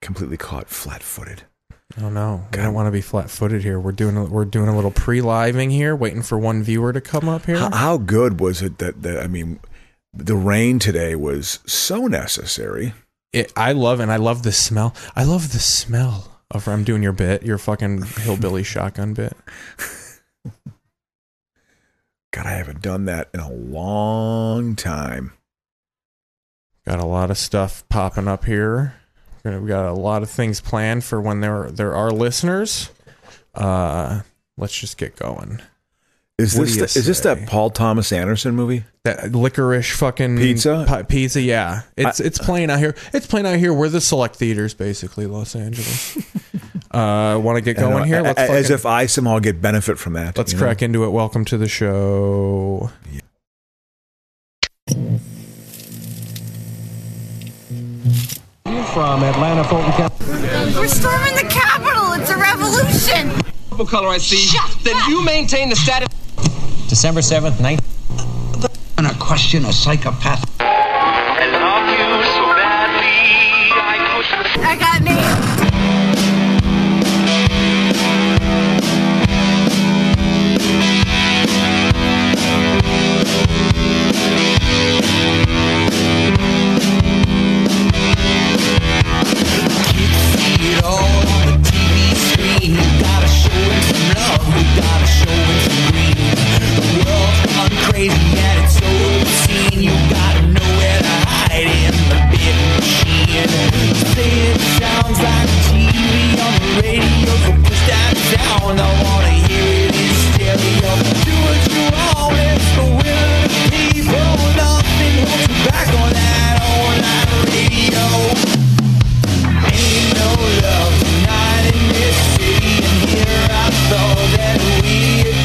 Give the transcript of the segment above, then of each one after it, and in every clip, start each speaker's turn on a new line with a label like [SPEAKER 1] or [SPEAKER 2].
[SPEAKER 1] completely caught flat-footed.
[SPEAKER 2] Oh no! I don't want to be flat-footed here. We're doing a, we're doing a little pre-living here, waiting for one viewer to come up here.
[SPEAKER 1] How, how good was it that, that I mean, the rain today was so necessary.
[SPEAKER 2] It, I love and I love the smell. I love the smell of I'm doing your bit, your fucking hillbilly shotgun bit.
[SPEAKER 1] God, I haven't done that in a long time.
[SPEAKER 2] Got a lot of stuff popping up here. We're gonna- We got a lot of things planned for when there there are listeners. Uh, let's just get going.
[SPEAKER 1] Is
[SPEAKER 2] What
[SPEAKER 1] this
[SPEAKER 2] do you
[SPEAKER 1] the, is this
[SPEAKER 2] say?
[SPEAKER 1] that Paul Thomas Anderson movie?
[SPEAKER 2] That licorice fucking
[SPEAKER 1] Pizza?
[SPEAKER 2] pi- pizza, yeah. It's it's playing out here. It's playing out here. We're the select theaters, basically, Los Angeles. uh, want to get
[SPEAKER 1] I don't
[SPEAKER 2] going
[SPEAKER 1] know,
[SPEAKER 2] here?
[SPEAKER 1] a-
[SPEAKER 2] Let's
[SPEAKER 1] a- as
[SPEAKER 2] fucking-
[SPEAKER 1] if I somehow get benefit from that.
[SPEAKER 2] Let's
[SPEAKER 1] you know?
[SPEAKER 2] crack into it. Welcome to the show.
[SPEAKER 3] from Atlanta, Fulton County.
[SPEAKER 4] We're storming the Capitol. It's a revolution.
[SPEAKER 3] Purple color I see.
[SPEAKER 4] Shut
[SPEAKER 3] then
[SPEAKER 4] up.
[SPEAKER 3] you maintain the status.
[SPEAKER 5] December 7th, 9th.
[SPEAKER 6] going to question a psychopath.
[SPEAKER 7] I love you so badly. I push the
[SPEAKER 4] I got me.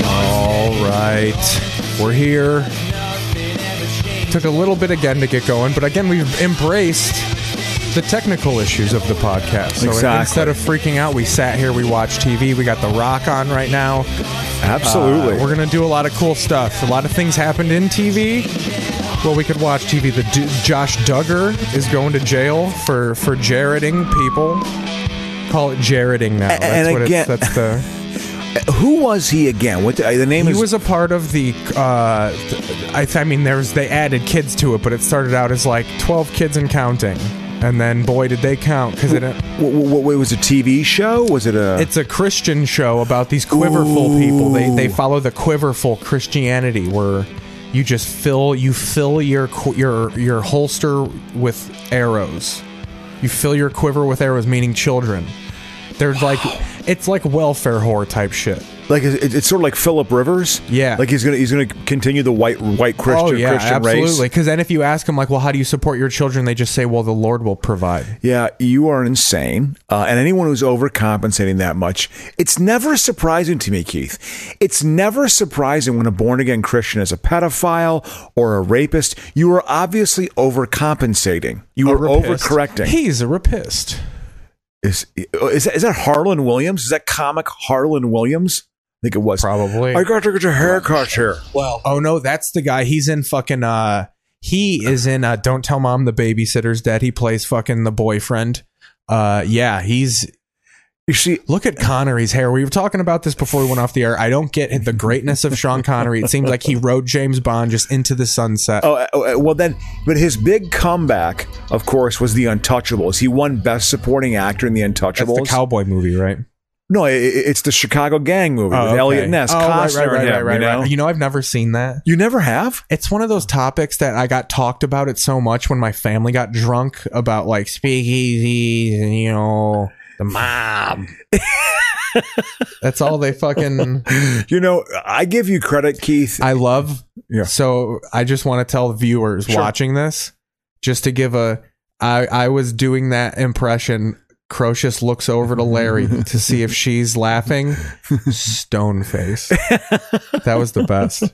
[SPEAKER 2] All right, we're here. Took a little bit again to get going, but again, we've embraced the technical issues of the podcast. So
[SPEAKER 1] Exactly.
[SPEAKER 2] instead of freaking out, we sat here, we watched TV, we got The Rock on right now.
[SPEAKER 1] Absolutely.
[SPEAKER 2] Uh, we're gonna do a lot of cool stuff. A lot of things happened in TV. Well, we could watch TV. The D- Josh Duggar is going to jail for for Jareding people. Call it Jareding now.
[SPEAKER 1] A-
[SPEAKER 2] That's
[SPEAKER 1] and
[SPEAKER 2] what
[SPEAKER 1] again-
[SPEAKER 2] it's, that's
[SPEAKER 1] Uh,
[SPEAKER 2] the.
[SPEAKER 1] Who was he again? What the, the name
[SPEAKER 2] He
[SPEAKER 1] is?
[SPEAKER 2] was a part of the. Uh, th- I, th- I mean, there's they added kids to it, but it started out as like 12 kids and counting, and then boy did they count because it.
[SPEAKER 1] w- w- w- was it a TV show? Was it a?
[SPEAKER 2] It's a Christian show about these quiverful people. They they follow the quiverful Christianity where you just fill you fill your qu- your your holster with arrows. You fill your quiver with arrows meaning children. They're like it's like welfare whore type shit.
[SPEAKER 1] like it, it's sort of like Philip Rivers.
[SPEAKER 2] Yeah.
[SPEAKER 1] like he's gonna he's gonna continue the white white Christian
[SPEAKER 2] oh yeah,
[SPEAKER 1] Christian
[SPEAKER 2] absolutely.
[SPEAKER 1] race.
[SPEAKER 2] Because then if you ask them like, well, how do you support your children? They just say, well, the Lord will provide.
[SPEAKER 1] Yeah, you are insane. Uh, and anyone who's overcompensating that much, it's never surprising to me, Keith. It's never surprising when a born again Christian is a pedophile or a rapist. You are obviously overcompensating. You are
[SPEAKER 2] Rapist.
[SPEAKER 1] overcorrecting.
[SPEAKER 2] He's a rapist.
[SPEAKER 1] Is is that, is that Harlan Williams? Is that comic Harlan Williams? I think it was.
[SPEAKER 2] Probably.
[SPEAKER 1] I got to get your haircut here.
[SPEAKER 2] Well, oh no, that's the guy. He's in fucking. uh He is in. uh Don't tell mom the babysitter's dead. He plays fucking the boyfriend. Uh, yeah, he's.
[SPEAKER 1] You see,
[SPEAKER 2] Look at Connery's hair. We were talking about this before we went off the air. I don't get the greatness of Sean Connery. It seems like he rode James Bond just into the sunset.
[SPEAKER 1] oh, uh, oh, uh, well then, but his big comeback, of course, was The Untouchables. He won Best Supporting Actor in The
[SPEAKER 2] That's the
[SPEAKER 1] Untouchables.
[SPEAKER 2] cowboy movie, right?
[SPEAKER 1] no, i i- it's the Chicago Gang movie with
[SPEAKER 2] okay.
[SPEAKER 1] Elliot Ness.
[SPEAKER 2] Oh, right,
[SPEAKER 1] Costner
[SPEAKER 2] right, right,
[SPEAKER 1] and
[SPEAKER 2] right,
[SPEAKER 1] him,
[SPEAKER 2] right,
[SPEAKER 1] you, know?
[SPEAKER 2] right. You know, I've never seen that.
[SPEAKER 1] You never have?
[SPEAKER 2] it's one of those topics that I got talked about it so much when my family got drunk about like speakeasies and you know the mob. That's all they fucking.
[SPEAKER 1] You know, I give you credit, Keith.
[SPEAKER 2] I love.
[SPEAKER 1] Yeah.
[SPEAKER 2] So I just want to tell viewers
[SPEAKER 1] Sure.
[SPEAKER 2] watching this, just to give a. I I was doing that impression. Crocious looks over to Larry to see if she's laughing. Stone face. That was the best.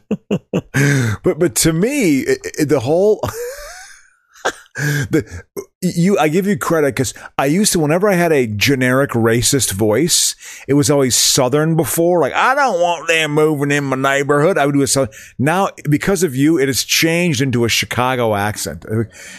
[SPEAKER 1] but but to me, i i the whole the you I give you credit because I used to whenever I had a generic racist voice, it was always Southern before. Like I don't want them moving in my neighborhood. I would do a Southern. Now because of you, it has changed into a Chicago accent.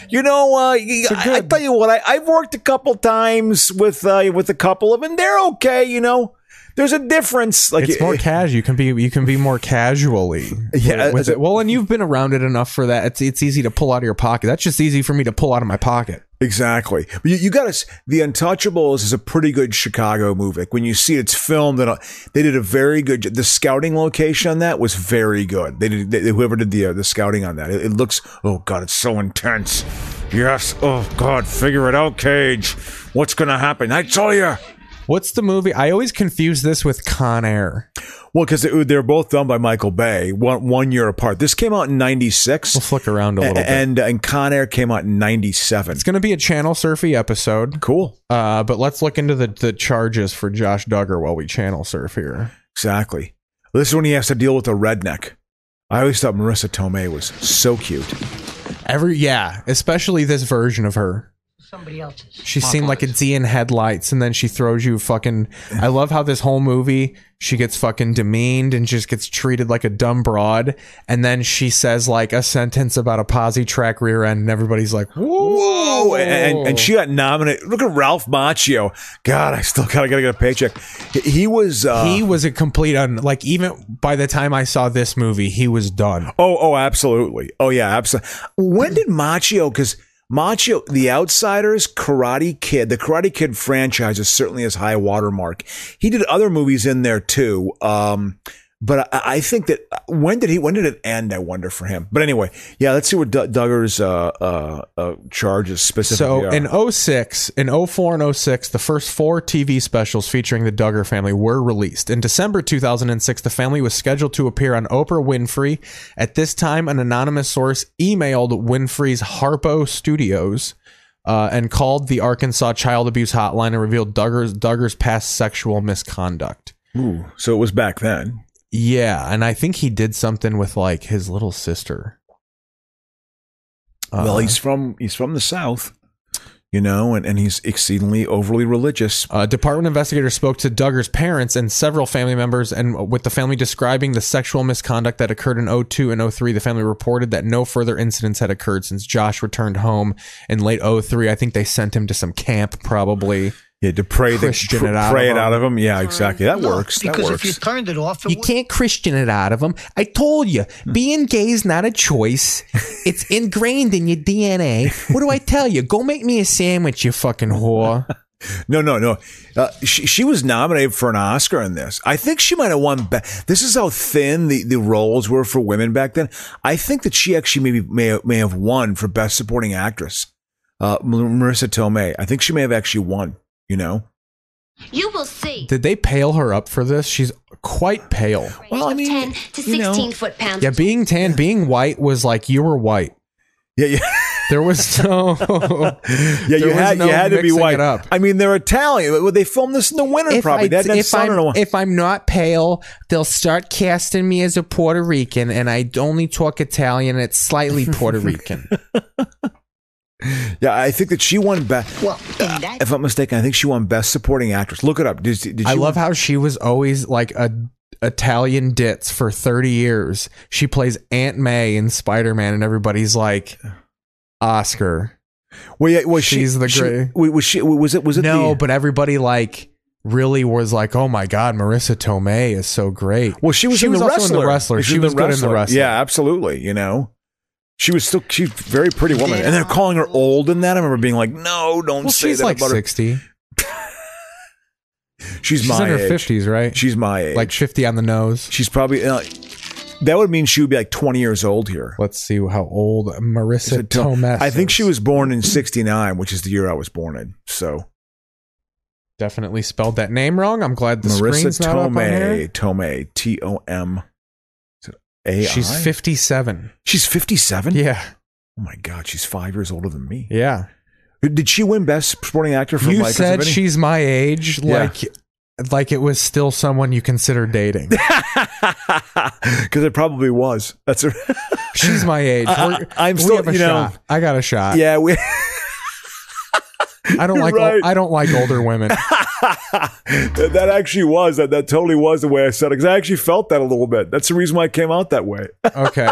[SPEAKER 1] You know, uh, y- I, I tell you what, I, I've worked a couple times with uh, with a couple of, and they're okay. You know, there's a difference. Like
[SPEAKER 2] It's more casual. You can be you can be more casually.
[SPEAKER 1] Yeah,
[SPEAKER 2] with- with
[SPEAKER 1] uh,
[SPEAKER 2] it. Well, and you've been around it enough for that. It's it's easy to pull out of your pocket. That's just easy for me to pull out of my pocket.
[SPEAKER 1] Exactly. But you, you got to. The Untouchables is a pretty good Chicago movie. Like when you see it's filmed, and uh, they did a very good. j- The scouting location on that was very good. They did. They, whoever did the uh, the scouting on that, it, it looks. Oh God, it's so intense. Yes. Oh God, figure it out, Cage. What's gonna happen? I tell you.
[SPEAKER 2] What's the movie? I always confuse this with Con Air.
[SPEAKER 1] Well, because they're both done by Michael Bay, one, one year apart. This came out in '96,
[SPEAKER 2] We'll flick around a little bit.
[SPEAKER 1] and and Con Air came out in '97.
[SPEAKER 2] It's going to be a channel surfy episode.
[SPEAKER 1] Cool.
[SPEAKER 2] Uh, but let's look into the, the charges for Josh Duggar while we channel surf here.
[SPEAKER 1] Exactly. This is when he has to deal with a redneck. I always thought Marissa Tomei was so cute.
[SPEAKER 2] Every yeah, especially this version of her.
[SPEAKER 8] Somebody else's.
[SPEAKER 2] She seemed like a D in headlights, and then she throws you fucking. I love how this whole movie she gets fucking demeaned and just gets treated like a dumb broad, and then she says like a sentence about a posse track rear end, and everybody's like, "Whoa!"
[SPEAKER 1] Oh, and, and- and she got nominated. Look at Ralph Macchio. God, I still gotta, gotta get a paycheck. He- He was. Uh,
[SPEAKER 2] he was a complete un. Like even by the time I saw this movie, he was done.
[SPEAKER 1] oh, oh, absolutely. Oh, yeah, absolutely. When did Macchio? Because Macchio, The Outsiders, Karate Kid, the Karate Kid franchise is certainly his high watermark. He did other movies in there too. Um, but I, I think that when did he? When did it end? I wonder for him. But anyway, yeah, let's see what D- Duggar's uh, uh, uh, charges specifically
[SPEAKER 2] So
[SPEAKER 1] are.
[SPEAKER 2] in 06, in 04 and 06, the first four TV specials featuring the Duggar family were released. In December 2006, the family was scheduled to appear on Oprah Winfrey. At this time, an anonymous source emailed Winfrey's Harpo Studios uh, and called the Arkansas Child Abuse Hotline and revealed Duggar's, Duggar's past sexual misconduct.
[SPEAKER 1] Ooh, so it was back then.
[SPEAKER 2] Yeah, and I think he did something with like his little sister.
[SPEAKER 1] well,
[SPEAKER 2] Uh,
[SPEAKER 1] he's from he's from the South, you know, and, and he's exceedingly overly religious.
[SPEAKER 2] Uh, department investigators spoke to Duggar's parents and several family members, and with the family describing the sexual misconduct that occurred in 02 and 03, the family reported that no further incidents had occurred since Josh returned home in late 03. I think they sent him to some camp, probably.
[SPEAKER 1] Yeah, to pray the,
[SPEAKER 2] Christian
[SPEAKER 1] pr-
[SPEAKER 2] it out
[SPEAKER 1] pray
[SPEAKER 2] of
[SPEAKER 1] it
[SPEAKER 2] him.
[SPEAKER 1] out of him. Yeah, exactly. That works. That
[SPEAKER 8] Because
[SPEAKER 1] works.
[SPEAKER 8] if you turned it off, it would-
[SPEAKER 2] can't Christian it out of him. I told you, being gay is not a choice. It's ingrained in your DNA. What do I tell you? Go make me a sandwich, you fucking whore.
[SPEAKER 1] No, no, no. Uh, she, she was nominated for an Oscar in this. I think she might have won. Be- this is how thin the, the roles were for women back then. I think that she actually maybe may may have won for Best Supporting Actress. Uh, Mar- Marissa Tomei. I think she may have actually won. You know.
[SPEAKER 9] You will see.
[SPEAKER 2] Did they pale her up for this? She's quite pale.
[SPEAKER 1] Well, I mean,
[SPEAKER 9] 10 to 16
[SPEAKER 1] you know.
[SPEAKER 9] foot pounds.
[SPEAKER 2] Yeah, being tan, being white was like you were white.
[SPEAKER 1] Yeah, yeah,
[SPEAKER 2] There was no.
[SPEAKER 1] yeah.
[SPEAKER 2] there
[SPEAKER 1] you
[SPEAKER 2] was
[SPEAKER 1] had
[SPEAKER 2] no
[SPEAKER 1] you had to be
[SPEAKER 2] mixing
[SPEAKER 1] white.
[SPEAKER 2] It up.
[SPEAKER 1] I mean, they're Italian. Well, They filmed this in the winter, probably. They hadn't had
[SPEAKER 2] if,
[SPEAKER 1] sun in a
[SPEAKER 2] I'm,
[SPEAKER 1] while.
[SPEAKER 2] if I'm not pale, they'll start casting me as a Puerto Rican, and I only talk Italian. It's slightly Puerto Rican.
[SPEAKER 1] yeah, I think that she won best.
[SPEAKER 8] Well, in that
[SPEAKER 1] If I'm mistaken, I think she won Best Supporting Actress. Look it up. Did, did she
[SPEAKER 2] I love how she was always like a Italian ditz for 30 years. She plays Aunt May in Spider Man, and everybody's like Oscar.
[SPEAKER 1] Well, yeah, was
[SPEAKER 2] She's
[SPEAKER 1] she,
[SPEAKER 2] the
[SPEAKER 1] she-
[SPEAKER 2] gray.
[SPEAKER 1] wa- was she? wa- Was it? Was it?
[SPEAKER 2] No,
[SPEAKER 1] the-
[SPEAKER 2] but everybody like really was like, "Oh my God, Marissa Tomei is so great."
[SPEAKER 1] well, she was. in the
[SPEAKER 2] also
[SPEAKER 1] wrestler.
[SPEAKER 2] in the wrestler. She,
[SPEAKER 1] in
[SPEAKER 2] was good in the wrestler.
[SPEAKER 1] Yeah, absolutely. You know, she was still. She's a very pretty woman, and they're calling her old in that. I remember being like, "No, don't
[SPEAKER 2] Well,
[SPEAKER 1] say
[SPEAKER 2] she's
[SPEAKER 1] that
[SPEAKER 2] like
[SPEAKER 1] about
[SPEAKER 2] sixty.
[SPEAKER 1] her." She's,
[SPEAKER 2] She's
[SPEAKER 1] my
[SPEAKER 2] in her
[SPEAKER 1] age.
[SPEAKER 2] fifties, right?
[SPEAKER 1] She's my age.
[SPEAKER 2] like fifty on the nose.
[SPEAKER 1] she's probably. Uh, that would mean she would be like 20 years old here.
[SPEAKER 2] Let's see how old Marissa
[SPEAKER 1] So,
[SPEAKER 2] Tomei.
[SPEAKER 1] I think
[SPEAKER 2] is.
[SPEAKER 1] she was born in 69, which is the year I was born in. So
[SPEAKER 2] definitely spelled that name wrong. I'm glad the
[SPEAKER 1] Marissa
[SPEAKER 2] screen's not up on
[SPEAKER 1] Tomei,
[SPEAKER 2] here.
[SPEAKER 1] Tomei, T O M. Is it A-I?
[SPEAKER 2] She's fifty-seven.
[SPEAKER 1] She's 57?
[SPEAKER 2] Yeah,
[SPEAKER 1] Oh my God, she's five years older than me.
[SPEAKER 2] yeah.
[SPEAKER 1] Did she win Best Supporting Actor for
[SPEAKER 2] You
[SPEAKER 1] Mike
[SPEAKER 2] said
[SPEAKER 1] Azevedo?
[SPEAKER 2] she's my age,
[SPEAKER 1] Yeah.
[SPEAKER 2] like like it was still someone you consider dating.
[SPEAKER 1] Because it probably was. That's a,
[SPEAKER 2] She's my age.
[SPEAKER 1] I-
[SPEAKER 2] We're-
[SPEAKER 1] I- I'm
[SPEAKER 2] we
[SPEAKER 1] still-
[SPEAKER 2] have a
[SPEAKER 1] you know-
[SPEAKER 2] shot. I got a shot.
[SPEAKER 1] Yeah, we.
[SPEAKER 2] I don't like.
[SPEAKER 1] right.
[SPEAKER 2] ol- I don't like older women.
[SPEAKER 1] that that actually was that. That totally was the way I said it because I actually felt that a little bit. That's the reason why I came out that way.
[SPEAKER 2] Okay.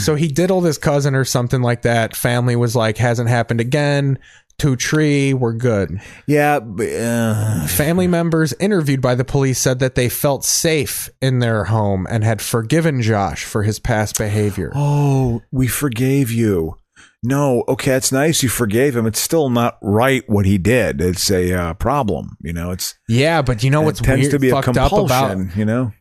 [SPEAKER 2] so he diddled his cousin or something like that. Family was like, hasn't happened again. Two tree, we're good.
[SPEAKER 1] yeah, but, uh,
[SPEAKER 2] Family members interviewed by the police said that they felt safe in their home and had forgiven Josh for his past behavior.
[SPEAKER 1] oh, we forgave you. No, okay, it's nice you forgave him. It's still not right what he did. It's a uh, problem, you know. It's
[SPEAKER 2] Yeah, but you know what's
[SPEAKER 1] it tends
[SPEAKER 2] weird,
[SPEAKER 1] to be a
[SPEAKER 2] fucked up about
[SPEAKER 1] compulsion, you know.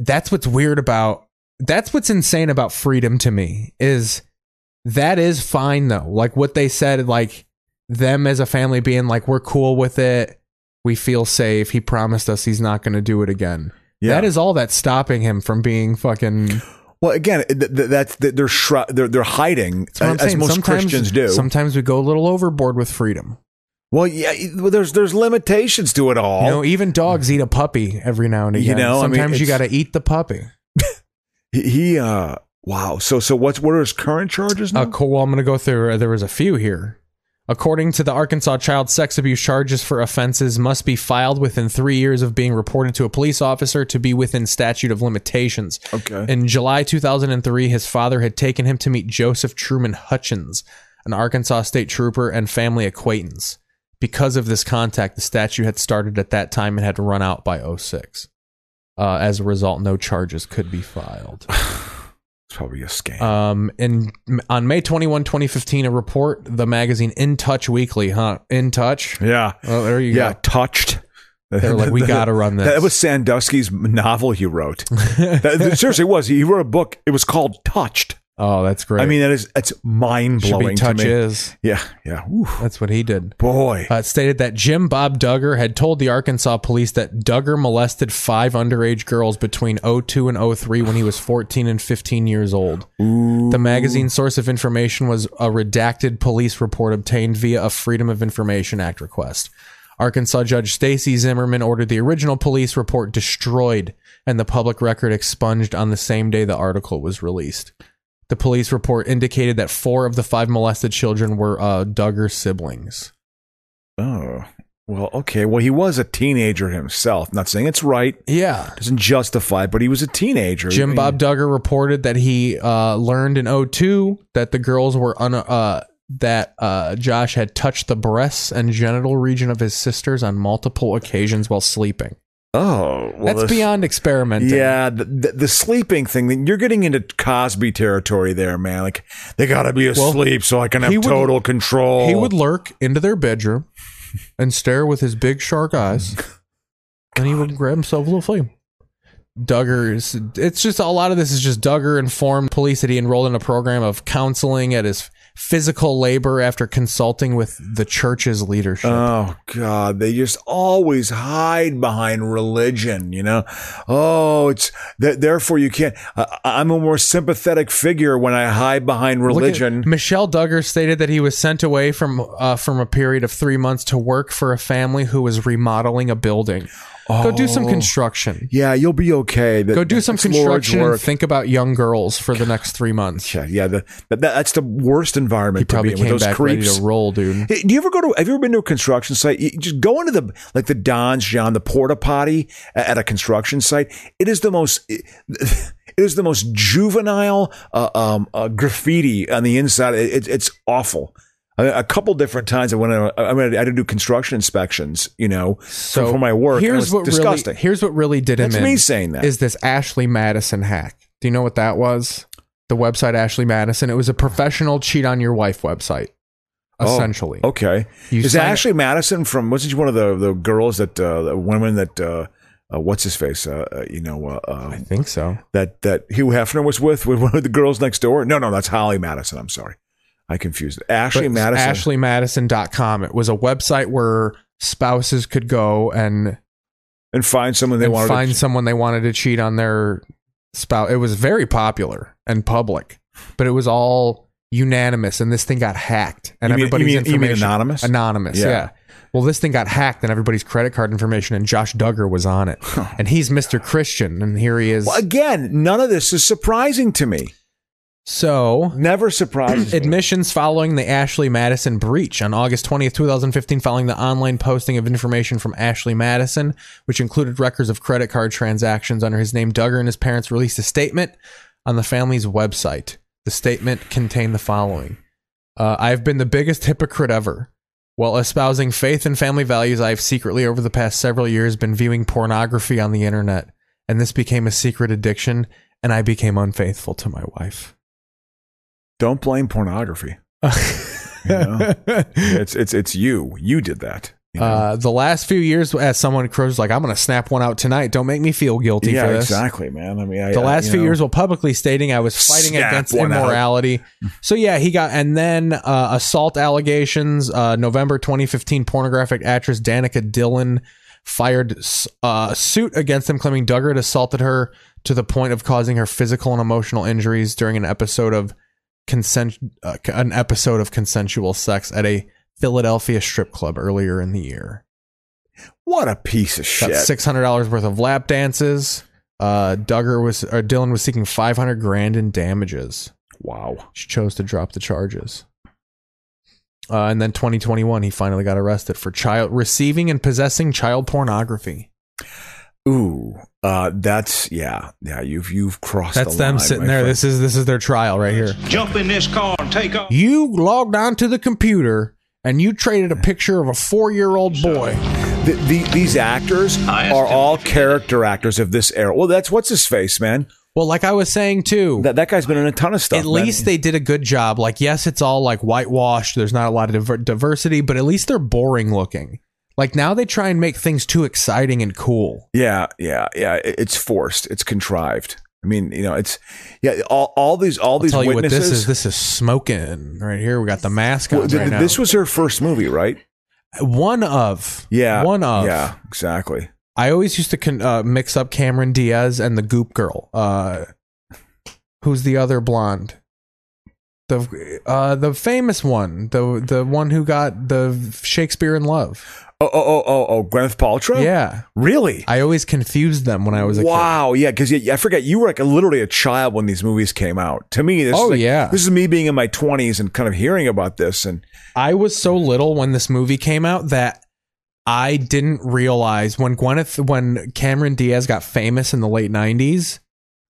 [SPEAKER 2] that's what's weird about that's what's insane about freedom to me is that is fine though like what they said like them as a family being like we're cool with it we feel safe he promised us he's not going to do it again
[SPEAKER 1] Yeah.
[SPEAKER 2] that is all that's stopping him from being fucking
[SPEAKER 1] Well, again, th- th- that's th- they're shru- they're they're hiding
[SPEAKER 2] that's what I'm
[SPEAKER 1] as
[SPEAKER 2] saying.
[SPEAKER 1] most
[SPEAKER 2] sometimes,
[SPEAKER 1] Christians do.
[SPEAKER 2] sometimes we go a little overboard with freedom
[SPEAKER 1] well, yeah, well, there's there's limitations to it all.
[SPEAKER 2] you know even dogs eat a puppy every now and
[SPEAKER 1] You
[SPEAKER 2] again
[SPEAKER 1] know, I mean,
[SPEAKER 2] sometimes you
[SPEAKER 1] it's-
[SPEAKER 2] got to eat the puppy
[SPEAKER 1] he, he uh wow. So so what's what are his current charges now?
[SPEAKER 2] Uh, cool. Well, I'm going to go through. uh, There was a few here. According to the Arkansas Child Sex Abuse, charges for offenses must be filed within three years of being reported to a police officer to be within statute of limitations.
[SPEAKER 1] okay.
[SPEAKER 2] In July 2003, his father had taken him to meet Joseph Truman Hutchins, an Arkansas state trooper and family acquaintance. Because of this contact, the statute had started at that time and had run out by 06. Uh, as a result, no charges could be filed.
[SPEAKER 1] it's probably a scam.
[SPEAKER 2] Um, in on May 21, 2015, a report, the magazine In Touch Weekly, huh? In Touch.
[SPEAKER 1] yeah.
[SPEAKER 2] Well, there you
[SPEAKER 1] yeah,
[SPEAKER 2] go.
[SPEAKER 1] touched.
[SPEAKER 2] They're like, we gotta run this.
[SPEAKER 1] That was Sandusky's novel he wrote. that, that seriously was. He wrote a book. It was called Touched.
[SPEAKER 2] Oh, that's great.
[SPEAKER 1] I mean, that is that's mind
[SPEAKER 2] should be
[SPEAKER 1] blowing to
[SPEAKER 2] touch
[SPEAKER 1] me.
[SPEAKER 2] is.
[SPEAKER 1] Yeah, yeah. Oof.
[SPEAKER 2] That's what he did.
[SPEAKER 1] Boy,
[SPEAKER 2] Uh, it stated that Jim Bob Duggar had told the Arkansas police that Duggar molested five underage girls between 02 and 03 when he was 14 and 15 years old. The magazine source of information was a redacted police report obtained via a Freedom of Information Act request. Arkansas Judge Stacy Zimmerman ordered the original police report destroyed and the public record expunged on the same day the article was released. The police report indicated that four of the five molested children were uh, Duggar siblings.
[SPEAKER 1] Oh. Well, okay. Well, he was a teenager himself. Not saying it's right,
[SPEAKER 2] Yeah.
[SPEAKER 1] doesn't justify, it, but he was a teenager.
[SPEAKER 2] Jim Bob Duggar reported that he uh, learned in 02 that the girls were un- uh, that uh, Josh had touched the breasts and genital region of his sisters on multiple occasions while sleeping.
[SPEAKER 1] Oh, well,
[SPEAKER 2] That's
[SPEAKER 1] this-
[SPEAKER 2] beyond experimenting.
[SPEAKER 1] Yeah, the, the, the sleeping thing. then You're getting into Cosby territory there, man. Like they gotta be
[SPEAKER 2] Well,
[SPEAKER 1] asleep so I can have
[SPEAKER 2] he would-
[SPEAKER 1] total control.
[SPEAKER 2] He would lurk into their bedroom and stare with his big shark eyes, and he would grab himself a little flame. Duggar is, it's just a lot of this is just Duggar informed police that he enrolled in a program of counseling at his physical labor after consulting with the church's leadership.
[SPEAKER 1] Oh God! They just always hide behind religion, you know. Oh, it's th- therefore you can't. uh, I I'm a more sympathetic figure when I hide behind
[SPEAKER 2] Look at-
[SPEAKER 1] religion.
[SPEAKER 2] Michelle Duggar stated that he was sent away from uh, from a period of three months to work for a family who was remodeling a building. Go do some construction.
[SPEAKER 1] yeah, you'll be okay. The-
[SPEAKER 2] Go do some
[SPEAKER 1] it's Lord's
[SPEAKER 2] construction.
[SPEAKER 1] work.
[SPEAKER 2] And think about young girls for the next three months.
[SPEAKER 1] yeah, yeah. The, that, that's the worst environment
[SPEAKER 2] He probably
[SPEAKER 1] to be in
[SPEAKER 2] came
[SPEAKER 1] with those
[SPEAKER 2] back
[SPEAKER 1] creeps.
[SPEAKER 2] ready to roll, dude.
[SPEAKER 1] Hey, Do you ever go to? Have you ever been to a construction site? You just go into the like the Don's John, the porta potty a- at a construction site. It is the most. It is the most juvenile uh, um, uh, graffiti on the inside. It, it's- it's awful. I- A couple different times I went. on- I mean, I had to do construction inspections. You know, so for my work, and it was
[SPEAKER 2] here's what
[SPEAKER 1] disgusting.
[SPEAKER 2] really here's what really did him
[SPEAKER 1] That's
[SPEAKER 2] in.
[SPEAKER 1] me saying that.
[SPEAKER 2] is this Ashley Madison hack. Do you know what that was? The website Ashley Madison. It was a professional cheat on your wife website,
[SPEAKER 1] Oh,
[SPEAKER 2] essentially.
[SPEAKER 1] okay.
[SPEAKER 2] You
[SPEAKER 1] is
[SPEAKER 2] sign-
[SPEAKER 1] Ashley Madison from? Wasn't she one of the the girls that uh, the women that uh, uh, what's his face? Uh, uh, you know, uh, uh,
[SPEAKER 2] I think so.
[SPEAKER 1] that that Hugh Hefner was with with one of the girls next door. No, no, that's Holly Madison. I'm sorry, I confused it. Ashley
[SPEAKER 2] But
[SPEAKER 1] Madison.
[SPEAKER 2] it's AshleyMadison.com. It was a website where spouses could go and,
[SPEAKER 1] and find someone they
[SPEAKER 2] and
[SPEAKER 1] wanted.
[SPEAKER 2] find
[SPEAKER 1] to,
[SPEAKER 2] someone they wanted to cheat on their spouse. It was very popular and public, but it was all unanimous. And this thing got hacked, and
[SPEAKER 1] You mean- you
[SPEAKER 2] everybody's
[SPEAKER 1] mean- you mean
[SPEAKER 2] information
[SPEAKER 1] anonymous?
[SPEAKER 2] anonymous.
[SPEAKER 1] Yeah.
[SPEAKER 2] Yeah. Well, this thing got hacked, and everybody's credit card information, and Josh Duggar was on it, and he's Mr. Christian, and here he is.
[SPEAKER 1] Well, again, none of this is surprising to me.
[SPEAKER 2] So
[SPEAKER 1] Never surprises. me.
[SPEAKER 2] Admissions following the Ashley Madison breach on August 20th, 2015, following the online posting of information from Ashley Madison, which included records of credit card transactions under his name, Duggar and his parents released a statement on the family's website. The statement contained the following uh, I've been the biggest hypocrite ever. While espousing faith and family values, I've secretly, over the past several years, been viewing pornography on the internet, and this became a secret addiction, and I became unfaithful to my wife.
[SPEAKER 1] Don't blame pornography. You know? It's it's it's you. You did that. you know?
[SPEAKER 2] Uh, the last few years, as someone crows like, "I'm going to snap one out tonight." Don't make me feel guilty
[SPEAKER 1] yeah,
[SPEAKER 2] for this.
[SPEAKER 1] exactly, man. I mean, I,
[SPEAKER 2] The
[SPEAKER 1] I-
[SPEAKER 2] last
[SPEAKER 1] you
[SPEAKER 2] few
[SPEAKER 1] know,
[SPEAKER 2] years, while publicly stating I was fighting
[SPEAKER 1] Snap
[SPEAKER 2] against
[SPEAKER 1] one out.
[SPEAKER 2] immorality. So yeah, he got and then uh, assault allegations. Uh, November 2015, pornographic actress Danica Dillon fired uh, suit against him, claiming Duggar had assaulted her to the point of causing her physical and emotional injuries during an episode of consent, uh, an episode of consensual sex at a Philadelphia strip club earlier in the year.
[SPEAKER 1] what a piece of
[SPEAKER 2] Got
[SPEAKER 1] shit.
[SPEAKER 2] six hundred dollars worth of lap dances. Uh, Duggar was or Dylan was seeking five hundred grand in damages.
[SPEAKER 1] Wow.
[SPEAKER 2] She chose to drop the charges. Uh, and then 2021, he finally got arrested for child receiving and possessing child pornography.
[SPEAKER 1] Ooh. Uh, that's yeah, yeah. You've you've crossed.
[SPEAKER 2] That's
[SPEAKER 1] the
[SPEAKER 2] them
[SPEAKER 1] line,
[SPEAKER 2] sitting
[SPEAKER 1] my
[SPEAKER 2] there.
[SPEAKER 1] friend.
[SPEAKER 2] This is this is their trial right here.
[SPEAKER 10] Jump in this car and take off.
[SPEAKER 2] You logged onto the computer and you traded a picture of a four-year-old boy.
[SPEAKER 1] The, the, these actors are all character actors of this era. Well, that's what's his face, man.
[SPEAKER 2] Well, like I was saying too,
[SPEAKER 1] That that guy's been in a ton of stuff.
[SPEAKER 2] at least they did a good job. Like, yes, it's all like whitewashed. There's not a lot of diver- diversity, but at least they're boring looking. Like now they try and make things too exciting and cool.
[SPEAKER 1] they. Yeah, yeah, yeah. It- It's forced. It's contrived. I mean, you know, it's yeah. All, all these, all these
[SPEAKER 2] Tell you
[SPEAKER 1] witnesses.
[SPEAKER 2] what this is. This is smoking right here. We got the mask on
[SPEAKER 1] Well, th-
[SPEAKER 2] right now.
[SPEAKER 1] this was her first movie, right?
[SPEAKER 2] one of
[SPEAKER 1] Yeah,
[SPEAKER 2] one of.
[SPEAKER 1] Yeah, exactly.
[SPEAKER 2] I always used to con- uh, mix up Cameron Diaz and the Goop Girl. Uh, who's the other blonde? The uh, the famous one, the the one who got the Shakespeare in Love.
[SPEAKER 1] Oh, oh, oh, oh, oh Gwyneth Paltrow.
[SPEAKER 2] Yeah,
[SPEAKER 1] really.
[SPEAKER 2] I always confused them when I was a kid.
[SPEAKER 1] Wow, yeah, because I forget you were like a, literally a child when these movies came out. To me, this
[SPEAKER 2] Oh,
[SPEAKER 1] is like-
[SPEAKER 2] yeah.
[SPEAKER 1] this is me being in my twenties and kind of hearing about this, and
[SPEAKER 2] I was so little when this movie came out that I didn't realize when Gwyneth when Cameron Diaz got famous in the late nineties,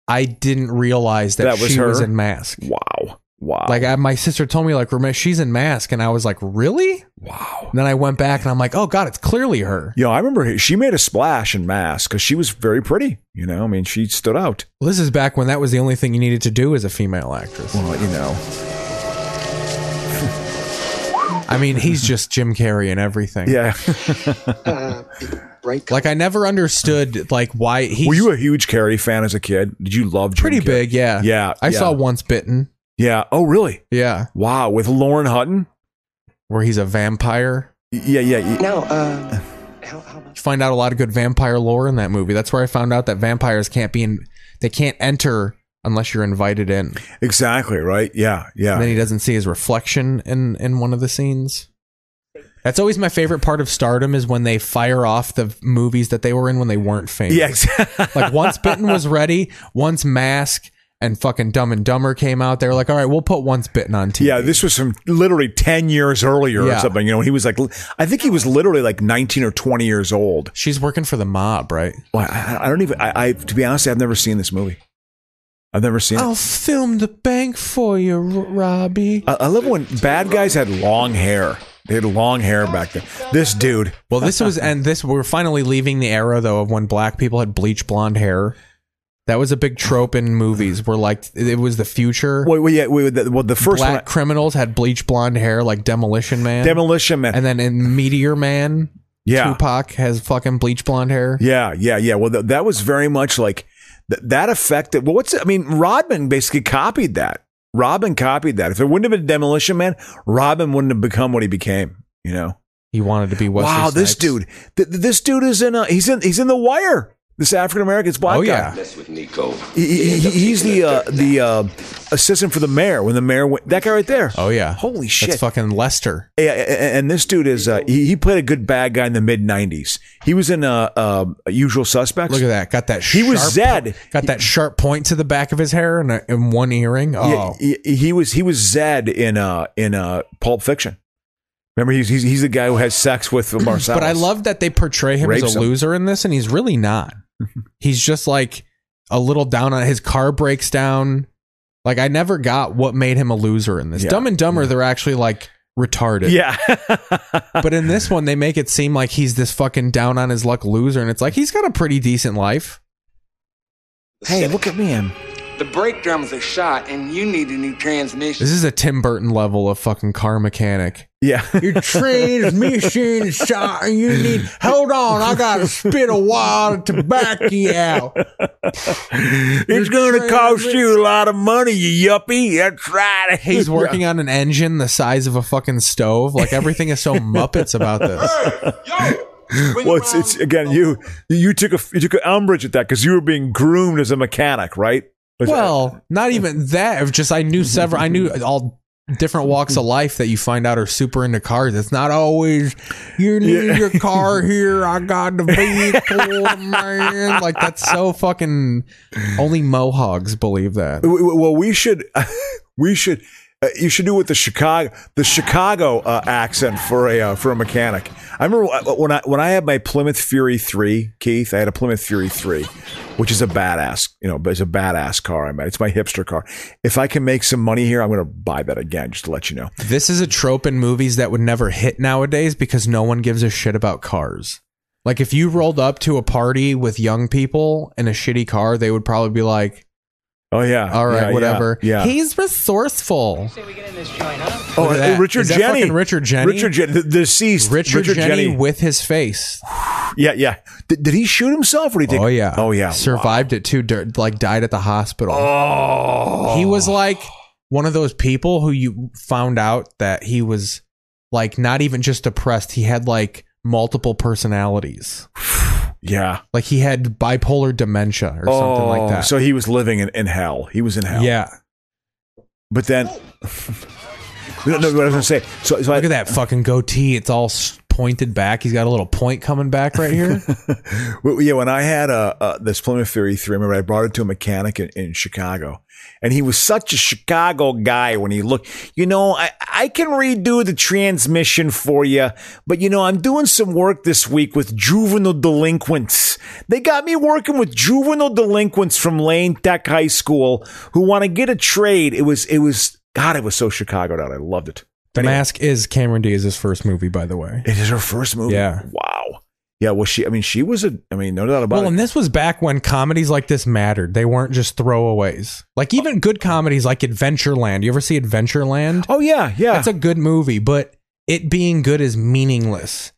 [SPEAKER 2] I didn't realize that,
[SPEAKER 1] That was
[SPEAKER 2] she was
[SPEAKER 1] her?
[SPEAKER 2] in Mask.
[SPEAKER 1] wow, wow,
[SPEAKER 2] Like I, my sister told me, like "Remi- she's in Mask, and I was like, really?
[SPEAKER 1] wow.
[SPEAKER 2] And then I went back and I'm like, oh god, it's clearly her.
[SPEAKER 1] You know, I remember she made a splash in Mass because she was very pretty. You know, I mean, she stood out.
[SPEAKER 2] Well, this is back when that was the only thing you needed to do as a female actress.
[SPEAKER 1] Well, you know,
[SPEAKER 2] I mean, he's just Jim Carrey and everything.
[SPEAKER 1] yeah.
[SPEAKER 2] Like I never understood like why he.
[SPEAKER 1] Were you a huge Carrey fan as a kid? Did you love Jim
[SPEAKER 2] pretty
[SPEAKER 1] Carrey?
[SPEAKER 2] big? Yeah.
[SPEAKER 1] Yeah,
[SPEAKER 2] I
[SPEAKER 1] yeah.
[SPEAKER 2] saw Once Bitten.
[SPEAKER 1] Yeah. Oh, really?
[SPEAKER 2] Yeah.
[SPEAKER 1] Wow. With Lauren Hutton.
[SPEAKER 2] Where he's a vampire.
[SPEAKER 1] Yeah, yeah. yeah.
[SPEAKER 2] You find out a lot of good vampire lore in that movie. That's where I found out that vampires can't be in they can't enter unless you're invited in.
[SPEAKER 1] Exactly. Right. Yeah.
[SPEAKER 2] And then
[SPEAKER 1] Yeah.
[SPEAKER 2] he doesn't see his reflection in in one of the scenes. That's always my favorite part of stardom is when they fire off the movies that they were in when they weren't famous.
[SPEAKER 1] Yeah. Exactly.
[SPEAKER 2] Like once Bitten was ready, once Mask and fucking Dumb and Dumber came out, they were like, all right, we'll put Once Bitten on TV.
[SPEAKER 1] Yeah, this was from literally 10 years earlier
[SPEAKER 2] Yeah.
[SPEAKER 1] or something. You know, when he was like, I think he was literally like 19 or 20 years old.
[SPEAKER 2] She's working for the mob, right?
[SPEAKER 1] Well, I, I don't even, I, I, to be honest, I've never seen this movie. I've never seen it.
[SPEAKER 2] I'll film the bank for you, R- Robbie.
[SPEAKER 1] I, I love when bad guys had long hair. They had long hair back then. This dude,
[SPEAKER 2] Well, this was, and this we're finally leaving the era though of when black people had bleach blonde hair. That was a big trope in movies where like it was the future.
[SPEAKER 1] well, well, yeah, well, the, well, the first
[SPEAKER 2] black
[SPEAKER 1] one,
[SPEAKER 2] criminals had bleach blonde hair, like Demolition Man,
[SPEAKER 1] Demolition Man.
[SPEAKER 2] and then in Meteor Man,
[SPEAKER 1] yeah.
[SPEAKER 2] Tupac has fucking bleach blonde hair.
[SPEAKER 1] Yeah, yeah, yeah. Well, th- that was very much like th- that affected. Well, what's I mean? Rodman basically copied that. Robin copied that. If it wouldn't have been Demolition Man, Robin wouldn't have become what he became. You know?
[SPEAKER 2] He wanted to be Wesley
[SPEAKER 1] wow, this
[SPEAKER 2] Snipes.
[SPEAKER 1] dude. Th- th- this dude is in. A, he's in. He's in the Wire. This African American, it's black
[SPEAKER 2] Oh,
[SPEAKER 1] guy.
[SPEAKER 2] yeah.
[SPEAKER 11] Mess with Nico.
[SPEAKER 3] E,
[SPEAKER 1] He- he- he's the uh, the uh, assistant for the mayor when the mayor went. That guy right there.
[SPEAKER 2] Oh yeah.
[SPEAKER 1] Holy shit.
[SPEAKER 2] That's fucking Lester.
[SPEAKER 1] Yeah, a- a- and this dude is uh, he, he played a good bad guy in the mid '90s. He was in uh, uh, Usual Suspects.
[SPEAKER 2] Look at that. Got that.
[SPEAKER 1] He
[SPEAKER 2] Sharp,
[SPEAKER 1] was Zed.
[SPEAKER 2] Got that sharp point to the back of his hair and, a, and one earring.
[SPEAKER 1] Yeah,
[SPEAKER 2] Oh,
[SPEAKER 1] he, he was he was Zed in uh in uh Pulp Fiction. Remember, he's he's, he's the guy who has sex with Marcellus.
[SPEAKER 2] but I love that they portray him
[SPEAKER 1] Rapes
[SPEAKER 2] as a
[SPEAKER 1] him.
[SPEAKER 2] loser in this, and he's really not. he's just like a little down on his car breaks down. Like I never got what made him a loser in this.
[SPEAKER 1] Yeah.
[SPEAKER 2] Dumb and Dumber, they're actually like retarded.
[SPEAKER 1] Yeah,
[SPEAKER 2] But in this one, they make it seem like he's this fucking down on his luck loser, and it's like he's got a pretty decent life.
[SPEAKER 1] hey, look at me. I'm,
[SPEAKER 3] The brake drums are shot, and you need a new transmission.
[SPEAKER 2] This is a Tim Burton level of fucking car mechanic.
[SPEAKER 1] yeah,
[SPEAKER 2] Your transmission is shot, and you need. Hold on, I gotta spit a wad of tobacco out.
[SPEAKER 1] it's going to cost you a lot of money, you yuppie. That's right.
[SPEAKER 2] He's working on an engine the size of a fucking stove. Like everything is so muppets about this.
[SPEAKER 1] Well, it's, it's again you you took a you took an umbrage at that because you were being groomed as a mechanic, right? Was-
[SPEAKER 2] Well, not even that. Of just I knew several. I knew all different walks of life that you find out are super into cars. It's not always you need
[SPEAKER 1] Yeah.
[SPEAKER 2] your car here. I got the vehicle, man. Like that's so fucking. Only Mohogs believe that.
[SPEAKER 1] W- w- Well, we should, we should, uh, you should do with the Chicago, the Chicago uh, accent for a uh, for a mechanic. I remember wh- when I when I had my Plymouth Fury three, Keith. I had a Plymouth Fury three, which is a badass, you know, but it's a badass car. I mean, it's my hipster car. If I can make some money here, I'm going to buy that again, just to let you know.
[SPEAKER 2] This is a trope in movies that would never hit nowadays because no one gives a shit about cars. Like if you rolled up to a party with young people in a shitty car, they would probably be like,
[SPEAKER 1] Oh yeah,
[SPEAKER 2] "All
[SPEAKER 1] Yeah,
[SPEAKER 2] right,
[SPEAKER 1] yeah,
[SPEAKER 2] whatever."
[SPEAKER 1] Yeah.
[SPEAKER 2] he's resourceful.
[SPEAKER 1] oh,
[SPEAKER 2] Look at that.
[SPEAKER 1] Richard
[SPEAKER 2] Is that
[SPEAKER 1] Jenny.
[SPEAKER 2] fucking Richard Jenny?
[SPEAKER 1] Richard Jenny. The deceased.
[SPEAKER 2] Richard, Jenny, with his face.
[SPEAKER 1] Yeah, yeah. Did, did he shoot himself or did he? take-
[SPEAKER 2] Oh yeah.
[SPEAKER 1] Oh yeah.
[SPEAKER 2] Survived it too. dir- Like died at the hospital.
[SPEAKER 1] Oh.
[SPEAKER 2] He was like one of those people who you found out that he was like not even just depressed. He had like multiple personalities.
[SPEAKER 1] Yeah.
[SPEAKER 2] Like he had bipolar dementia or something like that.
[SPEAKER 1] Oh, So he was living in, in hell. He was in hell.
[SPEAKER 2] yeah.
[SPEAKER 1] But then, no, no, what I was gonna say. So, so I,
[SPEAKER 2] Look at that fucking goatee. It's all s- pointed back. He's got a little point coming back right here.
[SPEAKER 1] Well, yeah, when I had uh, uh, this Plymouth Fury 3, remember I brought it to a mechanic in, in Chicago. And he was such a Chicago guy when he looked, you know, I, I can redo the transmission for you, but you know, I'm doing some work this week with juvenile delinquents. They got me working with juvenile delinquents from Lane Tech High School who want to get a trade. It was, it was, God, it was so Chicagoed out. I loved it.
[SPEAKER 2] the
[SPEAKER 1] Anyway.
[SPEAKER 2] Mask is Cameron Diaz's first movie, by the way.
[SPEAKER 1] It is her first movie.
[SPEAKER 2] Yeah.
[SPEAKER 1] Wow. Yeah. Well, she, I mean, she was a, I mean, no doubt about
[SPEAKER 2] Well,
[SPEAKER 1] it.
[SPEAKER 2] and this was back when comedies like this mattered. They weren't just throwaways. Like even good comedies like Adventureland. You ever see Adventureland?
[SPEAKER 1] Oh yeah, yeah.
[SPEAKER 2] That's a good movie, but it being good is meaningless.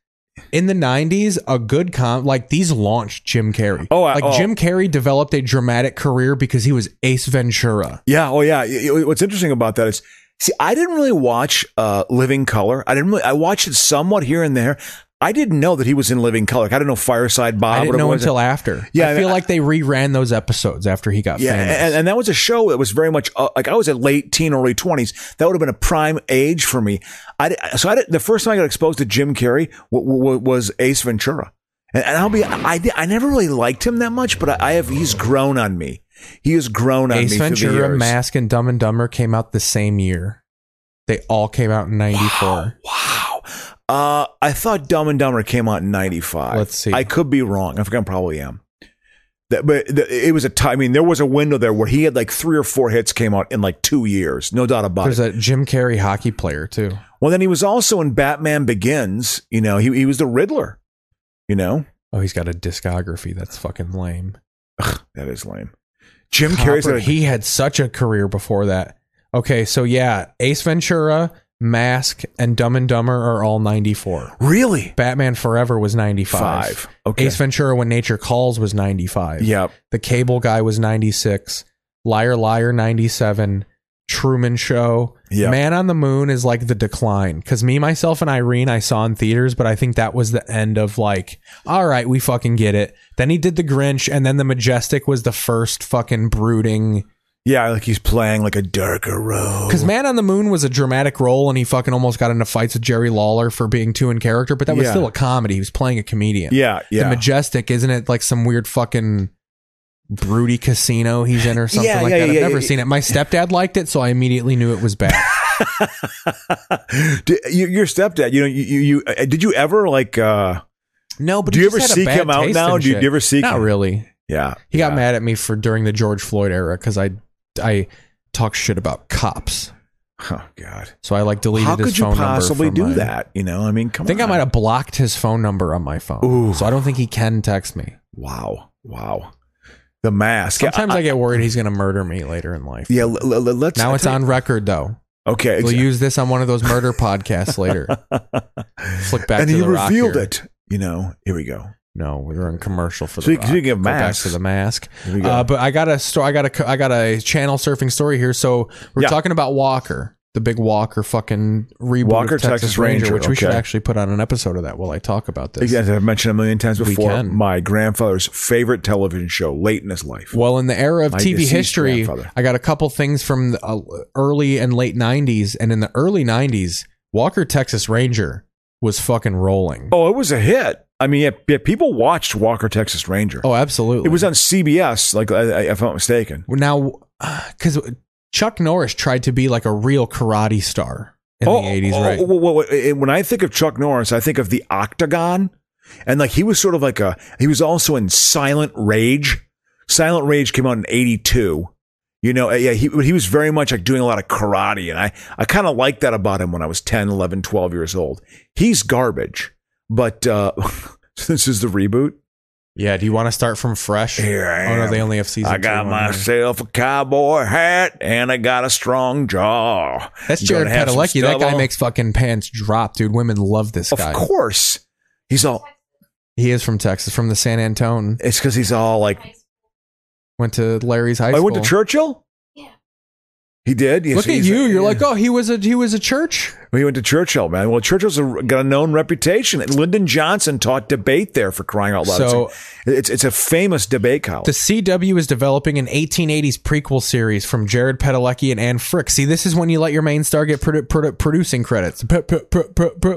[SPEAKER 2] In the 90s, a good com like these launched Jim Carrey.
[SPEAKER 1] Oh, I-
[SPEAKER 2] like
[SPEAKER 1] oh.
[SPEAKER 2] Jim Carrey developed a dramatic career because he was Ace Ventura.
[SPEAKER 1] Yeah. Oh, yeah. Y- y- What's interesting about that is, see, I didn't really watch uh, Living Color. I didn't. Really, I watched it somewhat here and there. I didn't know that he was in Living Color. Like, I didn't know Fireside Bob.
[SPEAKER 2] I
[SPEAKER 1] or
[SPEAKER 2] didn't know
[SPEAKER 1] what was Ah, it?
[SPEAKER 2] until after.
[SPEAKER 1] Yeah,
[SPEAKER 2] I
[SPEAKER 1] and
[SPEAKER 2] feel
[SPEAKER 1] I-
[SPEAKER 2] like they reran those episodes after he got
[SPEAKER 1] Yeah,
[SPEAKER 2] famous.
[SPEAKER 1] and, and that was a show that was very much uh, like I was a late teen, early twenties. That would have been a prime age for me. I di- so I did, the first time I got exposed to Jim Carrey w- w- was Ace Ventura, and, and I'll be I, di- I never really liked him that much, but I, I have he's grown on me. He has grown on
[SPEAKER 2] Ace
[SPEAKER 1] me through the
[SPEAKER 2] Ventura,
[SPEAKER 1] years.
[SPEAKER 2] Mask, and Dumb and Dumber came out the same year. They all came out in '94.
[SPEAKER 1] Wow. Uh, I thought Dumb and Dumber came out in '95.
[SPEAKER 2] Let's see.
[SPEAKER 1] I could be wrong. I think I probably am. That, but the, it was a time. I mean, there was a window there where he had like three or four hits came out in like two years. No doubt about
[SPEAKER 2] There's
[SPEAKER 1] it.
[SPEAKER 2] a Jim Carrey hockey player too.
[SPEAKER 1] well, then he was also in Batman Begins. You know, he he was the Riddler. You know,
[SPEAKER 2] Oh, he's got a discography that's fucking lame.
[SPEAKER 1] that is lame. Jim Carrey's
[SPEAKER 2] Hopper,
[SPEAKER 1] got a-
[SPEAKER 2] he had such a career before that. Okay, so yeah, Ace Ventura, Mask, and Dumb and Dumber are all '94.
[SPEAKER 1] really
[SPEAKER 2] Batman Forever was '95.
[SPEAKER 1] five. Okay.
[SPEAKER 2] Ace Ventura: When Nature Calls was '95.
[SPEAKER 1] Yep.
[SPEAKER 2] The Cable Guy was 96, Liar Liar 97, Truman Show,
[SPEAKER 1] Yeah.
[SPEAKER 2] Man on the Moon is like the decline because me, myself, and Irene I saw in theaters, but I think that was the end of like, all right, we fucking get it. Then he did the Grinch, and then the Majestic was the first fucking brooding.
[SPEAKER 1] Yeah, like he's playing like a darker role.
[SPEAKER 2] Because Man on the Moon was a dramatic role, and he fucking almost got into fights with Jerry Lawler for being too in character, but that was
[SPEAKER 1] Yeah.
[SPEAKER 2] still a comedy. He was playing a comedian.
[SPEAKER 1] Yeah, yeah.
[SPEAKER 2] The Majestic, isn't it like some weird fucking broody casino he's in or something
[SPEAKER 1] Yeah,
[SPEAKER 2] like
[SPEAKER 1] yeah,
[SPEAKER 2] that? I've
[SPEAKER 1] yeah,
[SPEAKER 2] never
[SPEAKER 1] yeah.
[SPEAKER 2] seen it. My stepdad liked it, so I immediately knew it was bad.
[SPEAKER 1] Do- you- your stepdad, you know, you, you, you uh, did you ever like? uh
[SPEAKER 2] No, but
[SPEAKER 1] Do
[SPEAKER 2] he
[SPEAKER 1] you
[SPEAKER 2] just
[SPEAKER 1] ever
[SPEAKER 2] had a
[SPEAKER 1] seek
[SPEAKER 2] bad
[SPEAKER 1] him out
[SPEAKER 2] taste
[SPEAKER 1] now?
[SPEAKER 2] in
[SPEAKER 1] Do you- do you
[SPEAKER 2] shit.
[SPEAKER 1] ever seek
[SPEAKER 2] Not
[SPEAKER 1] him?
[SPEAKER 2] really.
[SPEAKER 1] Yeah,
[SPEAKER 2] He
[SPEAKER 1] yeah.
[SPEAKER 2] got mad at me for during the George Floyd era because I I talk shit about cops,
[SPEAKER 1] Oh God,
[SPEAKER 2] so I like deleted
[SPEAKER 1] how
[SPEAKER 2] his
[SPEAKER 1] could you
[SPEAKER 2] phone number
[SPEAKER 1] possibly
[SPEAKER 2] from
[SPEAKER 1] do
[SPEAKER 2] my-
[SPEAKER 1] that? You know, I mean, come
[SPEAKER 2] I think I
[SPEAKER 1] on.
[SPEAKER 2] might have blocked his phone number on my phone,
[SPEAKER 1] Ooh.
[SPEAKER 2] so I don't think he can text me.
[SPEAKER 1] Wow, wow, the mask. Yeah,
[SPEAKER 2] Sometimes I, get worried he's gonna murder me later in life.
[SPEAKER 1] yeah. l- l- l- let's
[SPEAKER 2] Now it's on record though.
[SPEAKER 1] Okay,
[SPEAKER 2] We'll
[SPEAKER 1] exa-
[SPEAKER 2] use this on one of those murder podcasts later. Flick back
[SPEAKER 1] and
[SPEAKER 2] to
[SPEAKER 1] he
[SPEAKER 2] the rock
[SPEAKER 1] revealed
[SPEAKER 2] here.
[SPEAKER 1] it. You know, here we go.
[SPEAKER 2] No, we were in commercial for the
[SPEAKER 1] Speak-
[SPEAKER 2] Rock.
[SPEAKER 1] speaking of
[SPEAKER 2] Go back
[SPEAKER 1] masks.
[SPEAKER 2] to the mask.
[SPEAKER 1] Here we go.
[SPEAKER 2] Uh, but I got a sto- I got a co- I got a channel surfing story here. So we're
[SPEAKER 1] Yeah.
[SPEAKER 2] talking about Walker, the big Walker fucking reboot
[SPEAKER 1] Walker,
[SPEAKER 2] of Texas,
[SPEAKER 1] Texas
[SPEAKER 2] Ranger,
[SPEAKER 1] Ranger,
[SPEAKER 2] which we should
[SPEAKER 1] okay.
[SPEAKER 2] actually put on an episode of that while I talk about this.
[SPEAKER 1] As I've mentioned a million times
[SPEAKER 2] We
[SPEAKER 1] before,
[SPEAKER 2] can.
[SPEAKER 1] my grandfather's favorite television show late in his life.
[SPEAKER 2] Well, in the era of
[SPEAKER 1] My
[SPEAKER 2] TV
[SPEAKER 1] deceased
[SPEAKER 2] history,
[SPEAKER 1] grandfather.
[SPEAKER 2] I got a couple things from the uh, early and late '90s, and in the early '90s, Walker Texas Ranger was fucking rolling.
[SPEAKER 1] Oh, it was a hit. I mean, yeah, yeah, people watched Walker, Texas Ranger.
[SPEAKER 2] Oh, absolutely.
[SPEAKER 1] it was on CBS, like I- I- if I'm not mistaken.
[SPEAKER 2] now because Chuck Norris tried to be like a real karate star
[SPEAKER 1] Oh,
[SPEAKER 2] in the '80s, right?
[SPEAKER 1] well, well, well, eh, when I think of Chuck Norris, I think of the Octagon, and like he was sort of like a. He was also in Silent Rage. Silent Rage came out in '82. You know, eh, yeah, he he was very much like doing a lot of karate, and I I kind of liked that about him when I was 10, 11, 12 years old. He's garbage, but uh this is the reboot.
[SPEAKER 2] Yeah, do you want to start from fresh?
[SPEAKER 1] Here I
[SPEAKER 2] Oh no,
[SPEAKER 1] am.
[SPEAKER 2] they only have season.
[SPEAKER 1] I got
[SPEAKER 2] two on here.
[SPEAKER 1] myself a cowboy hat and I got a strong jaw.
[SPEAKER 2] That's
[SPEAKER 1] Gonna
[SPEAKER 2] Jared
[SPEAKER 1] have some
[SPEAKER 2] Padalecki. That guy
[SPEAKER 1] stubble.
[SPEAKER 2] makes fucking pants drop, dude. Women love this
[SPEAKER 1] Of
[SPEAKER 2] guy.
[SPEAKER 1] course. He's all
[SPEAKER 2] He is from Texas, from the San Antone.
[SPEAKER 1] it's cause he's all like
[SPEAKER 2] Went to Larry's high
[SPEAKER 1] I
[SPEAKER 2] school.
[SPEAKER 1] Oh, went to Churchill?
[SPEAKER 12] Yeah.
[SPEAKER 1] He did? Yes,
[SPEAKER 2] Look at
[SPEAKER 1] he's-
[SPEAKER 2] you. You're like,
[SPEAKER 1] yeah.
[SPEAKER 2] oh, he was a he was a church.
[SPEAKER 1] He went to Churchill, man. Well, Churchill's a, got a known reputation. And Lyndon Johnson taught debate there for crying out loud.
[SPEAKER 2] So-
[SPEAKER 1] it's it's a famous debate college.
[SPEAKER 2] The CW is developing an 1880s prequel series from Jared Padalecki and Anne Frick. See, this is when you let your main star get produ- produ- producing credits. P- p- p- p- p-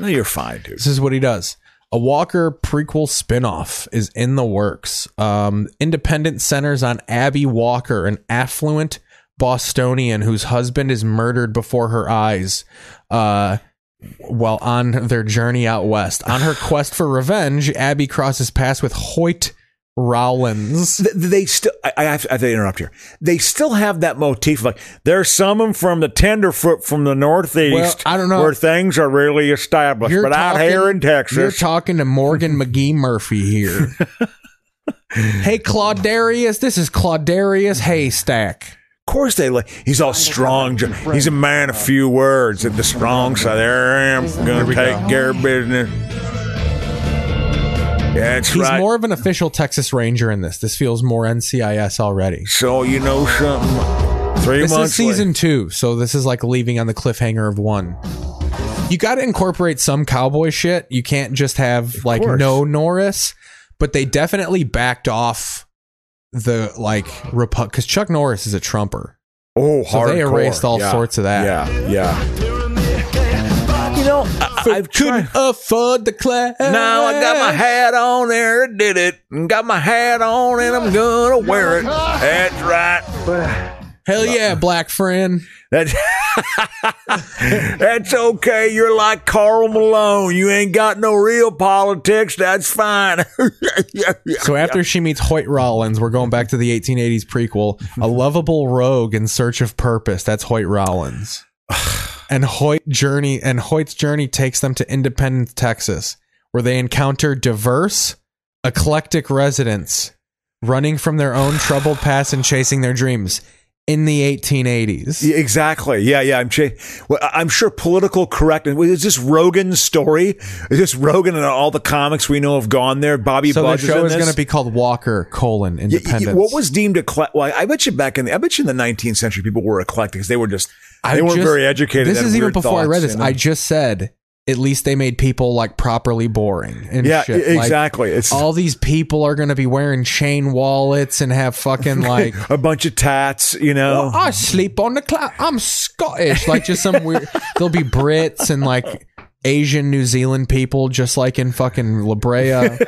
[SPEAKER 1] no, you're fine, dude.
[SPEAKER 2] This is what he does. A Walker prequel spinoff is in the works. Um, independent centers on Abby Walker, an affluent Bostonian whose husband is murdered before her eyes uh, while on their journey out west. On her quest for revenge, Abby crosses paths with Hoyt Rollins.
[SPEAKER 1] Th- they still I, I have to, I have to interrupt here they still have that motif of like there's some from the tenderfoot from the northeast
[SPEAKER 2] Well, I don't know.
[SPEAKER 1] where things are really established but out here in
[SPEAKER 2] You're
[SPEAKER 1] texas
[SPEAKER 2] talking to Morgan McGee Murphy here. hey, Claudarius. This is Claudarius Haystack.
[SPEAKER 1] of course they like he's all strong ju- he's a man of few words and the strong side there i am gonna take care of business that's
[SPEAKER 2] He's
[SPEAKER 1] right
[SPEAKER 2] more of an official Texas Ranger in this. This feels more NCIS already.
[SPEAKER 1] so you know something three
[SPEAKER 2] This
[SPEAKER 1] months
[SPEAKER 2] is season two, so this is like leaving on the cliffhanger of one. You got to incorporate some cowboy shit. You can't just have like
[SPEAKER 1] course.
[SPEAKER 2] no Norris, but they definitely backed off the like repu because Chuck Norris is a Trumper.
[SPEAKER 1] Oh,
[SPEAKER 2] So they
[SPEAKER 1] hardcore.
[SPEAKER 2] erased all
[SPEAKER 1] Yeah.
[SPEAKER 2] sorts of that.
[SPEAKER 1] Yeah, yeah. You know, I, I've tried.
[SPEAKER 2] Couldn't afford the class.
[SPEAKER 1] Now I got my hat on there, it did it. And Got my hat on and I'm gonna wear it. That's right.
[SPEAKER 2] hell yeah, black friend.
[SPEAKER 1] That's, that's okay. You're like Carl Malone. You ain't got no real politics. That's fine.
[SPEAKER 2] So after she meets Hoyt Rollins, we're going back to the 1880s prequel, a lovable rogue in search of purpose. That's Hoyt Rollins. and Hoyt journey and Hoyt's journey takes them to Independence, Texas, where they encounter diverse, eclectic residents running from their own troubled past and chasing their dreams. in the 1880s.
[SPEAKER 1] Yeah, Exactly. Yeah, yeah. I'm cha- well, I- I'm sure political correctness. Is this Rogan's story? Is this Rogan and all the comics we know have gone there? Bobby
[SPEAKER 2] So the
[SPEAKER 1] Budge
[SPEAKER 2] show
[SPEAKER 1] in
[SPEAKER 2] is
[SPEAKER 1] this?
[SPEAKER 2] going to be called Walker colon
[SPEAKER 1] Y- y-
[SPEAKER 2] Independence.
[SPEAKER 1] What was deemed a cle- well? I bet you back in the I bet you in the 19th century people were eclectic because they were just
[SPEAKER 2] I
[SPEAKER 1] they weren't
[SPEAKER 2] just-
[SPEAKER 1] very educated.
[SPEAKER 2] This
[SPEAKER 1] had
[SPEAKER 2] is even
[SPEAKER 1] weird
[SPEAKER 2] before I read
[SPEAKER 1] thoughts,
[SPEAKER 2] this.
[SPEAKER 1] you know?
[SPEAKER 2] I just said at least they made people like properly boring and
[SPEAKER 1] yeah,
[SPEAKER 2] shit.
[SPEAKER 1] e-
[SPEAKER 2] Like,
[SPEAKER 1] exactly. it's
[SPEAKER 2] all these people are going to be wearing chain wallets and have fucking like.
[SPEAKER 1] a bunch of tats, you know.
[SPEAKER 2] "Oh, I sleep on the cloud. I'm Scottish. Like just some weird. There'll be Brits and like Asian New Zealand people, just like in fucking La Brea.
[SPEAKER 1] of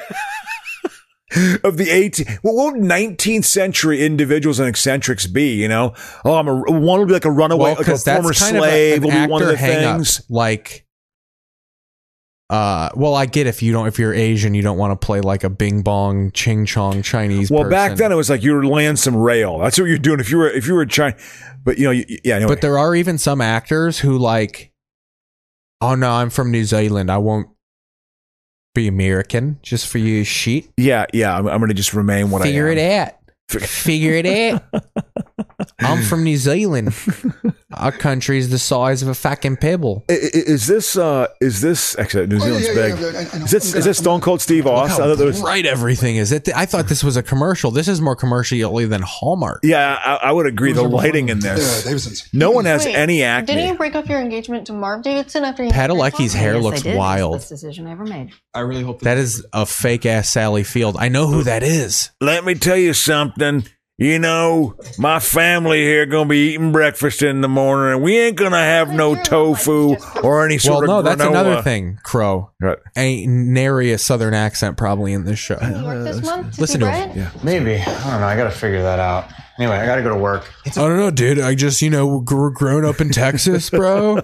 [SPEAKER 1] the 18 well, what would 19th century individuals and eccentrics be you know oh i'm a one would be like a runaway
[SPEAKER 2] well,
[SPEAKER 1] like a
[SPEAKER 2] because that's
[SPEAKER 1] former
[SPEAKER 2] kind
[SPEAKER 1] slave
[SPEAKER 2] of
[SPEAKER 1] will
[SPEAKER 2] a, an
[SPEAKER 1] be one of
[SPEAKER 2] actor
[SPEAKER 1] the
[SPEAKER 2] hang-up.
[SPEAKER 1] things
[SPEAKER 2] Like, uh, well, I get if you don't, if you're Asian, you don't want to play like a Bing Bong Ching Chong Chinese.
[SPEAKER 1] well
[SPEAKER 2] person.
[SPEAKER 1] back then it was like you were laying some rail that's what you're doing if you were if you were trying but you know you, yeah anyway.
[SPEAKER 2] but there are even some actors who like, oh no, I'm from New Zealand. I won't be American just for you sheet.
[SPEAKER 1] yeah yeah i'm, I'm gonna just remain what
[SPEAKER 2] Figure
[SPEAKER 1] i am.
[SPEAKER 2] it out. Figure it out. I'm from New Zealand. Our country's the size of a fucking pebble.
[SPEAKER 1] I- i- Is this uh is this actually New Zealand's big? is this is this Stone Cold Steve Austin? I thought there was-
[SPEAKER 2] right everything is. It, I thought this was a commercial. This is more commercially than Hallmark.
[SPEAKER 1] yeah, I, I would agree. The lighting in this, no one has any acne.
[SPEAKER 13] Didn't you break up your engagement to Marv Davidson after you?
[SPEAKER 2] Padalecki's hair looks wild.
[SPEAKER 14] decision I ever made.
[SPEAKER 2] That is a fake ass Sally Field. I know who that is.
[SPEAKER 1] let me tell you something. You know, my family here gonna be eating breakfast in the morning, and we ain't gonna have no tofu or any
[SPEAKER 2] Well,
[SPEAKER 1] sort
[SPEAKER 2] no,
[SPEAKER 1] of
[SPEAKER 2] that's
[SPEAKER 1] granola.
[SPEAKER 2] another thing. Crow
[SPEAKER 1] Right.
[SPEAKER 2] ain't nary a Southern accent probably in this show.
[SPEAKER 13] this month to
[SPEAKER 2] Listen
[SPEAKER 13] see
[SPEAKER 2] to
[SPEAKER 13] Brett?
[SPEAKER 2] him.
[SPEAKER 15] Maybe. I don't know. I got to figure that out. Anyway, I got to go to work.
[SPEAKER 2] I don't know, dude. I just you know gr- grown up in Texas, bro.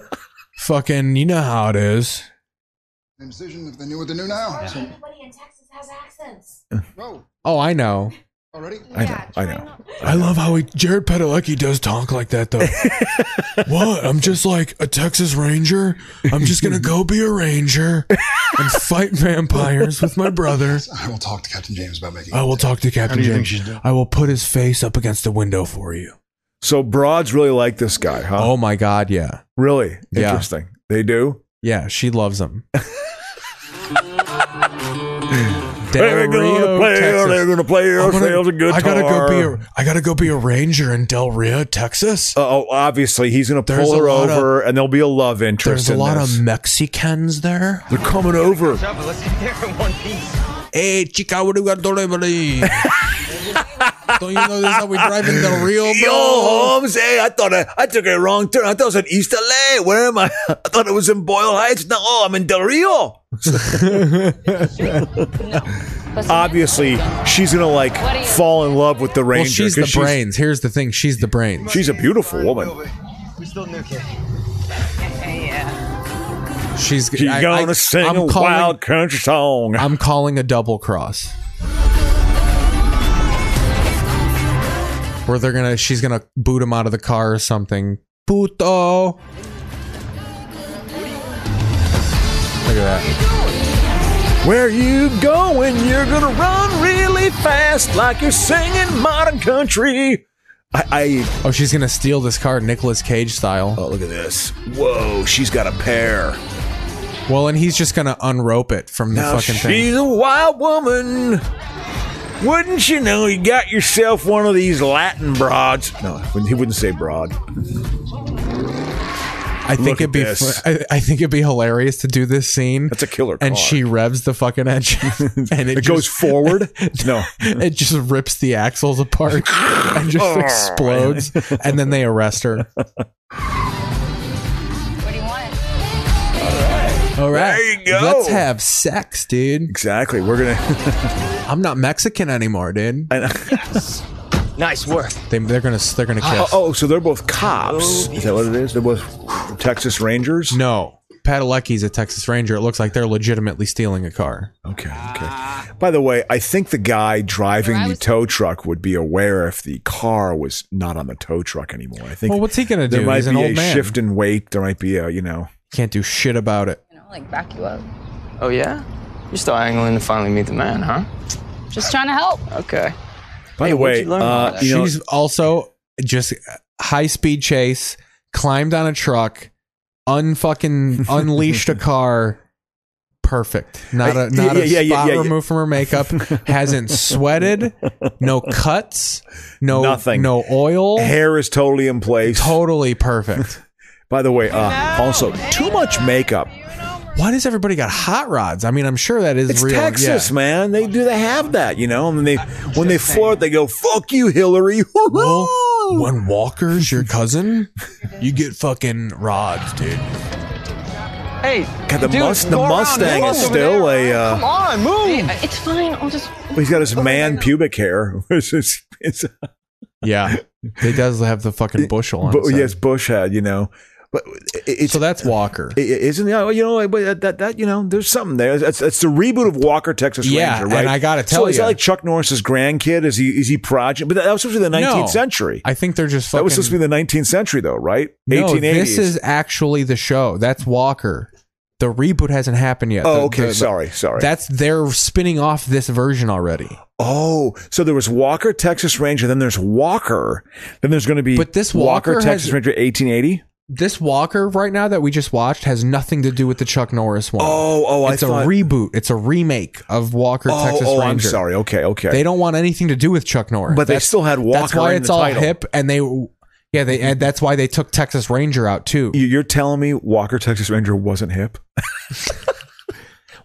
[SPEAKER 2] Fucking, you know how it is.
[SPEAKER 3] Incision if they knew what they knew now. So,
[SPEAKER 16] Everybody in Texas has accents.
[SPEAKER 3] whoa,
[SPEAKER 2] Oh, I know.
[SPEAKER 3] already?
[SPEAKER 1] I know, I know.
[SPEAKER 2] I love how he, Jared Padalecki does talk like that though. what? I'm just like a Texas Ranger. I'm just gonna go be a ranger and fight vampires with my brother.
[SPEAKER 3] I will talk to Captain James about making
[SPEAKER 2] I will talk to Captain
[SPEAKER 3] do you think
[SPEAKER 2] James.
[SPEAKER 3] she's doing?
[SPEAKER 2] I will put his face up against the window for you.
[SPEAKER 1] So broads really like this guy, huh?
[SPEAKER 2] Oh my god, yeah.
[SPEAKER 1] really?
[SPEAKER 2] Yeah.
[SPEAKER 1] Interesting. They do.
[SPEAKER 2] Yeah, she loves him.
[SPEAKER 1] They're
[SPEAKER 2] Del Rio,
[SPEAKER 1] gonna play.
[SPEAKER 2] Texas.
[SPEAKER 1] They're gonna play
[SPEAKER 2] I'm gonna-
[SPEAKER 1] ourselves a good
[SPEAKER 2] I gotta go be a I gotta go be a ranger in Del Rio, Texas.
[SPEAKER 1] Oh, obviously he's gonna
[SPEAKER 2] There's
[SPEAKER 1] pull
[SPEAKER 2] a
[SPEAKER 1] her
[SPEAKER 2] lot of-
[SPEAKER 1] over, and there'll be a love interest.
[SPEAKER 2] There's a
[SPEAKER 1] in
[SPEAKER 2] lot
[SPEAKER 1] this.
[SPEAKER 2] of Mexicans there.
[SPEAKER 1] They're coming over.
[SPEAKER 2] Hey, chica, what do you got to delivery? Don't you know this is how we drive in Del Rio,
[SPEAKER 1] Yo, Holmes. Hey, I thought I, I took a wrong turn. I thought it was in East LA. Where am I? I thought it was in Boyle Heights. No, oh, I'm in Del Rio. Obviously, she's gonna like fall in love with the ranger.
[SPEAKER 2] Well, she's
[SPEAKER 1] 'cause
[SPEAKER 2] the brains. Here's the thing: she's the brains.
[SPEAKER 1] She's a beautiful woman.
[SPEAKER 2] She's
[SPEAKER 1] She's
[SPEAKER 2] I-
[SPEAKER 1] gonna
[SPEAKER 2] I-
[SPEAKER 1] sing
[SPEAKER 2] I'm
[SPEAKER 1] a
[SPEAKER 2] calling,
[SPEAKER 1] wild country song.
[SPEAKER 2] I'm calling a double cross. Where they're gonna, she's gonna boot him out of the car or something. Puto. Look at that.
[SPEAKER 1] Where you going? You're gonna run really fast, like you're singing modern country. I, I
[SPEAKER 2] Oh, she's gonna steal this car, Nicolas Cage style.
[SPEAKER 1] oh, look at this. Whoa, she's got a pair.
[SPEAKER 2] Well, and he's just gonna unrope it from the
[SPEAKER 1] Now
[SPEAKER 2] fucking
[SPEAKER 1] she's
[SPEAKER 2] thing.
[SPEAKER 1] a wild woman. Wouldn't you know you got yourself one of these Latin broads? No, he wouldn't say broad.
[SPEAKER 2] I
[SPEAKER 1] look at
[SPEAKER 2] think it'd be
[SPEAKER 1] this.
[SPEAKER 2] fu- I, I think it'd be hilarious to do this scene.
[SPEAKER 1] That's a killer
[SPEAKER 2] And
[SPEAKER 1] car.
[SPEAKER 2] she revs the fucking engine, and it,
[SPEAKER 1] It goes
[SPEAKER 2] just-
[SPEAKER 1] forward? No.
[SPEAKER 2] It just rips the axles apart and just
[SPEAKER 1] Oh,
[SPEAKER 2] explodes, and then they arrest her.
[SPEAKER 14] What do you want?
[SPEAKER 2] All right,
[SPEAKER 1] There you go.
[SPEAKER 2] Let's have sex, dude.
[SPEAKER 1] Exactly. We're gonna.
[SPEAKER 2] I'm not Mexican anymore, dude.
[SPEAKER 1] I know.
[SPEAKER 15] Nice work.
[SPEAKER 2] They, they're gonna they're gonna kiss.
[SPEAKER 1] Oh, oh, so they're both cops.
[SPEAKER 15] Oh,
[SPEAKER 1] Is that what it is? They're both Texas Rangers.
[SPEAKER 2] No, Padalecki's a Texas Ranger. It looks like they're legitimately stealing a car.
[SPEAKER 1] Okay. Okay. By the way, I think the guy driving the tow truck would be aware if the car was not on the tow truck anymore. I think.
[SPEAKER 2] Well, what's he gonna
[SPEAKER 1] there
[SPEAKER 2] do?
[SPEAKER 1] might
[SPEAKER 2] He's
[SPEAKER 1] be
[SPEAKER 2] an
[SPEAKER 1] a
[SPEAKER 2] old man.
[SPEAKER 1] shift in weight. There might be a you know.
[SPEAKER 2] Can't do shit about it.
[SPEAKER 14] You know, like back you up.
[SPEAKER 15] Oh, yeah? You're still angling to finally meet the man, huh?
[SPEAKER 14] Just trying to help.
[SPEAKER 15] Okay.
[SPEAKER 1] By
[SPEAKER 15] Hey,
[SPEAKER 1] the
[SPEAKER 15] where'd
[SPEAKER 1] way,
[SPEAKER 15] you learn all
[SPEAKER 1] uh,
[SPEAKER 15] that?
[SPEAKER 1] you know,
[SPEAKER 2] She's also just high speed chase, climbed on a truck, unfucking unleashed a car. Perfect. Not a not a
[SPEAKER 1] Yeah, yeah, yeah,
[SPEAKER 2] spot
[SPEAKER 1] yeah, yeah.
[SPEAKER 2] removed from her makeup. Hasn't sweated. No cuts. No
[SPEAKER 1] Nothing.
[SPEAKER 2] No oil.
[SPEAKER 1] Hair is totally in place.
[SPEAKER 2] Totally perfect.
[SPEAKER 1] By the way, uh, also too much makeup.
[SPEAKER 2] Why does everybody got hot rods? I mean, I'm sure that is
[SPEAKER 1] It's
[SPEAKER 2] real.
[SPEAKER 1] Texas,
[SPEAKER 2] yeah.
[SPEAKER 1] man. They do they have that, you know? And they when they flirt, they go, "Fuck you, Hillary."
[SPEAKER 2] Well, when Walker's your cousin, you get fucking rods, dude.
[SPEAKER 14] Hey,
[SPEAKER 1] God, the,
[SPEAKER 14] dude,
[SPEAKER 1] mus- the
[SPEAKER 14] go around,
[SPEAKER 1] Mustang
[SPEAKER 14] move
[SPEAKER 1] is
[SPEAKER 14] over
[SPEAKER 1] still
[SPEAKER 14] there.
[SPEAKER 1] a. Uh,
[SPEAKER 14] Come on, move.
[SPEAKER 17] It's fine. I'll just.
[SPEAKER 1] he's got his man pubic hair. It's just- it's-
[SPEAKER 2] Yeah, he does have the fucking bushel on.
[SPEAKER 1] but
[SPEAKER 2] his head.
[SPEAKER 1] yes, Bush had, you know. But it- it's
[SPEAKER 2] so that's Walker.
[SPEAKER 1] it- it isn't yeah, well, you know like, but that, that that you know there's something there. That's, that's the reboot of Walker Texas
[SPEAKER 2] Yeah,
[SPEAKER 1] Ranger, right?
[SPEAKER 2] and I gotta
[SPEAKER 1] so
[SPEAKER 2] tell
[SPEAKER 1] is that
[SPEAKER 2] ya.
[SPEAKER 1] like Chuck Norris's grandkid? Is he is he project? But that was supposed to be the 19th
[SPEAKER 2] No.
[SPEAKER 1] century.
[SPEAKER 2] I think they're just fucking.
[SPEAKER 1] that was supposed to be the 19th century, though, right?
[SPEAKER 2] no,
[SPEAKER 1] 1880s.
[SPEAKER 2] this is actually the show. That's Walker. The reboot hasn't happened yet. The-
[SPEAKER 1] oh, okay.
[SPEAKER 2] the- the-
[SPEAKER 1] sorry, sorry.
[SPEAKER 2] That's they're spinning off this version already.
[SPEAKER 1] Oh, so there was Walker Texas Ranger, then there's Walker, then there's going to be
[SPEAKER 2] But this Walker
[SPEAKER 1] Texas
[SPEAKER 2] has-
[SPEAKER 1] Ranger 1880.
[SPEAKER 2] This Walker right now that we just watched has nothing to do with the Chuck Norris one.
[SPEAKER 1] Oh, oh,
[SPEAKER 2] it's
[SPEAKER 1] I thought.
[SPEAKER 2] a reboot. It's a remake of Walker
[SPEAKER 1] oh,
[SPEAKER 2] Texas
[SPEAKER 1] oh,
[SPEAKER 2] Ranger.
[SPEAKER 1] I'm sorry. Okay, okay.
[SPEAKER 2] They don't want anything to do with Chuck Norris.
[SPEAKER 1] But they
[SPEAKER 2] That's-
[SPEAKER 1] still had
[SPEAKER 2] That's
[SPEAKER 1] Walker
[SPEAKER 2] why
[SPEAKER 1] in
[SPEAKER 2] it's
[SPEAKER 1] the
[SPEAKER 2] all
[SPEAKER 1] title.
[SPEAKER 2] hip, and they yeah they and that's why they took Texas Ranger out too.
[SPEAKER 1] You- You're telling me Walker Texas Ranger wasn't hip?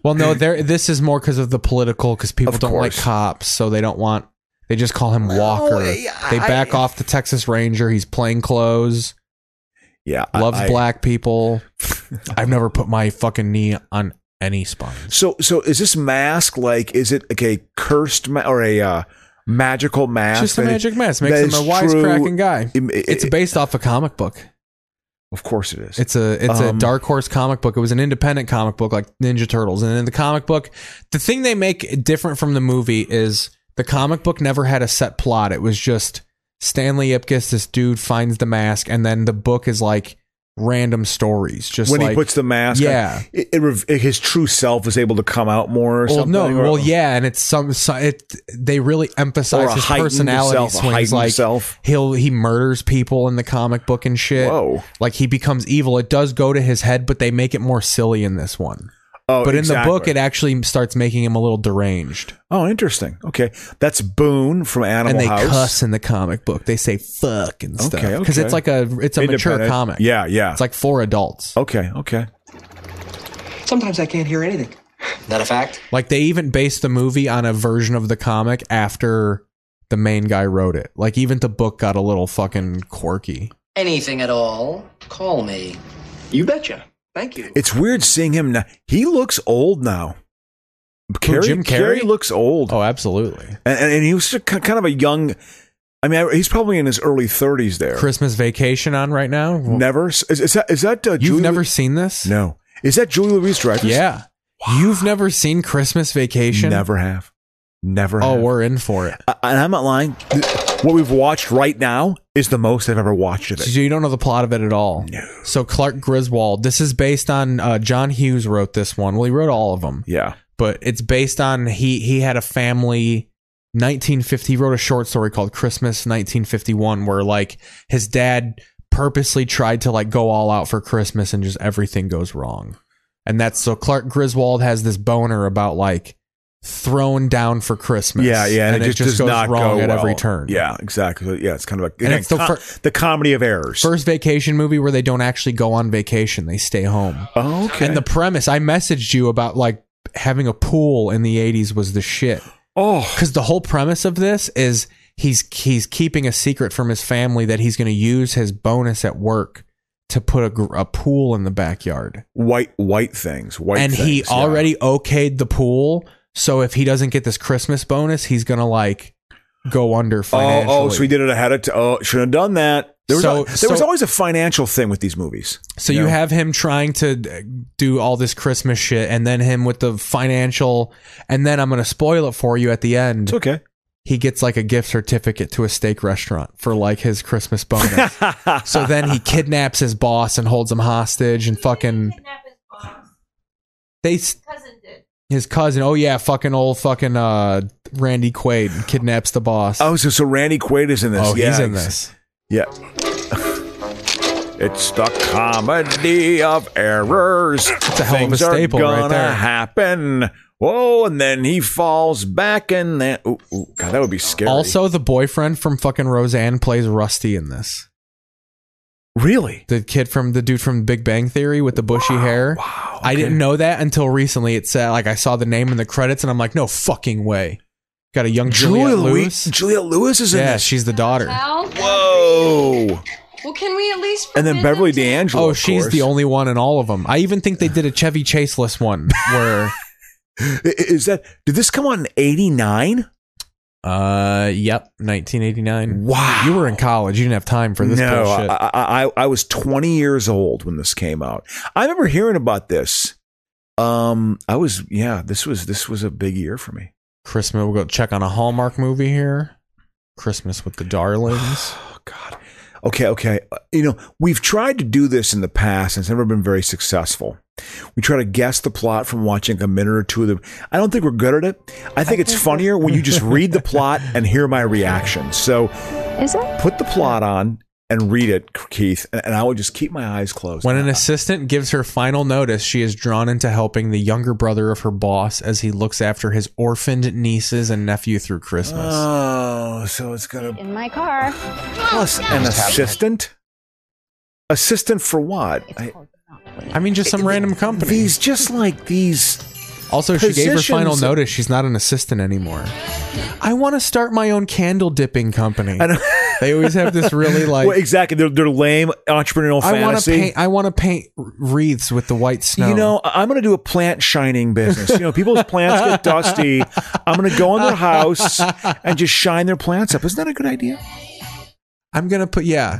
[SPEAKER 2] Well, no, there. This is more because of the political, because people
[SPEAKER 1] Of
[SPEAKER 2] don't like
[SPEAKER 1] course.
[SPEAKER 2] cops, so they don't want. They just call him Walker.
[SPEAKER 1] I-
[SPEAKER 2] they back off the Texas Ranger. He's plain clothes,
[SPEAKER 1] Yeah, I-
[SPEAKER 2] loves
[SPEAKER 1] I-
[SPEAKER 2] black people. I've never put my fucking knee on any spine.
[SPEAKER 1] So, so is this mask like? Is it like a cursed ma- or a uh, magical mask?
[SPEAKER 2] Just a
[SPEAKER 1] that-
[SPEAKER 2] magic mask
[SPEAKER 1] that
[SPEAKER 2] makes him
[SPEAKER 1] is
[SPEAKER 2] a
[SPEAKER 1] true-
[SPEAKER 2] wisecracking guy.
[SPEAKER 1] Im- i-
[SPEAKER 2] It's based off a comic book.
[SPEAKER 1] Of course, it is.
[SPEAKER 2] It's a it's
[SPEAKER 1] Um,
[SPEAKER 2] a dark horse comic book. It was an independent comic book like Ninja Turtles. And in the comic book, the thing they make different from the movie is the comic book never had a set plot. It was just Stanley Ipkiss, this dude finds the mask, and then the book is like random stories. Just
[SPEAKER 1] when he
[SPEAKER 2] like-
[SPEAKER 1] puts the mask. on,
[SPEAKER 2] Yeah.
[SPEAKER 1] it, it rev- his true self is able to come out more. Or
[SPEAKER 2] well,
[SPEAKER 1] something,
[SPEAKER 2] no,
[SPEAKER 1] or-
[SPEAKER 2] well, yeah, and it's some. so- It they really
[SPEAKER 1] Or
[SPEAKER 2] emphasize
[SPEAKER 1] a
[SPEAKER 2] his
[SPEAKER 1] heightened
[SPEAKER 2] personality
[SPEAKER 1] self, a
[SPEAKER 2] swings.
[SPEAKER 1] heightened
[SPEAKER 2] Like
[SPEAKER 1] self.
[SPEAKER 2] he'll he murders people in the comic book and shit.
[SPEAKER 1] Whoa.
[SPEAKER 2] Like he becomes evil. It does go to his head, but they make it more silly in this one.
[SPEAKER 1] Oh,
[SPEAKER 2] but in the book,
[SPEAKER 1] exactly.
[SPEAKER 2] it actually starts making him a little deranged.
[SPEAKER 1] Oh, interesting. Okay, that's Boone from Animal
[SPEAKER 2] and they
[SPEAKER 1] House.
[SPEAKER 2] cuss in the comic book. They say "fuck" and stuff
[SPEAKER 1] Okay,
[SPEAKER 2] because
[SPEAKER 1] okay.
[SPEAKER 2] it's like a it's a mature
[SPEAKER 1] Independent.
[SPEAKER 2] comic.
[SPEAKER 1] Yeah, yeah.
[SPEAKER 2] it's like for adults.
[SPEAKER 1] okay, okay.
[SPEAKER 14] Sometimes I can't hear anything.
[SPEAKER 18] That a fact?
[SPEAKER 2] Like they even based the movie on a version of the comic after the main guy wrote it. Like even the book got a little fucking quirky.
[SPEAKER 3] Anything at all, call me.
[SPEAKER 18] You betcha. Thank you.
[SPEAKER 1] It's weird seeing him now. He looks old now. Carrie,
[SPEAKER 2] Jim Carrey?
[SPEAKER 1] looks old,
[SPEAKER 2] Oh, absolutely.
[SPEAKER 1] and, and, and he was just ki- kind of a young. I mean, I- he's probably in his early thirties there.
[SPEAKER 2] Christmas Vacation on right now.
[SPEAKER 1] never is, is that is that uh,
[SPEAKER 2] You've
[SPEAKER 1] Julie-
[SPEAKER 2] never seen this?
[SPEAKER 1] no is that Julie Louise Dreyfus?
[SPEAKER 2] Yeah. You've never seen Christmas Vacation?
[SPEAKER 1] never have, never.
[SPEAKER 2] Oh,
[SPEAKER 1] have.
[SPEAKER 2] we're in for it.
[SPEAKER 1] I- and I'm not lying. Th- What we've watched right now is the most I've ever watched of it.
[SPEAKER 2] So you don't know the plot of it at all.
[SPEAKER 1] No.
[SPEAKER 2] So Clark Griswold. This is based on uh, John Hughes wrote this one. Well, he wrote all of them,
[SPEAKER 1] Yeah,
[SPEAKER 2] but it's based on he he had a family. 1950. He wrote a short story called Christmas 1951, where like his dad purposely tried to like go all out for Christmas, and just everything goes wrong. And that's so Clark Griswold has this boner about like thrown down for Christmas.
[SPEAKER 1] yeah, yeah.
[SPEAKER 2] and, it just,
[SPEAKER 1] does
[SPEAKER 2] goes
[SPEAKER 1] not
[SPEAKER 2] wrong
[SPEAKER 1] go
[SPEAKER 2] at every
[SPEAKER 1] well.
[SPEAKER 2] turn.
[SPEAKER 1] Yeah, exactly. Yeah, it's kind of a
[SPEAKER 2] And it's the
[SPEAKER 1] com-
[SPEAKER 2] fir-
[SPEAKER 1] the comedy of errors.
[SPEAKER 2] first vacation movie where they don't actually go on vacation; they stay home.
[SPEAKER 1] oh, okay.
[SPEAKER 2] And the premise I messaged you about like having a pool in the 80s was the shit.
[SPEAKER 1] oh,
[SPEAKER 2] Cuz the whole premise of this is he's he's keeping a secret from his family that he's going to use his bonus at work to put a, gr- a pool in the backyard.
[SPEAKER 1] white white things. White
[SPEAKER 2] and he
[SPEAKER 1] things, yeah.
[SPEAKER 2] already okayed the pool, so if he doesn't get this Christmas bonus, he's going to like go under
[SPEAKER 1] Oh,
[SPEAKER 2] financially.
[SPEAKER 1] oh, so he did it ahead of. T- oh, shouldn't have done that. There was
[SPEAKER 2] So-
[SPEAKER 1] al- there was
[SPEAKER 2] so-
[SPEAKER 1] always a financial thing with these movies.
[SPEAKER 2] So you
[SPEAKER 1] know?
[SPEAKER 2] have him trying to uh, do all this Christmas shit, and then him with the financial, and then I'm going to spoil it for you at the end.
[SPEAKER 1] it's okay.
[SPEAKER 2] he gets like a gift certificate to a steak restaurant for like his Christmas bonus. so then he kidnaps his boss and holds him hostage and fucking
[SPEAKER 19] Kidnap his boss.
[SPEAKER 2] they s-
[SPEAKER 19] Cousin did.
[SPEAKER 2] his cousin. Oh yeah, fucking old fucking uh Randy Quaid kidnaps the boss.
[SPEAKER 1] Oh, so so Randy Quaid is in this.
[SPEAKER 2] Oh,
[SPEAKER 1] yeah,
[SPEAKER 2] he's in
[SPEAKER 1] ex-
[SPEAKER 2] this.
[SPEAKER 1] Yeah, It's the comedy of errors. It's
[SPEAKER 2] a hell of a
[SPEAKER 1] Things
[SPEAKER 2] staple
[SPEAKER 1] are
[SPEAKER 2] right
[SPEAKER 1] gonna
[SPEAKER 2] there.
[SPEAKER 1] happen. Whoa, and then he falls back, and then ooh, ooh, God, that would be scary.
[SPEAKER 2] Also, the boyfriend from fucking Roseanne plays Rusty in this.
[SPEAKER 1] really,
[SPEAKER 2] The kid from the dude from Big Bang Theory with the bushy hair.
[SPEAKER 1] wow,
[SPEAKER 2] I
[SPEAKER 1] okay.
[SPEAKER 2] didn't know that until recently. It said like I saw the name in the credits, and I'm like, no fucking way. Got a young
[SPEAKER 1] Julia
[SPEAKER 2] Juliet
[SPEAKER 1] Louis.
[SPEAKER 2] Lewis.
[SPEAKER 1] Juliet Lewis is in
[SPEAKER 2] yeah,
[SPEAKER 1] this.
[SPEAKER 2] she's the daughter.
[SPEAKER 3] Well,
[SPEAKER 1] whoa,
[SPEAKER 3] well, can we at least?
[SPEAKER 1] and then
[SPEAKER 3] forbid
[SPEAKER 1] Beverly
[SPEAKER 3] them to-
[SPEAKER 1] D'Angelo.
[SPEAKER 2] Oh,
[SPEAKER 1] of
[SPEAKER 2] she's the
[SPEAKER 1] course.
[SPEAKER 2] only one in all of them. I even think they did a Chevy Chaseless one where,
[SPEAKER 1] I- Is that? Did this come on '89?
[SPEAKER 2] uh, yep, 1989.
[SPEAKER 1] Wow.
[SPEAKER 2] you were in college. You didn't have time for this
[SPEAKER 1] no,
[SPEAKER 2] bullshit.
[SPEAKER 1] I, I, I I was 20 years old when this came out. I remember hearing about this. Um, I was yeah. This was this was a big year for me.
[SPEAKER 2] Christmas. We'll go check on a Hallmark movie here. Christmas with the Darlings.
[SPEAKER 1] Oh God. Okay, okay. Uh, You know, we've tried to do this in the past, and it's never been very successful. We try to guess the plot from watching a minute or two of the. I don't think we're good at it. I think it's funnier when you just read the plot and hear my reaction. So,
[SPEAKER 20] Is it?
[SPEAKER 1] put the plot on and read it, Keith, and, and I will just keep my eyes closed.
[SPEAKER 2] When an assistant gives her final notice, she is drawn into helping the younger brother of her boss as he looks after his orphaned nieces and nephew through Christmas.
[SPEAKER 1] Oh, so it's gonna
[SPEAKER 20] In my car.
[SPEAKER 1] plus an assistant. Assistant for what? I-
[SPEAKER 2] I mean, just some random company.
[SPEAKER 1] These just like these.
[SPEAKER 2] also, she gave her final
[SPEAKER 1] positions-
[SPEAKER 2] notice. She's not an assistant anymore. I want to start my own candle dipping company.
[SPEAKER 1] I know.
[SPEAKER 2] They always have this really like.
[SPEAKER 1] well, exactly. They're, they're lame entrepreneurial
[SPEAKER 2] I want to
[SPEAKER 1] fantasy.
[SPEAKER 2] paint. I want to paint wreaths with the white snow.
[SPEAKER 1] You know, I- I'm going to do a plant shining business. You know, people's plants get dusty. I'm going to go in their house and just shine their plants up. Isn't that a good idea?
[SPEAKER 2] I'm gonna put yeah.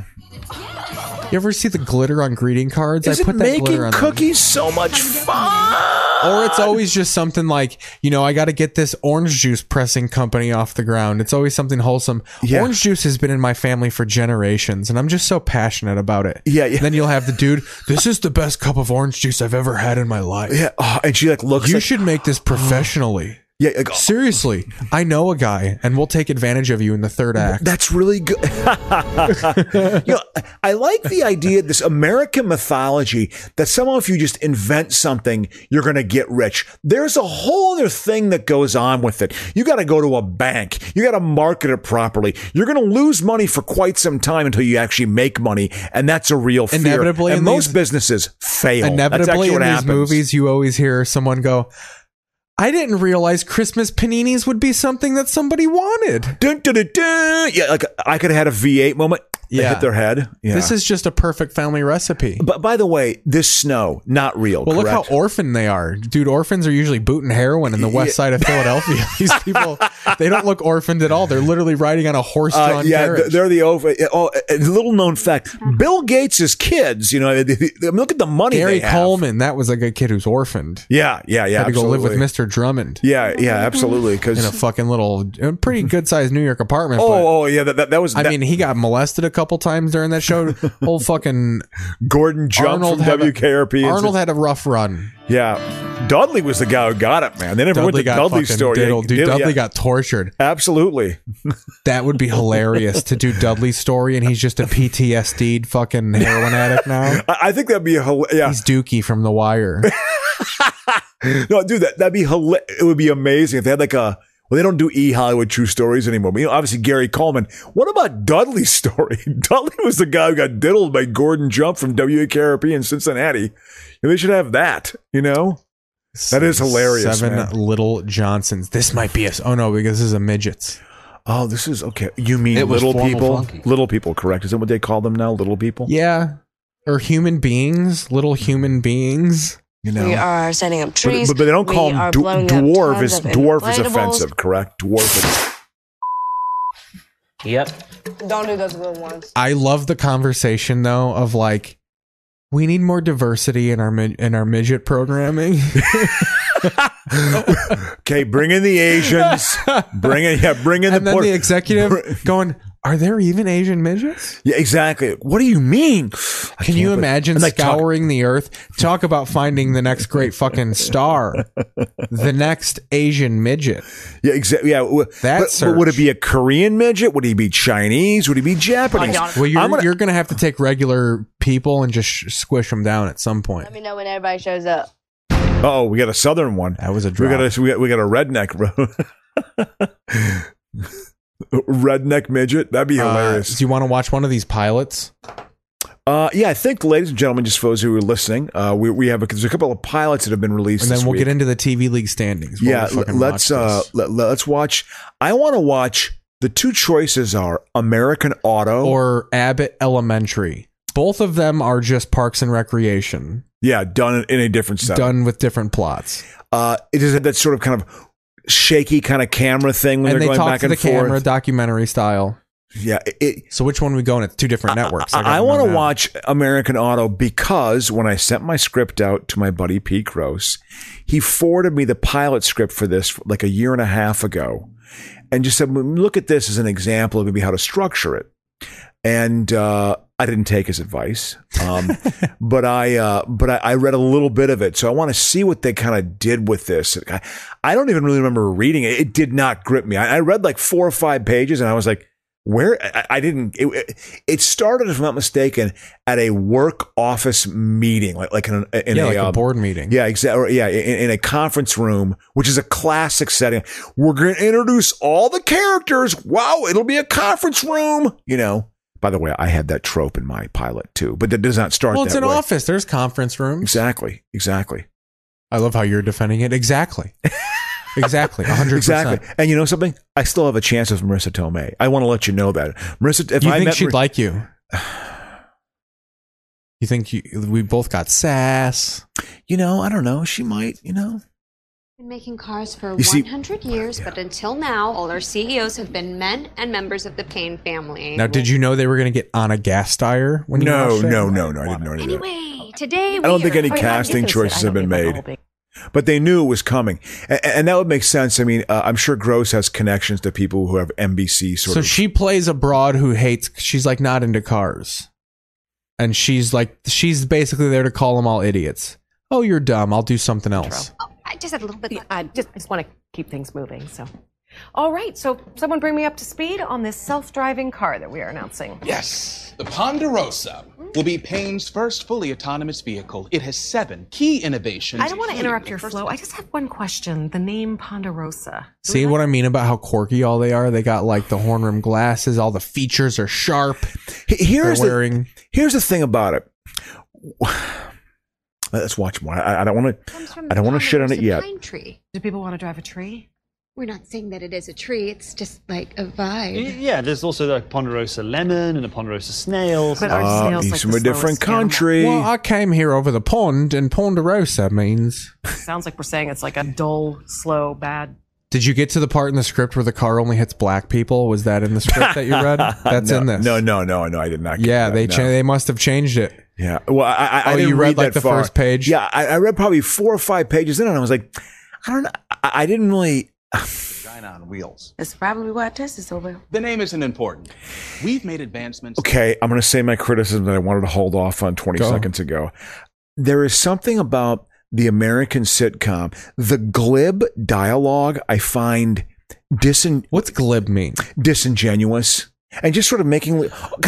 [SPEAKER 2] You ever see the glitter on greeting cards?
[SPEAKER 1] Is
[SPEAKER 2] I
[SPEAKER 1] it
[SPEAKER 2] put that glitter
[SPEAKER 1] making
[SPEAKER 2] on them.
[SPEAKER 1] cookies so much fun?
[SPEAKER 2] Or it's always just something like, you know, I got to get this orange juice pressing company off the ground. It's always something wholesome.
[SPEAKER 1] Yeah.
[SPEAKER 2] Orange juice has been in my family for generations, and I'm just so passionate about it.
[SPEAKER 1] Yeah, yeah.
[SPEAKER 2] Then you'll have the dude, this is the best cup of orange juice I've ever had in my life.
[SPEAKER 1] Yeah, oh, and she like looks.
[SPEAKER 2] You
[SPEAKER 1] like,
[SPEAKER 2] should make this professionally.
[SPEAKER 1] Yeah, like, oh,
[SPEAKER 2] Seriously, I know a guy, and we'll take advantage of you in the third act.
[SPEAKER 1] That's really good. you know, I like the idea of this American mythology that somehow if you just invent something, you're going to get rich. There's a whole other thing that goes on with it. You got to go to a bank. You got to market it properly. You're going to lose money for quite some time until you actually make money, and that's a real fear.
[SPEAKER 2] Inevitably
[SPEAKER 1] and
[SPEAKER 2] in
[SPEAKER 1] most
[SPEAKER 2] these-
[SPEAKER 1] businesses fail. that's
[SPEAKER 2] Inevitably,
[SPEAKER 1] actually
[SPEAKER 2] in
[SPEAKER 1] what
[SPEAKER 2] these
[SPEAKER 1] happens.
[SPEAKER 2] movies, you always hear someone go, I didn't realize Christmas paninis would be something that somebody wanted.
[SPEAKER 1] Dun, dun, dun, dun. Yeah, like I could have had a V8 moment. They
[SPEAKER 2] Yeah.
[SPEAKER 1] hit their head. Yeah.
[SPEAKER 2] This is just a perfect family recipe.
[SPEAKER 1] But by the way, this snow not real.
[SPEAKER 2] well,
[SPEAKER 1] correct?
[SPEAKER 2] look how orphan they are, dude. Orphans are usually booting heroin in the west side of Philadelphia. These people, they don't look orphaned at all. They're literally riding on a
[SPEAKER 1] Uh,
[SPEAKER 2] horse-drawn
[SPEAKER 1] yeah, th-
[SPEAKER 2] carriage.
[SPEAKER 1] they're the over. Oh, a little known fact: Bill Gates' kids. You know, I mean, look at the money.
[SPEAKER 2] Gary
[SPEAKER 1] they have.
[SPEAKER 2] Coleman, that was a good kid who's orphaned.
[SPEAKER 1] Yeah, yeah, yeah.
[SPEAKER 2] Had to go live with
[SPEAKER 1] absolutely.
[SPEAKER 2] Mr. Drummond
[SPEAKER 1] Yeah, yeah, absolutely.
[SPEAKER 2] in a
[SPEAKER 1] Because
[SPEAKER 2] fucking little, a pretty good-sized New York apartment. but-
[SPEAKER 1] oh, oh, yeah, that that, that was.
[SPEAKER 2] I
[SPEAKER 1] that-
[SPEAKER 2] mean, he got molested a couple times during that show. Old fucking
[SPEAKER 1] Gordon Jump
[SPEAKER 2] Arnold
[SPEAKER 1] from
[SPEAKER 2] had a-
[SPEAKER 1] WKRP. and-
[SPEAKER 2] Arnold had a rough run.
[SPEAKER 1] yeah, Dudley was the guy who got it, man. They never
[SPEAKER 2] Dudley
[SPEAKER 1] went to
[SPEAKER 2] got
[SPEAKER 1] Dudley's
[SPEAKER 2] fucking
[SPEAKER 1] story.
[SPEAKER 2] diddled. Dude,
[SPEAKER 1] Yeah,
[SPEAKER 2] Dudley
[SPEAKER 1] yeah,
[SPEAKER 2] got tortured.
[SPEAKER 1] absolutely.
[SPEAKER 2] That would be hilarious to do Dudley's story, and he's just a PTSD fucking heroin addict now.
[SPEAKER 1] I, I think that'd be a hel- yeah.
[SPEAKER 2] He's Dookie from The Wire.
[SPEAKER 1] No, dude, that that'd be hila- it would be amazing if they had like a well, they don't do e Hollywood true stories anymore. But you know, obviously Gary Coleman. What about Dudley's story? Dudley was the guy who got diddled by Gordon Jump from WKRP in Cincinnati. And they should have that, you know? That is hilarious,
[SPEAKER 2] Seven
[SPEAKER 1] man.
[SPEAKER 2] Little Johnsons. This might be us. Oh no, because this is a midgets.
[SPEAKER 1] Oh, this is okay. You mean
[SPEAKER 21] It was
[SPEAKER 1] little
[SPEAKER 21] formal
[SPEAKER 1] people?
[SPEAKER 21] funky.
[SPEAKER 1] Little people, correct? Is that what they call them now? Little people?
[SPEAKER 2] Yeah, or human beings, little human beings.
[SPEAKER 1] You know.
[SPEAKER 22] We are setting up
[SPEAKER 1] but,
[SPEAKER 22] trees.
[SPEAKER 1] but they don't call
[SPEAKER 22] we
[SPEAKER 1] them
[SPEAKER 22] are
[SPEAKER 1] d-
[SPEAKER 22] blowing up
[SPEAKER 1] dwarf.
[SPEAKER 22] tons
[SPEAKER 1] Is
[SPEAKER 22] of
[SPEAKER 1] dwarf is
[SPEAKER 22] inflatables.
[SPEAKER 1] offensive, correct? Dwarf. Is,
[SPEAKER 21] Yep.
[SPEAKER 22] Don't do those little ones.
[SPEAKER 2] I love the conversation though of like, we need more diversity in our mid- in our midget programming.
[SPEAKER 1] okay, bring in the Asians. bring in yeah, bring in
[SPEAKER 2] and
[SPEAKER 1] the
[SPEAKER 2] then
[SPEAKER 1] Puerto-
[SPEAKER 2] the executive going, Are there even Asian midgets?
[SPEAKER 1] Yeah, exactly. What do you mean? I
[SPEAKER 2] Can
[SPEAKER 1] can't
[SPEAKER 2] you
[SPEAKER 1] believe-
[SPEAKER 2] imagine
[SPEAKER 1] and, like, talk-
[SPEAKER 2] scouring the earth? Talk about finding the next great fucking star, the next Asian midget.
[SPEAKER 1] Yeah, exactly. Yeah, w-
[SPEAKER 2] That
[SPEAKER 1] but, but would it
[SPEAKER 2] search.
[SPEAKER 1] be a Korean midget? Would he be Chinese? Would he be Japanese?
[SPEAKER 2] Well, you're
[SPEAKER 1] I'm gonna-
[SPEAKER 2] you're gonna have to take regular people and just sh- squish them down at some point.
[SPEAKER 13] Let me know when everybody shows up.
[SPEAKER 1] Oh, we got a southern one.
[SPEAKER 2] That was a
[SPEAKER 1] We
[SPEAKER 2] drop.
[SPEAKER 1] got a we got, we got a redneck. redneck midget. That'd be
[SPEAKER 2] Uh,
[SPEAKER 1] hilarious.
[SPEAKER 2] do you want to watch one of these pilots?
[SPEAKER 1] Uh, yeah, I think, ladies and gentlemen, just for those who are listening, uh, we we have a, there's a couple of pilots that have been released,
[SPEAKER 2] And then
[SPEAKER 1] this
[SPEAKER 2] we'll
[SPEAKER 1] week.
[SPEAKER 2] get into the TV league standings. while
[SPEAKER 1] yeah
[SPEAKER 2] we fucking
[SPEAKER 1] let's
[SPEAKER 2] watch
[SPEAKER 1] uh
[SPEAKER 2] this.
[SPEAKER 1] let, let's watch i want to watch the two choices are american auto
[SPEAKER 2] or Abbott Elementary. Both of them are just Parks and Recreation,
[SPEAKER 1] yeah done in a different setup
[SPEAKER 2] done with different plots.
[SPEAKER 1] uh it is that sort of kind of shaky kind of camera thing when
[SPEAKER 2] and they
[SPEAKER 1] they're going
[SPEAKER 2] talk
[SPEAKER 1] back
[SPEAKER 2] to
[SPEAKER 1] and
[SPEAKER 2] the
[SPEAKER 1] forth
[SPEAKER 2] camera, documentary style.
[SPEAKER 1] yeah it, it-
[SPEAKER 2] So which one we going? It's two different networks.
[SPEAKER 1] I,
[SPEAKER 2] gotta know
[SPEAKER 1] want to
[SPEAKER 2] that.
[SPEAKER 1] watch American Auto because when I sent my script out to my buddy Pete Gross, he forwarded me the pilot script for this like a year and a half ago and just said, look at this as an example of maybe how to structure it. And uh, I didn't take his advice, um, but I uh, but I, I read a little bit of it, so I want to see what they kind of did with this. I, I don't even really remember reading it; it did not grip me. I, I read like four or five pages, and I was like, where I, I didn't it- it, it started if I'm not mistaken at a work office meeting like like in a, in
[SPEAKER 2] yeah,
[SPEAKER 1] a,
[SPEAKER 2] like a
[SPEAKER 1] um,
[SPEAKER 2] board meeting.
[SPEAKER 1] yeah exactly yeah in, in a conference room which is a classic setting we're going to introduce all the characters wow it'll be a conference room you know by the way I had that trope in my pilot too but that does not start
[SPEAKER 2] Well, it's
[SPEAKER 1] that
[SPEAKER 2] an
[SPEAKER 1] way.
[SPEAKER 2] office. There's conference rooms.
[SPEAKER 1] exactly exactly
[SPEAKER 2] I love how you're defending it. Exactly. exactly. 100%.
[SPEAKER 1] exactly and you know something I still have a chance with Marissa Tomei I want to let you know that Marissa if
[SPEAKER 2] you
[SPEAKER 1] I
[SPEAKER 2] think
[SPEAKER 1] met
[SPEAKER 2] she'd
[SPEAKER 1] Mar-
[SPEAKER 2] like you? You think you, we both got sass?
[SPEAKER 1] you know I don't know she might you know
[SPEAKER 9] been making cars for
[SPEAKER 1] You see-
[SPEAKER 9] 100 years, but until now, all our CEOs have been men and members of the Payne family.
[SPEAKER 2] Now, did you know they were going to get on a gas tire? When you
[SPEAKER 1] no,
[SPEAKER 2] watched it?
[SPEAKER 1] no, no, no. I didn't know any of that.
[SPEAKER 9] Anyway, today
[SPEAKER 1] I don't
[SPEAKER 9] we
[SPEAKER 1] think
[SPEAKER 9] are-
[SPEAKER 1] any casting choices have been made, but they knew it was coming, and, and that would make sense. I mean, uh, I'm sure Gross has connections to people who have NBC sort
[SPEAKER 2] So
[SPEAKER 1] of.
[SPEAKER 2] she plays a broad who hates. She's like not into cars, and she's like she's basically there to call them all idiots. Oh, you're dumb. I'll do something else.
[SPEAKER 9] I just had a little bit.
[SPEAKER 3] I just, I just want to keep things moving, so. All right, so someone bring me up to speed on this self driving car that we are announcing.
[SPEAKER 11] Yes, the Ponderosa will be Payne's first fully autonomous vehicle. It has seven key innovations.
[SPEAKER 3] I don't want to
[SPEAKER 11] including
[SPEAKER 3] interrupt
[SPEAKER 11] the
[SPEAKER 3] your
[SPEAKER 11] first-
[SPEAKER 3] flow. I just have one question. The name Ponderosa.
[SPEAKER 2] See what I mean about how quirky all they are? They got like the horn rim glasses. All the features are sharp.
[SPEAKER 1] H- Here's
[SPEAKER 2] They're
[SPEAKER 1] the,
[SPEAKER 2] wearing.
[SPEAKER 1] here's the thing about it. Let's watch more. I, I don't want to. I don't want to shit on it yet.
[SPEAKER 9] Pine tree.
[SPEAKER 3] Do people want to drive a tree?
[SPEAKER 9] We're not saying that it is a tree. It's just like a vibe.
[SPEAKER 23] Yeah, there's also like Ponderosa lemon and a Ponderosa snail.
[SPEAKER 3] But are
[SPEAKER 1] Uh,
[SPEAKER 3] snails
[SPEAKER 1] he's
[SPEAKER 3] like
[SPEAKER 1] from
[SPEAKER 3] the
[SPEAKER 1] a different
[SPEAKER 3] slowest animal?
[SPEAKER 1] country.
[SPEAKER 2] Well, I came here over the pond, and Ponderosa means.
[SPEAKER 3] Sounds like we're saying it's like a dull, slow, bad.
[SPEAKER 2] Did you get to the part in the script where the car only hits black people? Was that in the script that you read? That's
[SPEAKER 1] no,
[SPEAKER 2] in this.
[SPEAKER 1] No, no, no, no. I did not. get
[SPEAKER 2] Yeah,
[SPEAKER 1] that,
[SPEAKER 2] they
[SPEAKER 1] no.
[SPEAKER 2] cha- they must have changed it.
[SPEAKER 1] Yeah. Well, I, I, I
[SPEAKER 2] Oh,
[SPEAKER 1] didn't
[SPEAKER 2] you read, like,
[SPEAKER 1] that
[SPEAKER 2] the
[SPEAKER 1] far.
[SPEAKER 2] first page?
[SPEAKER 1] Yeah, I, I read probably four or five pages in, and I was like, I don't. know. I, I didn't really.
[SPEAKER 11] Vagina on wheels.
[SPEAKER 24] That's probably why I tested so well.
[SPEAKER 11] The name isn't important. We've made advancements.
[SPEAKER 1] Okay, I'm going to say my criticism that I wanted to hold off on 20
[SPEAKER 2] Go.
[SPEAKER 1] seconds ago. There is something about the American sitcom, the glib dialogue I find disin-
[SPEAKER 2] What's glib mean?
[SPEAKER 1] disingenuous and just sort of making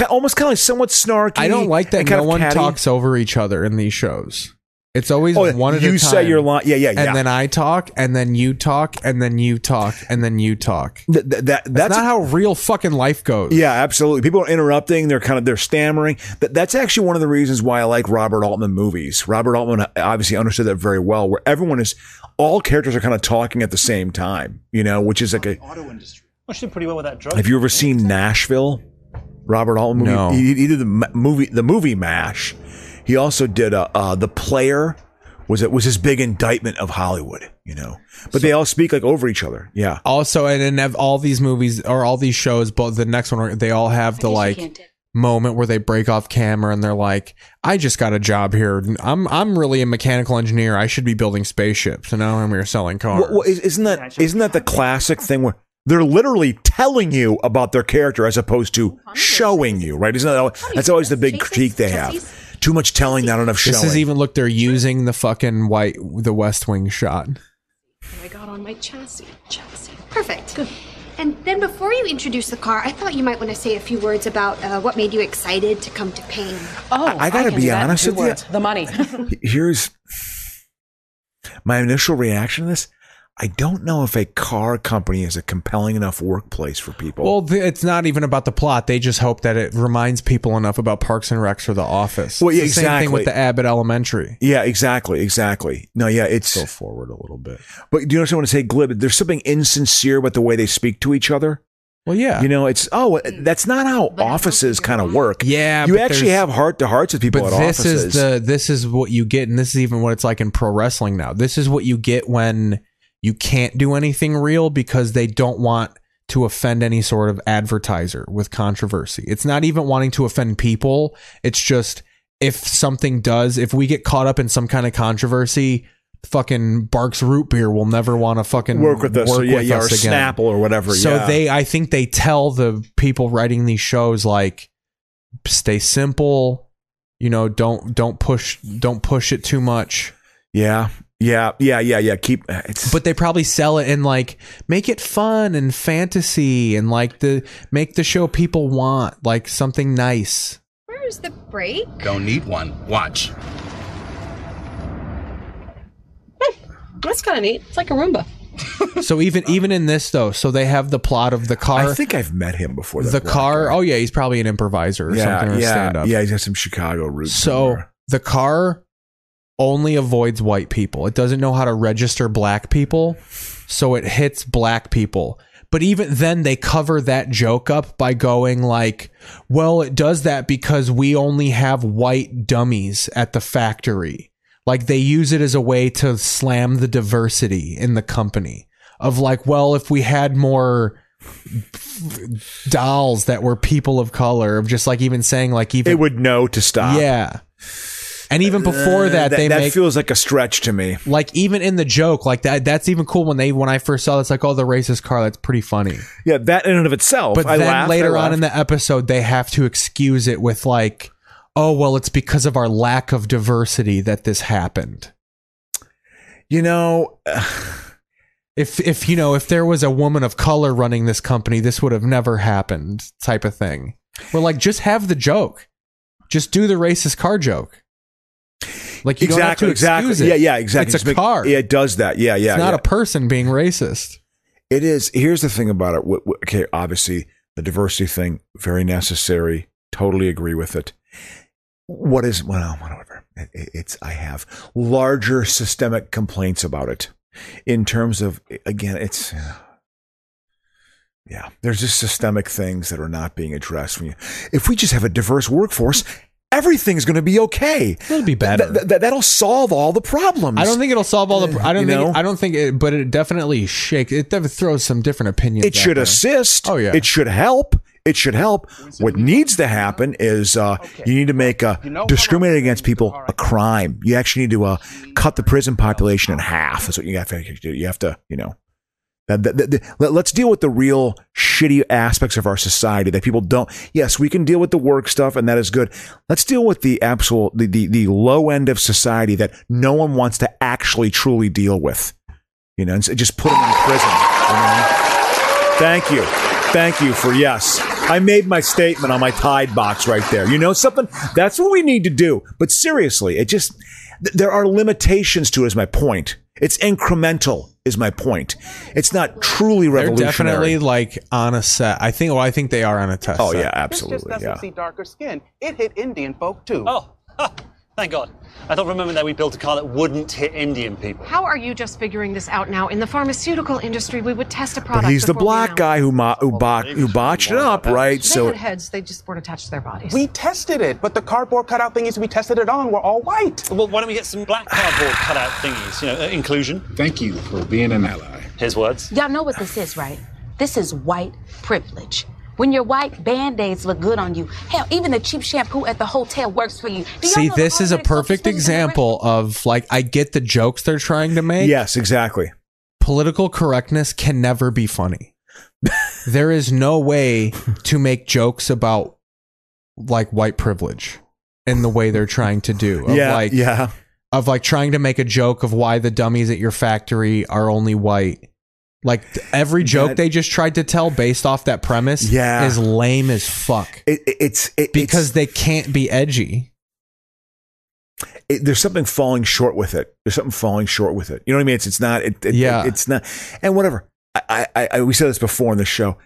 [SPEAKER 1] almost kind of like somewhat snarky.
[SPEAKER 2] I don't like that
[SPEAKER 1] and kind
[SPEAKER 2] no
[SPEAKER 1] of
[SPEAKER 2] one
[SPEAKER 1] catty.
[SPEAKER 2] talks over each other in these shows. It's always
[SPEAKER 1] Oh,
[SPEAKER 2] one at a
[SPEAKER 1] you
[SPEAKER 2] time.
[SPEAKER 1] say your line. Yeah, yeah, yeah.
[SPEAKER 2] and then I talk, and then you talk, and then you talk, and then you talk.
[SPEAKER 1] Th- th- that,
[SPEAKER 2] That's,
[SPEAKER 1] that's
[SPEAKER 2] not how real fucking life goes.
[SPEAKER 1] Yeah, absolutely. People are interrupting. They're kind of they're stammering. That that's actually one of the reasons why I like Robert Altman movies. Robert Altman uh, obviously understood that very well, where everyone is, all characters are kind of talking at the same time. You know, which is like a.
[SPEAKER 11] Auto industry.
[SPEAKER 23] Well, she did pretty well with that drug.
[SPEAKER 1] Have you ever seen Nashville? Robert Altman movie.
[SPEAKER 2] No.
[SPEAKER 1] He, he did the ma- movie, the movie Mash. He also did uh, uh, the Player. Was it was his big indictment of Hollywood? You know, but they all speak like over each other. Yeah.
[SPEAKER 2] Also, and then have all these movies or all these shows, but the next one they all have the like moment where they break off camera and they're like, "I just got a job here. I'm I'm really a mechanical engineer. I should be building spaceships, and now I'm here selling cars."
[SPEAKER 1] Well, well, is- isn't that isn't that the classic thing where They're literally telling you about their character as opposed to showing you, right? Isn't that, that's always the big critique they have? Too much telling, not enough
[SPEAKER 2] This is
[SPEAKER 1] showing.
[SPEAKER 2] even look. They're using the fucking white, the West Wing shot.
[SPEAKER 25] And I got on my chassis. Chassis.
[SPEAKER 9] Perfect. And then before you introduce the car, I thought you might want to say a few words about uh, what made you excited to come to Payne.
[SPEAKER 1] Oh, I gotta be honest with you.
[SPEAKER 25] The money.
[SPEAKER 1] Here's my initial reaction to this. I don't know if a car company is a compelling enough workplace for people.
[SPEAKER 2] Well, th- it's not even about the plot. They just hope that it reminds people enough about Parks and Recs or The Office.
[SPEAKER 1] Well, yeah,
[SPEAKER 2] It's the Same thing
[SPEAKER 1] exactly.
[SPEAKER 2] with the Abbott Elementary.
[SPEAKER 1] Yeah, exactly, exactly. No, yeah, it's
[SPEAKER 2] Go forward a little bit.
[SPEAKER 1] But do you know what I want to say, glib? There's something insincere about the way they speak to each other.
[SPEAKER 2] Well, yeah.
[SPEAKER 1] You know, it's oh, that's not how offices kind of work.
[SPEAKER 2] Yeah,
[SPEAKER 1] you
[SPEAKER 2] but
[SPEAKER 1] actually
[SPEAKER 2] there's-
[SPEAKER 1] have heart to hearts with people
[SPEAKER 2] But
[SPEAKER 1] at
[SPEAKER 2] this
[SPEAKER 1] offices.
[SPEAKER 2] is the this is what you get, and this is even what it's like in pro wrestling now. This is what you get when you can't do anything real because they don't want to offend any sort of advertiser with controversy. It's not even wanting to offend people. It's just if something does, if we get caught up in some kind of controversy, fucking Barks Root Beer will never want to fucking
[SPEAKER 1] Work with us, or yeah, yeah, or
[SPEAKER 2] again.
[SPEAKER 1] Snapple or whatever,
[SPEAKER 2] So
[SPEAKER 1] yeah.
[SPEAKER 2] they, I think they tell the people writing these shows like, stay simple, you know, don't don't push don't push it too much.
[SPEAKER 1] Yeah, yeah, yeah, yeah, yeah. Keep uh, it's
[SPEAKER 2] But they probably sell it and like make it fun and fantasy and like the make the show people want like something nice.
[SPEAKER 26] Where's the break?
[SPEAKER 27] Don't need one. Watch.
[SPEAKER 25] That's kind of neat. It's like a Roomba.
[SPEAKER 2] so even even in this though, so they have the plot of the car.
[SPEAKER 1] I think I've met him before. that
[SPEAKER 2] the
[SPEAKER 1] black
[SPEAKER 2] car. Oh yeah, he's probably an improviser or
[SPEAKER 1] yeah,
[SPEAKER 2] something or
[SPEAKER 1] yeah,
[SPEAKER 2] stand up.
[SPEAKER 1] yeah. He's got some Chicago roots.
[SPEAKER 2] So the car only avoids white people. It doesn't know how to register black people, so it hits black people. But even then, they cover that joke up by going like, "Well, it does that because we only have white dummies at the factory." Like they use it as a way to slam the diversity in the company. Of like, well, if we had more dolls that were people of color, of just like even saying like even
[SPEAKER 1] They would know to stop.
[SPEAKER 2] yeah. And even before
[SPEAKER 1] Uh,
[SPEAKER 2] that, they
[SPEAKER 1] that
[SPEAKER 2] make
[SPEAKER 1] feels like a stretch to me.
[SPEAKER 2] like even in the joke, like that. That's even cool when they when I first saw that's like, oh, the racist car. That's pretty funny.
[SPEAKER 1] Yeah, that in and of itself.
[SPEAKER 2] But
[SPEAKER 1] Oh, I
[SPEAKER 2] then
[SPEAKER 1] laughed, I
[SPEAKER 2] later on
[SPEAKER 1] laughed.
[SPEAKER 2] in the episode, they have to excuse it with like, oh, well, it's because of our lack of diversity that this happened.
[SPEAKER 1] You know,
[SPEAKER 2] if if you know if there was a woman of color running this company, this would have never happened, type of thing. We're like, just have the joke, just do the racist car joke. Like you
[SPEAKER 1] exactly,
[SPEAKER 2] don't have to
[SPEAKER 1] exactly.
[SPEAKER 2] excuse it.
[SPEAKER 1] Yeah, yeah, exactly.
[SPEAKER 2] It's
[SPEAKER 1] Just
[SPEAKER 2] a
[SPEAKER 1] make-
[SPEAKER 2] car.
[SPEAKER 1] Yeah, it does that. Yeah, yeah.
[SPEAKER 2] it's not
[SPEAKER 1] yeah.
[SPEAKER 2] a person being racist.
[SPEAKER 1] It is. Here's the thing about it. Wh- wh- Okay, obviously the diversity thing very necessary. Totally agree with it. What is well, whatever. It- it- It's I have larger systemic complaints about it in terms of again, it's uh, yeah. There's just systemic things that are not being addressed. When you, if we just have a diverse workforce. Everything's going to be okay.
[SPEAKER 2] It'll be better.
[SPEAKER 1] Th- th- that'll solve all the problems.
[SPEAKER 2] I don't think it'll solve all the. pro- I don't
[SPEAKER 1] Eh, You
[SPEAKER 2] think.
[SPEAKER 1] know?
[SPEAKER 2] I don't think it. But it definitely shakes. It def- throws some different opinions.
[SPEAKER 1] It
[SPEAKER 2] out
[SPEAKER 1] should
[SPEAKER 2] there.
[SPEAKER 1] assist.
[SPEAKER 2] Oh yeah.
[SPEAKER 1] It should help. It should help. What needs to happen is uh, you need to make uh, discriminating against people a crime. You actually need to uh, cut the prison population in half. That's what you have to do. You have to, you know, that, that, that- that- let- let's deal with the real shitty aspects of our society that people don't. Yes, we can deal with the work stuff, and that is good. Let's deal with the absolute, the, the, the low end of society that no one wants to actually truly deal with. You know, and so just put them in prison. you know? Thank you. Thank you for yes. I made my statement on my Tide box right there. You know something? That's what we need to do. But seriously, it just, th- there are limitations to it, is my point. It's incremental, is my point. It's not truly
[SPEAKER 2] They're
[SPEAKER 1] revolutionary.
[SPEAKER 2] definitely like on a set. I think. Well, I think they are on a test.
[SPEAKER 1] Oh,
[SPEAKER 2] set.
[SPEAKER 1] yeah, absolutely,
[SPEAKER 27] This just doesn't see darker skin. It hit Indian folk too.
[SPEAKER 3] Oh, thank God. I thought, remember that we built a car that wouldn't hit Indian people.
[SPEAKER 28] How are you just figuring this out now? In the pharmaceutical industry, we would test a product.
[SPEAKER 1] But he's the
[SPEAKER 28] before we
[SPEAKER 1] black
[SPEAKER 28] announce
[SPEAKER 1] guy who, mo- who, bo- who botched it up, right?
[SPEAKER 28] it. They
[SPEAKER 1] So
[SPEAKER 28] had heads; they just weren't attached to their bodies.
[SPEAKER 27] We tested it, but the cardboard cutout thingies we tested it on were all white.
[SPEAKER 3] Well, why don't we get some black cardboard cutout thingies? You know, uh, inclusion.
[SPEAKER 29] Thank you for being an ally.
[SPEAKER 3] His words.
[SPEAKER 14] Y'all know what this is, right? This is white privilege. When your white band-aids look good on you, hell, even the cheap shampoo at the hotel works for you. Do y'all
[SPEAKER 2] See,
[SPEAKER 14] know the
[SPEAKER 2] this is a perfect example of like I get the jokes they're trying to make.
[SPEAKER 1] Yes, exactly.
[SPEAKER 2] Political correctness can never be funny. there is no way to make jokes about like white privilege in the way they're trying to do. Of
[SPEAKER 1] Yeah,
[SPEAKER 2] like,
[SPEAKER 1] yeah.
[SPEAKER 2] Of like trying to make a joke of why the dummies at your factory are only white. Like th- every joke
[SPEAKER 1] That-
[SPEAKER 2] they just tried to tell based off that premise
[SPEAKER 1] Yeah.
[SPEAKER 2] is lame as fuck.
[SPEAKER 1] It, it's
[SPEAKER 2] because they can't be edgy.
[SPEAKER 1] it, there's something falling short with it. There's something falling short with it. You know what I mean? It's it's not. It, it,
[SPEAKER 2] Yeah.
[SPEAKER 1] it- it's not. And whatever. I, I, I we said this before in the show.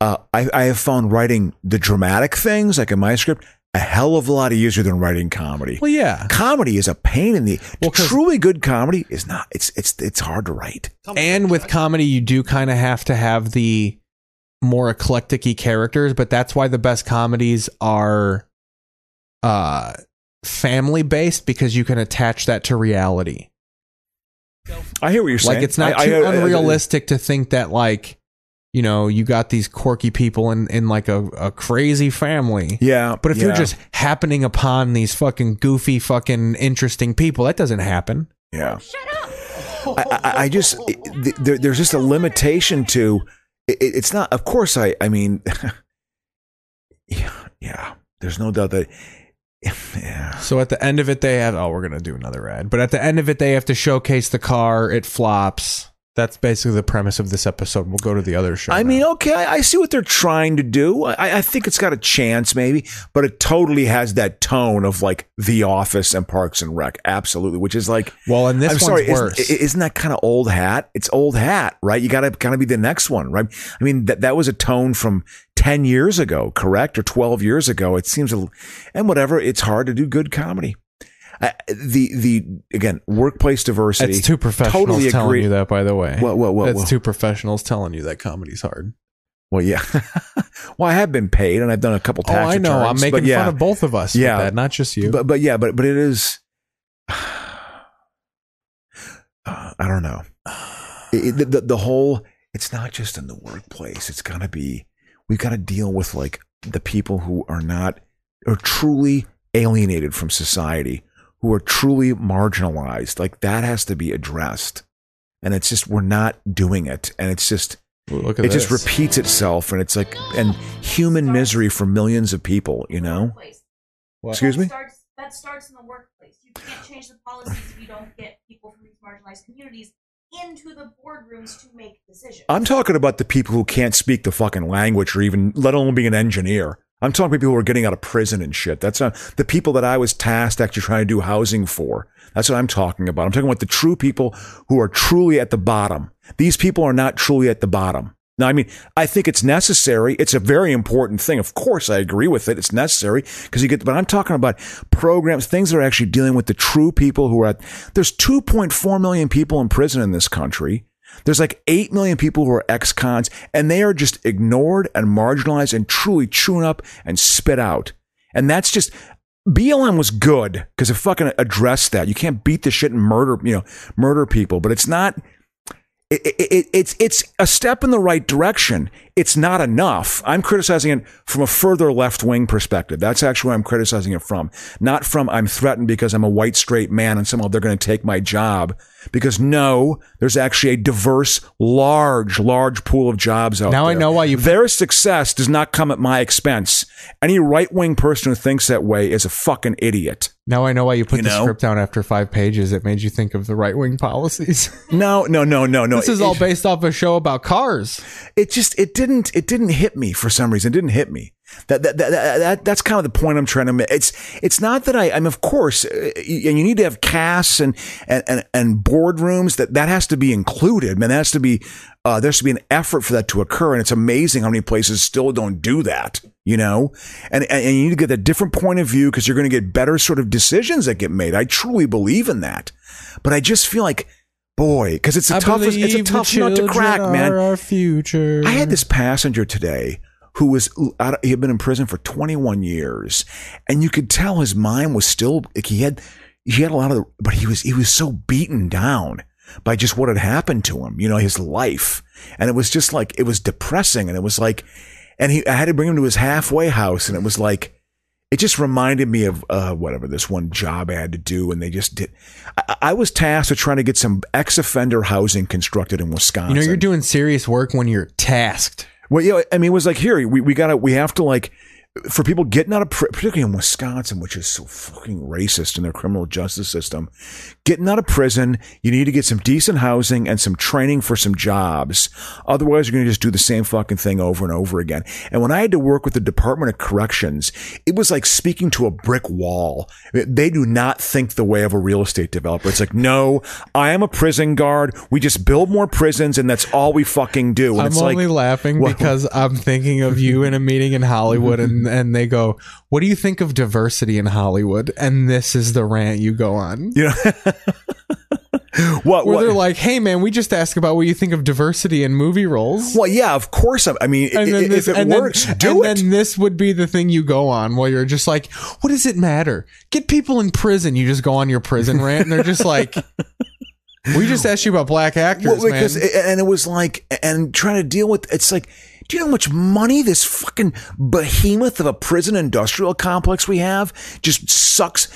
[SPEAKER 1] Uh, I I have found writing the dramatic things like in my script a hell of a lot easier than writing comedy.
[SPEAKER 2] Well, yeah.
[SPEAKER 1] Comedy is a pain in the. truly good comedy is not. It's it's it's hard to write.
[SPEAKER 2] and with comedy you do kind of have to have the more eclectic characters but that's why the best comedies are uh family based because you can attach that to reality
[SPEAKER 1] I hear what you're saying.
[SPEAKER 2] like it's not
[SPEAKER 1] I- I-
[SPEAKER 2] too
[SPEAKER 1] I- I-
[SPEAKER 2] unrealistic to think that like you know you got these quirky people in in like a, a crazy family
[SPEAKER 1] yeah
[SPEAKER 2] but if
[SPEAKER 1] yeah.
[SPEAKER 2] you're just happening upon these fucking goofy fucking interesting people that doesn't happen
[SPEAKER 1] Yeah. Shut up. I, I, I just it- th- there, there's just a limitation to it, it- it's not. Of course, I I mean, yeah, yeah. There's no doubt that
[SPEAKER 2] So at the end of it, they have oh, we're gonna do another ad. But at the end of it, they have to showcase the car. It flops. That's basically the premise of this episode. We'll go to the other show.
[SPEAKER 1] I mean, okay, I, I see what they're trying to do. I, I think it's got a chance, maybe, but it totally has that tone of like The Office and Parks and Rec, absolutely. Which is like,
[SPEAKER 2] well, and this
[SPEAKER 1] I'm
[SPEAKER 2] one's
[SPEAKER 1] sorry, isn't-
[SPEAKER 2] worse.
[SPEAKER 1] i- Isn't, that kind of old hat? It's old hat, right? You got to kind of be the next one, right? I mean, that that was a tone from ten years ago, correct, or twelve years ago. It seems, a, l- and whatever, it's hard to do good comedy. I the the again workplace diversity.
[SPEAKER 2] That's two professionals
[SPEAKER 1] Totally
[SPEAKER 2] telling
[SPEAKER 1] agree.
[SPEAKER 2] you that. By the way,
[SPEAKER 1] What- what- what-
[SPEAKER 2] That's
[SPEAKER 1] what?
[SPEAKER 2] two professionals telling you that comedy's hard.
[SPEAKER 1] Well, yeah. well, I have been paid, and I've done a couple
[SPEAKER 2] Oh,
[SPEAKER 1] tax
[SPEAKER 2] I know. I'm
[SPEAKER 1] returns, but
[SPEAKER 2] making
[SPEAKER 1] yeah.
[SPEAKER 2] fun of both of us. Yeah,
[SPEAKER 1] Yeah.
[SPEAKER 2] with that, not just you.
[SPEAKER 1] But but yeah, but but it is. Uh, I don't know. It- it- the, the whole it's not just in the workplace. It's gotta be. We've got to deal with like the people who are not are truly alienated from society, who are truly marginalized. Like that has to be addressed, and it's just we're not doing it, and it's just.
[SPEAKER 2] look
[SPEAKER 1] it
[SPEAKER 2] at
[SPEAKER 1] just
[SPEAKER 2] this.
[SPEAKER 1] repeats itself, and it's like and human misery for millions of people. You know, excuse me.
[SPEAKER 13] starts- that starts in the workplace. You can't change the policies if you don't get people from these marginalized communities into the boardrooms to make decisions.
[SPEAKER 1] I'm talking about the people who can't speak the fucking language or even let alone be an engineer. I'm talking about people who are getting out of prison and shit. That's not the people that I was tasked actually trying to do housing for. That's what I'm talking about. I'm talking about the true people who are truly at the bottom. These people are not truly at the bottom. Now, I mean, I think it's necessary. It's a very important thing. Of course, I agree with it. It's necessary because you get, but I'm talking about programs, things that are actually dealing with the true people who are at, there's 2.4 million people in prison in this country. There's like 8 million people who are ex cons, and they are just ignored and marginalized and truly chewed up and spit out. And that's just. BLM was good because it fucking addressed that. You can't beat the shit and murder, you know, murder people, but it's not. It, it, it, it's it's a step in the right direction. It's not enough. I'm criticizing it from a further left wing perspective. That's actually where I'm criticizing it from. Not from I'm threatened because I'm a white straight man and somehow they're going to take my job. Because no, there's actually a diverse, large, large pool of jobs out
[SPEAKER 2] Now
[SPEAKER 1] there.
[SPEAKER 2] I know why you.
[SPEAKER 1] Their success does not come at my expense. Any right wing person who thinks that way is a fucking idiot.
[SPEAKER 2] Now I know why you put
[SPEAKER 1] You
[SPEAKER 2] the
[SPEAKER 1] know?
[SPEAKER 2] script down after five pages. It made you think of the right wing policies.
[SPEAKER 1] No, no, no, no, no.
[SPEAKER 2] this is
[SPEAKER 1] It-
[SPEAKER 2] all based off a show about cars.
[SPEAKER 1] it just it didn't it didn't hit me for some reason. It didn't hit me. That that, that, that, that that's kind of the point I'm trying to make. It's it's not that I I'm of course, uh, y- and you need to have casts and and and, and boardrooms that that has to be included. Man, that has to be uh, there has to be an effort for that to occur. And it's amazing how many places still don't do that. You know, and and, and you need to get a different point of view because you're going to get better sort of decisions that get made. I truly believe in that, but I just feel like. Boy, because it's a
[SPEAKER 2] I
[SPEAKER 1] tough, it's a
[SPEAKER 2] believe the
[SPEAKER 1] tough nut to
[SPEAKER 2] children
[SPEAKER 1] crack, man.
[SPEAKER 2] are Our future.
[SPEAKER 1] I had this passenger today who was out he had been in prison for 21 years, and you could tell his mind was still like he had he had a lot of, but he was he was so beaten down by just what had happened to him, you know, his life, and it was just like it was depressing, and it was like, and he I had to bring him to his halfway house, and it was like It just reminded me of uh, whatever this one job I had to do, and they just did. I, I was tasked with trying to get some ex-offender housing constructed in Wisconsin.
[SPEAKER 2] You know, you're doing serious work when you're tasked.
[SPEAKER 1] Well, yeah, I mean, it was like here we we gotta we have to like for people getting out of prison, particularly in Wisconsin, which is so fucking racist in their criminal justice system, getting out of prison, you need to get some decent housing and some training for some jobs. Otherwise, you're going to just do the same fucking thing over and over again. And when I had to work with the Department of Corrections, it was like speaking to a brick wall. They do not think the way of a real estate developer. It's like, no, I am a prison guard. We just build more prisons and that's all we fucking do. And
[SPEAKER 2] I'm
[SPEAKER 1] it's
[SPEAKER 2] only
[SPEAKER 1] like,
[SPEAKER 2] laughing
[SPEAKER 1] Well-
[SPEAKER 2] because I'm thinking of you in a meeting in Hollywood, and and they go, "What do you think of diversity in Hollywood?" And this is the rant you go on.
[SPEAKER 1] Yeah. what
[SPEAKER 2] Where they're like, "Hey, man, we just asked about what you think of diversity in movie roles."
[SPEAKER 1] Well, yeah, of course. I, I mean, i- i- if it works, do
[SPEAKER 2] and
[SPEAKER 1] it.
[SPEAKER 2] then this would be the thing you go on while you're just like, "What does it matter? Get people in prison." You just go on your prison rant, and they're just like, "We just asked you about black actors,
[SPEAKER 1] Well, because
[SPEAKER 2] man."
[SPEAKER 1] it- and it was like and trying to deal with it's like do you know how much money this fucking behemoth of a prison industrial complex we have just sucks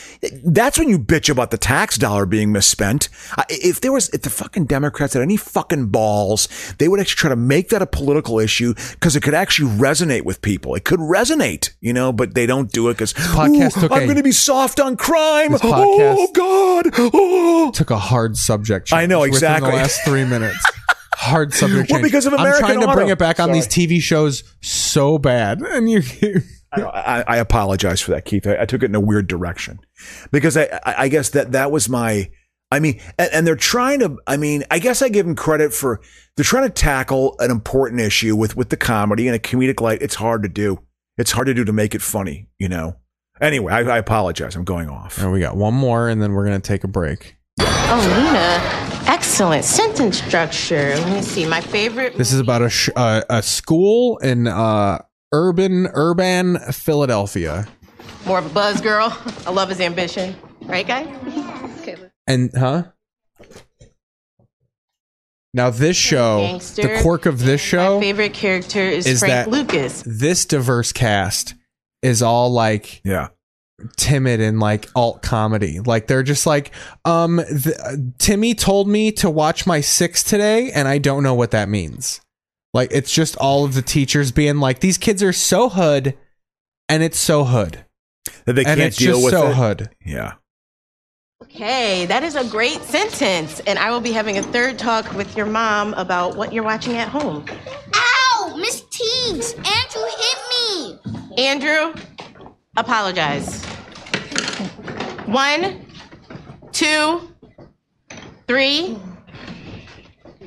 [SPEAKER 1] that's when you bitch about the tax dollar being misspent I- if there was if the fucking democrats had any fucking balls they would actually try to make that a political issue because it could actually resonate with people it could resonate you know but they don't do it because
[SPEAKER 2] podcast took
[SPEAKER 1] i'm
[SPEAKER 2] a-
[SPEAKER 1] going to be soft on crime
[SPEAKER 2] This podcast-
[SPEAKER 1] oh god oh
[SPEAKER 2] took a hard subject.
[SPEAKER 1] I know,
[SPEAKER 2] change within
[SPEAKER 1] exactly.
[SPEAKER 2] the last three minutes. Hard subject.
[SPEAKER 1] Well,
[SPEAKER 2] change.
[SPEAKER 1] because of
[SPEAKER 2] I'm
[SPEAKER 1] American
[SPEAKER 2] trying to bring
[SPEAKER 1] Auto.
[SPEAKER 2] it back on
[SPEAKER 1] Sorry.
[SPEAKER 2] these TV shows so bad, and you.
[SPEAKER 1] I, I I apologize for that, Keith. I, I took it in a weird direction because I, I I guess that that was my. I mean, and, and they're trying to. I mean, I guess I give them credit for they're trying to tackle an important issue with with the comedy and a comedic light. It's hard to do. It's hard to do to make it funny. You know. Anyway, I, I apologize. I'm going off.
[SPEAKER 2] And we got one more, and then we're gonna take a break.
[SPEAKER 14] Oh, Nina, excellent sentence structure. Let me see. My favorite.
[SPEAKER 2] This is about a sh- uh, a school in uh, urban urban Philadelphia,
[SPEAKER 14] More of a buzz girl. I love his ambition. Right, guy? Okay.
[SPEAKER 2] and huh. Now this show,
[SPEAKER 14] Gangster.
[SPEAKER 2] the quirk of this show,
[SPEAKER 14] My favorite character is,
[SPEAKER 2] is
[SPEAKER 14] Frank
[SPEAKER 2] that
[SPEAKER 14] Lucas.
[SPEAKER 2] this diverse cast is all like
[SPEAKER 1] yeah
[SPEAKER 2] timid and like alt comedy like they're just like um th- uh, timmy told me to watch my six today and i don't know what that means like it's just all of the teachers being like these kids are so hood and it's so hood
[SPEAKER 1] that they
[SPEAKER 2] and
[SPEAKER 1] can't
[SPEAKER 2] it's
[SPEAKER 1] deal
[SPEAKER 2] just
[SPEAKER 1] with
[SPEAKER 2] so
[SPEAKER 1] it.
[SPEAKER 2] hood
[SPEAKER 1] yeah
[SPEAKER 14] Okay, that is a great sentence. And I will be having a third talk with your mom about what you're watching at home.
[SPEAKER 13] Ow! Miss Teagues! Andrew hit me!
[SPEAKER 14] Andrew, apologize. One, two, three,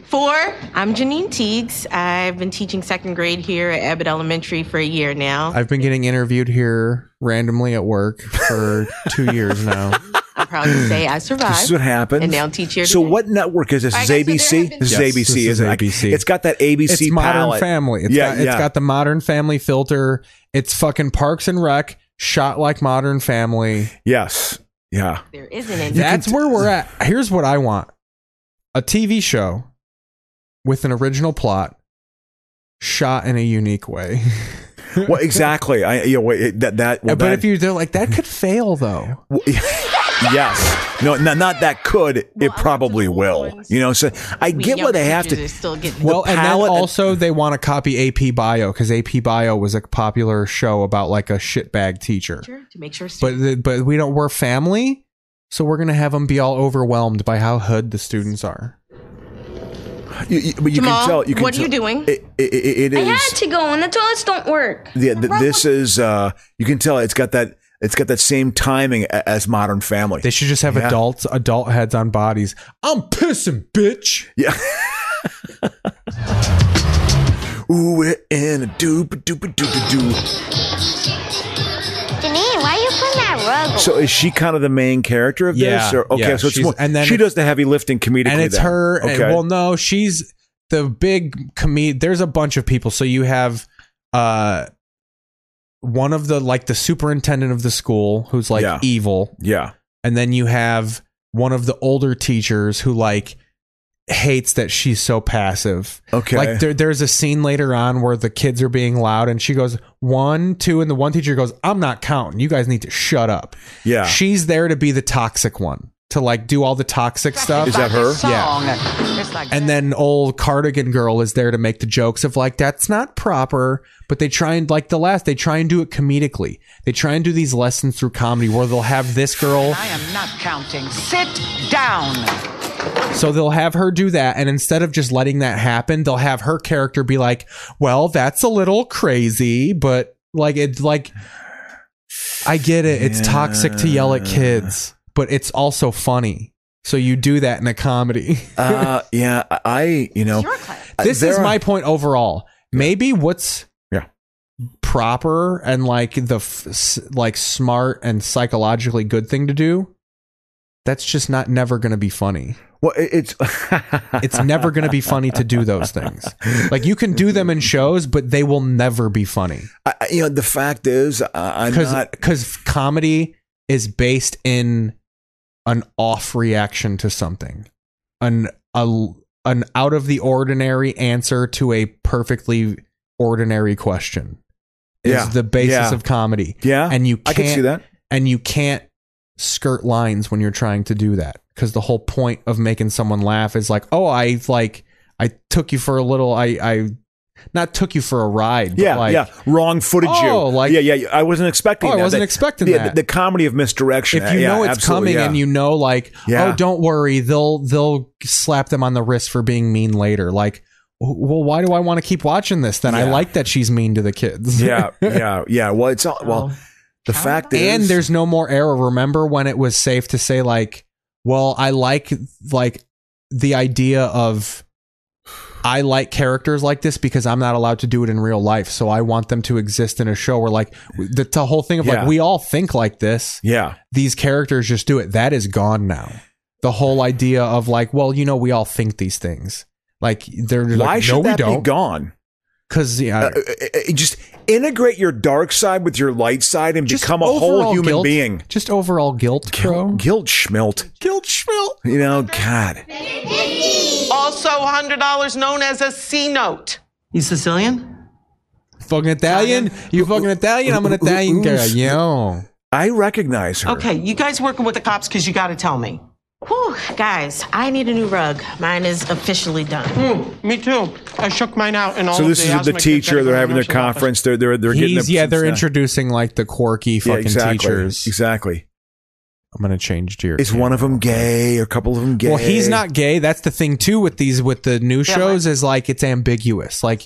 [SPEAKER 14] four. I'm Janine Teagues. I've been teaching second grade here at Abbott Elementary for a year now.
[SPEAKER 2] i've been getting interviewed here randomly at work for two years now
[SPEAKER 14] I'm proud to say I survived.
[SPEAKER 1] This is what happens.
[SPEAKER 14] And now teach here.
[SPEAKER 1] So what network is this? Is ABC? This is
[SPEAKER 2] Yes,
[SPEAKER 1] ABC,
[SPEAKER 2] this is
[SPEAKER 1] isn't
[SPEAKER 2] ABC.
[SPEAKER 1] it? It's got that ABC
[SPEAKER 2] it's Modern
[SPEAKER 1] palette.
[SPEAKER 2] Family. It's
[SPEAKER 1] yeah,
[SPEAKER 2] got, it's
[SPEAKER 1] yeah.
[SPEAKER 2] got the Modern Family filter. It's fucking Parks and Rec shot like Modern Family.
[SPEAKER 1] Yes. Yeah.
[SPEAKER 14] There isn't any.
[SPEAKER 2] That's where we're at. Here's what I want: a TV show with an original plot, shot in a unique way.
[SPEAKER 1] well, exactly. I you know wait, it- that that. Well,
[SPEAKER 2] but
[SPEAKER 1] that-
[SPEAKER 2] if you they're like that could fail though.
[SPEAKER 1] yes, no, no, not that could. it probably will. You know. So I get why they have to.
[SPEAKER 2] well,
[SPEAKER 1] the
[SPEAKER 2] and then
[SPEAKER 1] palette-
[SPEAKER 2] also they want to copy AP Bio because AP Bio was a popular show about like a shitbag teacher.
[SPEAKER 14] to make sure
[SPEAKER 2] but the, but we don't we're family so we're gonna have them be all overwhelmed by how hood the students are
[SPEAKER 1] you, you- but you
[SPEAKER 14] Jamal,
[SPEAKER 1] can tell. You can
[SPEAKER 14] what are you
[SPEAKER 1] tell-
[SPEAKER 14] doing?
[SPEAKER 1] It, it, it- it
[SPEAKER 13] I
[SPEAKER 1] is.
[SPEAKER 13] had to go, and the toilets don't work.
[SPEAKER 1] Yeah, th- this is. uh You can tell it's got that. It's got that same timing a- as Modern Family.
[SPEAKER 2] they should just have
[SPEAKER 1] Yeah.
[SPEAKER 2] adults adult heads on bodies i'm pissing bitch
[SPEAKER 1] yeah Ooh, we're in a doop doop doop doop.
[SPEAKER 13] Janine, why are you putting that rug
[SPEAKER 1] Oh. So is she kind of the main character of this?
[SPEAKER 2] Yeah,
[SPEAKER 1] Or, okay,
[SPEAKER 2] yeah,
[SPEAKER 1] so it's
[SPEAKER 2] she's-
[SPEAKER 1] more,
[SPEAKER 2] and then
[SPEAKER 1] she
[SPEAKER 2] it's-
[SPEAKER 1] does the heavy lifting comedically.
[SPEAKER 2] and it's
[SPEAKER 1] then.
[SPEAKER 2] her and-
[SPEAKER 1] Okay.
[SPEAKER 2] well no she's the big comedian there's a bunch of people so you have uh one of the like the superintendent of the school who's like
[SPEAKER 1] Yeah.
[SPEAKER 2] evil
[SPEAKER 1] yeah
[SPEAKER 2] and then you have one of the older teachers who like hates that she's so passive.
[SPEAKER 1] Okay.
[SPEAKER 2] Like there, there's a scene later on where the kids are being loud and she goes one, two, and the one teacher goes, I'm not counting. You guys need to shut up.
[SPEAKER 1] Yeah.
[SPEAKER 2] She's there to be the toxic one, to like do all the toxic stuff.
[SPEAKER 1] Is that her?
[SPEAKER 2] Yeah.
[SPEAKER 3] It's like
[SPEAKER 2] And then old cardigan girl is there to make the jokes of like that's not proper, but they try and like the last they try and do it comedically. They try and do these lessons through comedy where they'll have this girl
[SPEAKER 3] I am not counting. Sit down.
[SPEAKER 2] so they'll have her do that, and instead of just letting that happen, they'll have her character be like, "Well, that's a little crazy, but like it's like I get it. It's toxic to yell at kids, but it's also funny. So you do that in a comedy.
[SPEAKER 1] Uh, yeah, I you know
[SPEAKER 2] this
[SPEAKER 1] there
[SPEAKER 2] is
[SPEAKER 1] are-
[SPEAKER 2] my point overall. Maybe what's
[SPEAKER 1] yeah
[SPEAKER 2] proper and like the f- s- like smart and psychologically good thing to do. That's just not never going to be funny.
[SPEAKER 1] Well, it's
[SPEAKER 2] it's never going to be funny to do those things. Like you can do them in shows, but they will never be funny
[SPEAKER 1] I, I- you know the fact is I, I'm
[SPEAKER 2] because
[SPEAKER 1] not
[SPEAKER 2] because comedy is based in an off reaction to something, an a, an out of the ordinary answer to a perfectly ordinary question. Is
[SPEAKER 1] Yeah.
[SPEAKER 2] the basis
[SPEAKER 1] Yeah.
[SPEAKER 2] of comedy.
[SPEAKER 1] Yeah.
[SPEAKER 2] and you
[SPEAKER 1] I
[SPEAKER 2] can't,
[SPEAKER 1] can see that.
[SPEAKER 2] and you can't skirt lines when you're trying to do that because the whole point of making someone laugh is like, oh, I like I took you for a little, I I. Not took you for a ride. But
[SPEAKER 1] yeah,
[SPEAKER 2] like,
[SPEAKER 1] yeah. Wrong footage.
[SPEAKER 2] Oh,
[SPEAKER 1] you.
[SPEAKER 2] like-
[SPEAKER 1] yeah, yeah. I wasn't expecting.
[SPEAKER 2] Oh, I
[SPEAKER 1] that.
[SPEAKER 2] wasn't
[SPEAKER 1] That-
[SPEAKER 2] expecting
[SPEAKER 1] yeah,
[SPEAKER 2] that.
[SPEAKER 1] The, the comedy of misdirection.
[SPEAKER 2] if you
[SPEAKER 1] Yeah,
[SPEAKER 2] know it's
[SPEAKER 1] absolutely,
[SPEAKER 2] coming
[SPEAKER 1] yeah.
[SPEAKER 2] and you know like
[SPEAKER 1] Yeah.
[SPEAKER 2] oh don't worry they'll they'll slap them on the wrist for being mean later like w- well why do i want to keep watching this then i
[SPEAKER 1] Yeah.
[SPEAKER 2] like that she's mean to the kids
[SPEAKER 1] yeah, yeah, yeah. Well, it's all, well. The fact is,
[SPEAKER 2] and there's no more error remember when it was safe to say like well i like like the idea of I like characters like this because I'm not allowed to do it in real life. So I want them to exist in a show where, like, the, the whole thing of
[SPEAKER 1] Yeah.
[SPEAKER 2] like, we all think like this.
[SPEAKER 1] Yeah.
[SPEAKER 2] These characters just do it. That is gone now. The whole idea of like, well, you know, we all think these things. Like, they're like,
[SPEAKER 1] why
[SPEAKER 2] no,
[SPEAKER 1] should
[SPEAKER 2] we
[SPEAKER 1] that
[SPEAKER 2] don't.
[SPEAKER 1] be gone? Uh,
[SPEAKER 2] Because yeah,
[SPEAKER 1] just integrate your dark side with your light side and become a whole
[SPEAKER 2] overall
[SPEAKER 1] human
[SPEAKER 2] guilt.
[SPEAKER 1] being.
[SPEAKER 2] Just overall guilt, bro.
[SPEAKER 1] Guilt schmilt.
[SPEAKER 2] Guilt schmilt.
[SPEAKER 1] You know, God.
[SPEAKER 3] Also, $100 known as a C note.
[SPEAKER 2] You Sicilian? Fucking Italian? You fucking Italian? I'm an Italian girl. Yo.
[SPEAKER 1] I recognize her.
[SPEAKER 14] Okay, you guys working with the cops because you got to tell me. Whew, guys, I need a new rug. Mine is officially done. Hmm,
[SPEAKER 21] Me too. I shook mine out and all.
[SPEAKER 1] So
[SPEAKER 21] of
[SPEAKER 1] this
[SPEAKER 21] the
[SPEAKER 1] is the
[SPEAKER 21] asthma kids that
[SPEAKER 1] teacher.
[SPEAKER 21] are
[SPEAKER 1] They're
[SPEAKER 21] going
[SPEAKER 1] having
[SPEAKER 21] to
[SPEAKER 1] their
[SPEAKER 21] nursing office.
[SPEAKER 1] conference. They're they're they're getting.
[SPEAKER 2] He's-
[SPEAKER 1] up
[SPEAKER 2] yeah,
[SPEAKER 1] some
[SPEAKER 2] they're
[SPEAKER 1] stuff.
[SPEAKER 2] introducing like the quirky
[SPEAKER 1] Yeah,
[SPEAKER 2] fucking
[SPEAKER 1] exactly,
[SPEAKER 2] teachers.
[SPEAKER 1] Exactly.
[SPEAKER 2] I'm gonna change to your.
[SPEAKER 1] Is one of them gay? Or a couple of them gay?
[SPEAKER 2] Well, he's not gay. That's the thing too with these with the new shows is like it's ambiguous. Like,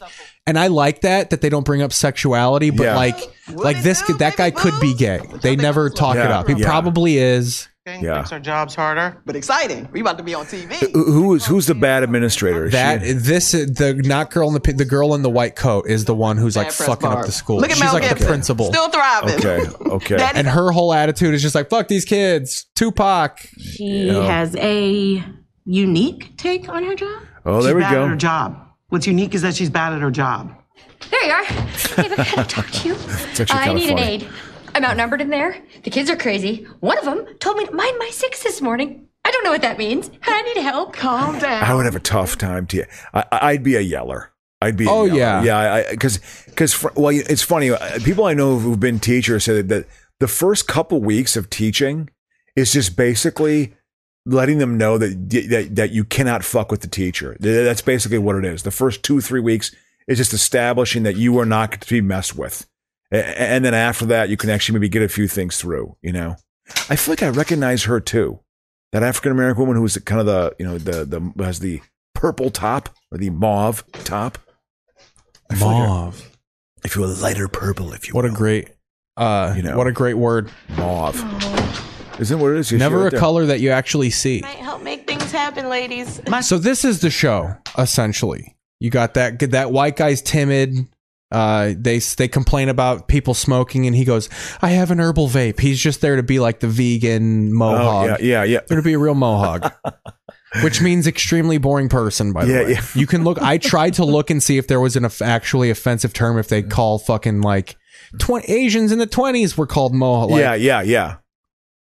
[SPEAKER 2] and I like that that they don't bring up sexuality, but
[SPEAKER 1] Yeah.
[SPEAKER 2] like like this could, that guy could be gay. They never talk it
[SPEAKER 1] Yeah,
[SPEAKER 2] up. He
[SPEAKER 1] yeah.
[SPEAKER 2] probably is.
[SPEAKER 1] Yeah.
[SPEAKER 21] Makes our jobs harder, but exciting. We about to be on TV.
[SPEAKER 1] Who- Who is who's the bad administrator? Is
[SPEAKER 2] That
[SPEAKER 1] she-
[SPEAKER 2] this uh, the not girl in the pi- the girl in the white coat is the one who's like
[SPEAKER 21] Bad press
[SPEAKER 2] fucking up
[SPEAKER 21] bar.
[SPEAKER 2] the school.
[SPEAKER 21] Look at
[SPEAKER 2] She's
[SPEAKER 21] Mel
[SPEAKER 2] like the
[SPEAKER 21] Gibson.
[SPEAKER 2] principal.
[SPEAKER 21] Still thriving.
[SPEAKER 1] Okay. Okay.
[SPEAKER 21] That
[SPEAKER 2] and her whole attitude is just like fuck these kids. Tupac.
[SPEAKER 14] She has a unique take on her job.
[SPEAKER 1] Oh,
[SPEAKER 21] She's
[SPEAKER 1] there we
[SPEAKER 21] bad
[SPEAKER 1] go.
[SPEAKER 21] At her job. What's unique is that she's bad at her job.
[SPEAKER 9] There you are. Hey, look, I gotta talk to you.
[SPEAKER 21] It's actually
[SPEAKER 9] I
[SPEAKER 21] kinda
[SPEAKER 9] need an
[SPEAKER 21] funny.
[SPEAKER 9] aid. I'm outnumbered in there. The kids are crazy. One of them told me to mind my six this morning. I don't know what that means. I need help. Calm down.
[SPEAKER 1] I would have a tough time to. I, I- I'd be a yeller. I'd be. a
[SPEAKER 2] Oh,
[SPEAKER 1] yeller.
[SPEAKER 2] yeah.
[SPEAKER 1] yeah. Because because fr- well, it's funny. uh, People I know who've been teachers say that, that the first couple weeks of teaching is just basically letting them know that that that you cannot fuck with the teacher. Th- That's basically what it is. The first two three weeks is just establishing that you are not to be messed with, A- a- and then after that you can actually maybe get a few things through. You know, I feel like I recognize her too that African American woman who was kind of the you know the the has the purple top or the mauve top. I feel like I- if you a lighter purple, if you
[SPEAKER 2] What a great uh
[SPEAKER 1] You know.
[SPEAKER 2] what a great word.
[SPEAKER 1] Mauve. Isn't what it is. You see
[SPEAKER 2] Never
[SPEAKER 1] right
[SPEAKER 2] a
[SPEAKER 1] there.
[SPEAKER 2] color that you actually see.
[SPEAKER 14] Might help make things happen, ladies.
[SPEAKER 2] So this is the show essentially. You got that that white guy's timid. Uh, they they complain about people smoking, and he goes, "I have an herbal vape." He's just there to be like the
[SPEAKER 1] Oh,
[SPEAKER 2] vegan mohawk.
[SPEAKER 1] yeah, yeah, yeah.
[SPEAKER 2] There to be a real mohawk, which means extremely boring person. By the
[SPEAKER 1] Yeah,
[SPEAKER 2] way,
[SPEAKER 1] yeah.
[SPEAKER 2] you can look. I tried to look and see if there was an off- actually offensive term if they call fucking like twenty Asians in the twenties were called mohawk. Like,
[SPEAKER 1] yeah, yeah, yeah.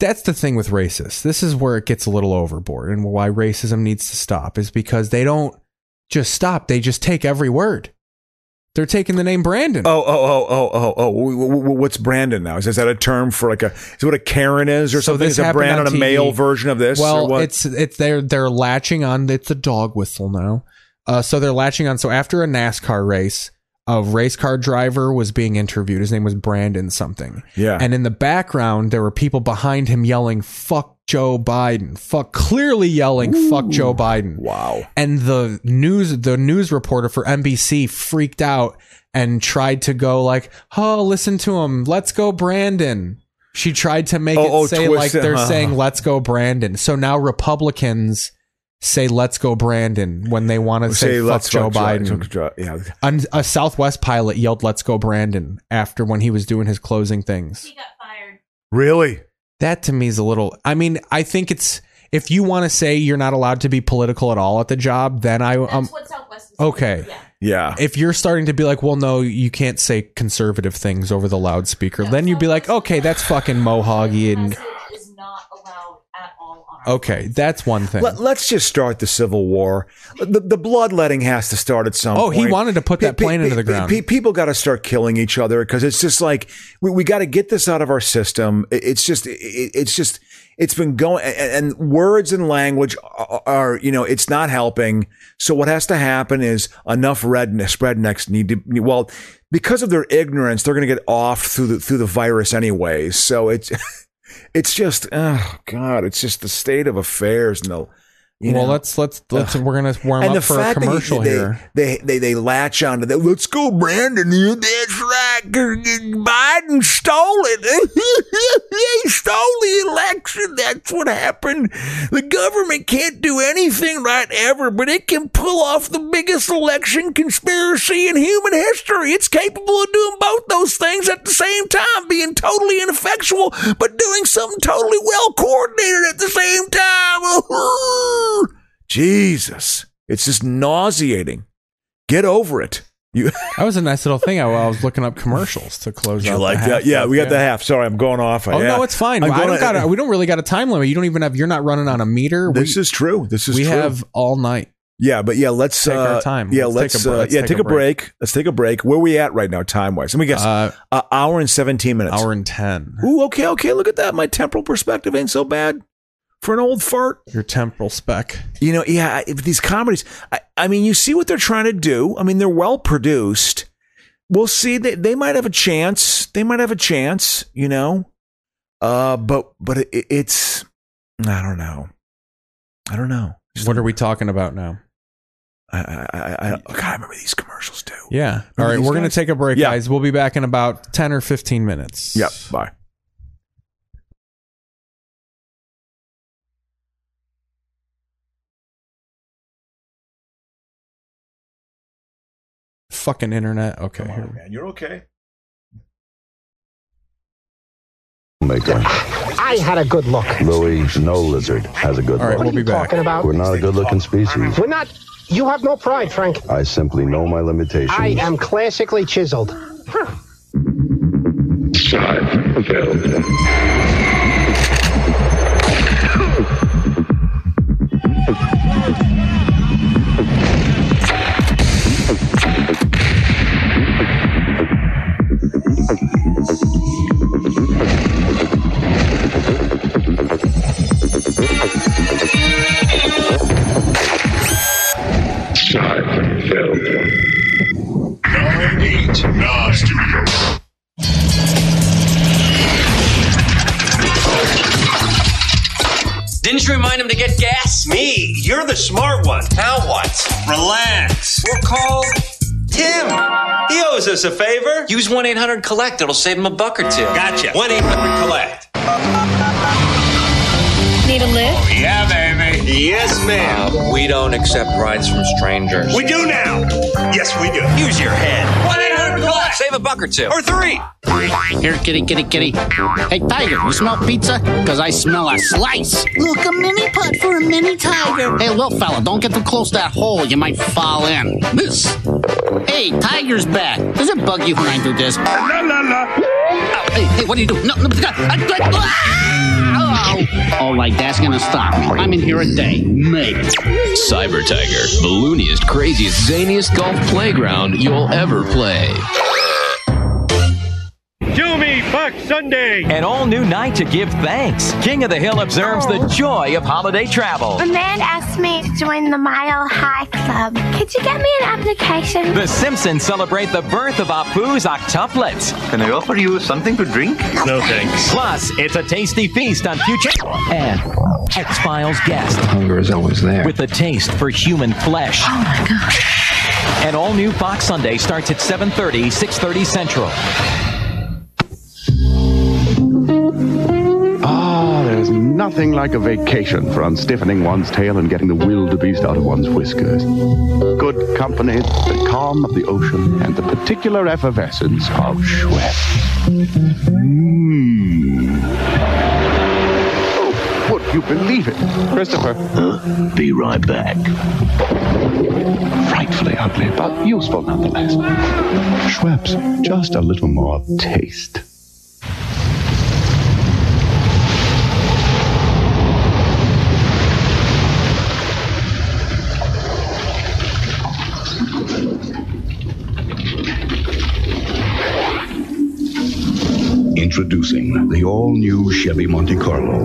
[SPEAKER 2] that's the thing with racists. This is where it gets a little overboard and why racism needs to stop is because they don't just stop, they just take every word. They're taking the name Brandon.
[SPEAKER 1] Oh, oh, oh, oh, oh, oh. W- w- w- What's Brandon now? Is, is that a term for like a, is it what a Karen is or something? Is a
[SPEAKER 2] happened
[SPEAKER 1] Brandon a male
[SPEAKER 2] TV.
[SPEAKER 1] version of this?
[SPEAKER 2] Well,
[SPEAKER 1] or what?
[SPEAKER 2] it's it's they're they're latching on. It's a dog whistle now. Uh, so they're latching on. So after a NASCAR race, a race car driver was being interviewed. His name was Brandon something.
[SPEAKER 1] Yeah.
[SPEAKER 2] And in the background, there were people behind him yelling "fuck Joe Biden," "fuck," clearly yelling "fuck Joe Biden."
[SPEAKER 1] Wow.
[SPEAKER 2] And the news the news reporter for NBC freaked out and tried to go like, "Oh, listen to him. Let's go, Brandon." She tried to make it
[SPEAKER 1] Oh, oh,
[SPEAKER 2] say
[SPEAKER 1] twist
[SPEAKER 2] like
[SPEAKER 1] it,
[SPEAKER 2] they're
[SPEAKER 1] huh,
[SPEAKER 2] saying
[SPEAKER 1] huh.
[SPEAKER 2] "Let's go, Brandon." So now Republicans say "Let's go, Brandon" when they want to say, "Fuck
[SPEAKER 1] let's
[SPEAKER 2] Joe
[SPEAKER 1] fuck
[SPEAKER 2] Biden."
[SPEAKER 1] Joe- yeah.
[SPEAKER 2] An- a Southwest pilot yelled, "Let's go, Brandon!" After when he was doing his closing things.
[SPEAKER 1] Really?
[SPEAKER 2] That to me is a little. I mean, I think it's if you want to say you're not allowed to be political at all at the job, then I um. okay.
[SPEAKER 1] Yeah.
[SPEAKER 2] If you're starting to be like, well, no, you can't say conservative things over the loudspeaker, then you'd be like, okay, that's fucking mohoggy and. Okay, that's one thing.
[SPEAKER 1] Let, us just start the Civil War. The, the bloodletting has to start at some
[SPEAKER 2] Oh,
[SPEAKER 1] point.
[SPEAKER 2] he wanted to put that plane into the ground.
[SPEAKER 1] pe- people got to start killing each other because it's just like we, we got to get this out of our system. It- it's just, it, it's just, it's been going, and, and words and language are, are, you know, it's not helping. So what has to happen is enough redness, rednecks need to, well, because of their ignorance, they're going to get off through the through the virus anyways. So it's, it's just, oh god, it's just the state of affairs. No. You
[SPEAKER 2] well,
[SPEAKER 1] know?
[SPEAKER 2] let's let's let's we're gonna warm up for a
[SPEAKER 1] fact that he-
[SPEAKER 2] commercial
[SPEAKER 1] they,
[SPEAKER 2] here.
[SPEAKER 1] They, they they latch onto that. Let's go, Brandon. Yeah, That's right. Biden stole it. he stole the election. That's what happened. The government can't do anything right ever, but it can pull off the biggest election conspiracy in human history. It's capable of doing both those things at the same time, being totally ineffectual, but doing something totally well coordinated at the same time. Jesus. It's just nauseating. Get over it. You
[SPEAKER 2] That was a nice little thing. I, I was looking up commercials to close.
[SPEAKER 1] you
[SPEAKER 2] out the
[SPEAKER 1] like
[SPEAKER 2] half
[SPEAKER 1] that? Yeah,
[SPEAKER 2] of-
[SPEAKER 1] we got the half. Sorry, I'm going off.
[SPEAKER 2] Oh
[SPEAKER 1] Yeah.
[SPEAKER 2] no, it's fine.
[SPEAKER 1] I'm
[SPEAKER 2] I
[SPEAKER 1] going-
[SPEAKER 2] don't got. We don't really got a time limit. You don't even have. You're not running on a meter.
[SPEAKER 1] This is true. This is
[SPEAKER 2] we
[SPEAKER 1] true.
[SPEAKER 2] have all night.
[SPEAKER 1] Yeah, but yeah, let's
[SPEAKER 2] Take our
[SPEAKER 1] uh,
[SPEAKER 2] time.
[SPEAKER 1] Yeah,
[SPEAKER 2] Let's
[SPEAKER 1] let's,
[SPEAKER 2] take a br-
[SPEAKER 1] uh,
[SPEAKER 2] let's
[SPEAKER 1] yeah
[SPEAKER 2] take
[SPEAKER 1] take,
[SPEAKER 2] a
[SPEAKER 1] a break. Let's take a break. Where we at right now, time wise? Let me guess. Uh, hour and seventeen minutes.
[SPEAKER 2] Hour and ten.
[SPEAKER 1] Ooh, okay, okay. Look at that. My temporal perspective ain't so bad for an old fart.
[SPEAKER 2] Your temporal spec.
[SPEAKER 1] You know, yeah. I- If these comedies, I, I mean, you see what they're trying to do. I mean, they're well produced. We'll see. They they might have a chance. They might have a chance. You know, uh, but but it, it's I don't know. I don't know.
[SPEAKER 2] What are we talking about now?
[SPEAKER 1] I I I, I, God, I remember these commercials too.
[SPEAKER 2] Yeah.
[SPEAKER 1] Remember
[SPEAKER 2] All right,
[SPEAKER 1] these
[SPEAKER 2] we're gonna
[SPEAKER 1] guys?
[SPEAKER 2] take a break,
[SPEAKER 1] Yeah.
[SPEAKER 2] guys. We'll be back in about ten or fifteen minutes.
[SPEAKER 1] Yep. Bye.
[SPEAKER 2] Fucking internet. Okay. here we-
[SPEAKER 1] man, you're okay.
[SPEAKER 11] Maker.
[SPEAKER 3] I had a good look.
[SPEAKER 11] uh, Louis, no lizard has a good
[SPEAKER 3] All right,
[SPEAKER 11] look.
[SPEAKER 3] we'll be What are you back. talking about?
[SPEAKER 11] We're not a good looking species.
[SPEAKER 3] We're not. You have no pride, Frank.
[SPEAKER 11] I simply know my limitations.
[SPEAKER 3] I am classically chiseled.
[SPEAKER 15] Didn't you remind him to get gas?
[SPEAKER 7] Me, you're the smart one. Now what? Relax. We're called Tim. He owes us a favor.
[SPEAKER 15] Use 1 800 Collect. It'll save him a buck or two.
[SPEAKER 7] Gotcha.
[SPEAKER 15] 1 800 Collect.
[SPEAKER 7] Need a lift? Oh, Yeah, baby. Yes, ma'am.
[SPEAKER 15] we don't accept rides from strangers.
[SPEAKER 7] We do now. Yes, we do. Use your head.
[SPEAKER 15] 1 800 Collect. Save a buck or two.
[SPEAKER 7] Or three.
[SPEAKER 3] Here, kitty, kitty, kitty. Hey, Tiger, you smell pizza? Because I smell a slice.
[SPEAKER 13] Look, a mini putt for a mini tiger.
[SPEAKER 3] Hey, little fella, don't get too close to that hole. You might fall in. This. Hey, Tiger's back. Does it bug you when I do this? La, la, la. Oh, hey, hey, what do you do? No, no. ah, ah, ah, ah.
[SPEAKER 30] All right, that's gonna stop me. I'm in here a day. Mate.
[SPEAKER 31] Cyber Tiger, the looniest, craziest, zaniest golf playground you'll ever play.
[SPEAKER 32] Jimmy Buck Sunday.
[SPEAKER 33] An all new night to give thanks. King of the Hill observes the joy of holiday travel.
[SPEAKER 13] A man asked me to join the Mile High Club. Could you get me an application?
[SPEAKER 33] The Simpsons celebrate the birth of Apu's octuplets. Can I offer you something to drink? No thanks. Plus, it's a tasty feast on future and X Files guest
[SPEAKER 31] Hunger is always there.
[SPEAKER 33] with a taste for human flesh. Oh my gosh. An all new Fox Sunday starts at 7:30, 6:30 Central.
[SPEAKER 11] Ah, there's nothing like a vacation for unstiffening one's tail and getting the wildebeest out of one's whiskers. Good company, the calm of the ocean, and the particular effervescence of Schweppes. Mm. Oh, would you believe it? Christopher. Huh? Be right back. Frightfully ugly, but useful nonetheless. Schweppes, just a little more taste. Introducing the all new Chevy Monte Carlo.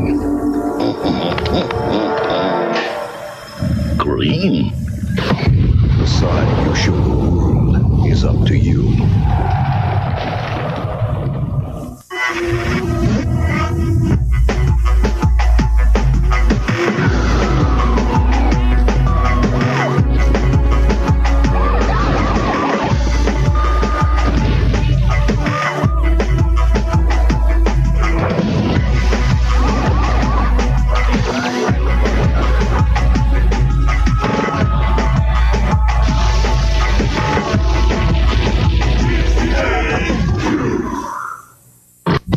[SPEAKER 11] Green. The side you show the world is up to you.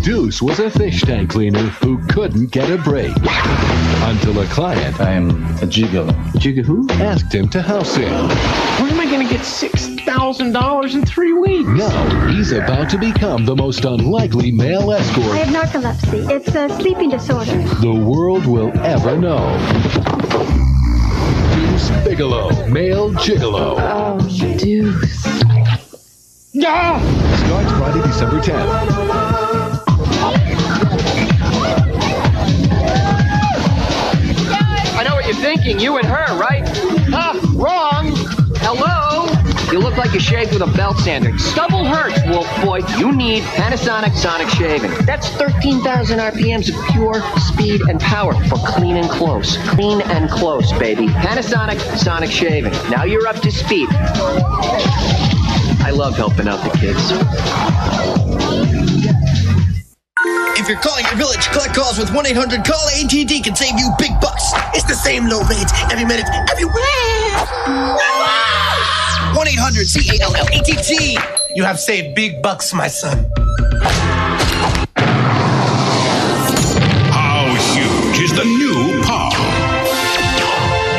[SPEAKER 31] Deuce was a fish tank cleaner who couldn't get a break until a client, I'm a gigolo, gigolo, asked him to house him.
[SPEAKER 34] Where am I going to get $6,000 in three weeks?
[SPEAKER 31] Now he's about to become the most unlikely male
[SPEAKER 13] I
[SPEAKER 31] escort
[SPEAKER 13] have narcolepsy. It's a sleeping disorder.
[SPEAKER 31] the world will ever know. Deuce Bigelow, male gigolo.
[SPEAKER 13] Oh, deuce.
[SPEAKER 31] Starts Friday, December 10th.
[SPEAKER 5] I know what you're thinking. You and her, right? Huh? Wrong. Hello. You look like you shaved with a belt sander. Stubble hurts, wolf boy. You need Panasonic Sonic Shaving. That's 13,000 RPMs of pure speed and power for clean and close. Clean and close, baby. Panasonic Sonic Shaving. Now you're up to speed. I love helping out the kids.
[SPEAKER 35] If you're calling your village, collect calls with 1 800 Call ATD can save you big bucks. It's the same low rates every minute, everywhere. 1 800 C A L L A T T.
[SPEAKER 2] You have saved big bucks, my son.
[SPEAKER 36] How huge is the new paw?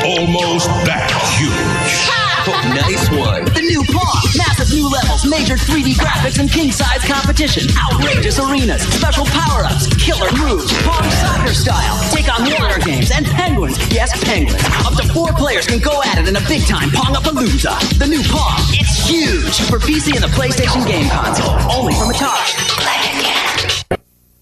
[SPEAKER 36] Almost that huge.
[SPEAKER 35] Oh, nice one.
[SPEAKER 2] The new paw. Massive new levels, major 3D graphics, and king size competition. Outrageous arenas, special power ups, killer moves, farm soccer style. Take on water games and penguins. Yes, penguins. Up to four players can go at it in a big time Pong Palooza. The new paw. It's huge for PC and the PlayStation game console. Only from Atari.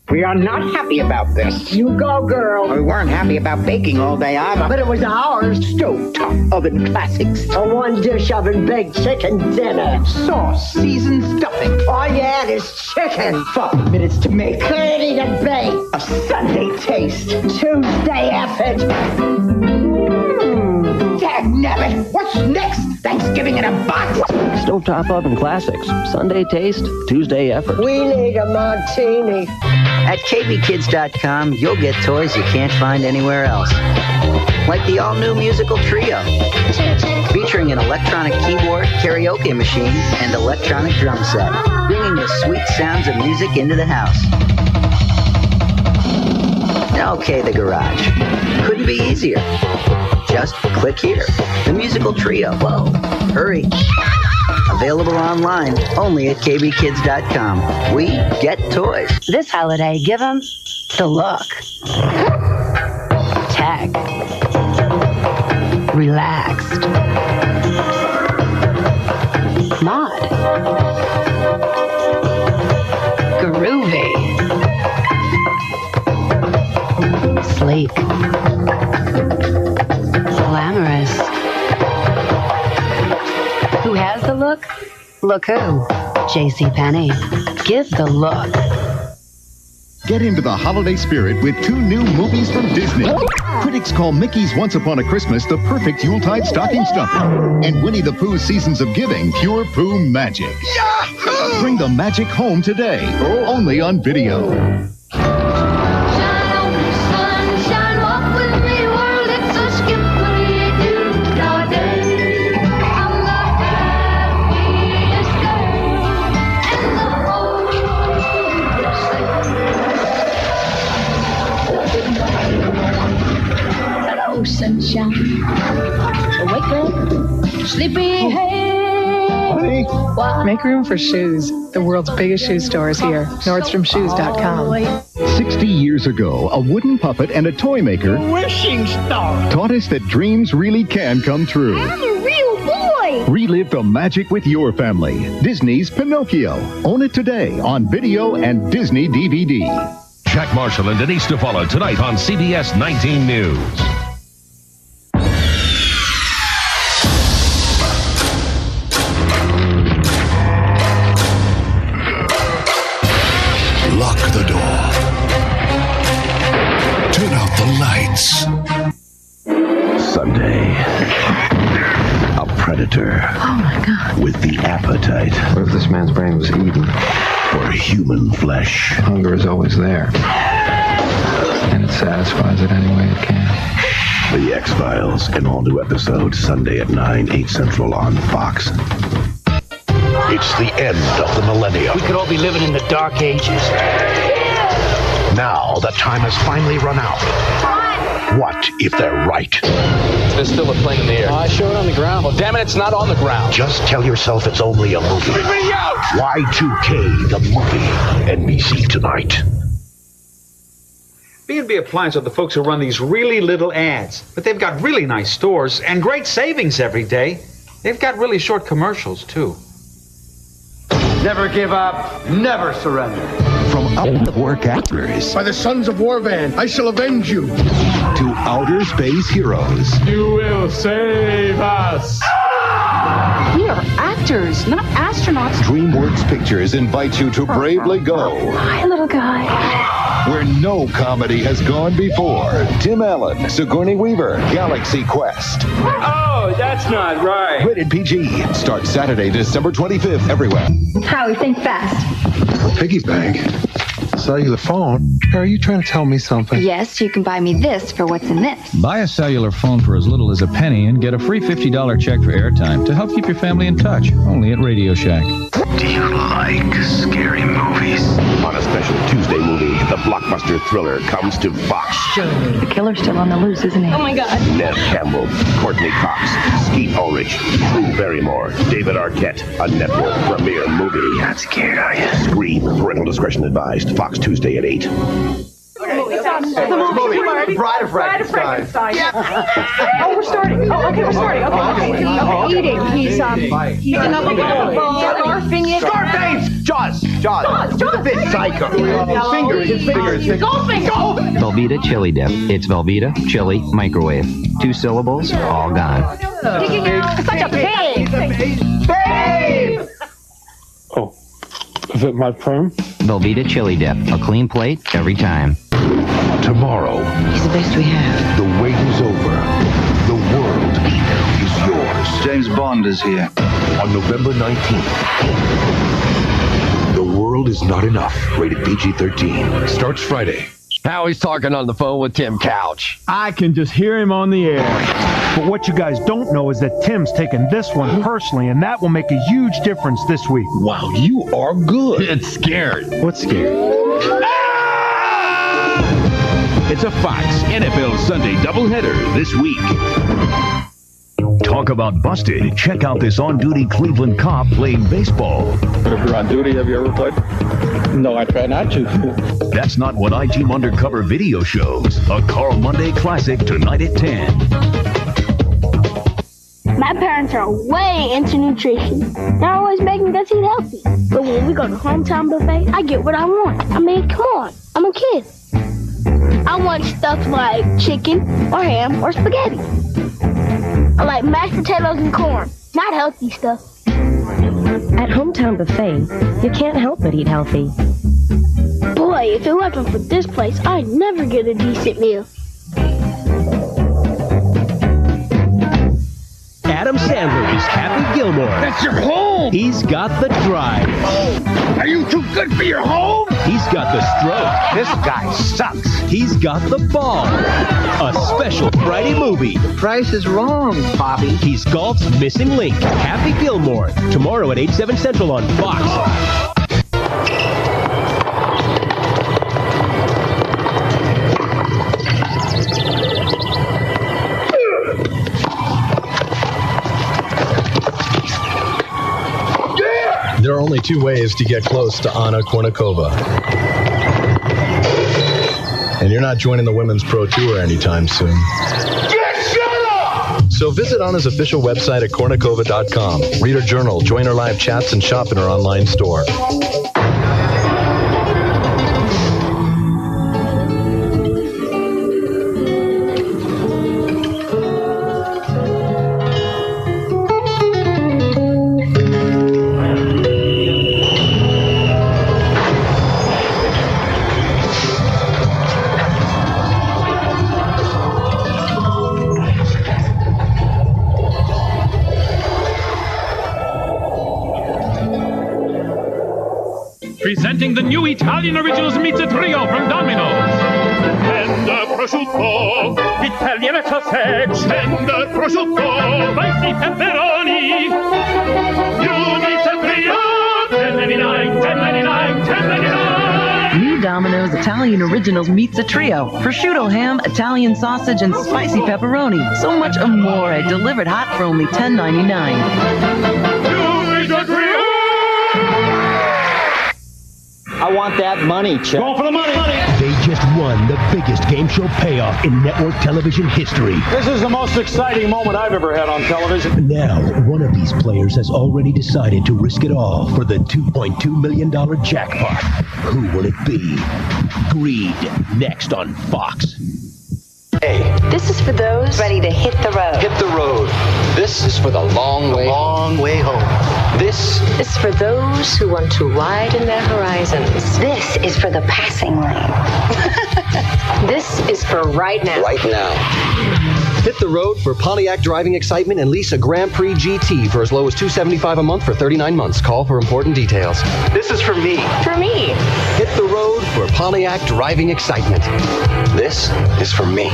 [SPEAKER 3] We are not happy about this. You go, girl. We weren't happy about baking all day either, but it was ours. Stovetop oven classics. A one dish oven baked chicken dinner. Sauce, seasoned stuffing. All you had is chicken. Five minutes to make. Thirty to bake. A Sunday taste. Tuesday effort. Mm. Dagnabbit. What's next? Thanksgiving in a box?
[SPEAKER 5] Stovetop Oven Classics. Sunday taste, Tuesday effort.
[SPEAKER 3] We need a martini.
[SPEAKER 7] At kvkids.com, you'll get toys you can't find anywhere else. Like the all new musical trio, featuring an electronic keyboard, karaoke machine, and electronic drum set, bringing the sweet sounds of music into the house. Okay, the garage. Couldn't be easier. Just click here. The musical trio. Whoa, hurry. Available online only at kvkids.com. We get toys.
[SPEAKER 37] This holiday, give them the look.
[SPEAKER 7] back, relaxed, mod, groovy, sleek, glamorous. Who has the look? Look who? JC Penney. Give the look.
[SPEAKER 5] Get into the holiday spirit with two new movies from Disney. Critics call Mickey's Once Upon a Christmas the perfect Yuletide stocking stuffer, and Winnie the Pooh's Seasons of Giving pure poo magic. Bring the magic home today, only on video.
[SPEAKER 7] Sunshine, walk with me, world, it's a skip Hello, sunshine. Wake up, sleepy head.
[SPEAKER 38] Make room for shoes. The world's biggest shoe store is here. NordstromShoes.com.
[SPEAKER 5] 60 years ago, a wooden puppet and a toy maker
[SPEAKER 38] Wishing star.
[SPEAKER 5] taught us that dreams really can come true.
[SPEAKER 38] a real boy.
[SPEAKER 5] Relive the magic with your family. Disney's Pinocchio. Own it today on video and Disney DVD.
[SPEAKER 11] Jack Marshall and Denise DeFallo tonight on CBS 19 News. Lock the door. Turn out the lights.
[SPEAKER 9] Sunday. A predator. Oh my god. With the appetite. What if this man's brain was eaten? For human flesh. Hunger is always there. And it satisfies it any way it can. The X Files, an all new episode Sunday at 9, 8 Central on Fox.
[SPEAKER 11] It's the end of the millennium.
[SPEAKER 4] We could all be living in the dark ages.
[SPEAKER 11] Now the time has finally run out. What if they're right?
[SPEAKER 4] There's still a plane in the air. I show it on the ground. Well, damn it, it's not on the ground.
[SPEAKER 11] Just tell yourself it's only a movie. Y2K, the movie. NBC tonight.
[SPEAKER 39] B&B Appliance are the folks who run these really little ads, but they've got really nice stores and great savings every day. They've got really short commercials, too.
[SPEAKER 3] Never give up, never surrender. From
[SPEAKER 11] Work actors
[SPEAKER 3] by the sons of Warvan, I shall avenge you.
[SPEAKER 11] to outer space heroes.
[SPEAKER 3] You will save us.
[SPEAKER 7] We are actors, not astronauts.
[SPEAKER 11] DreamWorks Pictures invites you to bravely go
[SPEAKER 7] Hi, little guy.
[SPEAKER 11] where no comedy has gone before. Tim Allen, Sigourney Weaver, Galaxy Quest.
[SPEAKER 4] Oh, that's not right.
[SPEAKER 11] Rated PG. Starts Saturday, December 25th, everywhere.
[SPEAKER 7] Howie, think fast.
[SPEAKER 9] Piggy bank. Cellular phone. Are you trying to tell me something?
[SPEAKER 7] Yes, you can buy me this for what's in this.
[SPEAKER 21] Buy a cellular phone for as little as a penny and get a free $50 check for airtime to help keep your family in touch. Only at Radio Shack.
[SPEAKER 9] Do you like scary movies?
[SPEAKER 11] On a special Tuesday movie, the blockbuster thriller comes to Fox.
[SPEAKER 7] The killer's still on the loose, isn't he? Oh my god.
[SPEAKER 11] Nev Campbell, Courtney Cox, Skeet Ulrich, Drew Barrymore, David Arquette. A network premiere movie. You're not scared, are you? Scream. Parental discretion advised. Fox Tuesday at 8.
[SPEAKER 3] The movie, Bride of Frankenstein. Yeah. oh, we're starting. Oh, okay, we're starting. Okay, okay.
[SPEAKER 40] He's eating. He's um, picking up a ball, scarfing it.
[SPEAKER 3] Scarface! Jaws! Jaws! Jaws! This psycho. His finger, his finger, his finger.
[SPEAKER 40] Golfing. Golfing.
[SPEAKER 21] Velveeta Chili Dip. It's Velveeta Chili Microwave. Two syllables, all gone.
[SPEAKER 40] Digging out. Such a pig.
[SPEAKER 3] Babe!
[SPEAKER 21] Is it my perm? Velveeta Chili Dip. A clean plate every time.
[SPEAKER 9] Tomorrow.
[SPEAKER 21] He's the best we have.
[SPEAKER 9] The wait is over. The world is yours. James Bond is here. On November 19th. The world is not enough. Rated PG 13. Starts Friday.
[SPEAKER 41] Howie's talking on the phone with Tim Couch.
[SPEAKER 1] I can just hear him on the air. But what you guys don't know is that Tim's taking this one personally, and that will make a huge difference this week. Wow, you are good. It's scared. What's scared?
[SPEAKER 11] It's a Fox NFL Sunday doubleheader this week.
[SPEAKER 42] Talk about busted. Check out this on duty Cleveland cop playing baseball. But if you're on duty, have you ever played? No, I try not to. That's not what I Team Undercover video shows. A Carl Monday classic tonight at 10.
[SPEAKER 13] My parents are way into nutrition. They're always making us eat healthy. But when we go to hometown buffet, I get what I want. I mean, come on, I'm a kid. I want stuff like chicken or ham or spaghetti. I like mashed potatoes and corn, not healthy stuff.
[SPEAKER 43] At Hometown Buffet, you can't help but eat healthy.
[SPEAKER 13] Boy, if it wasn't for this place, I'd never get a decent meal.
[SPEAKER 44] Adam Sandler is Happy Gilmore. That's
[SPEAKER 45] your home.
[SPEAKER 44] He's got the drive. Oh,
[SPEAKER 45] are you too good for your home?
[SPEAKER 44] He's got the stroke.
[SPEAKER 45] This guy sucks.
[SPEAKER 44] He's got the ball. A special Friday movie. The
[SPEAKER 45] price is wrong, Bobby.
[SPEAKER 44] He's golf's missing link. Happy Gilmore. Tomorrow at 8, 7 central on Fox.
[SPEAKER 46] There are only two ways to get close to Anna Kournikova. And you're not joining the Women's Pro Tour anytime soon. So visit Anna's official website at Kournikova.com. Read her journal, join her live chats, and shop in her online store.
[SPEAKER 47] Presenting the new Italian Originals Pizza Trio from Domino's.
[SPEAKER 48] Tender prosciutto,
[SPEAKER 47] Italiana sausage,
[SPEAKER 48] tender prosciutto,
[SPEAKER 47] spicy pepperoni.
[SPEAKER 48] new pizza trio, 10.99, 10.99, 10.99.
[SPEAKER 7] New Domino's Italian Originals meets a trio. Prosciutto ham, Italian sausage, and spicy pepperoni. So much amore. Delivered hot for only $10.99.
[SPEAKER 48] New pizza trio.
[SPEAKER 49] I want that money, Chuck.
[SPEAKER 48] Go for the money.
[SPEAKER 42] They just won the biggest game show payoff in network television history.
[SPEAKER 50] This is the most exciting moment I've ever had on television.
[SPEAKER 42] Now, one of these players has already decided to risk it all for the $2.2 million jackpot. Who will it be? Greed, next on Fox.
[SPEAKER 9] This is for those ready to hit the road.
[SPEAKER 3] Hit the road. This is for the long way. Long way home. This
[SPEAKER 9] This is for those who want to widen their horizons.
[SPEAKER 51] This is for the passing lane.
[SPEAKER 9] This is for right now.
[SPEAKER 3] right now. Hit the road for Pontiac driving excitement and lease a Grand Prix GT for as low as 275 a month for 39 months. Call for important details. This is for me.
[SPEAKER 9] For me.
[SPEAKER 3] Hit the road for Pontiac driving excitement. This is for me.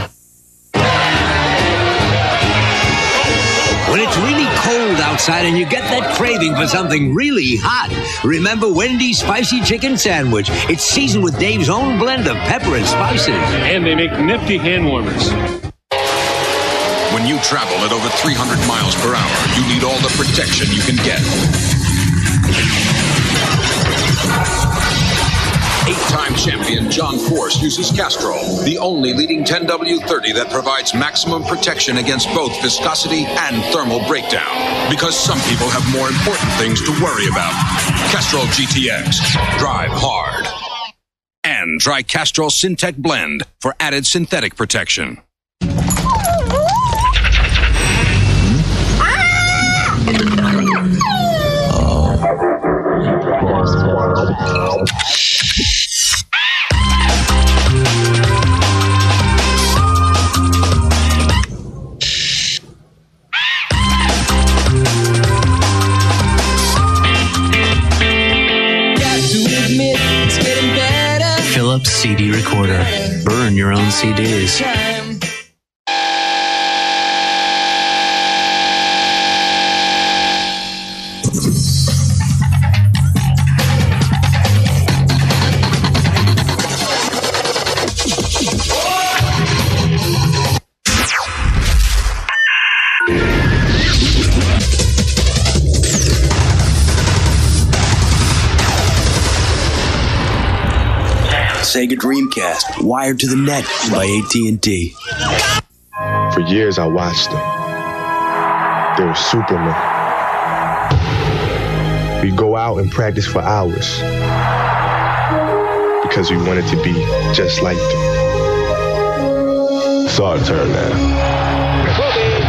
[SPEAKER 52] When it's really cold outside and you get that craving for something really hot, remember Wendy's Spicy Chicken Sandwich. It's seasoned with Dave's own blend of pepper and spices.
[SPEAKER 53] And they make nifty hand warmers.
[SPEAKER 11] When you travel at over 300 miles per hour, you need all the protection you can get. Eight-time champion John Force uses Castrol, the only leading 10W30 that provides maximum protection against both viscosity and thermal breakdown. Because some people have more important things to worry about. Castrol GTX. Drive hard. And try Castrol Syntec Blend for added synthetic protection.
[SPEAKER 5] Got to admit, it's getting better.
[SPEAKER 54] Philips CD recorder. Burn your own CDs.
[SPEAKER 5] Time.
[SPEAKER 55] Sega Dreamcast, wired to the net by AT&T.
[SPEAKER 56] For years, I watched them. They were supermen. We'd go out and practice for hours because we wanted to be just like them.
[SPEAKER 57] It's our turn now.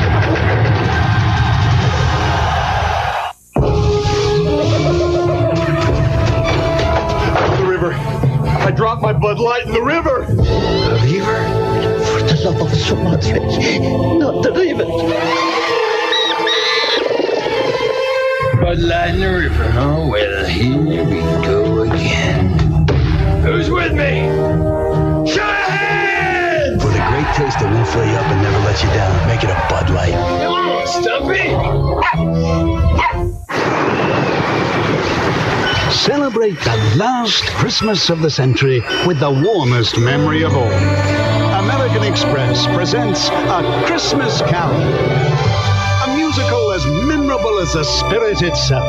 [SPEAKER 56] I dropped my Bud Light in the river.
[SPEAKER 58] The river? For the love of so much, not the river.
[SPEAKER 59] Bud Light in the river. Oh well, here we go again.
[SPEAKER 56] Who's with me? Show your hands!
[SPEAKER 55] For the great taste that will fill you up and never let you down, make it a Bud Light.
[SPEAKER 56] Come on, Stumpy!
[SPEAKER 60] Celebrate the last Christmas of the century with the warmest memory of all. American Express presents A Christmas Carol, a musical as memorable as the spirit itself.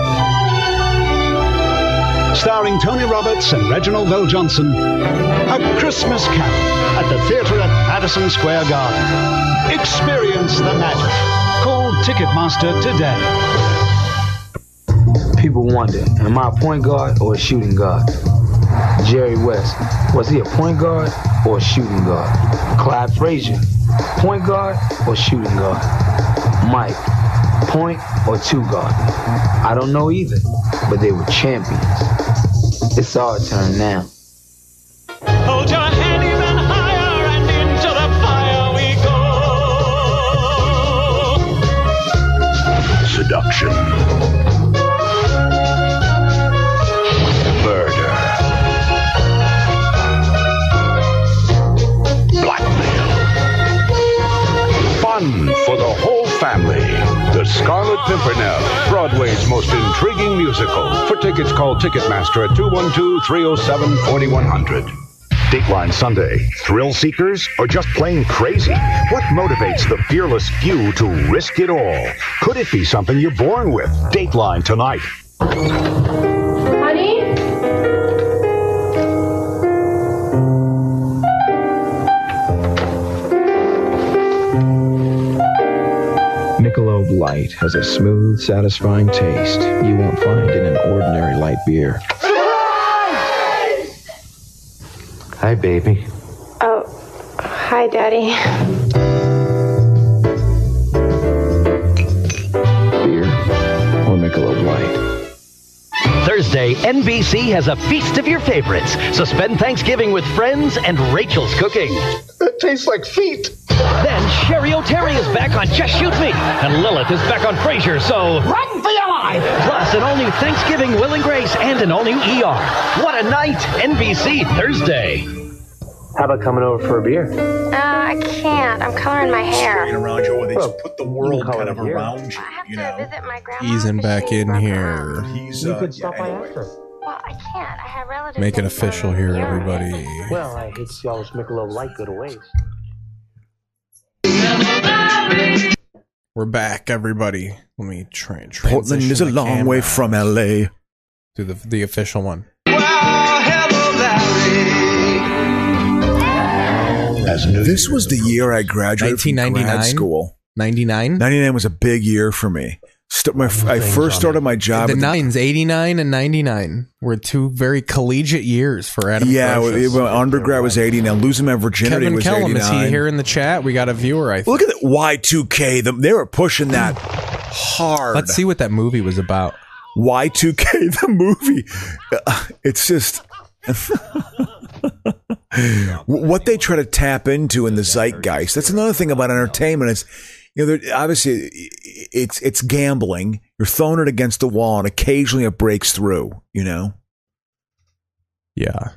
[SPEAKER 60] Starring Tony Roberts and Reginald Vell Johnson, A Christmas Carol at the theatre at Madison Square Garden. Experience the magic. Call Ticketmaster today
[SPEAKER 3] people wonder, am I a point guard or a shooting guard? Jerry West, was he a point guard or a shooting guard? Clyde Frazier, point guard or shooting guard? Mike, point or two guard? I don't know either, but they were champions. It's our turn now.
[SPEAKER 61] Hold your hand even higher and into the fire we go.
[SPEAKER 57] Seduction.
[SPEAKER 11] for the whole family. The Scarlet Pimpernel, Broadway's most intriguing musical. For tickets, call Ticketmaster at 212 307 4100. Dateline Sunday. Thrill seekers or just plain crazy? What motivates the fearless few to risk it all? Could it be something you're born with? Dateline tonight.
[SPEAKER 9] Honey?
[SPEAKER 21] Michelob Light has a smooth, satisfying taste you won't find in an ordinary light beer.
[SPEAKER 5] Hi, baby.
[SPEAKER 9] Oh, hi, Daddy.
[SPEAKER 21] Beer or Michelob Light?
[SPEAKER 62] Thursday, NBC has a feast of your favorites. So spend Thanksgiving with friends and Rachel's cooking.
[SPEAKER 56] It tastes like feet.
[SPEAKER 62] Then Sherry O'Terry is back on Just Shoot Me, and Lilith is back on Frasier. So
[SPEAKER 2] run for your life!
[SPEAKER 62] Plus, an all-new Thanksgiving Will and Grace and an all-new ER. What a night! NBC Thursday.
[SPEAKER 21] How about coming over for a beer?
[SPEAKER 9] Uh, I can't. I'm coloring my hair.
[SPEAKER 63] Around you, they just put the world kind of around you. You know,
[SPEAKER 2] easing back in here.
[SPEAKER 63] he's uh, yeah, anyway.
[SPEAKER 9] Well, I can't. I have
[SPEAKER 1] uh,
[SPEAKER 9] relatives.
[SPEAKER 2] Make it official here, everybody.
[SPEAKER 5] Well, I hate to see all this Michelob Light go to waste.
[SPEAKER 2] We're back, everybody. Let me try and transition.
[SPEAKER 1] Portland is a
[SPEAKER 2] the
[SPEAKER 1] long
[SPEAKER 2] camera
[SPEAKER 1] way from LA.
[SPEAKER 2] to the the official one.
[SPEAKER 1] This was the year I graduated from grad
[SPEAKER 2] 1999?
[SPEAKER 1] school.
[SPEAKER 2] 99?
[SPEAKER 1] 99 was a big year for me. St- my, I first started my job
[SPEAKER 2] the
[SPEAKER 1] at
[SPEAKER 2] nines, 89 and 99, were two very collegiate years for Adam.
[SPEAKER 1] yeah, well,
[SPEAKER 2] Precious.
[SPEAKER 1] it- well, undergrad was 80. Now losing my virginity
[SPEAKER 2] Kevin
[SPEAKER 1] was
[SPEAKER 2] Kellum,
[SPEAKER 1] 89.
[SPEAKER 2] is he here in the chat? We got a viewer, I think.
[SPEAKER 1] Look at that Y2K. Them they were pushing that hard.
[SPEAKER 2] Let's see what that movie was about.
[SPEAKER 1] Y2K, the movie. Uh, It's just what they try to tap into in the zeitgeist. That's another thing about entertainment. It's you know, there- obviously, it's it's gambling. You're throwing it against the wall, and occasionally it breaks through. You know,
[SPEAKER 2] Yeah.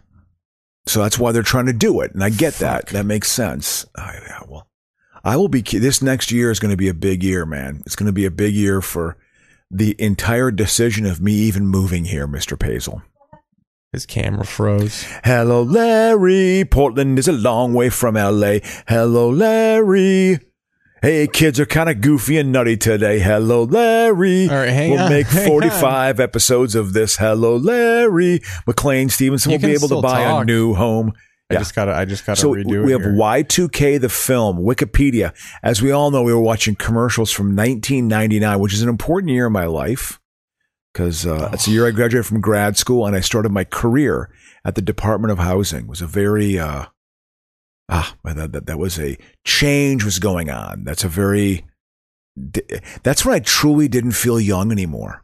[SPEAKER 1] so that's why they're trying to do it, and I get that. That makes sense. I, I will, I will be. cu- This next year is going to be a big year, man. It's going to be a big year for the entire decision of me even moving here, Mister Pazel.
[SPEAKER 2] His camera froze.
[SPEAKER 1] Hello, Larry. Portland is a long way from LA. Hello, Larry. Hey, kids are kind of goofy and nutty today. Hello, Larry.
[SPEAKER 2] All right, hang
[SPEAKER 1] we'll
[SPEAKER 2] on,
[SPEAKER 1] make
[SPEAKER 2] hang
[SPEAKER 1] 45 episodes of this. Hello, Larry. McLean Stevenson
[SPEAKER 2] You
[SPEAKER 1] will be
[SPEAKER 2] can
[SPEAKER 1] able to
[SPEAKER 2] still
[SPEAKER 1] buy a
[SPEAKER 2] talk.
[SPEAKER 1] new home.
[SPEAKER 2] I just gotta. I just gotta
[SPEAKER 1] so
[SPEAKER 2] redo it.
[SPEAKER 1] we have
[SPEAKER 2] here.
[SPEAKER 1] Y2K, the film, Wikipedia. As we all know, we were watching commercials from 1999, which is an important year in my life because uh, it's a year I graduated from grad school and I started my career at the Department of Housing. It was a very uh, ah that, that that was a change was going on. That's a very di- that's when I truly didn't feel young anymore.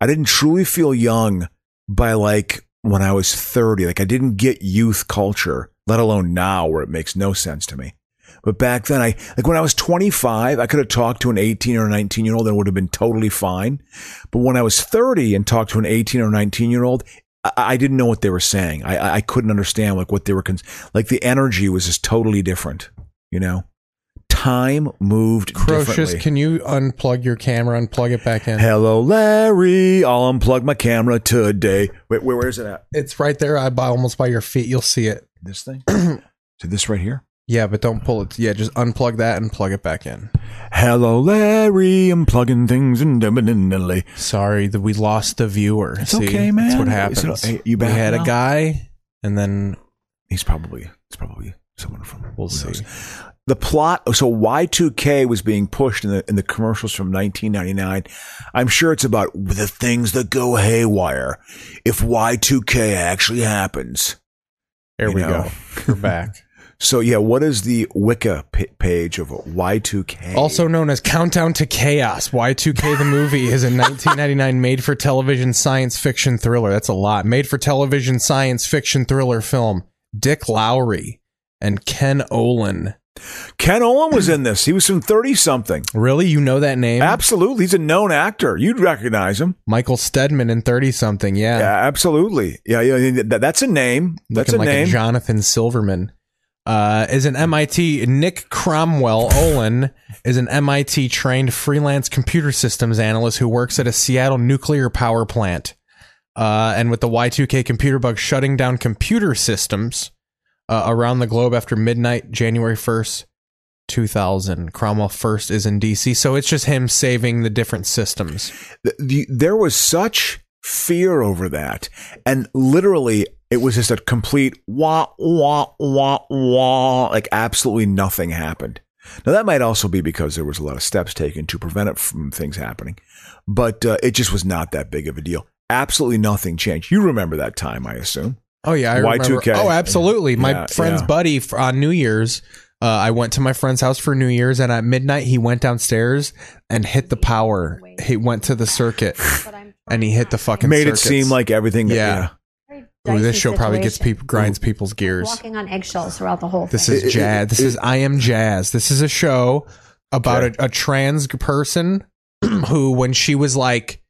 [SPEAKER 1] I didn't truly feel young by like when I was 30. Like I didn't get youth culture, let alone now where it makes no sense to me. But back then, I like when I was 25, I could have talked to an 18 or 19 year old and it would have been totally fine. But when I was 30 and talked to an 18 or 19 year old, I, I didn't know what they were saying. I- I, I couldn't understand like what they were cons- like. The energy was just totally different. You know, time moved.
[SPEAKER 2] Crocious,
[SPEAKER 1] differently.
[SPEAKER 2] can you unplug your camera, unplug it back in?
[SPEAKER 1] Hello, Larry. I'll unplug my camera today. Wait, where, where is it at?
[SPEAKER 2] It's right there, I by almost by your feet. You'll see it.
[SPEAKER 1] This thing. To this right here.
[SPEAKER 2] Yeah, but don't pull it. Yeah, just unplug that and plug it back in.
[SPEAKER 1] Hello, Larry. I'm plugging things independently.
[SPEAKER 2] Sorry that we lost the viewer.
[SPEAKER 1] It's
[SPEAKER 2] See,
[SPEAKER 1] okay, man.
[SPEAKER 2] That's what
[SPEAKER 1] It's-
[SPEAKER 2] happens.
[SPEAKER 1] hey, you
[SPEAKER 2] we
[SPEAKER 1] back
[SPEAKER 2] had
[SPEAKER 1] now?
[SPEAKER 2] a guy, and then
[SPEAKER 1] he's probably it's probably someone from
[SPEAKER 2] we'll see.
[SPEAKER 1] the plot so y2k was being pushed in the in the commercials from 1999 i'm sure it's about the things that go haywire if y2k actually happens
[SPEAKER 2] There
[SPEAKER 1] You
[SPEAKER 2] we
[SPEAKER 1] know?
[SPEAKER 2] go. We're back.
[SPEAKER 1] so yeah what is the wiki p- page of y2k
[SPEAKER 2] Also known as Countdown to Chaos, Y2K the movie is a 1999 made for television science fiction thriller. That's a lot. Made for television science fiction thriller film. Dick Lowry and Ken Olin.
[SPEAKER 1] ken olin was in this he was from 30 something
[SPEAKER 2] Really? You know that name?
[SPEAKER 1] absolutely he's a known actor you'd recognize him
[SPEAKER 2] Michael Stedman in 30 something. Yeah.
[SPEAKER 1] yeah absolutely yeah, yeah that, that's a name that's
[SPEAKER 2] Looking
[SPEAKER 1] a
[SPEAKER 2] like
[SPEAKER 1] name
[SPEAKER 2] a Jonathan Silverman. Uh, is an MIT Nick Cromwell Olin is an MIT trained freelance computer systems analyst who works at a Seattle nuclear power plant. Uh, and with the Y2K computer bug shutting down computer systems uh, around the globe after midnight, January 1st, 2000, Cromwell first is in DC. So it's just him saving the different systems.
[SPEAKER 1] the, the, there was such fear over that, and literally, it was just a complete wah wah wah wah. Like absolutely nothing happened. Now that might also be because there was a lot of steps taken to prevent it from things happening, but uh, it just was not that big of a deal. Absolutely nothing changed. You remember that time, I assume.
[SPEAKER 2] Oh yeah, I remember.
[SPEAKER 1] Y2K.
[SPEAKER 2] Oh, absolutely. My
[SPEAKER 1] Yeah,
[SPEAKER 2] friend's
[SPEAKER 1] yeah.
[SPEAKER 2] buddy f- on New Year's. Uh, I went to my friend's house for New Year's, and at midnight he went downstairs and hit the power. He went to the circuit, and he hit the fucking.
[SPEAKER 1] Made
[SPEAKER 2] circuits.
[SPEAKER 1] it seem like everything.
[SPEAKER 2] yeah. Ooh, this
[SPEAKER 3] dicey
[SPEAKER 2] show probably gets
[SPEAKER 3] situation.
[SPEAKER 2] people grinds people's gears.
[SPEAKER 3] Walking on eggshells throughout the whole
[SPEAKER 2] This
[SPEAKER 3] thing.
[SPEAKER 2] is jazz. This is I am jazz. This is a show about a, a trans person who, when she was like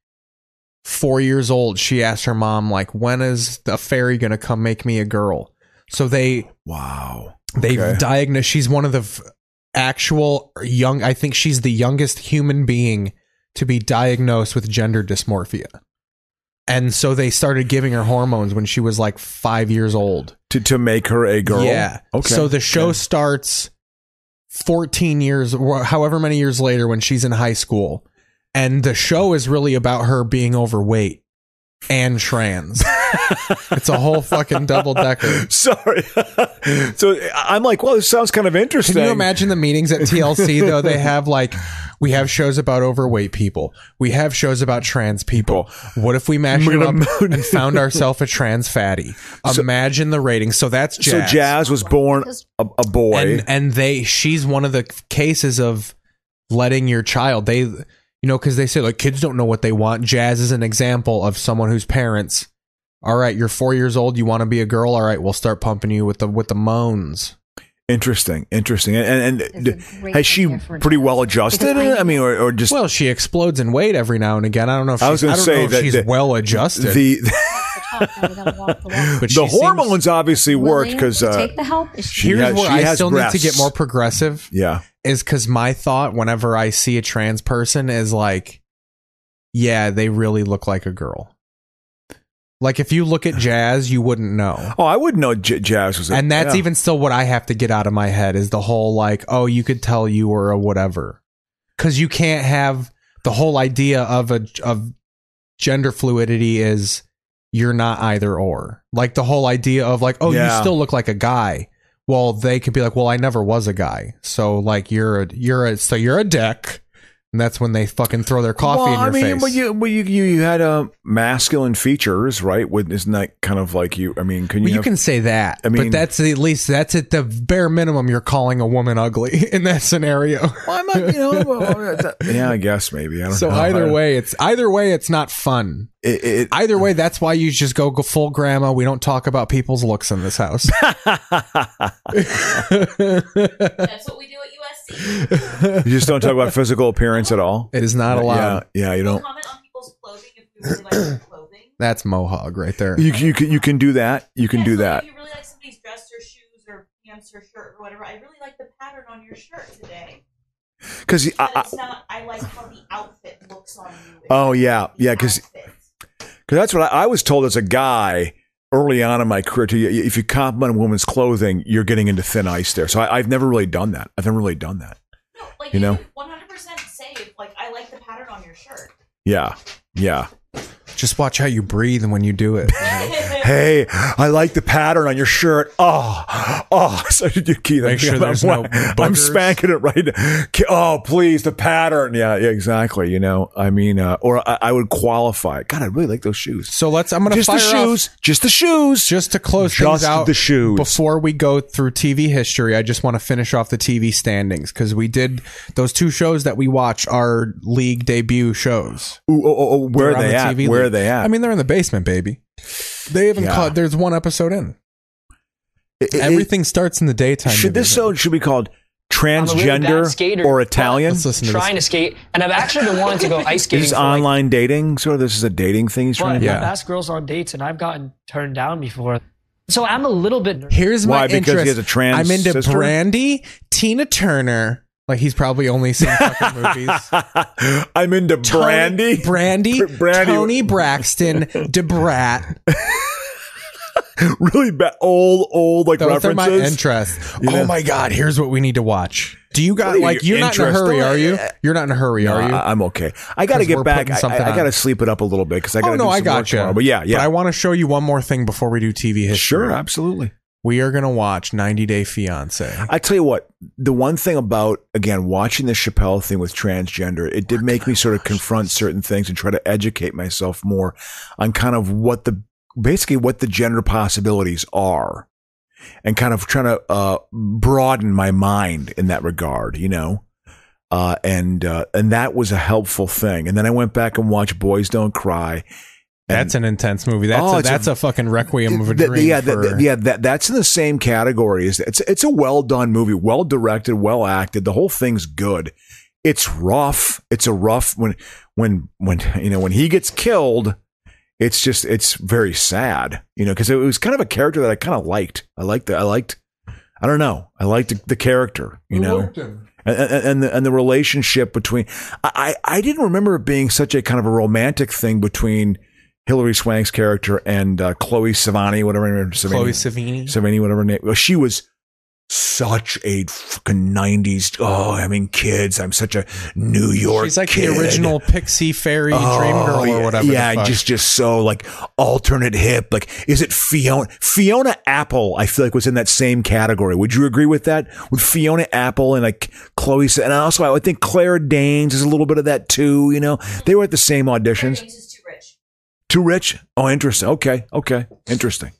[SPEAKER 2] four years old, she asked her mom, like, "When is the fairy gonna come make me a girl?" So they
[SPEAKER 1] Wow.
[SPEAKER 2] They've
[SPEAKER 1] Okay.
[SPEAKER 2] diagnosed. She's one of the f- actual young. I think she's the youngest human being to be diagnosed with gender dysmorphia. And so they started giving her hormones when she was like five years old.
[SPEAKER 1] To to make her a girl.
[SPEAKER 2] Yeah.
[SPEAKER 1] Okay.
[SPEAKER 2] So the show starts 14 years, wh- however many years later, when she's in high school. And the show is really about her being overweight and trans. it's a whole fucking double decker.
[SPEAKER 1] Sorry. so I'm like, well, this sounds kind of interesting.
[SPEAKER 2] Can you imagine the meetings at TLC though? They have like we have shows about overweight people. We have shows about trans people. What if we mashed
[SPEAKER 1] We're
[SPEAKER 2] it up
[SPEAKER 1] gonna moon-
[SPEAKER 2] and found ourselves a trans fatty? Imagine the ratings. So that's
[SPEAKER 1] So
[SPEAKER 2] jazz.
[SPEAKER 1] Jazz was born a, a boy.
[SPEAKER 2] and and they she's one of the cases of letting your child they you know because they say like kids don't know what they want. Jazz is an example of someone whose parents. All right, you're four years old. You want to be a girl. All right, we'll start pumping you with the with the moans.
[SPEAKER 1] Interesting, interesting. And, and, and has she pretty well adjusted?
[SPEAKER 2] Because I-
[SPEAKER 1] I, mean, or, or just
[SPEAKER 2] well, she explodes in weight every now and again. I don't know if
[SPEAKER 1] I was
[SPEAKER 2] Oh, she's,
[SPEAKER 1] going to say
[SPEAKER 2] I don't know if
[SPEAKER 1] that
[SPEAKER 2] she's
[SPEAKER 1] the,
[SPEAKER 2] well adjusted.
[SPEAKER 1] The
[SPEAKER 2] but she
[SPEAKER 1] the
[SPEAKER 2] seems-
[SPEAKER 1] hormones obviously worked because uh,
[SPEAKER 3] take the help. Is she
[SPEAKER 1] she
[SPEAKER 2] here's
[SPEAKER 1] has-
[SPEAKER 2] where
[SPEAKER 1] she
[SPEAKER 2] I
[SPEAKER 1] has
[SPEAKER 2] still need to get
[SPEAKER 1] breasts.
[SPEAKER 2] more progressive.
[SPEAKER 1] yeah,
[SPEAKER 2] Is because my thought whenever I see a trans person is like, yeah, they really look like a girl. Like if you look at jazz, you wouldn't know.
[SPEAKER 1] Oh, I wouldn't know j- jazz was. A,
[SPEAKER 2] and that's
[SPEAKER 1] yeah.
[SPEAKER 2] even still what I have to get out of my head is the whole like, oh, you could tell you were a whatever, because you can't have the whole idea of a of gender fluidity is you're not either or. Like the whole idea of like, oh,
[SPEAKER 1] Yeah.
[SPEAKER 2] you still look like a guy. Well, they could be like, well, I never was a guy, so like you're a you're a so you're a dick, and that's when they fucking throw their coffee
[SPEAKER 1] Well,
[SPEAKER 2] in your
[SPEAKER 1] I mean,
[SPEAKER 2] face.
[SPEAKER 1] But you, but you, you, you had uh, masculine features, right? With isn't that kind of like you? I mean, can you?
[SPEAKER 2] Well, you
[SPEAKER 1] have-
[SPEAKER 2] can say that.
[SPEAKER 1] I mean-
[SPEAKER 2] but that's at least that's at the bare minimum. You're calling a woman ugly in that scenario.
[SPEAKER 1] Well, I'm not, you know, well, that- yeah, I guess maybe. I don't
[SPEAKER 2] So
[SPEAKER 1] know.
[SPEAKER 2] either way, it's either way, it's not fun. either way, that's why you just go, go full grandma. We don't talk about people's looks in this house.
[SPEAKER 13] That's what we do at USC.
[SPEAKER 1] you just don't talk about physical appearance at all.
[SPEAKER 2] It is not allowed.
[SPEAKER 1] Yeah, yeah you don't.
[SPEAKER 13] Comment on people's clothing if we really like their clothing.
[SPEAKER 2] That's mohawk right there.
[SPEAKER 1] You, you can you can do that. You can
[SPEAKER 13] Yeah,
[SPEAKER 1] do
[SPEAKER 13] so
[SPEAKER 1] that.
[SPEAKER 13] If you really like somebody's dress or shoes or pants or shirt or whatever, I really like the pattern on your shirt today.
[SPEAKER 1] Because
[SPEAKER 13] But it's not. I like how the outfit looks on you.
[SPEAKER 1] oh yeah, yeah. Because that's what I, I was told as a guy early on in my career. To if you compliment a woman's clothing, you're getting into thin ice there. So I, I've never really done that. I've never really done that.
[SPEAKER 13] Like
[SPEAKER 1] You
[SPEAKER 13] you
[SPEAKER 1] know?
[SPEAKER 13] know, one hundred percent say if, like I like the pattern on your shirt.
[SPEAKER 1] Yeah, yeah.
[SPEAKER 2] Just watch how you breathe when you do it.
[SPEAKER 1] hey, I like the pattern on your shirt. Oh, oh. So you key
[SPEAKER 2] Make sure there's
[SPEAKER 1] I'm,
[SPEAKER 2] no
[SPEAKER 1] I'm
[SPEAKER 2] boogers.
[SPEAKER 1] spanking it right. now. Ki- Oh, please, the pattern. Yeah, yeah, exactly. You know, I mean, uh, or I, I would qualify. God, I really like those shoes.
[SPEAKER 2] So let's. I'm gonna
[SPEAKER 1] just the
[SPEAKER 2] fire off-
[SPEAKER 1] shoes. Just the shoes.
[SPEAKER 2] Just to close things
[SPEAKER 1] Just
[SPEAKER 2] out
[SPEAKER 1] the shoes.
[SPEAKER 2] before we go through TV history, I just want to finish off the TV standings because we did those two shows that we watch are league debut shows.
[SPEAKER 1] Ooh, oh, oh, oh, where are
[SPEAKER 2] They're on
[SPEAKER 1] they
[SPEAKER 2] the
[SPEAKER 1] at?
[SPEAKER 2] TV
[SPEAKER 1] Where are
[SPEAKER 2] league.
[SPEAKER 1] they at?
[SPEAKER 2] I mean, they're in the basement, baby. They haven't
[SPEAKER 1] Yeah.
[SPEAKER 2] caught. There's one episode in.
[SPEAKER 1] It- it-
[SPEAKER 2] Everything starts in the daytime.
[SPEAKER 1] should this show should be called
[SPEAKER 3] I'm a really bad
[SPEAKER 1] transgender
[SPEAKER 3] skater.
[SPEAKER 1] or Italian?
[SPEAKER 2] Let's listen
[SPEAKER 3] trying to skate, and I've actually been wanting to go ice skating.
[SPEAKER 1] Is
[SPEAKER 3] for, like,
[SPEAKER 1] online dating sort of this is a dating thing he's
[SPEAKER 3] but
[SPEAKER 1] trying to
[SPEAKER 3] I've asked girls on dates, and I've gotten turned down before. So I'm a little bit. Nervous.
[SPEAKER 2] Here's my
[SPEAKER 1] Why? Because he
[SPEAKER 2] interest.
[SPEAKER 1] has a trans
[SPEAKER 2] I'm into
[SPEAKER 1] sister?
[SPEAKER 2] Brandy, Tina Turner. Like he's probably only seen fucking movies.
[SPEAKER 1] do. I'm into
[SPEAKER 2] Tony-
[SPEAKER 1] brandy.
[SPEAKER 2] Brandy,
[SPEAKER 1] Brandy.
[SPEAKER 2] Tony Braxton, Debrat.
[SPEAKER 1] really bad old old like
[SPEAKER 2] Those are
[SPEAKER 1] references.
[SPEAKER 2] my interests.
[SPEAKER 1] You know?
[SPEAKER 2] Oh my god! Here's what we need to watch. Do you
[SPEAKER 1] What are
[SPEAKER 2] got
[SPEAKER 1] your
[SPEAKER 2] like you're not in a
[SPEAKER 1] interests?
[SPEAKER 2] hurry,
[SPEAKER 1] Don't-
[SPEAKER 2] are you? You're not in a hurry,
[SPEAKER 1] No,
[SPEAKER 2] are you?
[SPEAKER 1] I- I'm okay. I got to
[SPEAKER 2] 'Cause we're
[SPEAKER 1] get back.
[SPEAKER 2] putting
[SPEAKER 1] I,
[SPEAKER 2] something
[SPEAKER 1] I, I
[SPEAKER 2] on.
[SPEAKER 1] got to sleep it up a little bit because I got to
[SPEAKER 2] oh
[SPEAKER 1] do
[SPEAKER 2] no,
[SPEAKER 1] some
[SPEAKER 2] I
[SPEAKER 1] work
[SPEAKER 2] got you.
[SPEAKER 1] tomorrow. But yeah, yeah.
[SPEAKER 2] But I want to show you one more thing before we do TV history.
[SPEAKER 1] Sure, absolutely.
[SPEAKER 2] We are gonna watch 90 Day Fiance.
[SPEAKER 1] I tell you what, the one thing about again watching the Chappelle thing with transgender, it did make me sort of confront certain things and try to educate myself more on kind of what the basically what the gender possibilities are, and kind of trying to uh, broaden my mind in that regard, you know. Uh, and uh, and that was a helpful thing. And then I went back and watched Boys Don't Cry.
[SPEAKER 2] That's an intense movie. That's
[SPEAKER 1] Oh,
[SPEAKER 2] a,
[SPEAKER 1] it's a-
[SPEAKER 2] that's a, fucking requiem of a
[SPEAKER 1] Th-
[SPEAKER 2] dream.
[SPEAKER 1] yeah, th-
[SPEAKER 2] for,
[SPEAKER 1] th- yeah, that that's in the same category. Is it's it's a well done movie, well directed, well acted. The whole thing's good. It's rough. It's a rough when when when you know when he gets killed. It's just it's very sad, you know, because it was kind of a character that I kind of liked. I liked the I liked. I don't know. I liked the, the character, you know, and, and, and the and the relationship between. I I I didn't remember it being such a kind of a romantic thing between Hillary Swank's character and uh, Chloe Savani, whatever her name is.
[SPEAKER 2] Chloe
[SPEAKER 1] Savini,
[SPEAKER 2] Savini.
[SPEAKER 1] Savini, whatever her name. Well, she was such a fucking nineties. Oh, I mean, kids. I'm such a New York.
[SPEAKER 2] She's like
[SPEAKER 1] kid.
[SPEAKER 2] the original pixie fairy
[SPEAKER 1] Oh,
[SPEAKER 2] dream girl
[SPEAKER 1] yeah,
[SPEAKER 2] or whatever. the
[SPEAKER 1] Yeah,
[SPEAKER 2] fuck.
[SPEAKER 1] just just so like alternate hip. Like, is it Fiona Fiona Apple? I feel like was in that same category. Would you agree with that? With Fiona Apple and like Chloe, Sa- and also I would think Claire Danes is a little bit of that too. You know, they were at the same auditions. Too rich? Oh, interesting. Okay, okay, interesting.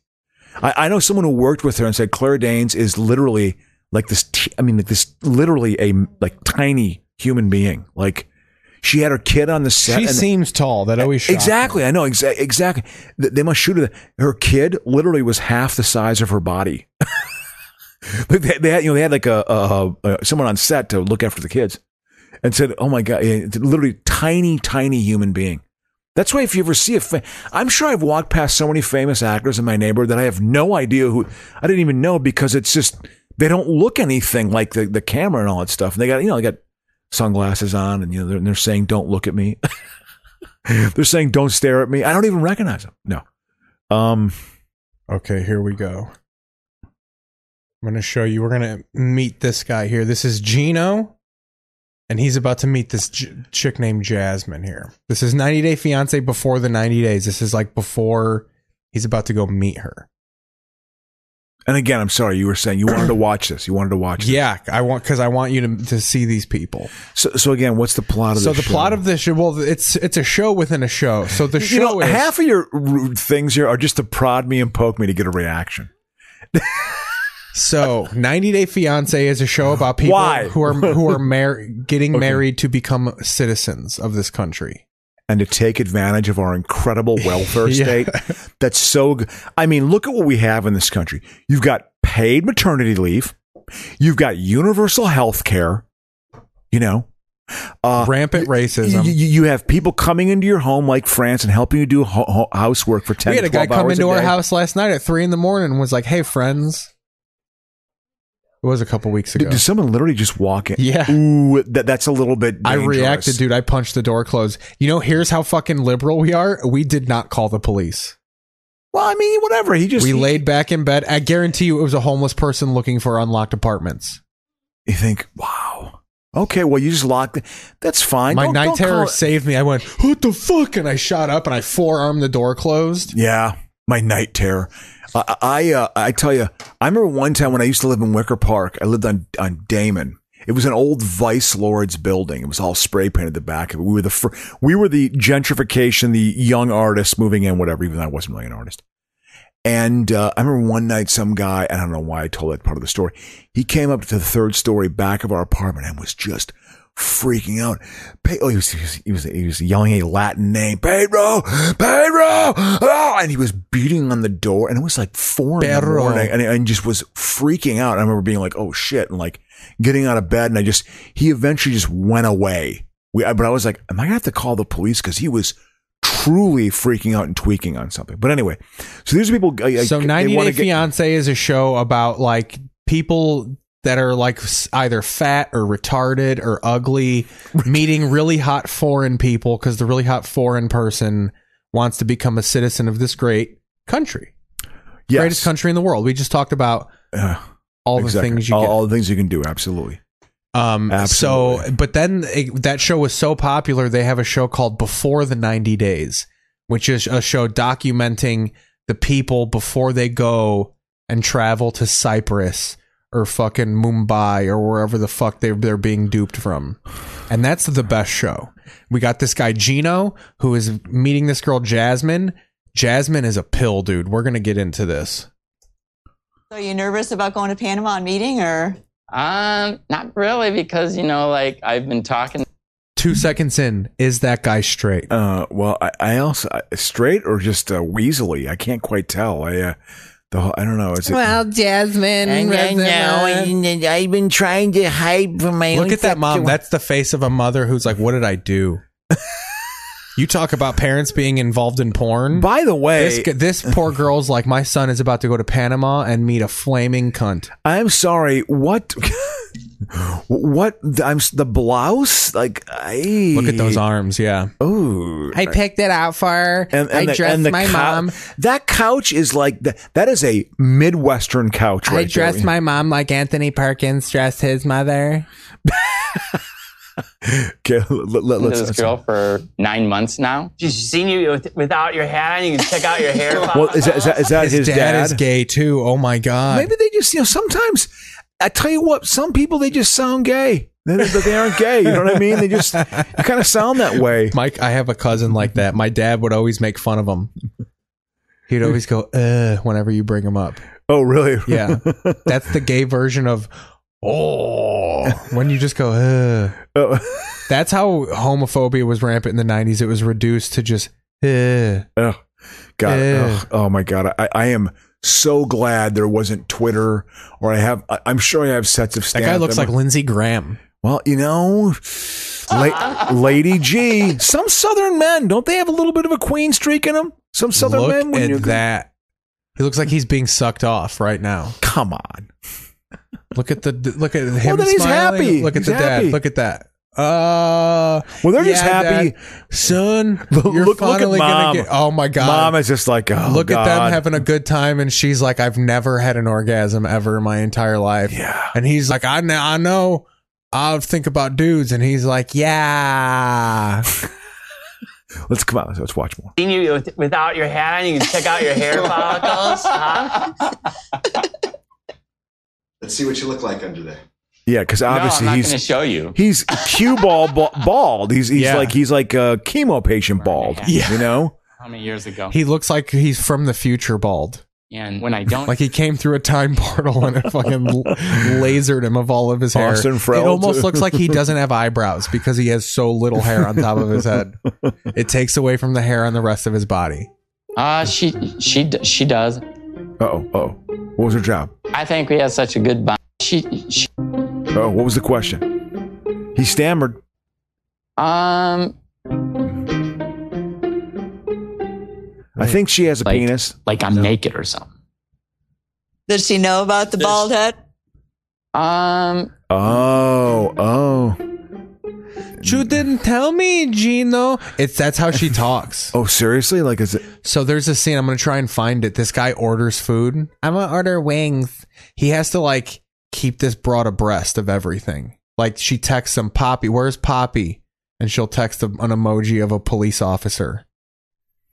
[SPEAKER 1] I, I know someone who worked with her and said Claire Danes is literally like this. T- I mean, like this literally a like tiny human being. Like she had her kid on the set.
[SPEAKER 2] she
[SPEAKER 1] and-
[SPEAKER 2] seems tall. That always shocked
[SPEAKER 1] exactly. I know exa- exactly. Th- They must shoot her. Her kid literally was half the size of her body. Like, they, they had, you know, they had like a, a, a someone on set to look after the kids, and said, "Oh my god, yeah, it's literally tiny, tiny human being." That's why if you ever see a, fa- I'm sure I've walked past so many famous actors in my neighborhood that I have no idea who. I didn't even know because it's just they don't look anything like the the camera and all that stuff. And they got you know they got sunglasses on, and you know they're, they're saying, "Don't look at me." they're saying, "Don't stare at me." I don't even recognize them. No, Um.
[SPEAKER 2] Okay, here we go. I'm going to show you. We're going to meet this guy here. This is Gino, and he's about to meet this j- chick named Jasmine here. This is 90 Day Fiance before the 90 days. This is like before he's about to go meet her.
[SPEAKER 1] And again, I'm sorry. You were saying you wanted to watch this. You wanted to watch. This.
[SPEAKER 2] Yeah, I want because I want you to to see these people.
[SPEAKER 1] So, so again, what's the plot of
[SPEAKER 2] So the
[SPEAKER 1] this show?
[SPEAKER 2] plot of this show, well, it's it's a show within a show. So the show
[SPEAKER 1] you know,
[SPEAKER 2] is
[SPEAKER 1] half of your rude things here are just to prod me and poke me to get a reaction.
[SPEAKER 2] So, 90 Day Fiance is a show about people
[SPEAKER 1] Why?
[SPEAKER 2] who are who are mar- getting
[SPEAKER 1] Okay.
[SPEAKER 2] married to become citizens of this country.
[SPEAKER 1] and to take advantage of our incredible welfare
[SPEAKER 2] Yeah.
[SPEAKER 1] state. That's so good. I mean, look at what we have in this country. You've got paid maternity leave, you've got universal health care, you know. Uh,
[SPEAKER 2] Rampant
[SPEAKER 1] you,
[SPEAKER 2] racism.
[SPEAKER 1] you have people coming into your home like France and helping you do ho- ho- housework for 10
[SPEAKER 2] we had a guy
[SPEAKER 1] 12
[SPEAKER 2] come
[SPEAKER 1] hours
[SPEAKER 2] into
[SPEAKER 1] a
[SPEAKER 2] our
[SPEAKER 1] day.
[SPEAKER 2] house last night at three in the morning and was like, "Hey, friends." It was a couple weeks ago.
[SPEAKER 1] Did, did someone literally just walk in?
[SPEAKER 2] Yeah.
[SPEAKER 1] Ooh, that, that's a little bit.
[SPEAKER 2] I
[SPEAKER 1] dangerous.
[SPEAKER 2] reacted, dude. I punched the door closed. You know, here's how fucking liberal we are. We did not call the police.
[SPEAKER 1] Well, I mean, whatever. He just
[SPEAKER 2] we
[SPEAKER 1] he-
[SPEAKER 2] laid back in bed. I guarantee you, it was a homeless person looking for unlocked apartments.
[SPEAKER 1] You think, wow. Okay, well, you just locked. it. That's fine.
[SPEAKER 2] My
[SPEAKER 1] Don't-
[SPEAKER 2] night
[SPEAKER 1] don't
[SPEAKER 2] terror
[SPEAKER 1] call it-
[SPEAKER 2] saved me. I went, "What the fuck?" and I shot up and I forearmed the door closed.
[SPEAKER 1] Yeah, my night terror. I I, uh, I tell you, I remember one time when I used to live in Wicker Park. I lived on on Damon. It was an old Vice Lords building. It was all spray painted the back of it. We were the fir- we were the gentrification, the young artists moving in, whatever. Even though I wasn't really an artist. And uh, I remember one night, some guy, I don't know why I told that part of the story, he came up to the third story back of our apartment and was just freaking out. Pe- oh, he was, he was, he was, he was yelling a Latin name, Pedro, Pedro, oh! and he was beating on the door and it was like four in the
[SPEAKER 2] Pedro.
[SPEAKER 1] morning and, and just was freaking out. I remember being like, oh shit, and like getting out of bed and I just, he eventually just went away. We, I- but I was like, am I gonna have to call the police? Cause he was, truly freaking out and tweaking on something. But anyway, so these are people. I- I-
[SPEAKER 2] so
[SPEAKER 1] Oh, they
[SPEAKER 2] 90
[SPEAKER 1] wanna
[SPEAKER 2] Day
[SPEAKER 1] get-
[SPEAKER 2] Fiance is a show about like people that are like s- either fat or retarded or ugly meeting really hot foreign people because the really hot foreign person wants to become a citizen of this great country,
[SPEAKER 1] Yes.
[SPEAKER 2] greatest country in the world. We just talked about
[SPEAKER 1] Uh,
[SPEAKER 2] all
[SPEAKER 1] exactly.
[SPEAKER 2] the things you
[SPEAKER 1] all,
[SPEAKER 2] get.
[SPEAKER 1] all the things you can do. Absolutely.
[SPEAKER 2] um,
[SPEAKER 1] Absolutely.
[SPEAKER 2] so, but then it, that show was so popular, they have a show called Before the 90 Days, which is a show documenting the people before they go and travel to Cyprus or fucking Mumbai or wherever the fuck they're, they're being duped from. And that's the best show. We got this guy, Gino, who is meeting this girl, Jasmine. Jasmine is a pill, dude. We're going to get into this.
[SPEAKER 64] So, are you nervous about going to Panama and meeting, or
[SPEAKER 15] Um, not really, because you know, like I've been talking.
[SPEAKER 2] Two seconds in, is that guy straight?
[SPEAKER 1] Uh, well, I, I also I, straight or just uh, weaselly. I can't quite tell. I uh, the whole- I don't know. Is it,
[SPEAKER 65] Well, Jasmine,
[SPEAKER 3] And I know, and- and I've been trying to hide from my own
[SPEAKER 2] Look at that mom.
[SPEAKER 3] sexual-
[SPEAKER 2] That's the face of a mother who's like, "What did I do?" you talk about parents being involved in porn.
[SPEAKER 1] By the way,
[SPEAKER 2] this, g- this poor girl's like, "My son is about to go to Panama and meet a flaming cunt."
[SPEAKER 1] I'm sorry. What? what? I'm s- the blouse. Like I
[SPEAKER 2] Look at those arms. Yeah.
[SPEAKER 1] Oh,
[SPEAKER 65] I picked it out for her. I dressed my
[SPEAKER 1] cou-
[SPEAKER 65] mom.
[SPEAKER 1] That couch is like the, that is a midwestern couch. Right
[SPEAKER 65] I dressed
[SPEAKER 1] there.
[SPEAKER 65] my mom like Anthony Perkins dressed his mother.
[SPEAKER 1] Okay, let, let,
[SPEAKER 15] Into
[SPEAKER 1] let's,
[SPEAKER 15] this girl for nine months now. She's seen you with, without your hat on. You can check out your hair.
[SPEAKER 1] Well, is that, is that, is that his,
[SPEAKER 2] is gay too. Oh my god.
[SPEAKER 1] Maybe they just, you know, sometimes I tell you what, some people they just sound gay. They, they, they aren't gay. You know what I mean? They just kind of sound that way.
[SPEAKER 2] Mike, I have a cousin like that. My dad would always make fun of him. He'd always go, "Uh," whenever you bring him up.
[SPEAKER 1] Oh, really?
[SPEAKER 2] Yeah, that's the gay version of "oh" when you just go
[SPEAKER 1] "uh."
[SPEAKER 2] That's how homophobia was rampant in the '90s. It was reduced to just "uh."
[SPEAKER 1] Oh, God.
[SPEAKER 2] Yeah.
[SPEAKER 1] Ugh. Oh, my God. I, I am so glad there wasn't Twitter or I have, I, I'm sure I have sets of
[SPEAKER 2] That
[SPEAKER 1] stand
[SPEAKER 2] guy looks like Lindsey Graham.
[SPEAKER 1] Well, you know, la- Lady G, some Southern men, don't they have a little bit of a queen streak in them? Some Southern
[SPEAKER 2] Look
[SPEAKER 1] men, when
[SPEAKER 2] at
[SPEAKER 1] you-
[SPEAKER 2] that. He looks like he's being sucked off right now.
[SPEAKER 1] Come on.
[SPEAKER 2] Look at the look at him.
[SPEAKER 1] then he's
[SPEAKER 2] smiling.
[SPEAKER 1] happy.
[SPEAKER 2] Look at
[SPEAKER 1] He's
[SPEAKER 2] the dad.
[SPEAKER 1] happy.
[SPEAKER 2] Look at that. Uh,
[SPEAKER 1] well, they're just
[SPEAKER 2] yeah,
[SPEAKER 1] happy.
[SPEAKER 2] Dad. son.
[SPEAKER 1] Look-
[SPEAKER 2] You're
[SPEAKER 1] look- look at
[SPEAKER 2] finally
[SPEAKER 1] Mom.
[SPEAKER 2] gonna get. Oh my god,
[SPEAKER 1] Mom is just like, oh,
[SPEAKER 2] look at them
[SPEAKER 1] God.
[SPEAKER 2] having a good time, and she's like, I've never had an orgasm ever in my entire life.
[SPEAKER 1] Yeah,
[SPEAKER 2] and he's like, I know, I know, I think about dudes, and he's like, yeah.
[SPEAKER 1] Let's come out. Let's watch more.
[SPEAKER 15] Seen you with, without your hat on, you can check out your hair follicles, huh?
[SPEAKER 5] Let's see what you look like under there.
[SPEAKER 1] Yeah, because
[SPEAKER 15] No, I'm
[SPEAKER 1] obviously
[SPEAKER 15] not
[SPEAKER 1] he's
[SPEAKER 15] gonna show you.
[SPEAKER 1] He's cue ball ba- bald. He's he's
[SPEAKER 2] Yeah.
[SPEAKER 1] like he's like a chemo patient bald.
[SPEAKER 2] Yeah.
[SPEAKER 1] you know.
[SPEAKER 15] How many years ago?
[SPEAKER 2] He looks like he's from the future, bald.
[SPEAKER 15] and when I don't,
[SPEAKER 2] Like he came through a time portal and it fucking l- lasered him of all of his hair.
[SPEAKER 1] Austin Frell,
[SPEAKER 2] it almost
[SPEAKER 1] too.
[SPEAKER 2] looks like he doesn't have eyebrows because he has so little hair on top of his head. It takes away from the hair on the rest of his body.
[SPEAKER 15] uh, she she d- she does.
[SPEAKER 1] Oh, oh, what was her job?
[SPEAKER 15] I think we had such a good bond. She, she
[SPEAKER 1] Oh, what was the question? He stammered.
[SPEAKER 15] um,
[SPEAKER 1] I think she has a
[SPEAKER 15] Like-
[SPEAKER 1] penis.
[SPEAKER 15] Like I'm naked or something.
[SPEAKER 66] Did she know about the bald head?
[SPEAKER 15] Um,
[SPEAKER 1] Oh, oh,
[SPEAKER 2] You didn't tell me, Gino. It's that's how she talks.
[SPEAKER 1] oh! Seriously? Like, is it?
[SPEAKER 2] So there's a scene. I'm gonna try and find it. This guy orders food. I'm gonna order wings. He has to like keep this broad abreast of everything. Like she texts him, Poppy, where's Poppy? And she'll text him an emoji of a police officer.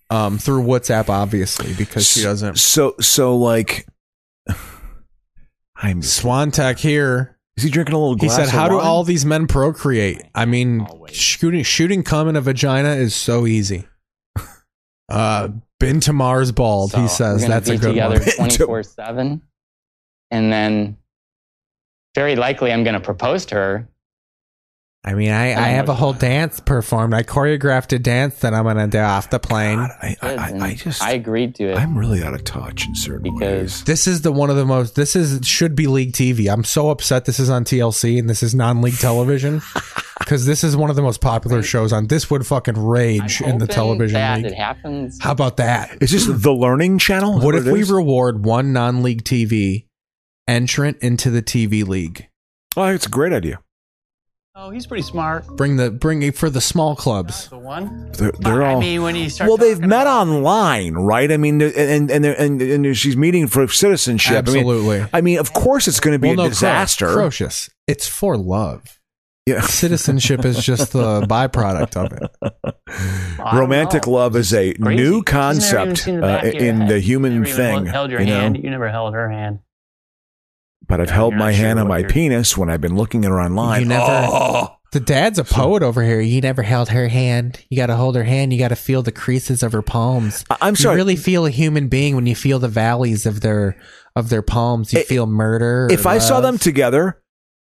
[SPEAKER 2] Um, through WhatsApp, obviously, because she doesn't.
[SPEAKER 1] So, so like, I'm.
[SPEAKER 2] Swan Tech here.
[SPEAKER 1] Is he drinking a little?
[SPEAKER 2] He
[SPEAKER 1] Glass
[SPEAKER 2] said,
[SPEAKER 1] of
[SPEAKER 2] "How do
[SPEAKER 1] wine?
[SPEAKER 2] all these men procreate? I mean, shooting shooting cum in a vagina is so easy." Uh, been to Mars bald. he
[SPEAKER 15] so we're
[SPEAKER 2] says
[SPEAKER 15] gonna
[SPEAKER 2] that's
[SPEAKER 15] be
[SPEAKER 2] a good
[SPEAKER 15] together
[SPEAKER 2] one.
[SPEAKER 15] Twenty four seven, and then very likely I'm going to propose to her.
[SPEAKER 2] I mean, I, I have a whole dance performed. I choreographed a dance that I'm gonna do off the plane.
[SPEAKER 1] I, I, I, I just.
[SPEAKER 15] I agreed to it.
[SPEAKER 1] I'm really out of touch in certain ways.
[SPEAKER 2] This is the one of the most. This is should be league TV. I'm so upset this is on TLC and this is non-league television because this is one of the most popular shows on. This would fucking rage in the
[SPEAKER 15] Hoping
[SPEAKER 2] television
[SPEAKER 15] that
[SPEAKER 2] league.
[SPEAKER 15] it happens.
[SPEAKER 2] How about that?
[SPEAKER 1] Is this the Learning Channel? Is
[SPEAKER 2] What
[SPEAKER 1] that
[SPEAKER 2] if
[SPEAKER 1] it
[SPEAKER 2] we
[SPEAKER 1] is?
[SPEAKER 2] reward one non-league TV entrant into the TV league?
[SPEAKER 1] oh, it's a great idea.
[SPEAKER 15] Oh, he's pretty smart.
[SPEAKER 2] Bring the bring it for the small clubs.
[SPEAKER 15] The one.
[SPEAKER 1] They're, they're all.
[SPEAKER 15] when you
[SPEAKER 1] well, they've met online, right? I mean, the- and and they're- and, and she's meeting for citizenship. I mean- I
[SPEAKER 2] Absolutely.
[SPEAKER 1] mean, of course, it's going to be
[SPEAKER 2] Well,
[SPEAKER 1] a
[SPEAKER 2] no,
[SPEAKER 1] disaster.
[SPEAKER 2] Cro- Crocious. It's for love.
[SPEAKER 1] Yeah.
[SPEAKER 2] Citizenship is just the byproduct of it.
[SPEAKER 1] Romantic love is a
[SPEAKER 15] Crazy. She's
[SPEAKER 1] new
[SPEAKER 15] never even
[SPEAKER 1] concept
[SPEAKER 15] seen the
[SPEAKER 1] uh,
[SPEAKER 15] back of your
[SPEAKER 1] in
[SPEAKER 15] head.
[SPEAKER 1] the
[SPEAKER 15] Never
[SPEAKER 1] human
[SPEAKER 15] even
[SPEAKER 1] thing.
[SPEAKER 15] Held your
[SPEAKER 1] you know?
[SPEAKER 15] hand. You never held her hand.
[SPEAKER 1] But I've held my hand on my penis when I've been looking at her online.
[SPEAKER 2] You never-
[SPEAKER 1] Oh!
[SPEAKER 2] The dad's a poet over here. You never held her hand. You got to hold her hand. You got to feel the creases of her palms.
[SPEAKER 1] I- I'm sorry.
[SPEAKER 2] You really feel a human being when you feel the valleys of their of their palms. You feel murder. or
[SPEAKER 1] if I saw
[SPEAKER 2] love.
[SPEAKER 1] them together,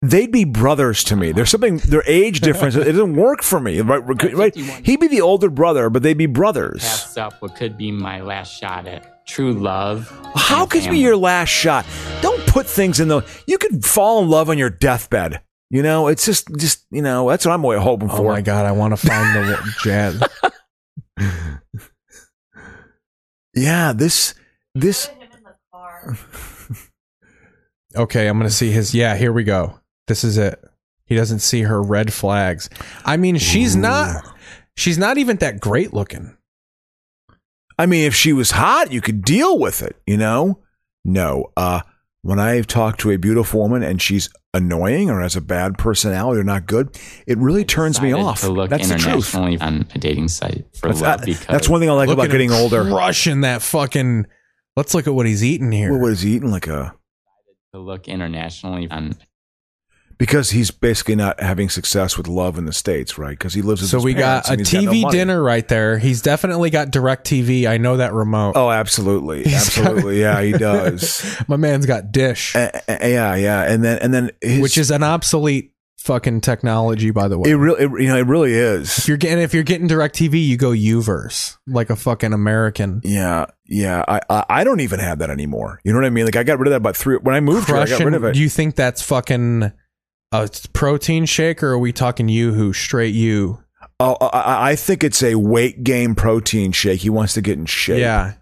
[SPEAKER 1] they'd be brothers to me. There's something their age difference. it doesn't work for me. Right, right. He'd be the older brother, but they'd be brothers.
[SPEAKER 15] Passed up what could be my last shot at true love.
[SPEAKER 1] How
[SPEAKER 15] and
[SPEAKER 1] could be
[SPEAKER 15] family.
[SPEAKER 1] your last shot? Don't put things in the. You could fall in love on your deathbed. You know, it's just, just you know, that's what I'm always hoping
[SPEAKER 2] oh
[SPEAKER 1] for.
[SPEAKER 2] my god, I want to find the jazz.
[SPEAKER 1] Yeah, this, this.
[SPEAKER 2] Okay, I'm gonna see his. Yeah, here we go. This is it. He doesn't see her red flags. I mean, she's not. She's not even that great looking.
[SPEAKER 1] I mean, if she was hot, you could deal with it, you know? No. Uh, when I've talked to a beautiful woman and she's annoying or has a bad personality or not good, it really turns me
[SPEAKER 15] Decided
[SPEAKER 1] off.
[SPEAKER 15] To look
[SPEAKER 1] That's the truth.
[SPEAKER 15] internationally on a dating site for
[SPEAKER 1] That's,
[SPEAKER 15] love
[SPEAKER 1] that-
[SPEAKER 15] because
[SPEAKER 1] that's one thing I like
[SPEAKER 2] Look
[SPEAKER 1] about
[SPEAKER 2] at him
[SPEAKER 1] getting older.
[SPEAKER 2] Crushing that fucking. Let's look at what he's eating here.
[SPEAKER 1] Well, what is he eating? Like a.
[SPEAKER 15] to look internationally on
[SPEAKER 1] Because he's basically not having success with love in the States, right? Because he lives with
[SPEAKER 2] so
[SPEAKER 1] his
[SPEAKER 2] we
[SPEAKER 1] parents
[SPEAKER 2] got a
[SPEAKER 1] and he's no
[SPEAKER 2] TV
[SPEAKER 1] money.
[SPEAKER 2] dinner right there. He's definitely got direct TV. I know that remote.
[SPEAKER 1] Oh, absolutely.
[SPEAKER 2] He's got-
[SPEAKER 1] absolutely. yeah, he does.
[SPEAKER 2] My man's got Dish,
[SPEAKER 1] Uh, uh, yeah, yeah. And then, and then his.
[SPEAKER 2] which is an obsolete fucking technology, by the way.
[SPEAKER 1] It really, it, you know, it really is.
[SPEAKER 2] if you're getting if you're getting direct TV, you go Uverse like a fucking American.
[SPEAKER 1] Yeah, yeah. I, I I don't even have that anymore. You know what I mean? Like I got rid of that about three when I moved here. I got
[SPEAKER 2] crushing-
[SPEAKER 1] rid of it.
[SPEAKER 2] Do you think that's fucking a protein shake, or are we talking YooHoo straight you?
[SPEAKER 1] oh, I- I, I think it's a weight gain protein shake. He wants to get in shape.
[SPEAKER 2] Yeah,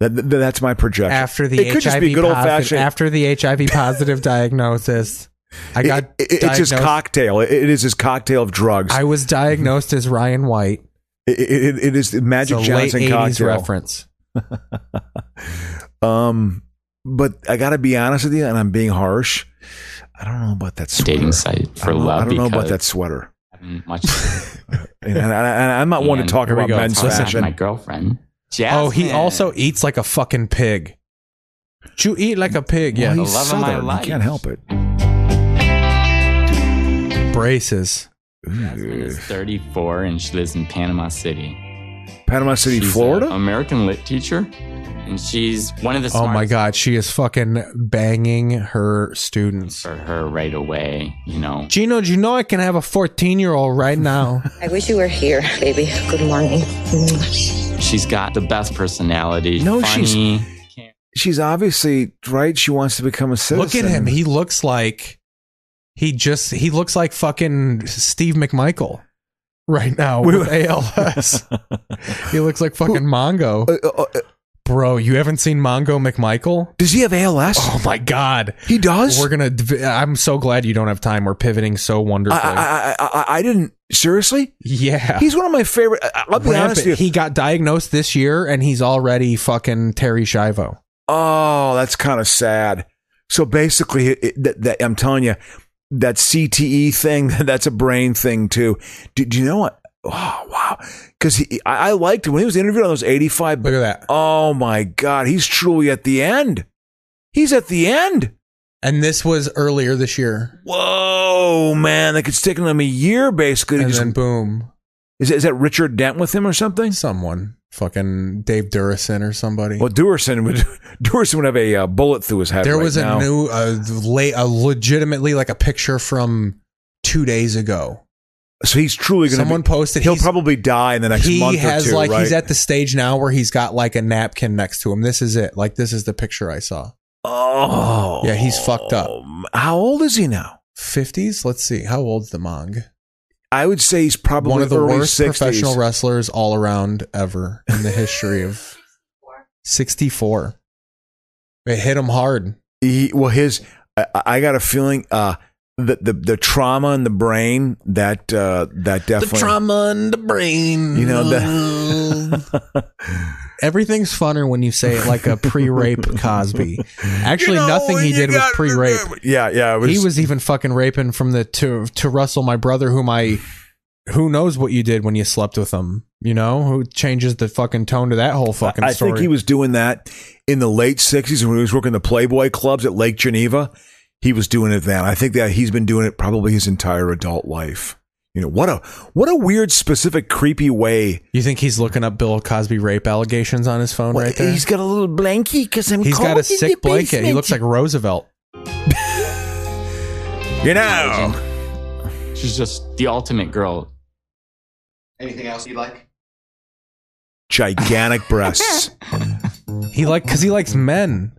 [SPEAKER 1] That, that- that's my projection.
[SPEAKER 2] after the
[SPEAKER 1] it
[SPEAKER 2] HIV
[SPEAKER 1] could just be good old
[SPEAKER 2] positive,
[SPEAKER 1] fashioned.
[SPEAKER 2] after the HIV positive diagnosis. I got
[SPEAKER 1] It- it's his
[SPEAKER 2] diagnosed-
[SPEAKER 1] cocktail. It- it is his cocktail of drugs.
[SPEAKER 2] I was diagnosed as Ryan White.
[SPEAKER 1] It, it, it is the Magic
[SPEAKER 2] It's a late
[SPEAKER 1] Johnson
[SPEAKER 2] 80s
[SPEAKER 1] cocktail
[SPEAKER 2] reference.
[SPEAKER 1] um, but I got to be honest with you, and I'm being harsh. I don't know about that sweater.
[SPEAKER 15] Dating site
[SPEAKER 1] I
[SPEAKER 15] for
[SPEAKER 1] don't know-
[SPEAKER 15] love.
[SPEAKER 1] I don't know about
[SPEAKER 15] because
[SPEAKER 1] that sweater.
[SPEAKER 15] I haven't watched.
[SPEAKER 1] And, and, I- and I'm not one to
[SPEAKER 15] And
[SPEAKER 1] talk
[SPEAKER 15] here we
[SPEAKER 1] about
[SPEAKER 15] go.
[SPEAKER 1] men's
[SPEAKER 15] Listen,
[SPEAKER 1] fashion.
[SPEAKER 15] My girlfriend.
[SPEAKER 2] Oh, he also eats like a fucking pig. You eat like a pig.
[SPEAKER 1] Well,
[SPEAKER 2] Yeah,
[SPEAKER 1] he's southern. He can't help it.
[SPEAKER 2] Braces.
[SPEAKER 15] Jasmine is 34 and she lives in Panama City.
[SPEAKER 1] Panama City,
[SPEAKER 15] She's a
[SPEAKER 1] Florida.
[SPEAKER 15] American lit teacher, and she's one of the.
[SPEAKER 2] Oh my
[SPEAKER 15] smartest
[SPEAKER 2] god, she is fucking banging her students.
[SPEAKER 15] For her right away, you know.
[SPEAKER 2] Gino, do you know I can have a 14 year old right now?
[SPEAKER 9] I wish you were here, baby. Good morning.
[SPEAKER 15] She's got the best personality.
[SPEAKER 1] No,
[SPEAKER 15] funny.
[SPEAKER 1] she's she's obviously right. She wants to become a
[SPEAKER 2] Look
[SPEAKER 1] citizen.
[SPEAKER 2] at him. He looks like he just he looks like fucking Steve McMichael right now with ALS. he looks like fucking Mongo. Bro, you haven't seen Mongo McMichael?
[SPEAKER 1] uh, Does he have ALS?
[SPEAKER 2] Oh my god.
[SPEAKER 1] He does?
[SPEAKER 2] We're going to I'm so glad you don't have time. We're pivoting so
[SPEAKER 1] I,
[SPEAKER 2] wonderfully.
[SPEAKER 1] I, I, I, I didn't seriously.
[SPEAKER 2] yeah.
[SPEAKER 1] He's one of my favorite. I- I'll be honest with
[SPEAKER 2] Rampant.
[SPEAKER 1] you.
[SPEAKER 2] He got diagnosed this year and he's already fucking Terry Shivo.
[SPEAKER 1] Oh, that's kind of sad. So basically, it, it- that, that I'm telling you, that CTE thing, that's a brain thing too. Do, do you know what? Oh wow, because I, I liked him when he was interviewed on those 85.
[SPEAKER 2] Look at that.
[SPEAKER 1] Oh my God, he's truly at the end. He's at the end.
[SPEAKER 2] And this was earlier this year.
[SPEAKER 1] Whoa, man, that could stick him a year basically. to
[SPEAKER 2] And
[SPEAKER 1] just-
[SPEAKER 2] then boom.
[SPEAKER 1] is, is that Richard Dent with him or something?
[SPEAKER 2] Someone. Fucking Dave Durison or somebody.
[SPEAKER 1] Well, Duerson would Duerson would have a uh, bullet through his head.
[SPEAKER 2] there
[SPEAKER 1] right
[SPEAKER 2] was a
[SPEAKER 1] now.
[SPEAKER 2] new a, late a legitimately like a picture from two days ago
[SPEAKER 1] So he's truly going to.
[SPEAKER 2] someone
[SPEAKER 1] be,
[SPEAKER 2] posted
[SPEAKER 1] He'll
[SPEAKER 2] he's-
[SPEAKER 1] probably die in the next
[SPEAKER 2] he
[SPEAKER 1] month
[SPEAKER 2] has
[SPEAKER 1] or two.
[SPEAKER 2] like
[SPEAKER 1] right?
[SPEAKER 2] he's at the stage now where he's got like a napkin next to him this is it like this is the picture i saw
[SPEAKER 1] Oh, Um,
[SPEAKER 2] yeah he's fucked up
[SPEAKER 1] How old is he now?
[SPEAKER 2] 50s let's see how old's the mong
[SPEAKER 1] I would say he's probably
[SPEAKER 2] one of the
[SPEAKER 1] early
[SPEAKER 2] worst
[SPEAKER 1] 60s.
[SPEAKER 2] professional wrestlers all around ever in the history of 64 it hit him hard
[SPEAKER 1] He, well, his I, I got a feeling uh, that the the trauma in the brain that uh, that definitely
[SPEAKER 2] in the brain
[SPEAKER 1] You know,
[SPEAKER 2] Everything's funner when you say it like a pre-rape Cosby. Actually, nothing he did was pre-rape.
[SPEAKER 1] Yeah, yeah. It was,
[SPEAKER 2] he was even fucking raping from the to to Russell, my brother, whom I who knows what you did when you slept with him. You know who changes the fucking tone to that whole fucking
[SPEAKER 1] I
[SPEAKER 2] story.
[SPEAKER 1] think he was doing that in the late '60s when he was working the Playboy clubs at Lake Geneva. He was doing it then. I think that he's been doing it probably his entire adult life. You know what a what a weird, specific, creepy way.
[SPEAKER 2] you think he's looking up Bill Cosby rape allegations on his phone
[SPEAKER 3] Well,
[SPEAKER 2] right there?
[SPEAKER 3] He's got a little blankie because I'm
[SPEAKER 2] he's
[SPEAKER 3] cold
[SPEAKER 2] got a
[SPEAKER 3] in the
[SPEAKER 2] sick blanket. He
[SPEAKER 3] basement.
[SPEAKER 2] looks like Roosevelt.
[SPEAKER 1] You know.
[SPEAKER 15] She's just the ultimate girl.
[SPEAKER 5] Anything else you'd like?
[SPEAKER 1] gigantic breasts.
[SPEAKER 2] He like because he likes men.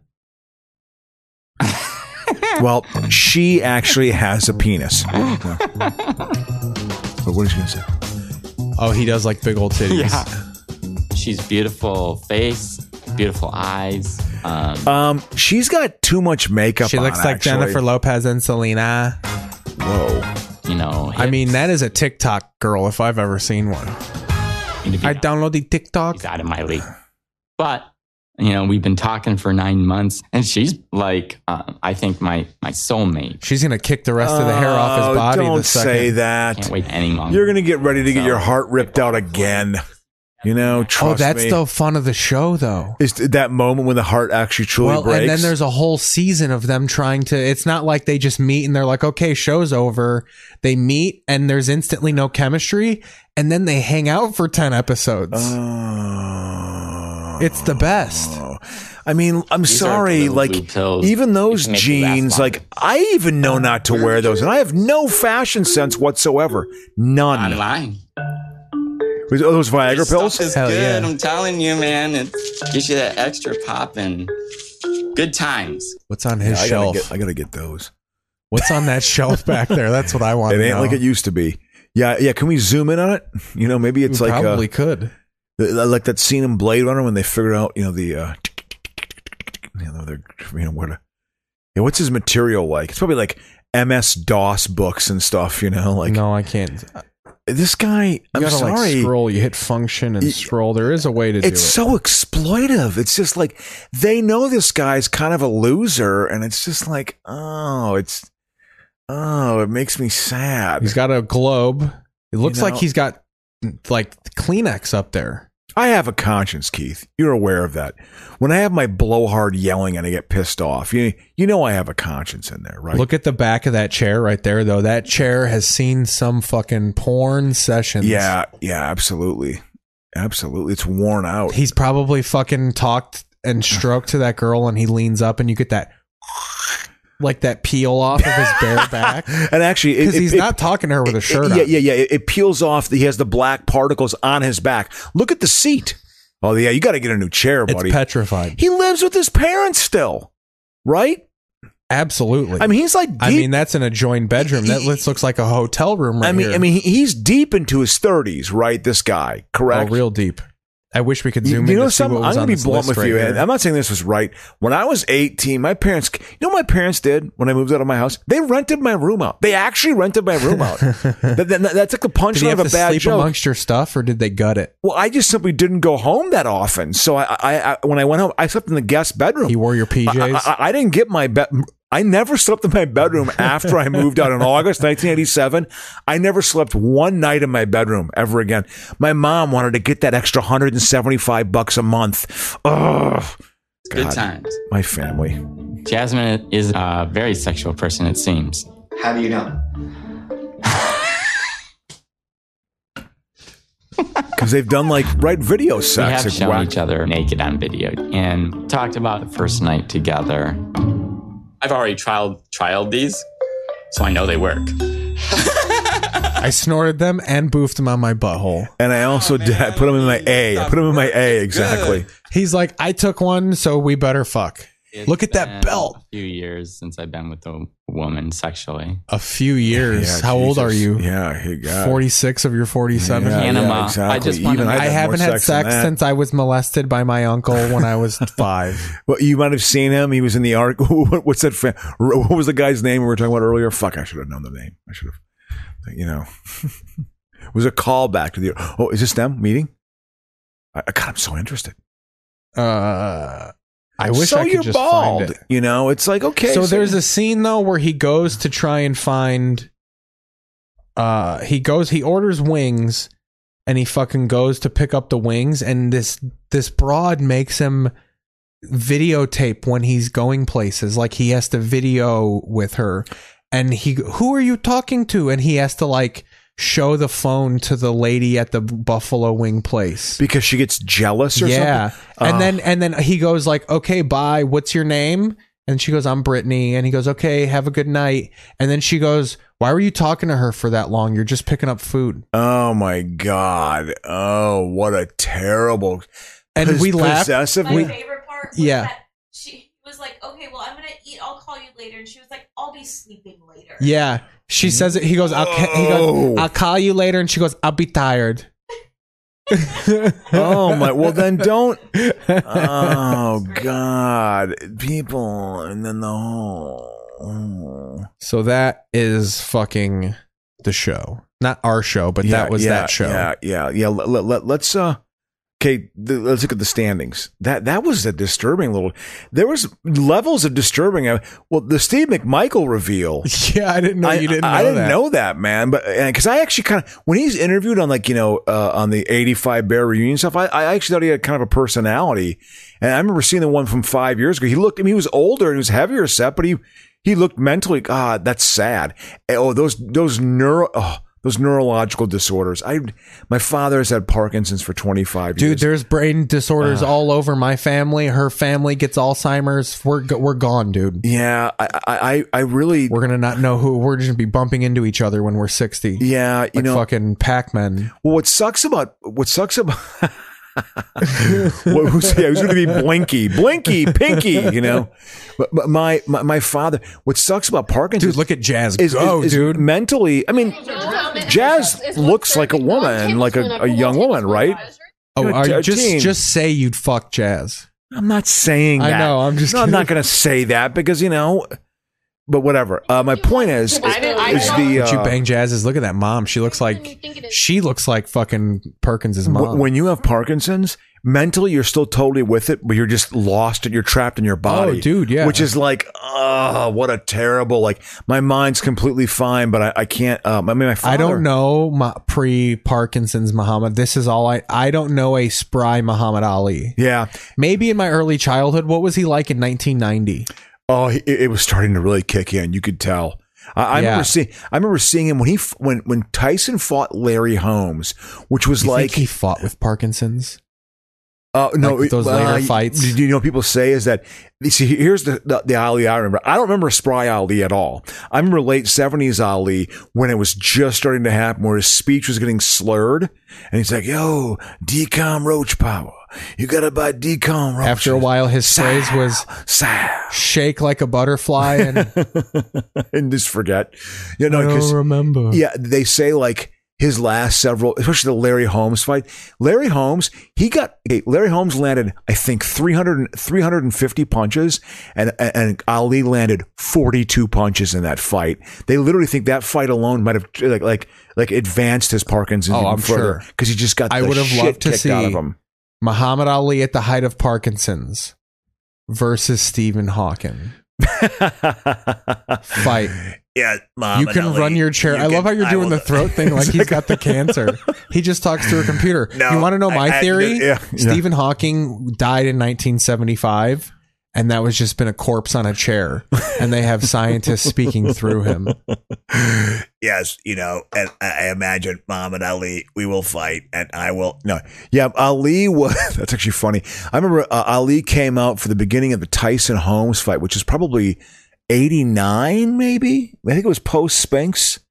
[SPEAKER 1] well, she actually has a penis. but what is she gonna say?
[SPEAKER 2] Oh, he does like big old titties.
[SPEAKER 15] She's beautiful face, beautiful eyes. Um,
[SPEAKER 2] Uh,
[SPEAKER 1] Um, she's got too much makeup.
[SPEAKER 2] She
[SPEAKER 1] on,
[SPEAKER 2] looks like
[SPEAKER 1] actually.
[SPEAKER 2] Jennifer Lopez and Selena.
[SPEAKER 1] Whoa.
[SPEAKER 15] you know,
[SPEAKER 2] I mean, that is a TikTok girl if I've ever seen one. I download the TikTok.
[SPEAKER 15] he's out of my league. But you know, we've been talking for nine months, and she's like, um, I think my my soulmate.
[SPEAKER 2] She's gonna kick the rest of the hair off
[SPEAKER 1] Oh,
[SPEAKER 2] his body.
[SPEAKER 1] Don't
[SPEAKER 2] the second.
[SPEAKER 1] say
[SPEAKER 15] Can't
[SPEAKER 1] that.
[SPEAKER 15] wait any longer.
[SPEAKER 1] You're gonna get ready to get your heart ripped out again. You know,
[SPEAKER 2] Oh,
[SPEAKER 1] trust
[SPEAKER 2] that's
[SPEAKER 1] me.
[SPEAKER 2] the fun of the show, though.
[SPEAKER 1] Is that moment when the heart actually truly
[SPEAKER 2] Well,
[SPEAKER 1] breaks?
[SPEAKER 2] and then there's a whole season of them trying to. It's not like they just meet and they're like, "Okay, show's over." They meet and there's instantly no chemistry, and then they hang out for ten episodes.
[SPEAKER 1] Oh.
[SPEAKER 2] it's the best.
[SPEAKER 1] I mean, I'm
[SPEAKER 15] These aren't
[SPEAKER 1] sorry.
[SPEAKER 15] little
[SPEAKER 1] Like
[SPEAKER 15] blue pills.
[SPEAKER 1] even those
[SPEAKER 15] You can make you laugh
[SPEAKER 1] jeans,
[SPEAKER 15] longer.
[SPEAKER 1] like I even know not to wear those, and I have no fashion sense whatsoever.
[SPEAKER 15] I'm
[SPEAKER 1] None.
[SPEAKER 15] lying.
[SPEAKER 1] Was- Are those Viagra
[SPEAKER 15] Stuff
[SPEAKER 1] pills?
[SPEAKER 15] is
[SPEAKER 2] Hell
[SPEAKER 15] good.
[SPEAKER 2] yeah.
[SPEAKER 15] I'm telling you, man. It gives you that extra pop and good times.
[SPEAKER 2] What's on his
[SPEAKER 1] I gotta
[SPEAKER 2] shelf?
[SPEAKER 1] get. I gotta get those.
[SPEAKER 2] What's on that shelf back there? That's what I want.
[SPEAKER 1] It
[SPEAKER 2] to
[SPEAKER 1] ain't
[SPEAKER 2] know.
[SPEAKER 1] like it used to be. Yeah, yeah. Can we zoom in on it? You know, maybe it's
[SPEAKER 2] We
[SPEAKER 1] like uh,
[SPEAKER 2] probably could.
[SPEAKER 1] I like that scene in Blade Runner when they figured out, you know, the uh, you know, they're you know where to. Yeah, what's his material like? It's probably like MS DOS books and stuff, you know, like
[SPEAKER 2] No, I can't.
[SPEAKER 1] this guy. I'm
[SPEAKER 2] you gotta
[SPEAKER 1] sorry.
[SPEAKER 2] like scroll. You hit function and scroll. There is a way to do it.
[SPEAKER 1] it's so exploitive. It's just like they know this guy's kind of a loser, and it's just like, oh, it's oh, it makes me sad.
[SPEAKER 2] He's got a globe. It looks like he's got like Kleenex up there.
[SPEAKER 1] I have a conscience, Keith. You're aware of that. When I have my blowhard yelling and I get pissed off, you you know I have a conscience in there, right?
[SPEAKER 2] Look at the back of that chair right there, though. That chair has seen some fucking porn sessions.
[SPEAKER 1] Yeah, yeah, absolutely. Absolutely. It's worn out.
[SPEAKER 2] He's probably fucking talked and stroked to that girl, and he leans up, and you get that. Like that peel off of his bare back,
[SPEAKER 1] and actually, it-
[SPEAKER 2] because
[SPEAKER 1] it-
[SPEAKER 2] he's
[SPEAKER 1] it-
[SPEAKER 2] not talking to her with a shirt on.
[SPEAKER 1] yeah, yeah, yeah. It, it peels off. The, he has the black particles on his back. Look at the seat. Oh yeah, you got to get a new chair,
[SPEAKER 2] It's
[SPEAKER 1] buddy.
[SPEAKER 2] petrified.
[SPEAKER 1] he lives with his parents still, right?
[SPEAKER 2] Absolutely.
[SPEAKER 1] I mean, he's like
[SPEAKER 2] I
[SPEAKER 1] deep-
[SPEAKER 2] mean, that's in a joined bedroom. That looks looks like a hotel room right
[SPEAKER 1] I mean,
[SPEAKER 2] here.
[SPEAKER 1] I mean, he- he's deep into his thirties, right? This guy,
[SPEAKER 2] oh,
[SPEAKER 1] correct?
[SPEAKER 2] real deep. I wish we could zoom
[SPEAKER 1] you
[SPEAKER 2] in
[SPEAKER 1] know
[SPEAKER 2] to see what
[SPEAKER 1] something?
[SPEAKER 2] was
[SPEAKER 1] I'm
[SPEAKER 2] on
[SPEAKER 1] gonna be
[SPEAKER 2] this
[SPEAKER 1] blunt
[SPEAKER 2] list
[SPEAKER 1] with
[SPEAKER 2] right
[SPEAKER 1] you,
[SPEAKER 2] here.
[SPEAKER 1] and I'm not saying this was right. When I was 18, my parents, you know, what my parents did when I moved out of my house. They rented my room out. They actually rented my room out. that, that, that took the
[SPEAKER 2] Did you
[SPEAKER 1] punchline
[SPEAKER 2] have
[SPEAKER 1] of a
[SPEAKER 67] to
[SPEAKER 1] bad
[SPEAKER 2] sleep
[SPEAKER 1] joke.
[SPEAKER 2] amongst your stuff, or did they gut it?
[SPEAKER 1] Well, I just simply didn't go home that often. So I, I, I when I went home, I slept in the guest bedroom.
[SPEAKER 2] You wore your PJs.
[SPEAKER 1] I, I, I didn't get my bed. I never slept in my bedroom after I moved out in August 1987. I never slept one night in my bedroom ever again. My mom wanted to get that extra 175 bucks a month. Ugh.
[SPEAKER 15] Good
[SPEAKER 1] God,
[SPEAKER 15] times.
[SPEAKER 1] My family.
[SPEAKER 15] Jasmine is a very sexual person, it seems.
[SPEAKER 9] How do you know?
[SPEAKER 1] Because they've done like right
[SPEAKER 2] Oh,
[SPEAKER 1] video
[SPEAKER 15] We have
[SPEAKER 1] sex. Like,
[SPEAKER 15] shown
[SPEAKER 1] wow.
[SPEAKER 15] each other naked on video and talked about the first night together. I've already trialed trialed these, so I know they work.
[SPEAKER 2] I snorted them and boofed them on my butthole.
[SPEAKER 1] And I
[SPEAKER 15] Oh,
[SPEAKER 1] also did. I put them in my A. I put them in my A exactly.
[SPEAKER 2] He's like, I took one, so we better fuck. Look at that belt.
[SPEAKER 15] A few years since I've been with a woman sexually.
[SPEAKER 2] A few years.
[SPEAKER 1] Yeah,
[SPEAKER 2] How old are
[SPEAKER 1] Jesus.
[SPEAKER 2] you?
[SPEAKER 1] Yeah, hey God.
[SPEAKER 2] Forty six of your forty seven.
[SPEAKER 1] Yeah,
[SPEAKER 15] Anima.
[SPEAKER 1] yeah,
[SPEAKER 15] I
[SPEAKER 1] exactly.
[SPEAKER 15] just wanna-
[SPEAKER 1] Even
[SPEAKER 15] I
[SPEAKER 1] I've
[SPEAKER 2] I
[SPEAKER 1] had more
[SPEAKER 2] haven't had
[SPEAKER 1] than
[SPEAKER 2] sex
[SPEAKER 1] that.
[SPEAKER 2] since I was molested by my uncle when I was five.
[SPEAKER 1] Well, you might have seen him. He was in the article. What- What's that? Fan? What was the guy's name we were talking about earlier? Fuck, I should have known the name. I should have, you know, it was a callback to the. Oh, is this them meeting? I, God, I'm so interested.
[SPEAKER 2] Uh, I wish
[SPEAKER 1] so
[SPEAKER 2] I could
[SPEAKER 1] you're
[SPEAKER 2] just
[SPEAKER 1] bald.
[SPEAKER 2] find it.
[SPEAKER 1] You know, it's like okay.
[SPEAKER 2] so, there's a scene though where he goes to try and find uh he goes he orders wings and he fucking goes to pick up the wings and this this broad makes him videotape when he's going places like he has to video with her and he who are you talking to and he has to like show the phone to the lady at the buffalo wing place
[SPEAKER 1] because she gets jealous or
[SPEAKER 2] yeah.
[SPEAKER 1] something.
[SPEAKER 2] And
[SPEAKER 1] Ah.
[SPEAKER 2] then and then he goes like, "Okay, bye. What's your name?" And she goes, "I'm Brittany." And he goes, "Okay, have a good night." And then she goes, "Why were you talking to her for that long? You're just picking up food."
[SPEAKER 1] Oh my God! Oh, what a terrible.
[SPEAKER 2] And
[SPEAKER 1] pos-
[SPEAKER 2] we laughed.
[SPEAKER 1] possessive.
[SPEAKER 13] My
[SPEAKER 2] We-
[SPEAKER 13] favorite part was
[SPEAKER 2] Yeah.
[SPEAKER 13] that she was like, "Okay, well, I'm gonna eat. I'll call you later," and she was like, "I'll be sleeping later."
[SPEAKER 2] Yeah. She says it. He goes, I'll ca- he
[SPEAKER 1] Whoa.
[SPEAKER 2] goes, "I'll call you later." And she goes, "I'll be tired."
[SPEAKER 1] oh my well then don't oh god people and then the oh. whole
[SPEAKER 2] So that is fucking the show. Not our show, but that was
[SPEAKER 1] yeah,
[SPEAKER 2] that show.
[SPEAKER 1] yeah yeah yeah let, let, let, let's uh okay th- let's look at the standings that that was a disturbing little there was levels of disturbing Uh, well the steve mcmichael reveal
[SPEAKER 2] Yeah, I didn't know you didn't know
[SPEAKER 1] I, I didn't
[SPEAKER 2] that.
[SPEAKER 1] know that, man. But because I actually kind of when he's interviewed on like you know uh, on the '85 Bear reunion stuff, I, I actually thought he had kind of a personality. And I remember seeing the one from five years ago. He looked, I mean, he was older and he was heavier set, but he he looked mentally. God, that's sad. And, Oh, those those neuro. Oh, those neurological disorders. I, my father has had Parkinson's for 25
[SPEAKER 2] Dude,
[SPEAKER 1] years.
[SPEAKER 2] there's brain disorders all over my family. Her family gets Alzheimer's. We're go- we're gone, dude.
[SPEAKER 1] yeah, I, I, I- I really,
[SPEAKER 2] We're gonna not know who we're just gonna be bumping into each other when we're sixty.
[SPEAKER 1] yeah, you
[SPEAKER 2] like
[SPEAKER 1] know,
[SPEAKER 2] fucking Pac Man.
[SPEAKER 1] Well, what sucks about what sucks about what, who's, yeah, who's going to be Blinky, Blinky, Pinky? You know, but, but my, my my father. What sucks about Parkinson's?
[SPEAKER 2] Dude, look at Jazz
[SPEAKER 1] is,
[SPEAKER 2] go,
[SPEAKER 1] is- is
[SPEAKER 2] dude.
[SPEAKER 1] Mentally, I mean, Jazz looks like a woman, like a, a young woman, right?
[SPEAKER 2] oh,
[SPEAKER 1] you're
[SPEAKER 2] are you
[SPEAKER 1] 13.
[SPEAKER 2] just just say you'd fuck Jazz.
[SPEAKER 1] I'm not saying.
[SPEAKER 2] I
[SPEAKER 1] That.
[SPEAKER 2] know, I'm just
[SPEAKER 1] No, I'm
[SPEAKER 2] kidding.
[SPEAKER 1] not going to say that because you know. But whatever. Uh, my point is,
[SPEAKER 2] I didn't- I
[SPEAKER 1] is
[SPEAKER 2] didn't-
[SPEAKER 1] the
[SPEAKER 2] But you
[SPEAKER 1] uh,
[SPEAKER 2] bang jazzes. Look at that mom. She looks like she looks like fucking Perkins's mom.
[SPEAKER 1] Wh- When you have Parkinson's, mentally you're still totally with it, but you're just lost and you're trapped in your body.
[SPEAKER 2] Oh, dude, yeah.
[SPEAKER 1] Which is like, ah, what a terrible. Like my mind's completely fine, but I, I can't. Um, I mean, my father.
[SPEAKER 2] I don't know my pre Parkinson's Muhammad. This is all I I don't know a spry Muhammad Ali.
[SPEAKER 1] Yeah.
[SPEAKER 2] Maybe in my early childhood, what was he like in 1990?
[SPEAKER 1] Oh, it, it was starting to really kick in. You could tell. I, I
[SPEAKER 2] Yeah.
[SPEAKER 1] remember seeing. I remember seeing him when he f- when when Tyson fought Larry Holmes, which was
[SPEAKER 2] You
[SPEAKER 1] like
[SPEAKER 2] think he fought with Parkinson's?
[SPEAKER 1] Uh, no,
[SPEAKER 2] Like those later
[SPEAKER 1] y-
[SPEAKER 2] fights?
[SPEAKER 1] You know, what people say is that you see. Here's the, the the Ali I remember. I don't remember spry Ali at all. I remember late seventies Ali when it was just starting to happen, where his speech was getting slurred, and he's like, "Yo, decom roach power. You gotta buy decom roach."
[SPEAKER 2] After a while, his phrase was "shake like a butterfly," and
[SPEAKER 1] and just forget. You know,
[SPEAKER 2] I don't
[SPEAKER 1] 'cause-
[SPEAKER 2] remember.
[SPEAKER 1] Yeah, they say like his last several, especially the Larry Holmes fight. Larry Holmes, he got okay, Larry Holmes landed, I think 300, and- 350 punches, and and Ali landed forty two punches in that fight. They literally think that fight alone might have like like like advanced his Parkinson's.
[SPEAKER 2] Oh,
[SPEAKER 1] even
[SPEAKER 2] I'm
[SPEAKER 1] further
[SPEAKER 2] sure.
[SPEAKER 1] because he just got. The
[SPEAKER 2] I would have
[SPEAKER 1] shit
[SPEAKER 2] loved to
[SPEAKER 1] kicked
[SPEAKER 2] see
[SPEAKER 1] out of him.
[SPEAKER 2] Muhammad Ali at the height of Parkinson's versus Stephen Hawking. Fight.
[SPEAKER 1] Yeah,
[SPEAKER 2] you can run your chair. I love how you're doing the throat thing like he's got the cancer. He just talks through a computer.
[SPEAKER 1] No,
[SPEAKER 2] you want to know
[SPEAKER 1] I-
[SPEAKER 2] my
[SPEAKER 1] I-
[SPEAKER 2] theory?
[SPEAKER 1] yeah, yeah.
[SPEAKER 2] Stephen Hawking died in 1975, and that was just been a corpse on a chair. And they have scientists speaking through him.
[SPEAKER 1] yes, you know, and I I imagine Mom and Ali, we will fight, and I will. Oh, No, yeah, Ali was. That's actually funny. I remember uh, Ali came out for the beginning of the Tyson Holmes fight, which is probably '89, maybe. I think it was post Spinks.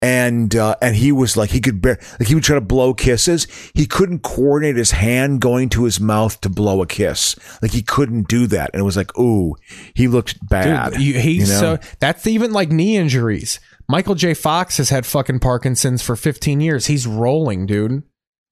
[SPEAKER 1] And uh, and he was like he could bear like he would try to blow kisses. He couldn't coordinate his hand going to his mouth to blow a kiss. Like he couldn't do that, and it was like, ooh, he looked bad.
[SPEAKER 2] Dude, you, he's
[SPEAKER 1] you know?
[SPEAKER 2] so that's even like knee injuries. Michael J. Fox has had fucking Parkinson's for 15 years. He's rolling, dude.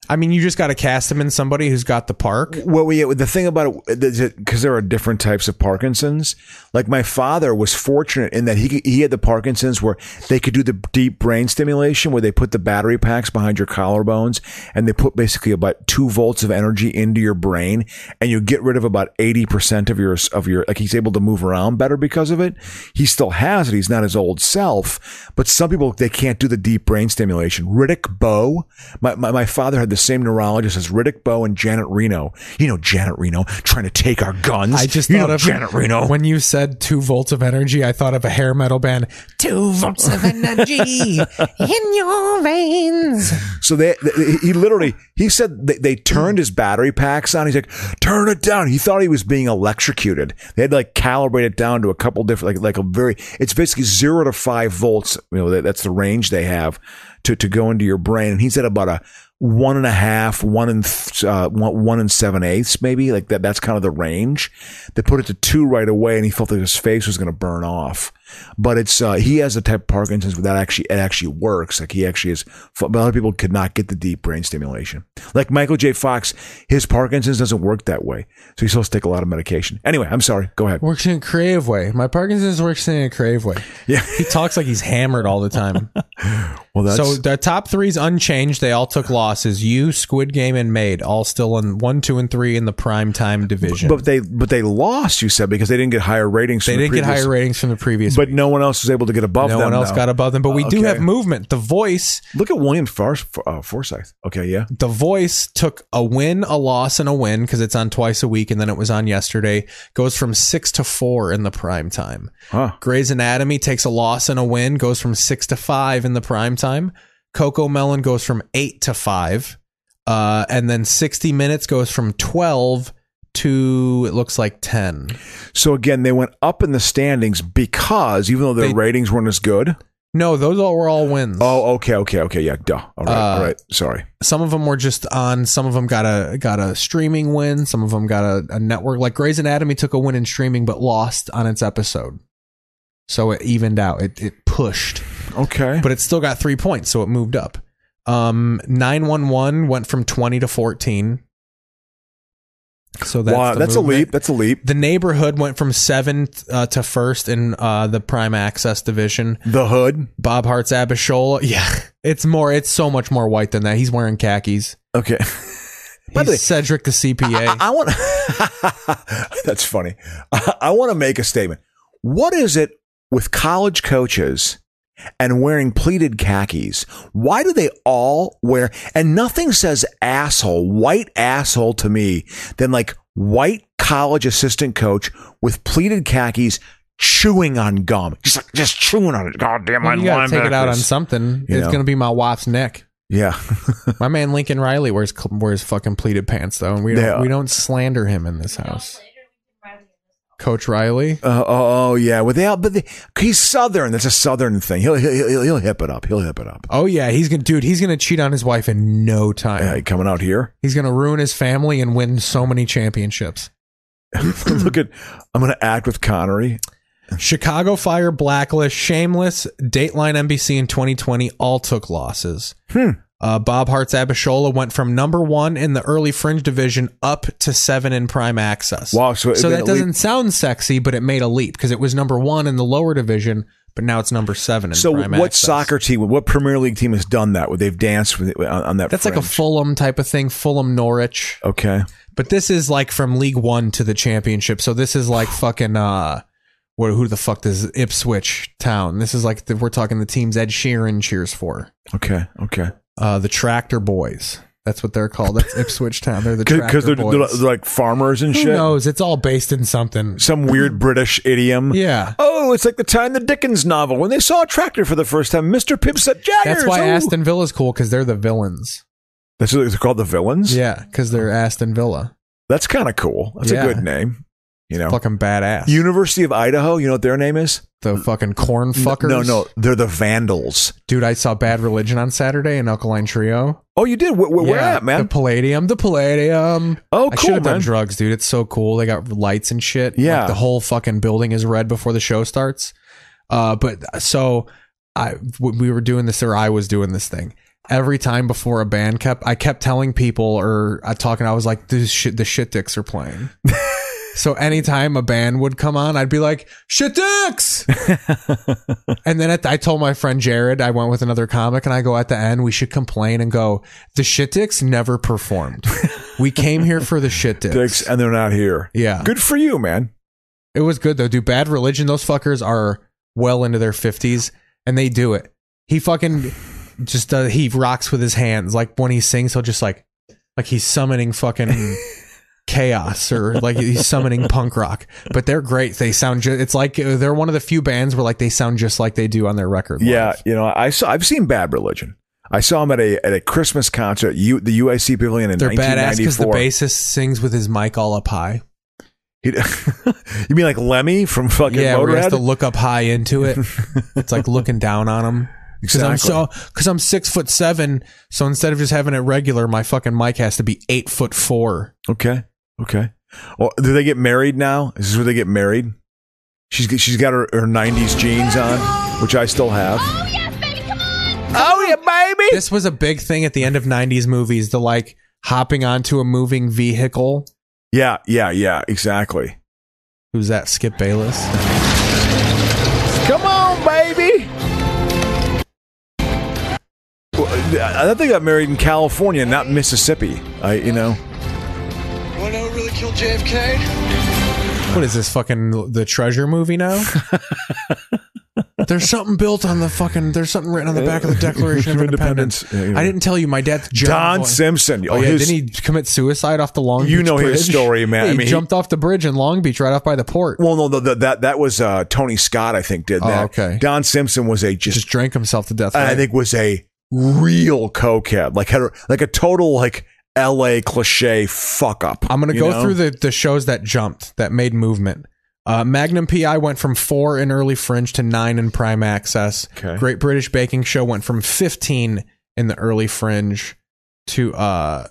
[SPEAKER 2] I mean, you just got to cast him in somebody who's got the park.
[SPEAKER 1] Well, we, the thing about it, because there are different types of Parkinson's. Like my father was fortunate in that he could- he had the Parkinson's where they could do the deep brain stimulation, where they put the battery packs behind your collarbones and they put basically about two volts of energy into your brain, and you get rid of about eighty percent of your of your like he's able to move around better because of it. He still has it. He's not his old self, but some people they can't do the deep brain stimulation. Riddick Bowe, my, my, my father had the same neurologist as Riddick Bowe and Janet Reno. You know Janet Reno trying to take our guns.
[SPEAKER 2] I just
[SPEAKER 1] you
[SPEAKER 2] thought
[SPEAKER 1] know
[SPEAKER 2] of
[SPEAKER 1] Janet Reno.
[SPEAKER 2] When you said two volts of energy, I thought of a hair metal band. Two volts of energy
[SPEAKER 3] E.
[SPEAKER 2] in your veins.
[SPEAKER 1] So they, they- he literally he said they, they turned his battery packs on. He's like, turn it down. He thought he was being electrocuted. They had to like calibrate it down to a couple different like like a very it's basically zero to five volts. You know that, that's the range they have to to go into your brain. And he's at about a one and a half, one and th- uh, one, one and seven eighths, maybe like that. That's kind of the range. They put it to two right away, and he felt that his face was going to burn off. But it's uh, he has the type of Parkinson's where that actually it actually works. Like he actually is. But a lot of people could not get the deep brain stimulation. Like Michael J. Fox, his Parkinson's doesn't work that way, so he still has to take a lot of medication. Anyway, I'm sorry. Go ahead.
[SPEAKER 2] Works in a creative way. My Parkinson's works in a creative way.
[SPEAKER 1] Yeah.
[SPEAKER 2] He talks like he's hammered all the time.
[SPEAKER 1] Well, that's
[SPEAKER 2] so the top three's unchanged. They all took losses. You, Squid Game, and Made all still in one, two, and three in the prime time division.
[SPEAKER 1] but they but they lost. You said because they didn't get higher ratings.
[SPEAKER 2] they
[SPEAKER 1] from the
[SPEAKER 2] didn't get
[SPEAKER 1] previous-
[SPEAKER 2] higher ratings from the previous.
[SPEAKER 1] But no one else was able to get above
[SPEAKER 2] no
[SPEAKER 1] them.
[SPEAKER 2] one else
[SPEAKER 1] though.
[SPEAKER 2] got above them. But we
[SPEAKER 1] Uh,
[SPEAKER 2] do
[SPEAKER 1] okay.
[SPEAKER 2] have movement. The Voice
[SPEAKER 1] Look at William Fars- uh, Forsyth. Okay, yeah.
[SPEAKER 2] The Voice took a win, a loss, and a win because it's on twice a week, and then it was on yesterday. Goes from six to four in the prime time.
[SPEAKER 1] Huh.
[SPEAKER 2] Grey's Anatomy takes a loss and a win. Goes from six to five in the prime time. Coco Melon goes from eight to five, uh, and then sixty minutes goes from twelve to it looks like ten.
[SPEAKER 1] So again, they went up in the standings because even though their
[SPEAKER 2] They-
[SPEAKER 1] ratings weren't as good.
[SPEAKER 2] No, those all were all wins.
[SPEAKER 1] Oh, okay, okay, okay. Yeah, duh. All right,
[SPEAKER 2] Uh,
[SPEAKER 1] all right. Sorry.
[SPEAKER 2] some of them were just on some of them got a got a streaming win some of them got a, a network like Grey's Anatomy took a win in streaming but lost on its episode so it evened out it, it pushed
[SPEAKER 1] Okay.
[SPEAKER 2] but it still got three points so it moved up um 911 went from 20 to 14 So that's
[SPEAKER 1] Wow,
[SPEAKER 2] the
[SPEAKER 1] that's a
[SPEAKER 2] movement.
[SPEAKER 1] leap. That's a leap.
[SPEAKER 2] The neighborhood went from seventh uh, to first in uh, the prime access division.
[SPEAKER 1] The hood.
[SPEAKER 2] Bob Hart's Abishola. Yeah, it's more. It's so much more white than that. He's wearing khakis.
[SPEAKER 1] Okay.
[SPEAKER 2] He's Cedric the CPA.
[SPEAKER 1] I want. That's funny. I, I want to make a statement. What is it with college coaches and wearing pleated khakis? Why do they all wear? And nothing says asshole, white asshole to me than like white college assistant coach with pleated khakis chewing on gum. Just like just chewing on it. God damn,
[SPEAKER 2] Well,
[SPEAKER 1] my
[SPEAKER 2] you gotta take it out on
[SPEAKER 1] linebackers.
[SPEAKER 2] something.
[SPEAKER 1] You
[SPEAKER 2] it's
[SPEAKER 1] know.
[SPEAKER 2] gonna be my wife's neck.
[SPEAKER 1] Yeah.
[SPEAKER 2] my man Lincoln Riley wears cl- wears fucking pleated pants though, and we don't
[SPEAKER 1] Yeah.
[SPEAKER 2] we don't slander him in this house. Coach Riley.
[SPEAKER 1] Uh, oh, oh, yeah. Without, but the, he's southern. That's a southern thing. He'll he'll, he'll he'll hip it up. He'll hip it up.
[SPEAKER 2] Oh yeah, he's gonna dude. He's gonna cheat on his wife in no time.
[SPEAKER 1] Hey, coming out here.
[SPEAKER 2] He's gonna ruin his family and win so many championships.
[SPEAKER 1] Look at. I'm gonna act with Connery.
[SPEAKER 2] Chicago Fire, Blacklist, Shameless, Dateline NBC in 2020 all took losses.
[SPEAKER 1] Hmm.
[SPEAKER 2] Uh, Bob Hart's Abishola went from number one in the early fringe division up to seven in prime access.
[SPEAKER 1] Wow, so it made
[SPEAKER 2] that
[SPEAKER 1] a
[SPEAKER 2] doesn't
[SPEAKER 1] leap.
[SPEAKER 2] sound sexy, but it made a leap because it was number one in the lower division, but now it's number seven in
[SPEAKER 1] So,
[SPEAKER 2] prime
[SPEAKER 1] what
[SPEAKER 2] access.
[SPEAKER 1] soccer team? What Premier League team has done that? Where they've danced with, on, on that?
[SPEAKER 2] That's like a
[SPEAKER 1] fringe?
[SPEAKER 2] Fulham type of thing, Fulham Norwich.
[SPEAKER 1] okay.
[SPEAKER 2] But this is like from League One to the Championship. So this is like fucking uh, what? Who the fuck does Ipswich Town? This is like the, we're talking the teams Ed Sheeran cheers for.
[SPEAKER 1] Okay. Okay.
[SPEAKER 2] Uh, the Tractor Boys. That's what they're called. That's Ipswich Town. They're the Tractor
[SPEAKER 1] Because they're, they're
[SPEAKER 2] Boys.
[SPEAKER 1] like farmers and
[SPEAKER 2] who
[SPEAKER 1] shit.
[SPEAKER 2] knows? It's all based in something.
[SPEAKER 1] Some weird British idiom.
[SPEAKER 2] Yeah.
[SPEAKER 1] Oh, it's like the time the Dickens novel when they saw a tractor for the first time. Mister Pip said, "Jaggers."
[SPEAKER 2] That's why
[SPEAKER 1] ooh."
[SPEAKER 2] Aston Villa's cool because they're the villains.
[SPEAKER 1] That's what they're called the villains.
[SPEAKER 2] Yeah, because they're Aston Villa.
[SPEAKER 1] That's kind of cool. That's
[SPEAKER 2] Yeah.
[SPEAKER 1] a good name. You know,
[SPEAKER 2] Fucking badass.
[SPEAKER 1] University of Idaho. You know what their name is?
[SPEAKER 2] the fucking corn fuckers.
[SPEAKER 1] No, no, they're the Vandals.
[SPEAKER 2] Dude, I saw Bad Religion on Saturday in Alkaline Trio.
[SPEAKER 1] Oh, you did. Where, where, where
[SPEAKER 2] Yeah,
[SPEAKER 1] at, man?
[SPEAKER 2] The Palladium, the Palladium.
[SPEAKER 1] Oh,
[SPEAKER 2] I
[SPEAKER 1] cool,
[SPEAKER 2] should have done
[SPEAKER 1] man.
[SPEAKER 2] drugs, dude. It's so cool. They got lights and shit.
[SPEAKER 1] Yeah.
[SPEAKER 2] Like, the whole fucking building is red before the show starts. Uh, but so I w- we were doing this, or I was doing this thing. Every time before a band kept, I kept telling people or I talking. I was like, "This shit, the shit dicks are playing." so anytime a band would come on, I'd be like, "Shit dicks," and then at the, I told my friend Jared, I went with another comic, and I go at the end, we should complain and go, the shit dicks never performed. we came here for the shit dicks.
[SPEAKER 1] Dicks, and they're not here.
[SPEAKER 2] Yeah.
[SPEAKER 1] Good for you, man.
[SPEAKER 2] It was good though, dude. Bad religion, those fuckers are well into their fifties and they do it. He fucking just uh, he rocks with his hands. Like when he sings, he'll just like like he's summoning fucking chaos or like he's summoning punk rock. But they're great. They sound ju- it's like uh, they're one of the few bands where like they sound just like they do on their record.
[SPEAKER 1] Yeah, you know, I saw. I've seen Bad Religion. I saw him at a at a Christmas concert. at U, the UIC Pavilion in
[SPEAKER 2] They're badass because the
[SPEAKER 1] 1994.
[SPEAKER 2] bassist sings with his mic all up high.
[SPEAKER 1] He- you mean like Lemmy from fucking
[SPEAKER 2] yeah, where he has
[SPEAKER 1] Motorhead?
[SPEAKER 2] to look up high into it. it's like looking down on him. Because I'm so, because I'm six foot seven, so instead of just having it regular, my fucking mic has to be eight foot four.
[SPEAKER 1] okay, okay. Well, do they get married now? Is this where they get married? She's she's got her, her '90s jeans on, which I still have.
[SPEAKER 68] Oh, yeah, baby.
[SPEAKER 2] This was a big thing at the end of '90s movies, the like hopping onto a moving vehicle.
[SPEAKER 1] Yeah, yeah, yeah. Exactly.
[SPEAKER 2] Who's that? Skip Bayless.
[SPEAKER 68] Come on, baby.
[SPEAKER 1] Well, I I thought they got married in California, not Mississippi. I, you know,
[SPEAKER 69] Want to really kill JFK?
[SPEAKER 2] What is this fucking the treasure movie now? there's something built on the fucking. There's something written on the back of the Declaration of Independence.
[SPEAKER 1] Uh, Independence. Yeah, yeah.
[SPEAKER 2] I didn't tell you my dad's
[SPEAKER 1] Don Simpson.
[SPEAKER 2] Oh,
[SPEAKER 1] Oh,
[SPEAKER 2] yeah,
[SPEAKER 1] his-
[SPEAKER 2] didn't he commit suicide off the Long?
[SPEAKER 1] You
[SPEAKER 2] Beach
[SPEAKER 1] know his
[SPEAKER 2] Bridge?
[SPEAKER 1] story, man.
[SPEAKER 2] Yeah,
[SPEAKER 1] I
[SPEAKER 2] he
[SPEAKER 1] mean, he-
[SPEAKER 2] jumped off the bridge in Long Beach, right off by the port.
[SPEAKER 1] Well, no, the, the, that that was uh, Tony Scott, I think, did
[SPEAKER 2] Oh,
[SPEAKER 1] that.
[SPEAKER 2] okay.
[SPEAKER 1] Don Simpson was a just,
[SPEAKER 2] Just drank himself to death.
[SPEAKER 1] I
[SPEAKER 2] right?
[SPEAKER 1] think, was a real cokehead, like had a, like a total like L.A. cliche fuck up.
[SPEAKER 2] I'm gonna
[SPEAKER 1] you
[SPEAKER 2] go
[SPEAKER 1] know?
[SPEAKER 2] through the the shows that jumped that made movement. Uh, Magnum PI went from four in early fringe to nine in prime access.
[SPEAKER 1] Okay.
[SPEAKER 2] Great British Baking Show went from 15 in the early fringe to uh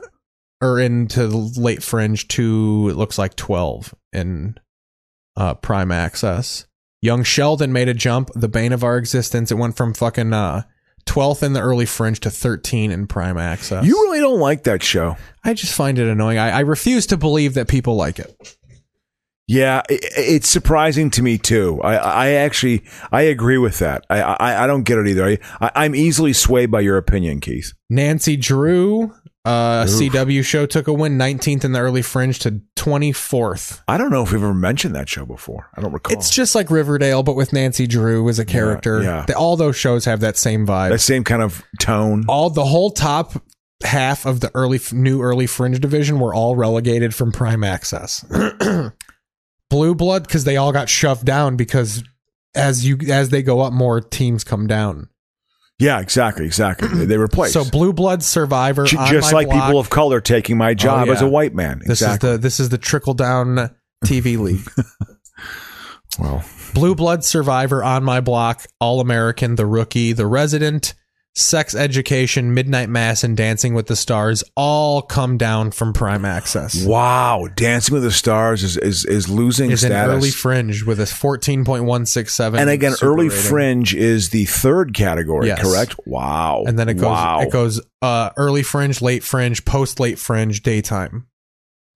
[SPEAKER 2] or into the late fringe to it looks like 12 in uh prime access. Young Sheldon made a jump, the bane of our existence. It went from fucking uh 12th in the early fringe to 13 in prime access.
[SPEAKER 1] You really don't like that show.
[SPEAKER 2] I just find it annoying. I, I refuse to believe that people like it.
[SPEAKER 1] Yeah, it, it's surprising to me too. I, I actually I agree with that. I, I, I don't get it either. I, I'm easily swayed by your opinion, Keith.
[SPEAKER 2] Nancy Drew, uh, CW show took a win, 19th in the early fringe to 24th.
[SPEAKER 1] I don't know if we've ever mentioned that show before. I don't recall.
[SPEAKER 2] It's just like Riverdale, but with Nancy Drew as a character.
[SPEAKER 1] Yeah, yeah.
[SPEAKER 2] They- all those shows have that same vibe,
[SPEAKER 1] that same kind of tone.
[SPEAKER 2] All the whole top half of the early new early fringe division were all relegated from prime access. Blue Blood because they all got shoved down because as you as they go up, more teams come down.
[SPEAKER 1] Yeah, exactly, exactly. They, they replace.
[SPEAKER 2] So Blue Blood Survivor,
[SPEAKER 1] J-
[SPEAKER 2] On
[SPEAKER 1] just
[SPEAKER 2] My
[SPEAKER 1] like
[SPEAKER 2] Block, Oh,
[SPEAKER 1] people of color taking my job
[SPEAKER 2] yeah.
[SPEAKER 1] as a white man.
[SPEAKER 2] This
[SPEAKER 1] exactly.
[SPEAKER 2] is the this is the trickle down TV league.
[SPEAKER 1] well,
[SPEAKER 2] Blue Blood Survivor on my block, All American, The Rookie, The Resident, Sex Education, Midnight Mass, and Dancing with the Stars all come down from Prime Access.
[SPEAKER 1] wow, Dancing with the Stars is is, is losing
[SPEAKER 2] Is an
[SPEAKER 1] status.
[SPEAKER 2] early fringe with a fourteen point one six seven,
[SPEAKER 1] and again, early fringe is the third category,
[SPEAKER 2] Yes.
[SPEAKER 1] correct? Wow.
[SPEAKER 2] and then it goes
[SPEAKER 1] Wow.
[SPEAKER 2] it goes uh, early fringe, late fringe, post late fringe, daytime.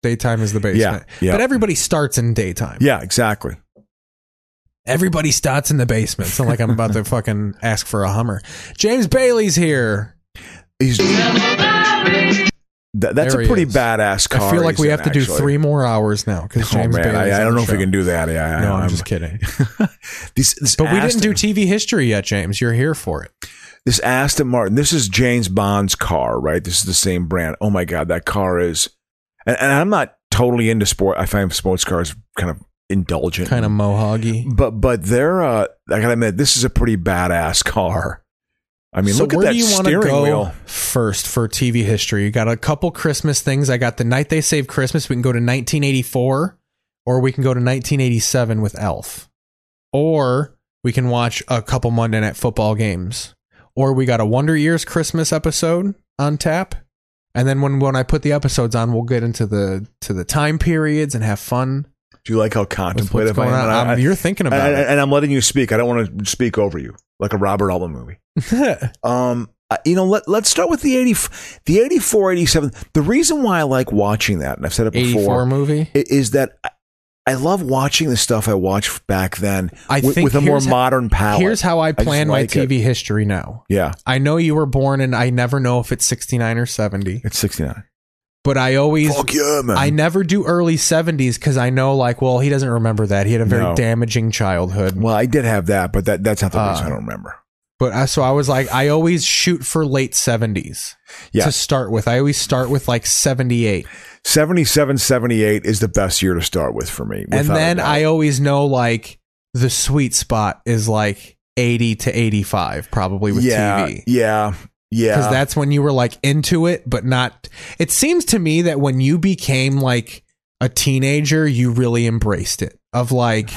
[SPEAKER 2] Daytime is the basement,
[SPEAKER 1] yeah.
[SPEAKER 2] but everybody starts in daytime.
[SPEAKER 1] yeah, exactly.
[SPEAKER 2] Everybody starts in the basement. So like I'm about to fucking ask for a Hummer. James Bailey's here.
[SPEAKER 1] He's Th- that's
[SPEAKER 2] There
[SPEAKER 1] a
[SPEAKER 2] he
[SPEAKER 1] pretty
[SPEAKER 2] is.
[SPEAKER 1] badass car.
[SPEAKER 2] I feel like
[SPEAKER 1] he's in,
[SPEAKER 2] we have to do
[SPEAKER 1] actually.
[SPEAKER 2] three more hours now because
[SPEAKER 1] Oh,
[SPEAKER 2] James
[SPEAKER 1] man,
[SPEAKER 2] Bailey's
[SPEAKER 1] I, I
[SPEAKER 2] on
[SPEAKER 1] don't
[SPEAKER 2] the
[SPEAKER 1] know if we
[SPEAKER 2] show.
[SPEAKER 1] can do that. Yeah, I-
[SPEAKER 2] No, I'm,
[SPEAKER 1] I'm-
[SPEAKER 2] just kidding.
[SPEAKER 1] These- this
[SPEAKER 2] But we didn't
[SPEAKER 1] Aston-
[SPEAKER 2] do TV history yet, James. You're here for it.
[SPEAKER 1] this Aston Martin. This is James Bond's car, right? This is the same brand. Oh my god, that car is. And, and I'm not totally into sport. I find sports cars kind of indulgent,
[SPEAKER 2] Kind of mohoggy.
[SPEAKER 1] But but they're. Uh, I gotta admit, this is a pretty badass car. I mean,
[SPEAKER 2] so
[SPEAKER 1] look at
[SPEAKER 2] where
[SPEAKER 1] that
[SPEAKER 2] do you wanna
[SPEAKER 1] steering
[SPEAKER 2] go
[SPEAKER 1] wheel.
[SPEAKER 2] first for TV history? You got a couple Christmas things. I got the night they saved Christmas. We can go to 1984, or we can go to 1987 with Elf, or we can watch a couple Monday Night Football games, or we got a Wonder Years Christmas episode on tap. And then when, when I put the episodes on, we'll get into the to the time periods and have fun.
[SPEAKER 1] Do you like how
[SPEAKER 2] With what's
[SPEAKER 1] contemplative I am?
[SPEAKER 2] going on?
[SPEAKER 1] And I-
[SPEAKER 2] I'm-
[SPEAKER 1] I-
[SPEAKER 2] you're thinking about
[SPEAKER 1] and,
[SPEAKER 2] it.
[SPEAKER 1] and I'm letting you speak. I don't want to speak over you like a Robert Altman movie. um, uh, you know, let let's start with the 80, the 84, 87. The reason why I like watching that, and I've said it
[SPEAKER 2] 84
[SPEAKER 1] before,
[SPEAKER 2] movie.
[SPEAKER 1] i- is that I, I love watching the stuff I watched back then
[SPEAKER 2] I
[SPEAKER 1] with,
[SPEAKER 2] think
[SPEAKER 1] with a more
[SPEAKER 2] here's ho-
[SPEAKER 1] modern palette.
[SPEAKER 2] Here's how I
[SPEAKER 1] just
[SPEAKER 2] plan my
[SPEAKER 1] like it.
[SPEAKER 2] TV history now.
[SPEAKER 1] Yeah,
[SPEAKER 2] I know you were born, and I never know if it's 69 or 70,
[SPEAKER 1] it's 69.
[SPEAKER 2] but I always.
[SPEAKER 1] Fuck yeah, man.
[SPEAKER 2] I never do early 70s because I know, like, well, he doesn't remember that. He had a very
[SPEAKER 1] No.
[SPEAKER 2] damaging childhood.
[SPEAKER 1] well, I did have that, but that that's not the reason
[SPEAKER 2] Uh,
[SPEAKER 1] I don't remember.
[SPEAKER 2] But I, so I was like, I always shoot for late 70s
[SPEAKER 1] Yeah.
[SPEAKER 2] to start with. I always start with like 78.
[SPEAKER 1] 77, 78 is the best year to start with for me.
[SPEAKER 2] and
[SPEAKER 1] without a
[SPEAKER 2] then
[SPEAKER 1] doubt.
[SPEAKER 2] I always know, like, the sweet spot is like 80 to 85, probably with
[SPEAKER 1] yeah,
[SPEAKER 2] TV.
[SPEAKER 1] yeah, yeah,
[SPEAKER 2] because that's when you were like into it but not it seems to me that when you became like a teenager you really embraced it of like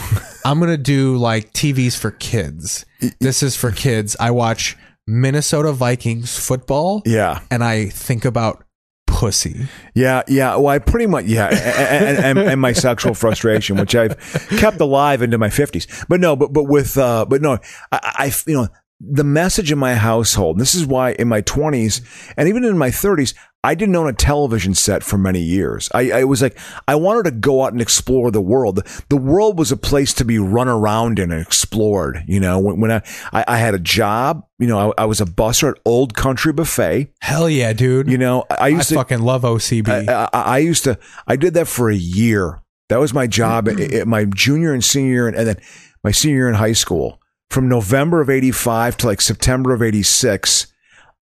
[SPEAKER 2] i'm gonna do like tvs for kids this is for kids i watch minnesota vikings football
[SPEAKER 1] yeah.
[SPEAKER 2] and i think about pussy
[SPEAKER 1] Yeah, yeah. Well, I pretty much yeah, and, and, and, and my sexual frustration, which I've kept alive into my fifties. But no, but but with uh, but no, I, I you know the message in my household. This is why in my twenties and even in my thirties, I didn't own a television set for many years. I, I was like, I wanted to go out and explore the world. The world was a place to be run around in and explored. You know, when, when I, I I had a job, you know, I, I was a busser at Old Country Buffet.
[SPEAKER 2] hell yeah dude
[SPEAKER 1] You know, I, I
[SPEAKER 2] i,
[SPEAKER 1] used to
[SPEAKER 2] fucking love ocb
[SPEAKER 1] I, I, I used to. I did that for a year. That was my job. at, at my junior and senior, year and, and then my senior year in high school. From November of '85 to like September of '86,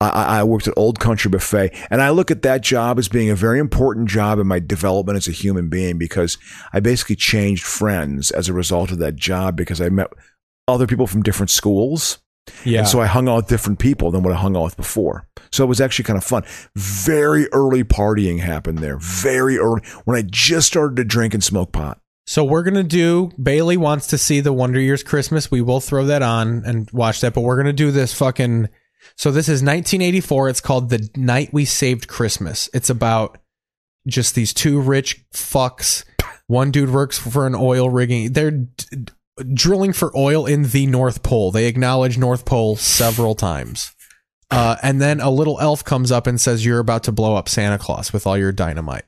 [SPEAKER 1] I- I, I worked at Old Country Buffet, and I look at that job as being a very important job in my development as a human being because I basically changed friends as a result of that job because I met other people from different schools.
[SPEAKER 2] yeah
[SPEAKER 1] And so I hung out with different people than what I hung out with before. So it was actually kind of fun. Very early partying happened there. Very early when I just started to drink and smoke pot.
[SPEAKER 2] So we're gonna do. Bailey wants to see the Wonder Years Christmas. We will throw that on and watch that. But we're gonna do this fucking. So this is 1984. It's called "The Night We Saved Christmas." It's about just these two rich fucks. One dude works for an oil rigging. They're d- d- drilling for oil in the North Pole. They acknowledge North Pole several times. Uh, and then a little elf comes up and says, "You're about to blow up Santa Claus with all your dynamite."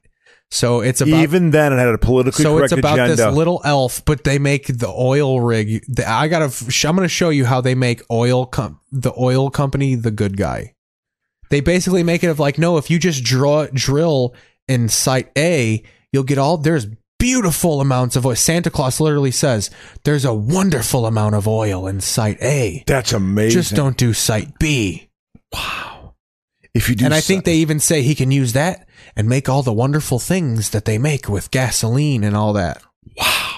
[SPEAKER 2] So it's about
[SPEAKER 1] even then it had a politically
[SPEAKER 2] so
[SPEAKER 1] correct
[SPEAKER 2] it's about
[SPEAKER 1] agenda.
[SPEAKER 2] this little elf, but they make the oil rig. the- I gotta. f- I'm gonna show you how they make oil. Com- the oil company, the good guy. They basically make it of like, no, if you just draw drill in site A, you'll get all there's beautiful amounts of oil. Santa Claus literally says there's a wonderful amount of oil in site A.
[SPEAKER 1] That's amazing.
[SPEAKER 2] Just don't do site B.
[SPEAKER 1] If you do,
[SPEAKER 2] And I
[SPEAKER 1] s-
[SPEAKER 2] think they even say he can use that and make all the wonderful things that they make with gasoline and all that. Wow.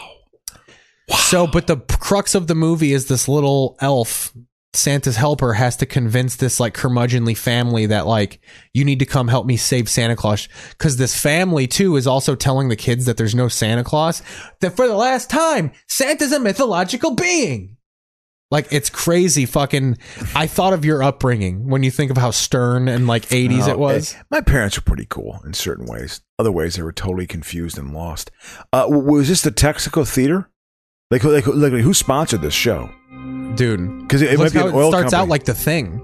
[SPEAKER 2] So, but the p- crux of the movie is this little elf, Santa's helper, has to convince this like curmudgeonly family that like you need to come help me save Santa Claus because this family too is also telling the kids that there's no Santa Claus that for the last time Santa's a mythological being. Like it's crazy fucking I thought of your upbringing when you think of how stern and like 80s
[SPEAKER 1] No,
[SPEAKER 2] it was.
[SPEAKER 1] eh, My parents were pretty cool in certain ways. Other ways, they were totally confused and lost. Uh, w- was this the Texaco Theater? Like, who- like, who- like who sponsored this show?
[SPEAKER 2] Dude,
[SPEAKER 1] 'Cause it- it might
[SPEAKER 2] Look
[SPEAKER 1] be
[SPEAKER 2] how
[SPEAKER 1] an oil
[SPEAKER 2] starts out
[SPEAKER 1] company.
[SPEAKER 2] like the thing.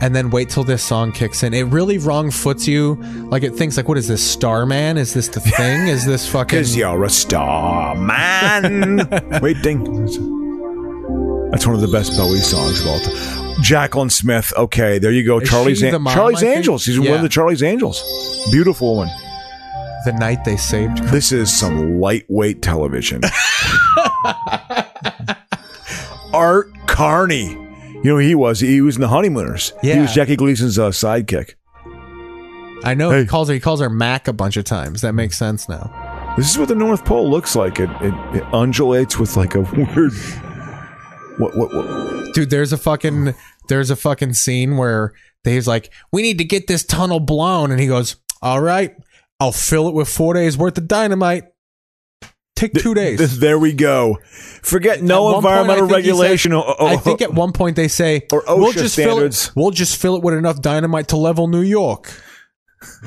[SPEAKER 2] And then wait till this song kicks in. It really wrong foots you. Like it thinks like what is this Starman? Is this the thing? Is this fucking
[SPEAKER 1] Because you're a star man. Waiting. That's one of the best Bowie songs of all time. Jacqueline Smith. Okay, there you go.
[SPEAKER 2] Is
[SPEAKER 1] Charlie's
[SPEAKER 2] she
[SPEAKER 1] An-
[SPEAKER 2] the mom, I
[SPEAKER 1] Charlie's
[SPEAKER 2] think?
[SPEAKER 1] Angels. She's one
[SPEAKER 2] Yeah.
[SPEAKER 1] of the Charlie's Angels. Beautiful one.
[SPEAKER 2] the night they saved?
[SPEAKER 1] This is some lightweight television. Art Carney. You know who he was? He was in The Honeymooners. He
[SPEAKER 2] Yeah.
[SPEAKER 1] was Jackie Gleason's uh, sidekick.
[SPEAKER 2] I know he calls her he calls her Mac a bunch of times. That makes sense now.
[SPEAKER 1] This is what the North Pole looks like. It, it, it undulates with like a weird. What, what, what?
[SPEAKER 2] Dude, there's a fucking there's a fucking scene where they's like, "We need to get this tunnel blown." And he goes, "All right. I'll fill it with 4 days worth of dynamite." Take 2 days.
[SPEAKER 1] Th- There we go. Forget
[SPEAKER 2] At
[SPEAKER 1] no
[SPEAKER 2] one point,
[SPEAKER 1] environmental
[SPEAKER 2] I think he said-
[SPEAKER 1] regulation. oh, oh,
[SPEAKER 2] I think at one point they say
[SPEAKER 1] Or OSHA
[SPEAKER 2] we'll just
[SPEAKER 1] standards."
[SPEAKER 2] fill it. We'll just fill it with enough dynamite to level New York.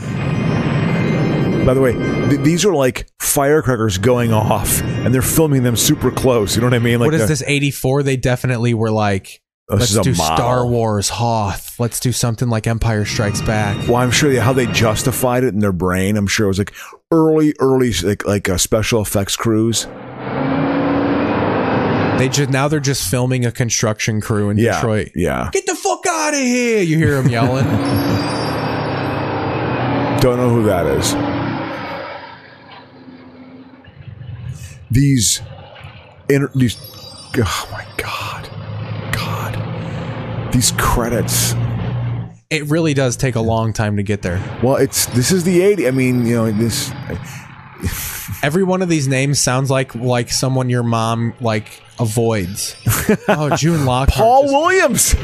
[SPEAKER 1] By the way, th- these are like firecrackers going off, and they're filming them super close. You know what I mean? Like
[SPEAKER 2] what is
[SPEAKER 1] the-
[SPEAKER 2] this eighty four? They definitely were like,
[SPEAKER 1] Oh, this
[SPEAKER 2] let's
[SPEAKER 1] is a
[SPEAKER 2] do
[SPEAKER 1] model.
[SPEAKER 2] Star Wars Hoth. Let's do something like Empire Strikes Back.
[SPEAKER 1] Well, I'm sure they, how they justified it in their brain. I'm sure it was like early, early, like like uh, special effects crews.
[SPEAKER 2] They just now they're just filming a construction crew in
[SPEAKER 1] Yeah,
[SPEAKER 2] Detroit.
[SPEAKER 1] yeah.
[SPEAKER 2] Get the fuck out of here! You hear them yelling.
[SPEAKER 1] Don't know who that is. These, inter- these, oh my god, god, these credits.
[SPEAKER 2] it really does take a long time to get there.
[SPEAKER 1] Well, it's this is the '80s. I mean, you know, this.
[SPEAKER 2] Every one of these names sounds like like someone your mom like avoids. oh, June Lockhart.
[SPEAKER 1] Paul Williams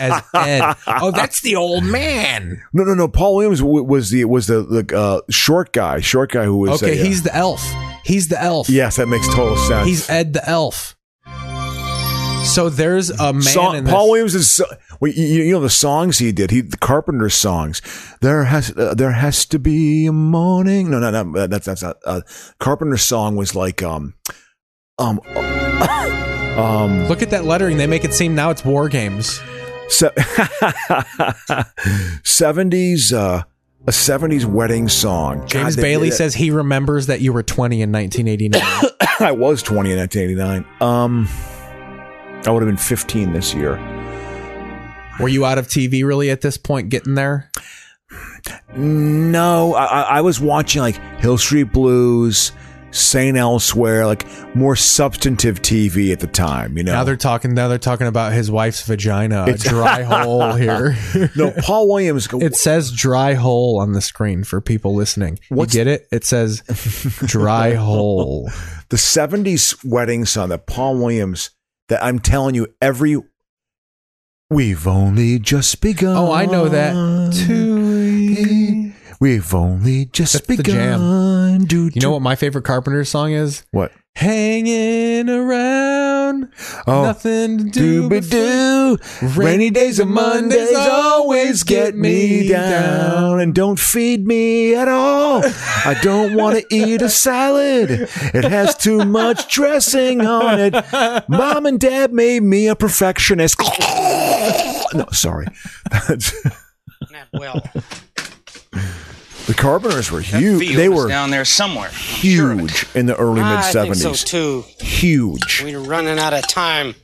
[SPEAKER 2] as Ed. Oh, that's the old man.
[SPEAKER 1] No, no, no. Paul Williams w- was the was the, the uh, short guy, short guy who was
[SPEAKER 2] Okay,
[SPEAKER 1] a, uh,
[SPEAKER 2] he's the elf. He's the elf.
[SPEAKER 1] yes, that makes total sense.
[SPEAKER 2] He's Ed the elf. So there's a man
[SPEAKER 1] Song-
[SPEAKER 2] in this.
[SPEAKER 1] Paul Williams is so- well, you, you know the songs he did. He the Carpenter's songs. There has uh, there has to be a morning. No, no, no. That's that's not. Uh, Carpenter's song was like um um um.
[SPEAKER 2] Look at that lettering. They make it seem now it's war games.
[SPEAKER 1] Seventies, uh, a seventies wedding song. God,
[SPEAKER 2] James
[SPEAKER 1] they
[SPEAKER 2] Bailey
[SPEAKER 1] did it.
[SPEAKER 2] says he remembers that you were 20 in 1989.
[SPEAKER 1] I was twenty in nineteen eighty nine. Um, I would have been fifteen this year.
[SPEAKER 2] were you out of TV really at this point getting there?
[SPEAKER 1] No, I, I- I was watching like Hill Street Blues, Saint Elsewhere, like more substantive TV at the time. You know,
[SPEAKER 2] Now they're talking now they're talking about his wife's vagina, a dry hole here.
[SPEAKER 1] no Paul Williams. go-
[SPEAKER 2] It says dry hole on the screen for people listening.
[SPEAKER 1] What's-
[SPEAKER 2] you get it? It says dry hole.
[SPEAKER 1] the '70s wedding song that Paul Williams. That I'm telling you, every we've only just begun.
[SPEAKER 2] Oh, I know that. Too.
[SPEAKER 1] We've only just
[SPEAKER 2] That's the jam.
[SPEAKER 1] begun. Do,
[SPEAKER 2] You know what my favorite Carpenter song is?
[SPEAKER 1] what?
[SPEAKER 2] Hanging around,
[SPEAKER 1] Oh.
[SPEAKER 2] nothing to
[SPEAKER 1] Doobie
[SPEAKER 2] do but
[SPEAKER 1] doo. Rainy days and Mondays always get me down and don't feed me at all. I don't want to eat a salad. It has too much dressing on it. Mom and dad made me a perfectionist. no, sorry. That's
[SPEAKER 21] Not well.
[SPEAKER 1] the Carpenters were
[SPEAKER 21] That
[SPEAKER 1] huge.
[SPEAKER 21] field
[SPEAKER 1] They
[SPEAKER 21] is
[SPEAKER 1] were
[SPEAKER 21] down there somewhere.
[SPEAKER 1] huge in the early mid
[SPEAKER 21] Ah, I think so
[SPEAKER 1] seventies.
[SPEAKER 21] too.
[SPEAKER 1] Huge.
[SPEAKER 21] We're running out of time.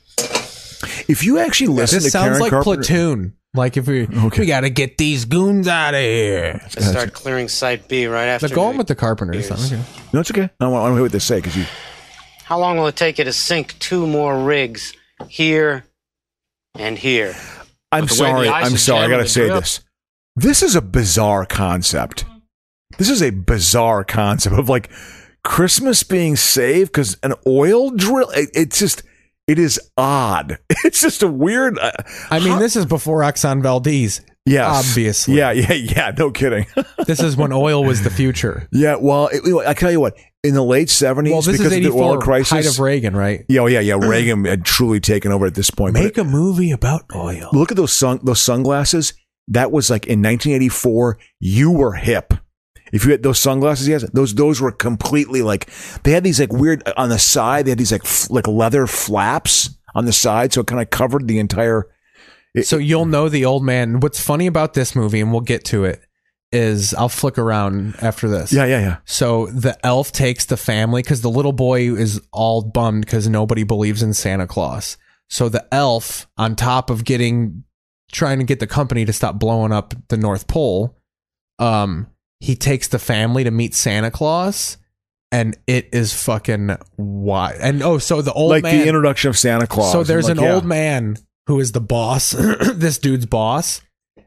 [SPEAKER 1] If you actually listen
[SPEAKER 2] this
[SPEAKER 1] to
[SPEAKER 2] sounds
[SPEAKER 1] Karen
[SPEAKER 2] like
[SPEAKER 1] Carpenter,
[SPEAKER 2] platoon. Like if we we got to get these goons out of here.
[SPEAKER 21] Let's start clearing Site B right after.
[SPEAKER 2] They're going
[SPEAKER 21] the-
[SPEAKER 2] with the carpenters.
[SPEAKER 21] Years.
[SPEAKER 2] Okay.
[SPEAKER 1] No, it's okay. I don't want I don't hear what they say because you.
[SPEAKER 21] How long will it take you to sink two more rigs here and here?
[SPEAKER 1] I'm sorry. I'm sorry. I gotta say this. This is a bizarre concept. This is a bizarre concept of like Christmas being saved because an oil drill. It, it's just. It is odd. It's just a weird. Uh,
[SPEAKER 2] I mean, this is before Oxon Valdez.
[SPEAKER 1] Yes.
[SPEAKER 2] Obviously.
[SPEAKER 1] Yeah. Yeah. Yeah. No kidding.
[SPEAKER 2] this is when oil was the future.
[SPEAKER 1] yeah. Well, it, I tell you what. In the late seventies,
[SPEAKER 2] Well, this
[SPEAKER 1] because
[SPEAKER 2] is
[SPEAKER 1] of the
[SPEAKER 2] 84,
[SPEAKER 1] oil crisis,
[SPEAKER 2] height of Reagan, right?
[SPEAKER 1] Yeah, oh, yeah, yeah. Reagan had truly taken over at this point. but
[SPEAKER 2] Make a movie about oil.
[SPEAKER 1] Look at those sun those sunglasses. That was like in 1984. You were hip. If you had those sunglasses, yes, those those were completely like they had these like weird uh, on the side. They had these like f- like leather flaps on the side, so it kind of covered the entire.
[SPEAKER 2] so you'll know the old man. What's funny about this movie, and we'll get to it, is I'll flick around after this.
[SPEAKER 1] Yeah, yeah, yeah.
[SPEAKER 2] So the elf takes the family because the little boy is all bummed because nobody believes in Santa Claus. So the elf, on top of getting trying to get the company to stop blowing up the North Pole, um, he takes the family to meet Santa Claus, and it is fucking wild. And oh, so the old
[SPEAKER 1] like
[SPEAKER 2] man,
[SPEAKER 1] the introduction of Santa Claus.
[SPEAKER 2] so
[SPEAKER 1] I'm
[SPEAKER 2] there's
[SPEAKER 1] like,
[SPEAKER 2] an
[SPEAKER 1] yeah.
[SPEAKER 2] old man who is the boss, this dude's boss,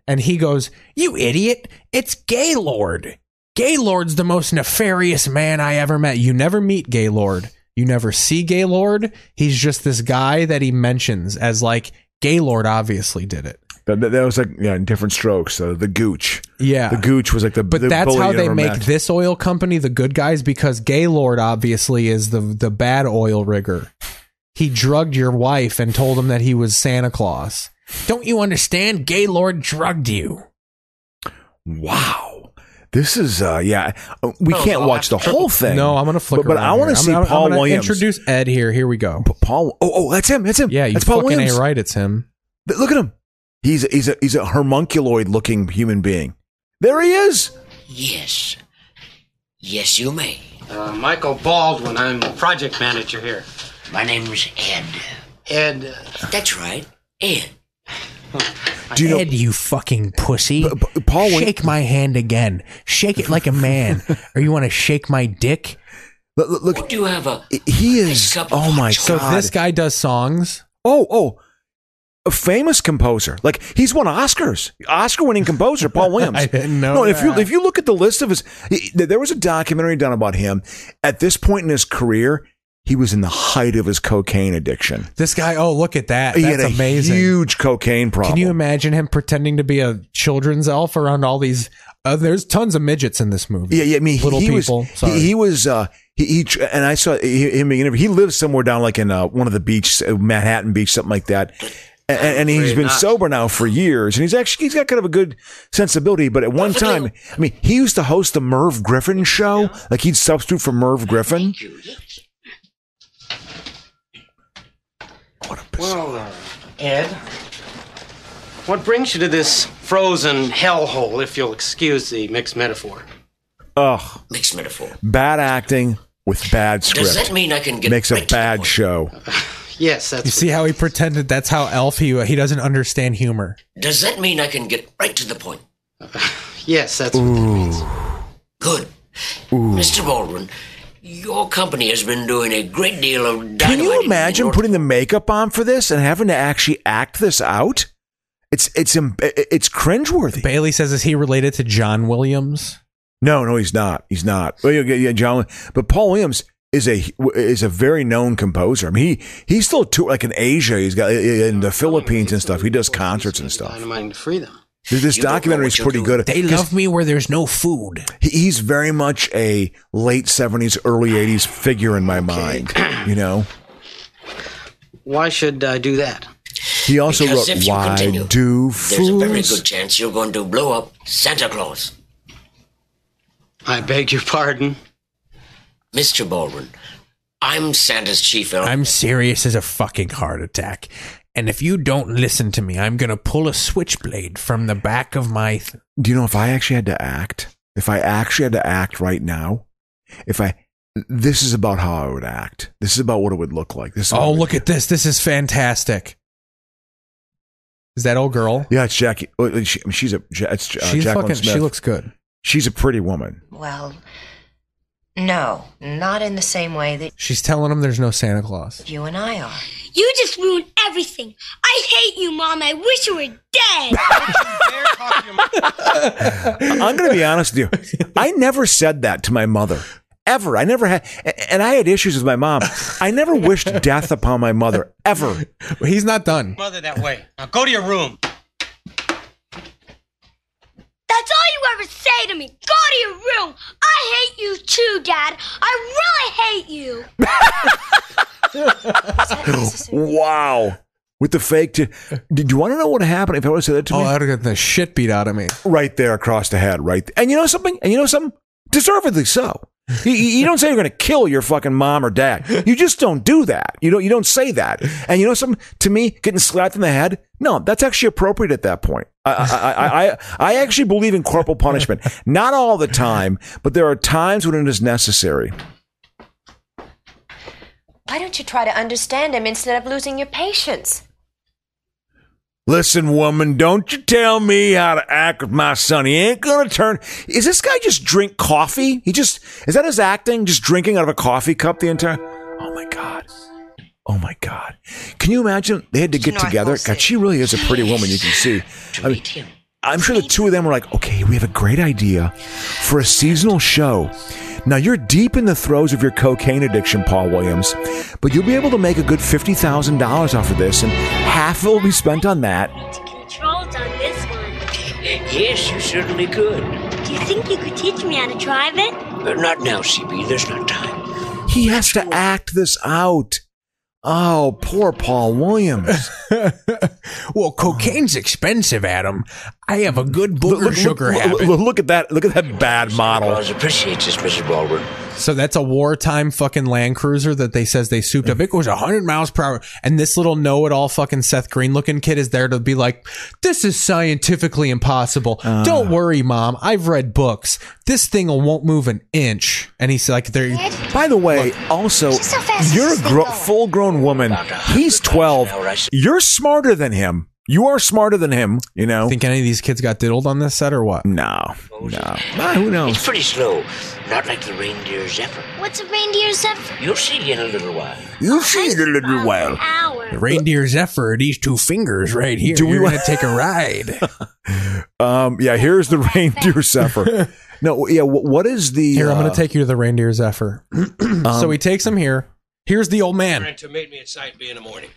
[SPEAKER 2] and he goes, "You idiot! It's Gaylord. Gaylord's the most nefarious man I ever met. You never meet Gaylord. You never see Gaylord. He's just this guy that he mentions as like Gaylord obviously did it.
[SPEAKER 1] That, that- that was like yeah, in different strokes. Uh, the Gooch.
[SPEAKER 2] Yeah.
[SPEAKER 1] the Gooch was like the.
[SPEAKER 2] But
[SPEAKER 1] the
[SPEAKER 2] that's
[SPEAKER 1] bully
[SPEAKER 2] how
[SPEAKER 1] you
[SPEAKER 2] they
[SPEAKER 1] never
[SPEAKER 2] make
[SPEAKER 1] met.
[SPEAKER 2] this oil company the good guys because Gaylord obviously is the the bad oil rigger. He drugged your wife and told him that he was Santa Claus. Don't you understand? Gaylord drugged you.
[SPEAKER 1] Wow. This is uh yeah. uh, We
[SPEAKER 2] No,
[SPEAKER 1] can't
[SPEAKER 2] Oh, I'll
[SPEAKER 1] watch the
[SPEAKER 2] have to-
[SPEAKER 1] whole thing.
[SPEAKER 2] No, I'm gonna flip.
[SPEAKER 1] But, but I want to see Paul Williams.
[SPEAKER 2] Introduce Ed here. Here we go.
[SPEAKER 1] Paul. Oh, oh, that's him. That's him.
[SPEAKER 2] Yeah, you
[SPEAKER 1] that's
[SPEAKER 2] fucking
[SPEAKER 1] Paul Williams.
[SPEAKER 2] ain't right. It's him.
[SPEAKER 1] Th- Look at him. He's a, he's a he's a homunculoid looking human being. There he is.
[SPEAKER 8] Yes. Yes, you may.
[SPEAKER 21] Uh, Michael Baldwin, I'm project manager here.
[SPEAKER 8] My name's Ed.
[SPEAKER 21] Ed, uh,
[SPEAKER 8] That's right, Ed.
[SPEAKER 2] Do you Ed, you fucking pussy.
[SPEAKER 1] Paul, Wil-
[SPEAKER 2] shake my hand again. Shake it like a man, or you want to shake my dick?
[SPEAKER 1] Look, look, look.
[SPEAKER 8] Do you have a
[SPEAKER 1] he is. Oh my
[SPEAKER 2] So
[SPEAKER 1] god.
[SPEAKER 2] this guy does songs.
[SPEAKER 1] Oh oh. A famous composer, like he's won Oscars, Oscar-winning composer, Paul Williams.
[SPEAKER 2] I didn't know
[SPEAKER 1] No, if you
[SPEAKER 2] that.
[SPEAKER 1] if you look at the list of his, he- there was a documentary done about him. At this point in his career, he was in the height of his cocaine addiction.
[SPEAKER 2] This guy. Oh, look at that.
[SPEAKER 1] he had
[SPEAKER 70] that's
[SPEAKER 1] a
[SPEAKER 70] amazing.
[SPEAKER 1] huge cocaine problem.
[SPEAKER 2] Can you imagine him pretending to be a children's elf around all these? Uh, there's tons of midgets in this movie.
[SPEAKER 1] yeah, yeah. I mean, he-
[SPEAKER 2] little
[SPEAKER 1] he,
[SPEAKER 2] people.
[SPEAKER 1] was.
[SPEAKER 2] Sorry.
[SPEAKER 1] He, he was. Uh, he, he tr- and I saw he- him being interviewed. He lives somewhere down like in uh, one of the beach, uh, Manhattan Beach, something like that. And, and he's
[SPEAKER 21] Very
[SPEAKER 1] been
[SPEAKER 21] nice.
[SPEAKER 1] sober now for years, and he's actually he's got kind of a good sensibility. But at one time, I mean, he used to host the Merv Griffin show. Like he'd substitute for Merv Griffin.
[SPEAKER 21] well, uh, Ed, what brings you to this frozen hellhole, if you'll excuse the mixed metaphor?
[SPEAKER 1] Ugh,
[SPEAKER 8] mixed metaphor.
[SPEAKER 1] bad acting with bad script.
[SPEAKER 8] Does that mean I can get
[SPEAKER 1] makes a
[SPEAKER 8] right to the
[SPEAKER 1] bad
[SPEAKER 8] point?
[SPEAKER 1] show?
[SPEAKER 21] Yes, that's
[SPEAKER 2] You see how he pretended that's how elf he he doesn't understand humor.
[SPEAKER 8] Does that mean I can get right to the point?
[SPEAKER 21] yes, that's
[SPEAKER 8] Good. Mr. Baldwin, your company has been doing a great deal of dynamite.
[SPEAKER 1] Can you imagine putting the makeup on for this and having to actually act this out? It's it's im- it's cringeworthy.
[SPEAKER 2] Bailey says, "Is he related to John Williams?"
[SPEAKER 1] No, no, he's not. He's not. Well, yeah, yeah, John, but Paul Williams is a is a very known composer. I mean, he he's still tour like in Asia. He's got in the Philippines and stuff. He does concerts and stuff.
[SPEAKER 21] dynamite and freedom.
[SPEAKER 1] This, this documentary is pretty good.
[SPEAKER 2] They
[SPEAKER 1] 'Cause
[SPEAKER 2] love me where there's no food.
[SPEAKER 1] he- He's very much a late seventies, early eighties figure in my mind. You know,
[SPEAKER 21] Why should I do that?
[SPEAKER 1] he also
[SPEAKER 8] Because
[SPEAKER 1] wrote
[SPEAKER 8] if you
[SPEAKER 1] "Why
[SPEAKER 8] continue,
[SPEAKER 1] Do
[SPEAKER 8] There's a very good
[SPEAKER 1] Fools."
[SPEAKER 8] chance you're going to blow up Santa Claus.
[SPEAKER 21] I beg your pardon.
[SPEAKER 8] Mr. Baldwin, I'm Santa's chief elf.
[SPEAKER 2] I'm serious as a fucking heart attack. And if you don't listen to me, I'm going to pull a switchblade from the back of my. Th-
[SPEAKER 1] Do you know if I actually had to act? If I actually had to act right now, if I. This is about how I would act. This is about what it would look like. This. Is
[SPEAKER 2] oh, look at this. This is fantastic. Is that old girl?
[SPEAKER 1] Yeah, it's Jackie. oh, she- she's a. Ja- It's, uh,
[SPEAKER 2] She's
[SPEAKER 1] Jacqueline
[SPEAKER 2] fucking- she
[SPEAKER 1] Smith.
[SPEAKER 2] looks good.
[SPEAKER 1] She's a pretty woman.
[SPEAKER 9] Well, no, not in the same way that
[SPEAKER 2] She's telling him there's no Santa Claus.
[SPEAKER 9] you and I are.
[SPEAKER 3] You just ruined everything. I hate you, Mom. I wish you were dead.
[SPEAKER 1] I'm going to be honest with you. I never said that to my mother ever. I never had, a- and I had issues with my mom. I never wished death upon my mother ever.
[SPEAKER 2] He's not done.
[SPEAKER 21] Mother that way. Now go to your room.
[SPEAKER 3] That's all you ever say to me. Go to your room. I hate you too, Dad. I really hate you.
[SPEAKER 1] wow. With the fake. T- Did you want to know what happened if I would have said that to
[SPEAKER 2] Oh,
[SPEAKER 1] me?
[SPEAKER 2] I'd have gotten the shit beat out of me.
[SPEAKER 1] right there across the head, right. th- And you know something? And you know something? Deservedly so. You, you you don't say you're going to kill your fucking mom or dad. You just don't do that. You don't. You don't say that. And you know something? To me, getting slapped in the head, no, that's actually appropriate at that point. I, I, I, I, I actually believe in corporal punishment. Not all the time, but there are times when it is necessary.
[SPEAKER 9] Why don't you try to understand him instead of losing your patience?
[SPEAKER 1] Listen, woman, don't you tell me how to act with my son. He ain't gonna turn. Is this guy just drink coffee? He just is that his acting? Just drinking out of a coffee cup the entire. Oh my god. Oh my god. Can you imagine they had to get together? God, she really is a pretty woman. You can see. I mean, I'm sure the two of them were like, okay, we have a great idea for a seasonal show. Now you're deep in the throes of your cocaine addiction, Paul Williams, but you'll be able to make a good fifty thousand dollars off of this, and half will be spent on that.
[SPEAKER 3] Controls on this one.
[SPEAKER 8] Yes, you certainly could.
[SPEAKER 3] Do you think you could teach me how to drive it?
[SPEAKER 1] Uh,
[SPEAKER 8] But not now, CB. There's not time.
[SPEAKER 1] He has to act this out. Oh, poor Paul Williams.
[SPEAKER 2] well, cocaine's expensive, Adam. I have a good booger sugar
[SPEAKER 1] look,
[SPEAKER 2] habit.
[SPEAKER 1] look- look at that. Look at that bad model.
[SPEAKER 8] Appreciates this, Mrs. Baldwin.
[SPEAKER 2] So that's a wartime fucking Land Cruiser that they says they souped up. It goes 100 miles per hour. And this little know-it-all fucking Seth Green looking kid is there to be like, this is scientifically impossible.
[SPEAKER 1] Uh.
[SPEAKER 2] Don't worry, mom. I've read books. This thing won't move an inch. And he's like, there.
[SPEAKER 1] By the way, also, you're a gro- full grown woman. He's 12. You're smarter than him. You are smarter than him, you know?
[SPEAKER 2] Think any of these kids got diddled on this set or what?
[SPEAKER 1] No. No. Ah, who knows?
[SPEAKER 8] It's pretty slow. Not like the reindeer zephyr.
[SPEAKER 3] What's a reindeer zephyr?
[SPEAKER 8] You'll see in a little while.
[SPEAKER 1] You'll see in a little while.
[SPEAKER 3] Hour.
[SPEAKER 2] Reindeer Zephyr, these two fingers right here.
[SPEAKER 1] Do we
[SPEAKER 2] You're
[SPEAKER 1] wa-
[SPEAKER 2] going to take a ride.
[SPEAKER 1] Um, yeah, here's the reindeer zephyr. No, yeah, wh- what is the.
[SPEAKER 2] Here, I'm going
[SPEAKER 1] uh, Um,
[SPEAKER 2] to take you to the Reindeer Zephyr. so he takes him here. Here's the old man.
[SPEAKER 4] Brent made me at side B in the morning.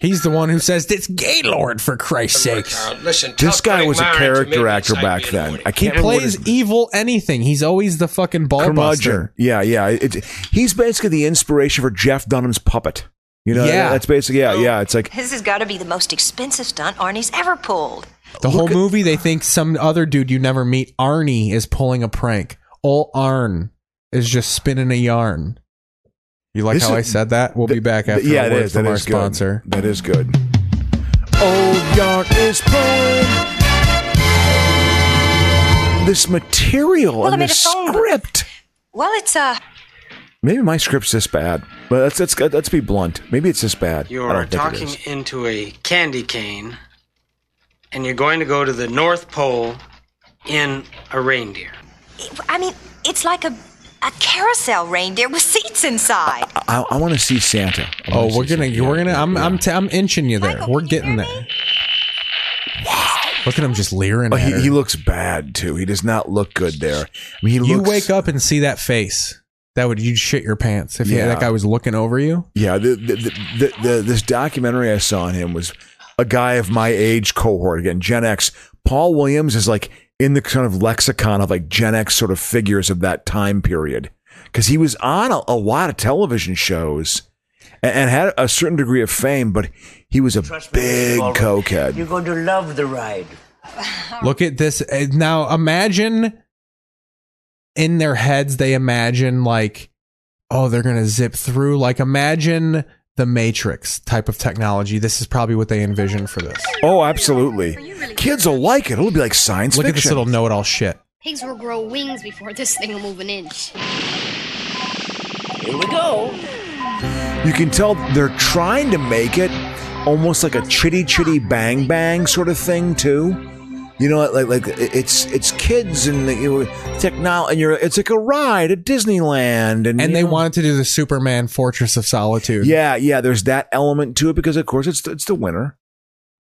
[SPEAKER 2] He's the one who says it's Gaylord for Christ's sakes.
[SPEAKER 4] Harold, listen,
[SPEAKER 1] This
[SPEAKER 4] tough
[SPEAKER 1] guy
[SPEAKER 4] critic
[SPEAKER 1] was a
[SPEAKER 4] Myron made
[SPEAKER 1] character
[SPEAKER 4] me
[SPEAKER 1] actor
[SPEAKER 4] side
[SPEAKER 1] back
[SPEAKER 4] B in the
[SPEAKER 1] then.
[SPEAKER 4] morning.
[SPEAKER 1] I
[SPEAKER 2] He
[SPEAKER 1] can't remember. what his
[SPEAKER 2] plays evil anything. He's always the fucking ball
[SPEAKER 1] curmudgeon.
[SPEAKER 2] buster.
[SPEAKER 1] Yeah, yeah. It, it- he's basically the inspiration for Jeff Dunham's puppet. You know,
[SPEAKER 2] Yeah.
[SPEAKER 1] that's basically yeah, yeah. It's like
[SPEAKER 9] This has got to be the most expensive stunt Arnie's ever pulled.
[SPEAKER 2] The whole movie, they think some other dude you never meet, Arnie, is pulling a prank. Ol' Arn is just spinning a yarn. You like
[SPEAKER 1] This
[SPEAKER 2] how
[SPEAKER 1] is-
[SPEAKER 2] I said that? We'll be back after
[SPEAKER 1] yeah,
[SPEAKER 2] a
[SPEAKER 1] it
[SPEAKER 2] word
[SPEAKER 1] is.
[SPEAKER 2] from
[SPEAKER 1] That
[SPEAKER 2] our
[SPEAKER 1] is good.
[SPEAKER 2] sponsor.
[SPEAKER 1] That is good. Old yarn is pulling. This material
[SPEAKER 9] Well, I
[SPEAKER 1] and
[SPEAKER 9] made
[SPEAKER 1] this
[SPEAKER 9] a phone booth.
[SPEAKER 1] script.
[SPEAKER 9] Well, it's uh,
[SPEAKER 1] Maybe my script's this bad, but let's let's let's be blunt. Maybe it's this bad. I don't
[SPEAKER 21] You're
[SPEAKER 1] think it
[SPEAKER 21] talking
[SPEAKER 1] is.
[SPEAKER 21] into a candy cane, and you're going to go to the North Pole in a reindeer.
[SPEAKER 9] I mean, it's like a a carousel reindeer with seats inside.
[SPEAKER 1] I, I want to see Santa. I wanna
[SPEAKER 2] Oh, we're
[SPEAKER 1] see
[SPEAKER 2] gonna,
[SPEAKER 1] Santa.
[SPEAKER 2] we're gonna. I'm, I'm, t- I'm inching you there. We're getting there. Look at him just leering.
[SPEAKER 1] Oh,
[SPEAKER 2] at her.
[SPEAKER 1] he, he looks bad too. He does not look good there. I mean, he
[SPEAKER 2] you
[SPEAKER 1] looks,
[SPEAKER 2] wake up and see that face. That would you'd shit your pants if you-
[SPEAKER 1] Yeah.
[SPEAKER 2] that guy was looking over you.
[SPEAKER 1] Yeah, the the, the, the the this documentary I saw on him was a guy of my age cohort again, Gen X. Paul Williams is like in the kind of lexicon of like Gen X sort of figures of that time period because he was on a, a lot of television shows and, and had a certain degree of fame, but he was a big cokehead.
[SPEAKER 8] You're going to love the ride.
[SPEAKER 2] Look at this Uh, now. Imagine in their heads they imagine like, oh, they're gonna zip through. Like imagine the Matrix type of technology. This is probably what they envision for this.
[SPEAKER 1] Oh, absolutely. Kids will like it. It'll be like science
[SPEAKER 2] Look at this
[SPEAKER 1] fiction.
[SPEAKER 2] little know it all shit.
[SPEAKER 13] Pigs will grow wings before this thing will move an inch.
[SPEAKER 8] Here we go.
[SPEAKER 1] You can tell they're trying to make it almost like a chitty chitty bang bang sort of thing too. You know, like like it's it's kids and you know, technology, and you're it's like a ride at Disneyland, and,
[SPEAKER 2] And
[SPEAKER 1] you
[SPEAKER 2] they
[SPEAKER 1] know.
[SPEAKER 2] wanted to do the Superman Fortress of Solitude.
[SPEAKER 1] yeah, yeah. There's that element to it because of course it's the- it's the winter,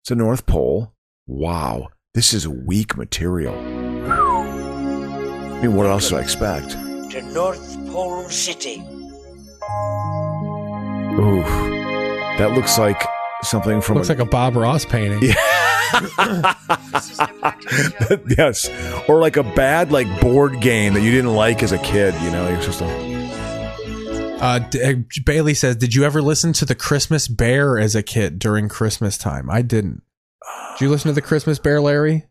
[SPEAKER 1] it's the North Pole. Wow, this is weak material. I mean, what else do I expect?
[SPEAKER 8] To North Pole City.
[SPEAKER 1] Ooh, that looks like something from
[SPEAKER 2] Looks
[SPEAKER 1] a,
[SPEAKER 2] like a Bob Ross painting.
[SPEAKER 1] yes, or like a bad like board game that you didn't like as a kid. You know, you're just like,
[SPEAKER 2] Uh, D- uh, Bailey says, "Did you ever listen to the Christmas Bear as a kid during Christmas time? I didn't. Did you listen to the Christmas Bear, Larry?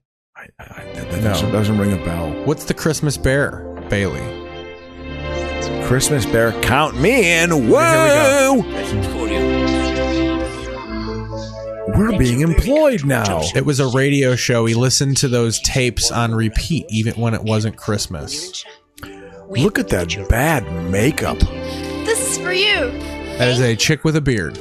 [SPEAKER 1] that doesn't, doesn't ring a bell.
[SPEAKER 2] What's the Christmas Bear, Bailey?
[SPEAKER 1] Christmas bear, count me in.
[SPEAKER 2] Here
[SPEAKER 1] Whoa, we're being employed now.
[SPEAKER 2] It was a radio show. He listened to those tapes on repeat, even when it wasn't Christmas.
[SPEAKER 1] Look at that bad makeup.
[SPEAKER 13] This is for you.
[SPEAKER 2] That is a chick with a beard.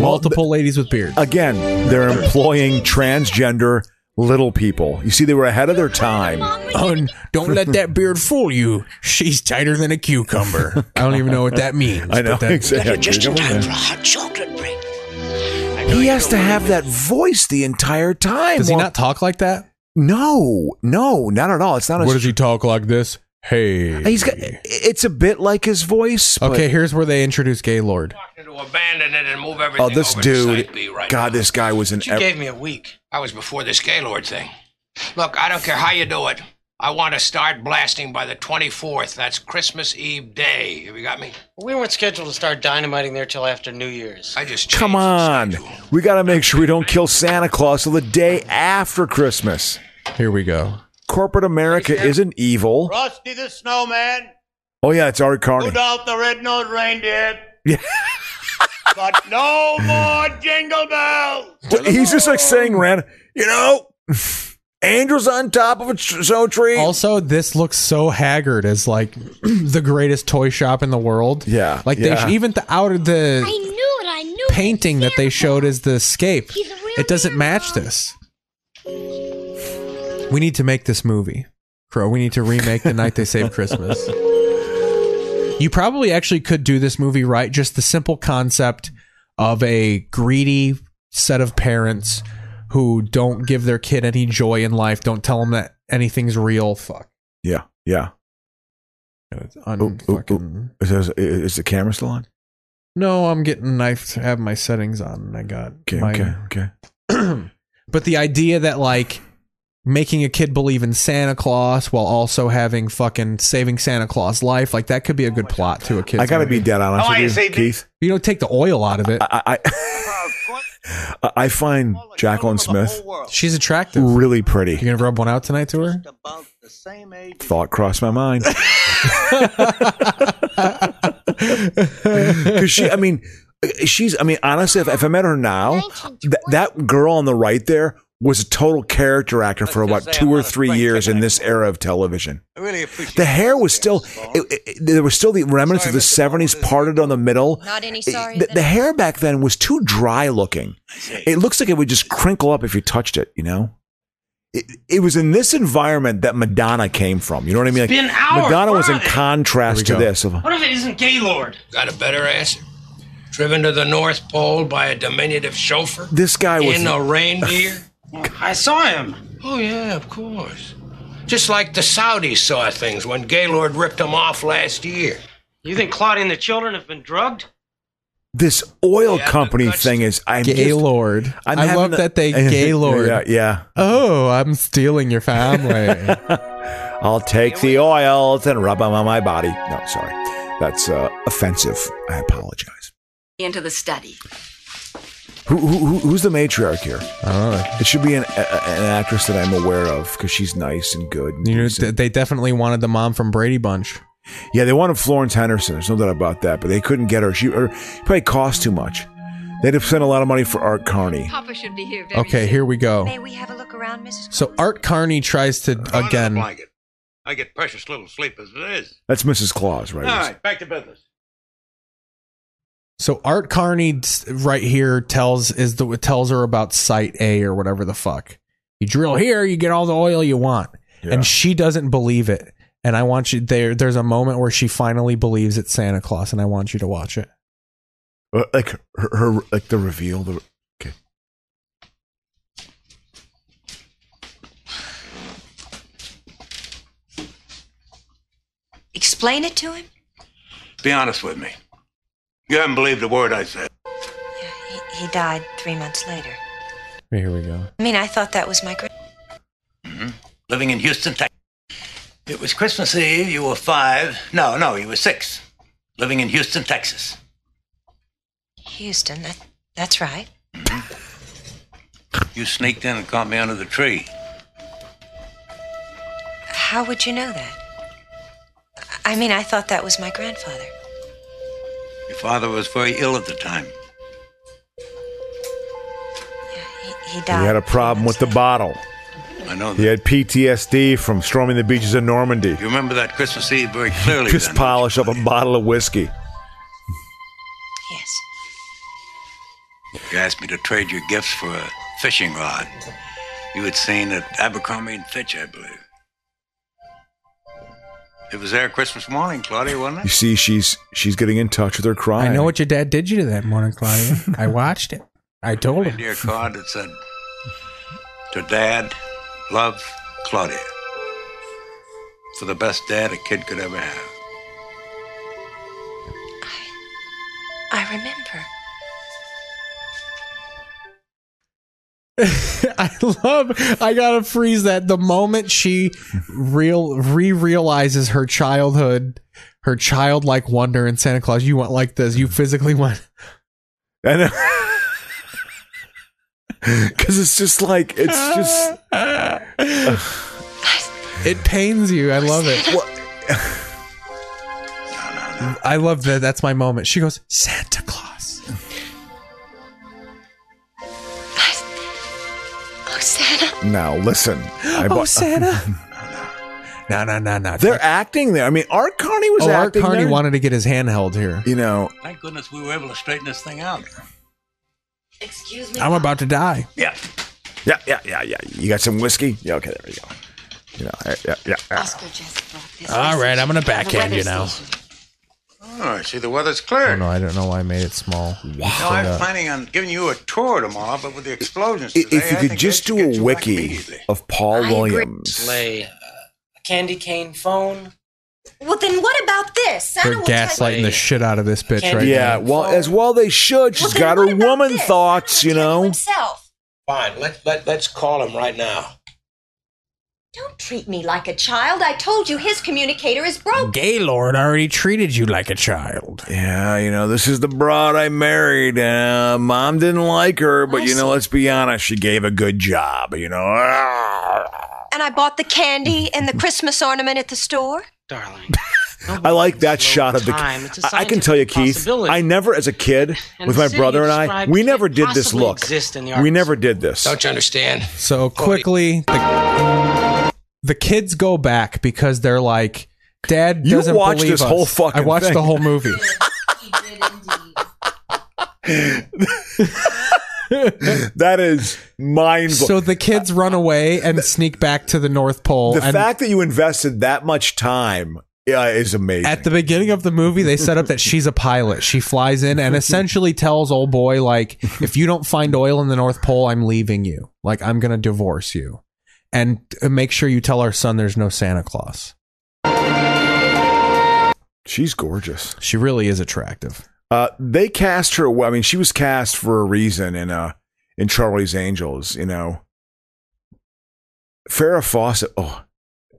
[SPEAKER 2] Multiple ladies with beards.
[SPEAKER 1] Again, they're employing transgender little people. You see, they were ahead of their time.
[SPEAKER 2] Oh, don't let that beard fool you. She's tighter than a cucumber. I don't even know what that means.
[SPEAKER 1] I know,
[SPEAKER 2] but that-
[SPEAKER 1] exactly. You're just in time for a
[SPEAKER 8] Hot chocolate break.
[SPEAKER 1] He has to have that voice the entire time.
[SPEAKER 2] Does he
[SPEAKER 1] Well,
[SPEAKER 2] not talk like that?
[SPEAKER 1] No, no, not at all. It's not. A,
[SPEAKER 2] What does he talk like this? Hey.
[SPEAKER 1] he's got. It's a bit like his voice. but-
[SPEAKER 2] Okay, here's where they introduce Gaylord.
[SPEAKER 4] To abandon it and move everything
[SPEAKER 1] Oh, this
[SPEAKER 4] over to
[SPEAKER 1] dude.
[SPEAKER 4] Site B right
[SPEAKER 1] God, this guy was an.
[SPEAKER 4] But you gave me a week. I was before this Gaylord thing. Look, I don't care how you do it. I want to start blasting by the 24th. That's Christmas Eve day. Have you got me?
[SPEAKER 21] We weren't scheduled to start dynamiting there till after New Year's.
[SPEAKER 4] I just
[SPEAKER 1] Come on. We got to make sure we don't kill Santa Claus till the day after Christmas.
[SPEAKER 2] Here we go.
[SPEAKER 1] Corporate America isn't evil.
[SPEAKER 3] Rusty the Snowman,
[SPEAKER 1] Oh, yeah, it's Art Carney.
[SPEAKER 3] Rudolph the Red-Nosed Reindeer,
[SPEAKER 1] Yeah.
[SPEAKER 3] but no more jingle bells.
[SPEAKER 1] But he's just like saying, Ran, you know, angels on top of a tr- so tree.
[SPEAKER 2] Also, this looks so haggard as like the greatest toy shop in the world.
[SPEAKER 1] Yeah,
[SPEAKER 2] like they
[SPEAKER 1] yeah.
[SPEAKER 2] sh- even the outer
[SPEAKER 13] I
[SPEAKER 2] the
[SPEAKER 13] knew it. I knew it.
[SPEAKER 2] painting that they showed as the escape.
[SPEAKER 13] He's a real
[SPEAKER 2] It doesn't match this. We need to make this movie, Crow. We need to remake the night they saved Christmas. You probably actually could do this movie right. Just the simple concept of a greedy set of parents who don't give their kid any joy in life, don't tell them that anything's real. Fuck.
[SPEAKER 1] Yeah, yeah.
[SPEAKER 2] It's un-
[SPEAKER 1] Is, this- is the camera still on?
[SPEAKER 2] No, I'm getting. I have my settings on. and I got
[SPEAKER 1] Okay,
[SPEAKER 2] my-
[SPEAKER 1] okay, okay.
[SPEAKER 2] but the idea that like making a kid believe in Santa Claus while also having fucking saving Santa Claus life, like that could be a good plot to a kid.
[SPEAKER 1] I got to be dead honest with you, Keith.
[SPEAKER 2] You don't take the oil out of it.
[SPEAKER 1] I, I, I, I find Jacqueline Smith
[SPEAKER 2] She's attractive.
[SPEAKER 1] really pretty.
[SPEAKER 2] You gonna rub one out tonight to her?
[SPEAKER 1] Thought crossed my mind. Because she, I mean, she's, I mean, honestly, if, if I met her now, th- that girl on the right there was a total character actor for about two or three years in this era of television.
[SPEAKER 4] I really appreciate
[SPEAKER 1] The hair was still, it, it- it- there was still the remnants of the 70s parted on the middle.
[SPEAKER 4] Not any
[SPEAKER 1] It-
[SPEAKER 4] sorry
[SPEAKER 1] The,
[SPEAKER 4] that
[SPEAKER 1] the
[SPEAKER 4] I-
[SPEAKER 1] hair back then was too dry looking. It looks like it would just crinkle up if you touched it, you know? It, it was in this environment that Madonna came from. You know what I mean? Like,
[SPEAKER 21] It's been hours,
[SPEAKER 1] Madonna was in
[SPEAKER 21] Friday.
[SPEAKER 1] contrast to
[SPEAKER 21] Here we go.
[SPEAKER 1] this. of-
[SPEAKER 21] What if it isn't Gaylord?
[SPEAKER 4] Got a better answer? Driven to the North Pole by a diminutive chauffeur?
[SPEAKER 1] This guy was-
[SPEAKER 4] In a reindeer?
[SPEAKER 21] I saw him.
[SPEAKER 4] Oh, yeah, of course. Just like the Saudis saw things when Gaylord ripped them off last year.
[SPEAKER 21] You think Claudia and the children have been drugged?
[SPEAKER 1] this oil company thing is I'm just-
[SPEAKER 2] Gaylord.
[SPEAKER 1] I'm
[SPEAKER 2] I
[SPEAKER 1] having
[SPEAKER 2] love
[SPEAKER 1] a-
[SPEAKER 2] that they Gaylord.
[SPEAKER 1] Yeah, yeah.
[SPEAKER 2] Oh, I'm stealing your family.
[SPEAKER 1] I'll take the oils and rub them on my body. No, sorry, that's uh, offensive. I apologize.
[SPEAKER 9] Into the study.
[SPEAKER 1] Who, who, who- who's the matriarch here?
[SPEAKER 2] Oh.
[SPEAKER 1] It should be an, a, an actress that I'm aware of because she's nice and good.
[SPEAKER 2] you know, th- they definitely wanted the mom from Brady Bunch.
[SPEAKER 1] Yeah, they wanted Florence Henderson. There's no doubt about that, but they couldn't get her. She her, she probably cost too much. They'd have spent a lot of money for Art Carney.
[SPEAKER 9] Papa should be here.
[SPEAKER 2] Okay, here we go.
[SPEAKER 9] May we have a look around, Mrs.
[SPEAKER 2] So Art Carney tries to again.
[SPEAKER 22] I get precious little sleep as it is.
[SPEAKER 1] That's Mrs. Claus,
[SPEAKER 22] All
[SPEAKER 1] right?
[SPEAKER 22] right, back to business.
[SPEAKER 2] So Art Carney s- right here tells is the tells her about site A or whatever the fuck. You drill here, you get all the oil you want, and she doesn't believe it. And I want you there. There's a moment where she finally believes it's Santa Claus, and I want you to watch it.
[SPEAKER 1] Uh, Like her, her, like the reveal. The, okay.
[SPEAKER 9] Explain it to him.
[SPEAKER 22] Be honest with me. You haven't believed a word I said.
[SPEAKER 9] He- He died three months later.
[SPEAKER 2] Here we go.
[SPEAKER 9] I mean, I thought that was my. Great-
[SPEAKER 22] Mm-hmm. Living in Houston, Texas. It was Christmas Eve. You were five. No, no, you were six. Living in Houston, Texas.
[SPEAKER 9] Houston, that, that's right.
[SPEAKER 22] Mm-hmm. You sneaked in and caught me under the tree.
[SPEAKER 9] How would you know that? I I mean, I thought that was my grandfather.
[SPEAKER 22] Your father was very ill at the time.
[SPEAKER 9] He
[SPEAKER 1] He
[SPEAKER 9] died.
[SPEAKER 1] had a problem with the bottle.
[SPEAKER 22] I know.
[SPEAKER 1] He had PTSD from storming the beaches of Normandy.
[SPEAKER 22] You remember that Christmas Eve very clearly.
[SPEAKER 1] Piss
[SPEAKER 22] then.
[SPEAKER 1] polish up a bottle of whiskey.
[SPEAKER 9] Yes.
[SPEAKER 22] You asked me to trade your gifts for a fishing rod. You had seen at Abercrombie and Fitch, I believe. It was there Christmas morning, Claudia, wasn't
[SPEAKER 1] You see, she's she's getting in touch with her
[SPEAKER 2] I
[SPEAKER 1] crying.
[SPEAKER 2] know what your dad did you to that morning, Claudia. I watched it. I told
[SPEAKER 22] it?
[SPEAKER 2] him.
[SPEAKER 22] And your card that said, "To Dad, love Claudia." For the best dad a kid could ever have.
[SPEAKER 9] I remember.
[SPEAKER 2] I love. I gotta freeze that. The moment she real re realizes her childhood, her childlike wonder in Santa Claus. You went like this. You physically went.
[SPEAKER 1] I know. Because it's just like it's just.
[SPEAKER 2] it pains you. I love it. I love that. That's my moment. She goes Santa Claus.
[SPEAKER 9] Oh, Santa.
[SPEAKER 1] Now listen. I
[SPEAKER 2] oh
[SPEAKER 1] bought-
[SPEAKER 2] Santa. no, no, no, no.
[SPEAKER 1] They're acting there. I mean, Art Carney was
[SPEAKER 2] oh, Art
[SPEAKER 1] acting
[SPEAKER 2] Carney
[SPEAKER 1] there.
[SPEAKER 2] wanted to get his hand held here.
[SPEAKER 1] You know,
[SPEAKER 22] Thank goodness we were able to straighten this thing out.
[SPEAKER 9] Excuse
[SPEAKER 2] I'm about to die.
[SPEAKER 22] Yeah.
[SPEAKER 1] Yeah, yeah, yeah, yeah. You got some whiskey? Yeah, okay, there we go. You know, yeah, yeah, yeah, yeah.
[SPEAKER 2] All right, I'm gonna backhand you now.
[SPEAKER 22] Oh, I see, the weather's clear.
[SPEAKER 2] Oh, no, I don't know why I made it small.
[SPEAKER 22] No, I'm planning on giving you a tour tomorrow, but with the explosions
[SPEAKER 1] I-
[SPEAKER 22] today,
[SPEAKER 1] If you
[SPEAKER 22] I
[SPEAKER 1] could
[SPEAKER 22] think
[SPEAKER 1] just do a wiki of Paul Williams.
[SPEAKER 4] Play uh, a candy cane phone.
[SPEAKER 9] Well, then what about this?
[SPEAKER 2] They're
[SPEAKER 9] Santa will
[SPEAKER 2] gaslighting the shit out of this bitch right
[SPEAKER 1] yeah,
[SPEAKER 2] now.
[SPEAKER 1] well, as well they should. She's got her woman thoughts, you know.
[SPEAKER 9] himself.
[SPEAKER 4] Fine, let, let, let's call him right now.
[SPEAKER 9] Don't treat me like a child. I told you his communicator is broken.
[SPEAKER 2] Gaylord already treated you like a child.
[SPEAKER 1] Yeah, you know, this is the broad I married. Uh, Mom didn't like her, but you know, let's be honest, she gave a good job. You know,
[SPEAKER 9] And I bought the candy and the Christmas ornament at the store.
[SPEAKER 1] I like that shot of the.
[SPEAKER 9] time. It's a
[SPEAKER 1] I- I can tell you, Keith. I never, as a kid,
[SPEAKER 2] And
[SPEAKER 1] with
[SPEAKER 2] the
[SPEAKER 1] my
[SPEAKER 2] city
[SPEAKER 1] brother and I,
[SPEAKER 2] described
[SPEAKER 1] we
[SPEAKER 2] can't
[SPEAKER 1] never did this
[SPEAKER 2] possibly
[SPEAKER 1] look.
[SPEAKER 2] exist in the
[SPEAKER 1] We
[SPEAKER 2] arts.
[SPEAKER 1] never did this.
[SPEAKER 2] Don't
[SPEAKER 4] you understand?
[SPEAKER 2] So quickly, the, the kids go back because they're like, Dad
[SPEAKER 1] You
[SPEAKER 2] doesn't
[SPEAKER 1] watched
[SPEAKER 2] believe
[SPEAKER 1] this
[SPEAKER 2] us."
[SPEAKER 1] whole fucking
[SPEAKER 2] I watched
[SPEAKER 1] thing.
[SPEAKER 2] the whole movie.
[SPEAKER 1] that is mind.
[SPEAKER 2] So the kids run away and sneak back to the North Pole.
[SPEAKER 1] The
[SPEAKER 2] and
[SPEAKER 1] fact that you invested that much time uh, is amazing.
[SPEAKER 2] at the beginning of the movie, they set up that she's a pilot. She flies in and essentially tells old boy, like, if you don't find oil in the North Pole, I'm leaving you. Like, I'm going to divorce you. And uh, make sure you tell our son there's no Santa Claus.
[SPEAKER 1] She's gorgeous.
[SPEAKER 2] She really is attractive.
[SPEAKER 1] Uh, they cast her. well, I mean, she was cast for a reason in uh in Charlie's Angels. You know, Farrah Fawcett. Oh,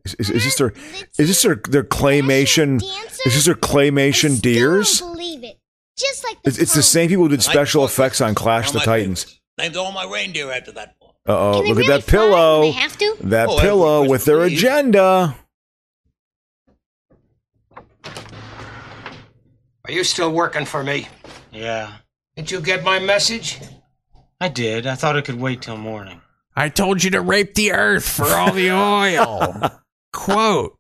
[SPEAKER 1] is, is, is this their is this their their claymation? Is this their claymation deers?
[SPEAKER 71] believe it. Just like
[SPEAKER 1] It's, it's the same people who did special effects on Clash of the Titans.
[SPEAKER 22] Named all my reindeer after that.
[SPEAKER 1] Uh oh,
[SPEAKER 22] Can they
[SPEAKER 1] look at
[SPEAKER 22] really
[SPEAKER 1] that pillow.
[SPEAKER 22] when they have to?
[SPEAKER 1] That
[SPEAKER 22] Oh, I-
[SPEAKER 1] pillow with their agenda.
[SPEAKER 4] Are you still working for me?
[SPEAKER 21] Yeah,
[SPEAKER 4] Did you get my message?
[SPEAKER 21] I did. I thought it could wait till morning.
[SPEAKER 2] I told you to rape the earth for all the oil.
[SPEAKER 21] Oh.
[SPEAKER 2] Quote.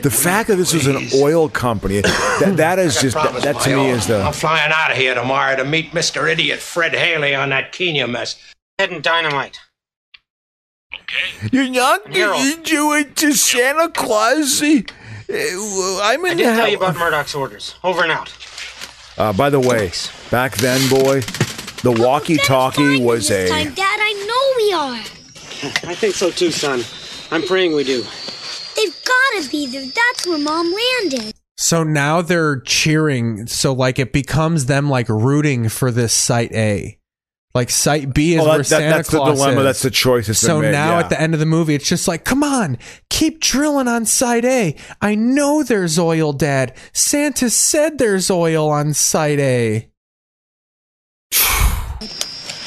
[SPEAKER 1] The fact that this is an oil company, that, that is
[SPEAKER 4] I
[SPEAKER 1] just, that,
[SPEAKER 4] promised
[SPEAKER 1] that to
[SPEAKER 4] my
[SPEAKER 1] me
[SPEAKER 4] own.
[SPEAKER 1] is the.
[SPEAKER 4] I'm flying out of here tomorrow to meet Mr. Idiot Fred Haley on that Kenya mess.
[SPEAKER 21] Head and dynamite.
[SPEAKER 1] You're not
[SPEAKER 21] Harold.
[SPEAKER 1] you do it to Santa Claus. Eh, well, I'm
[SPEAKER 21] I
[SPEAKER 1] in
[SPEAKER 21] did
[SPEAKER 1] the
[SPEAKER 21] tell you
[SPEAKER 1] hell.
[SPEAKER 21] about Murdoch's orders. Over and out.
[SPEAKER 1] Uh, by the way, back then, boy, the walkie-talkie was a.
[SPEAKER 13] Time, Dad, I know we are.
[SPEAKER 21] I think so too, son. I'm praying we do.
[SPEAKER 13] They've got to be there. That's where Mom landed.
[SPEAKER 2] So now they're cheering. So like it becomes them like rooting for this site A. Like site B is
[SPEAKER 1] Oh, that-
[SPEAKER 2] where
[SPEAKER 1] that-
[SPEAKER 2] Santa
[SPEAKER 1] that's the
[SPEAKER 2] Claus
[SPEAKER 1] dilemma.
[SPEAKER 2] is.
[SPEAKER 1] That's the choice that's been
[SPEAKER 2] so
[SPEAKER 1] made,
[SPEAKER 2] now
[SPEAKER 1] yeah.
[SPEAKER 2] at the end of the movie, it's just like, come on, keep drilling on site A. I know there's oil, Dad. Santa said there's oil on site A.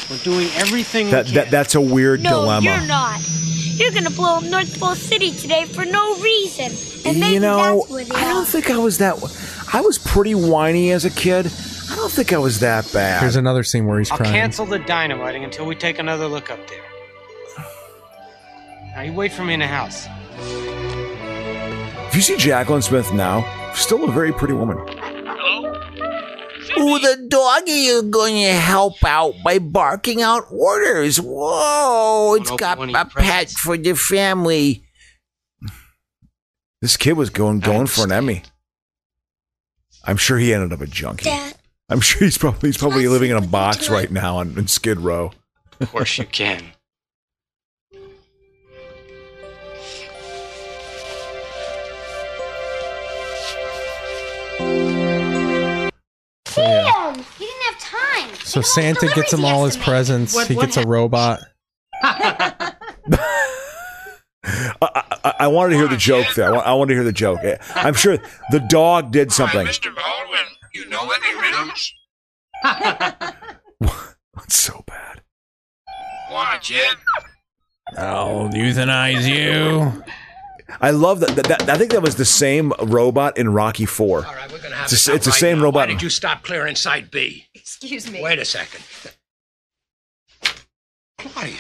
[SPEAKER 21] We're doing everything
[SPEAKER 1] That,
[SPEAKER 21] we can.
[SPEAKER 1] that that's a weird
[SPEAKER 13] No,
[SPEAKER 1] dilemma.
[SPEAKER 13] you're not. You're gonna blow up North Pole City today for no reason. And maybe
[SPEAKER 1] you know,
[SPEAKER 13] that's where they
[SPEAKER 1] I
[SPEAKER 13] are.
[SPEAKER 1] don't think I was that. I was pretty whiny as a kid. I don't think I was that bad.
[SPEAKER 2] Here's another scene where he's
[SPEAKER 21] I'll
[SPEAKER 2] crying.
[SPEAKER 21] cancel the dynamiting until we take another look up there. Now you wait for me in the house.
[SPEAKER 1] If you see Jacqueline Smith now, still a very pretty woman.
[SPEAKER 72] Ooh, the doggy is going to help out by barking out orders. Whoa, it's got a pet for the family.
[SPEAKER 1] This kid was going going for an Emmy. I'm sure he ended up a junkie.
[SPEAKER 13] Dad.
[SPEAKER 1] I'm sure he's probably he's probably living in a box right now on, in Skid Row.
[SPEAKER 21] Of course you can.
[SPEAKER 2] Yeah.
[SPEAKER 13] Damn, you didn't have time.
[SPEAKER 2] So Santa gets him all his presents.
[SPEAKER 13] What-
[SPEAKER 2] he
[SPEAKER 13] what
[SPEAKER 2] gets a robot.
[SPEAKER 1] I, I, I wanted to hear the joke there. I, want, I wanted to hear the joke. Yeah, I'm sure the dog did something.
[SPEAKER 4] You know any rhythms?
[SPEAKER 1] It's so bad.
[SPEAKER 4] Why, Jed?
[SPEAKER 2] I'll euthanize you.
[SPEAKER 1] I love that, that, that- I think that was the same robot in Rocky Four. All right, we're
[SPEAKER 4] gonna have
[SPEAKER 1] it's
[SPEAKER 4] to
[SPEAKER 1] the, it's the
[SPEAKER 4] stop right
[SPEAKER 1] same
[SPEAKER 4] now.
[SPEAKER 1] robot.
[SPEAKER 4] Why did you stop clearing site B?
[SPEAKER 73] Excuse me.
[SPEAKER 4] Wait a second. Claudia.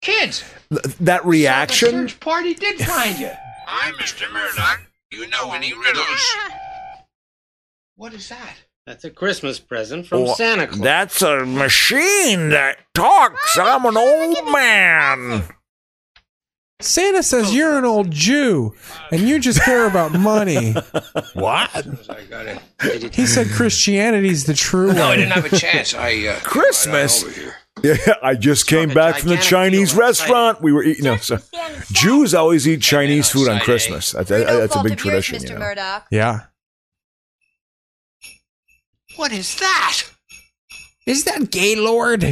[SPEAKER 4] Kids,
[SPEAKER 1] Th- that reaction.
[SPEAKER 4] church party did find you. I'm Mr. Murdoch. You know any riddles? What is that?
[SPEAKER 21] That's a Christmas present from
[SPEAKER 72] Oh,
[SPEAKER 21] Santa Claus.
[SPEAKER 72] That's a machine that talks. I'm an old man.
[SPEAKER 2] Santa
[SPEAKER 13] Oh,
[SPEAKER 2] says you're an old Jew and you just care about money.
[SPEAKER 72] What?
[SPEAKER 4] I got it.
[SPEAKER 2] He said Christianity's the true
[SPEAKER 4] No, I
[SPEAKER 2] way.
[SPEAKER 4] didn't have a chance. I uh,
[SPEAKER 1] Christmas.
[SPEAKER 4] Right over here.
[SPEAKER 1] Yeah, I just came back from the Chinese restaurant. We were eating. No, so Jews always eat Chinese food on Christmas. That's, that- that's a big tradition. you know.
[SPEAKER 2] Yeah.
[SPEAKER 4] What is that?
[SPEAKER 2] Is that Gaylord?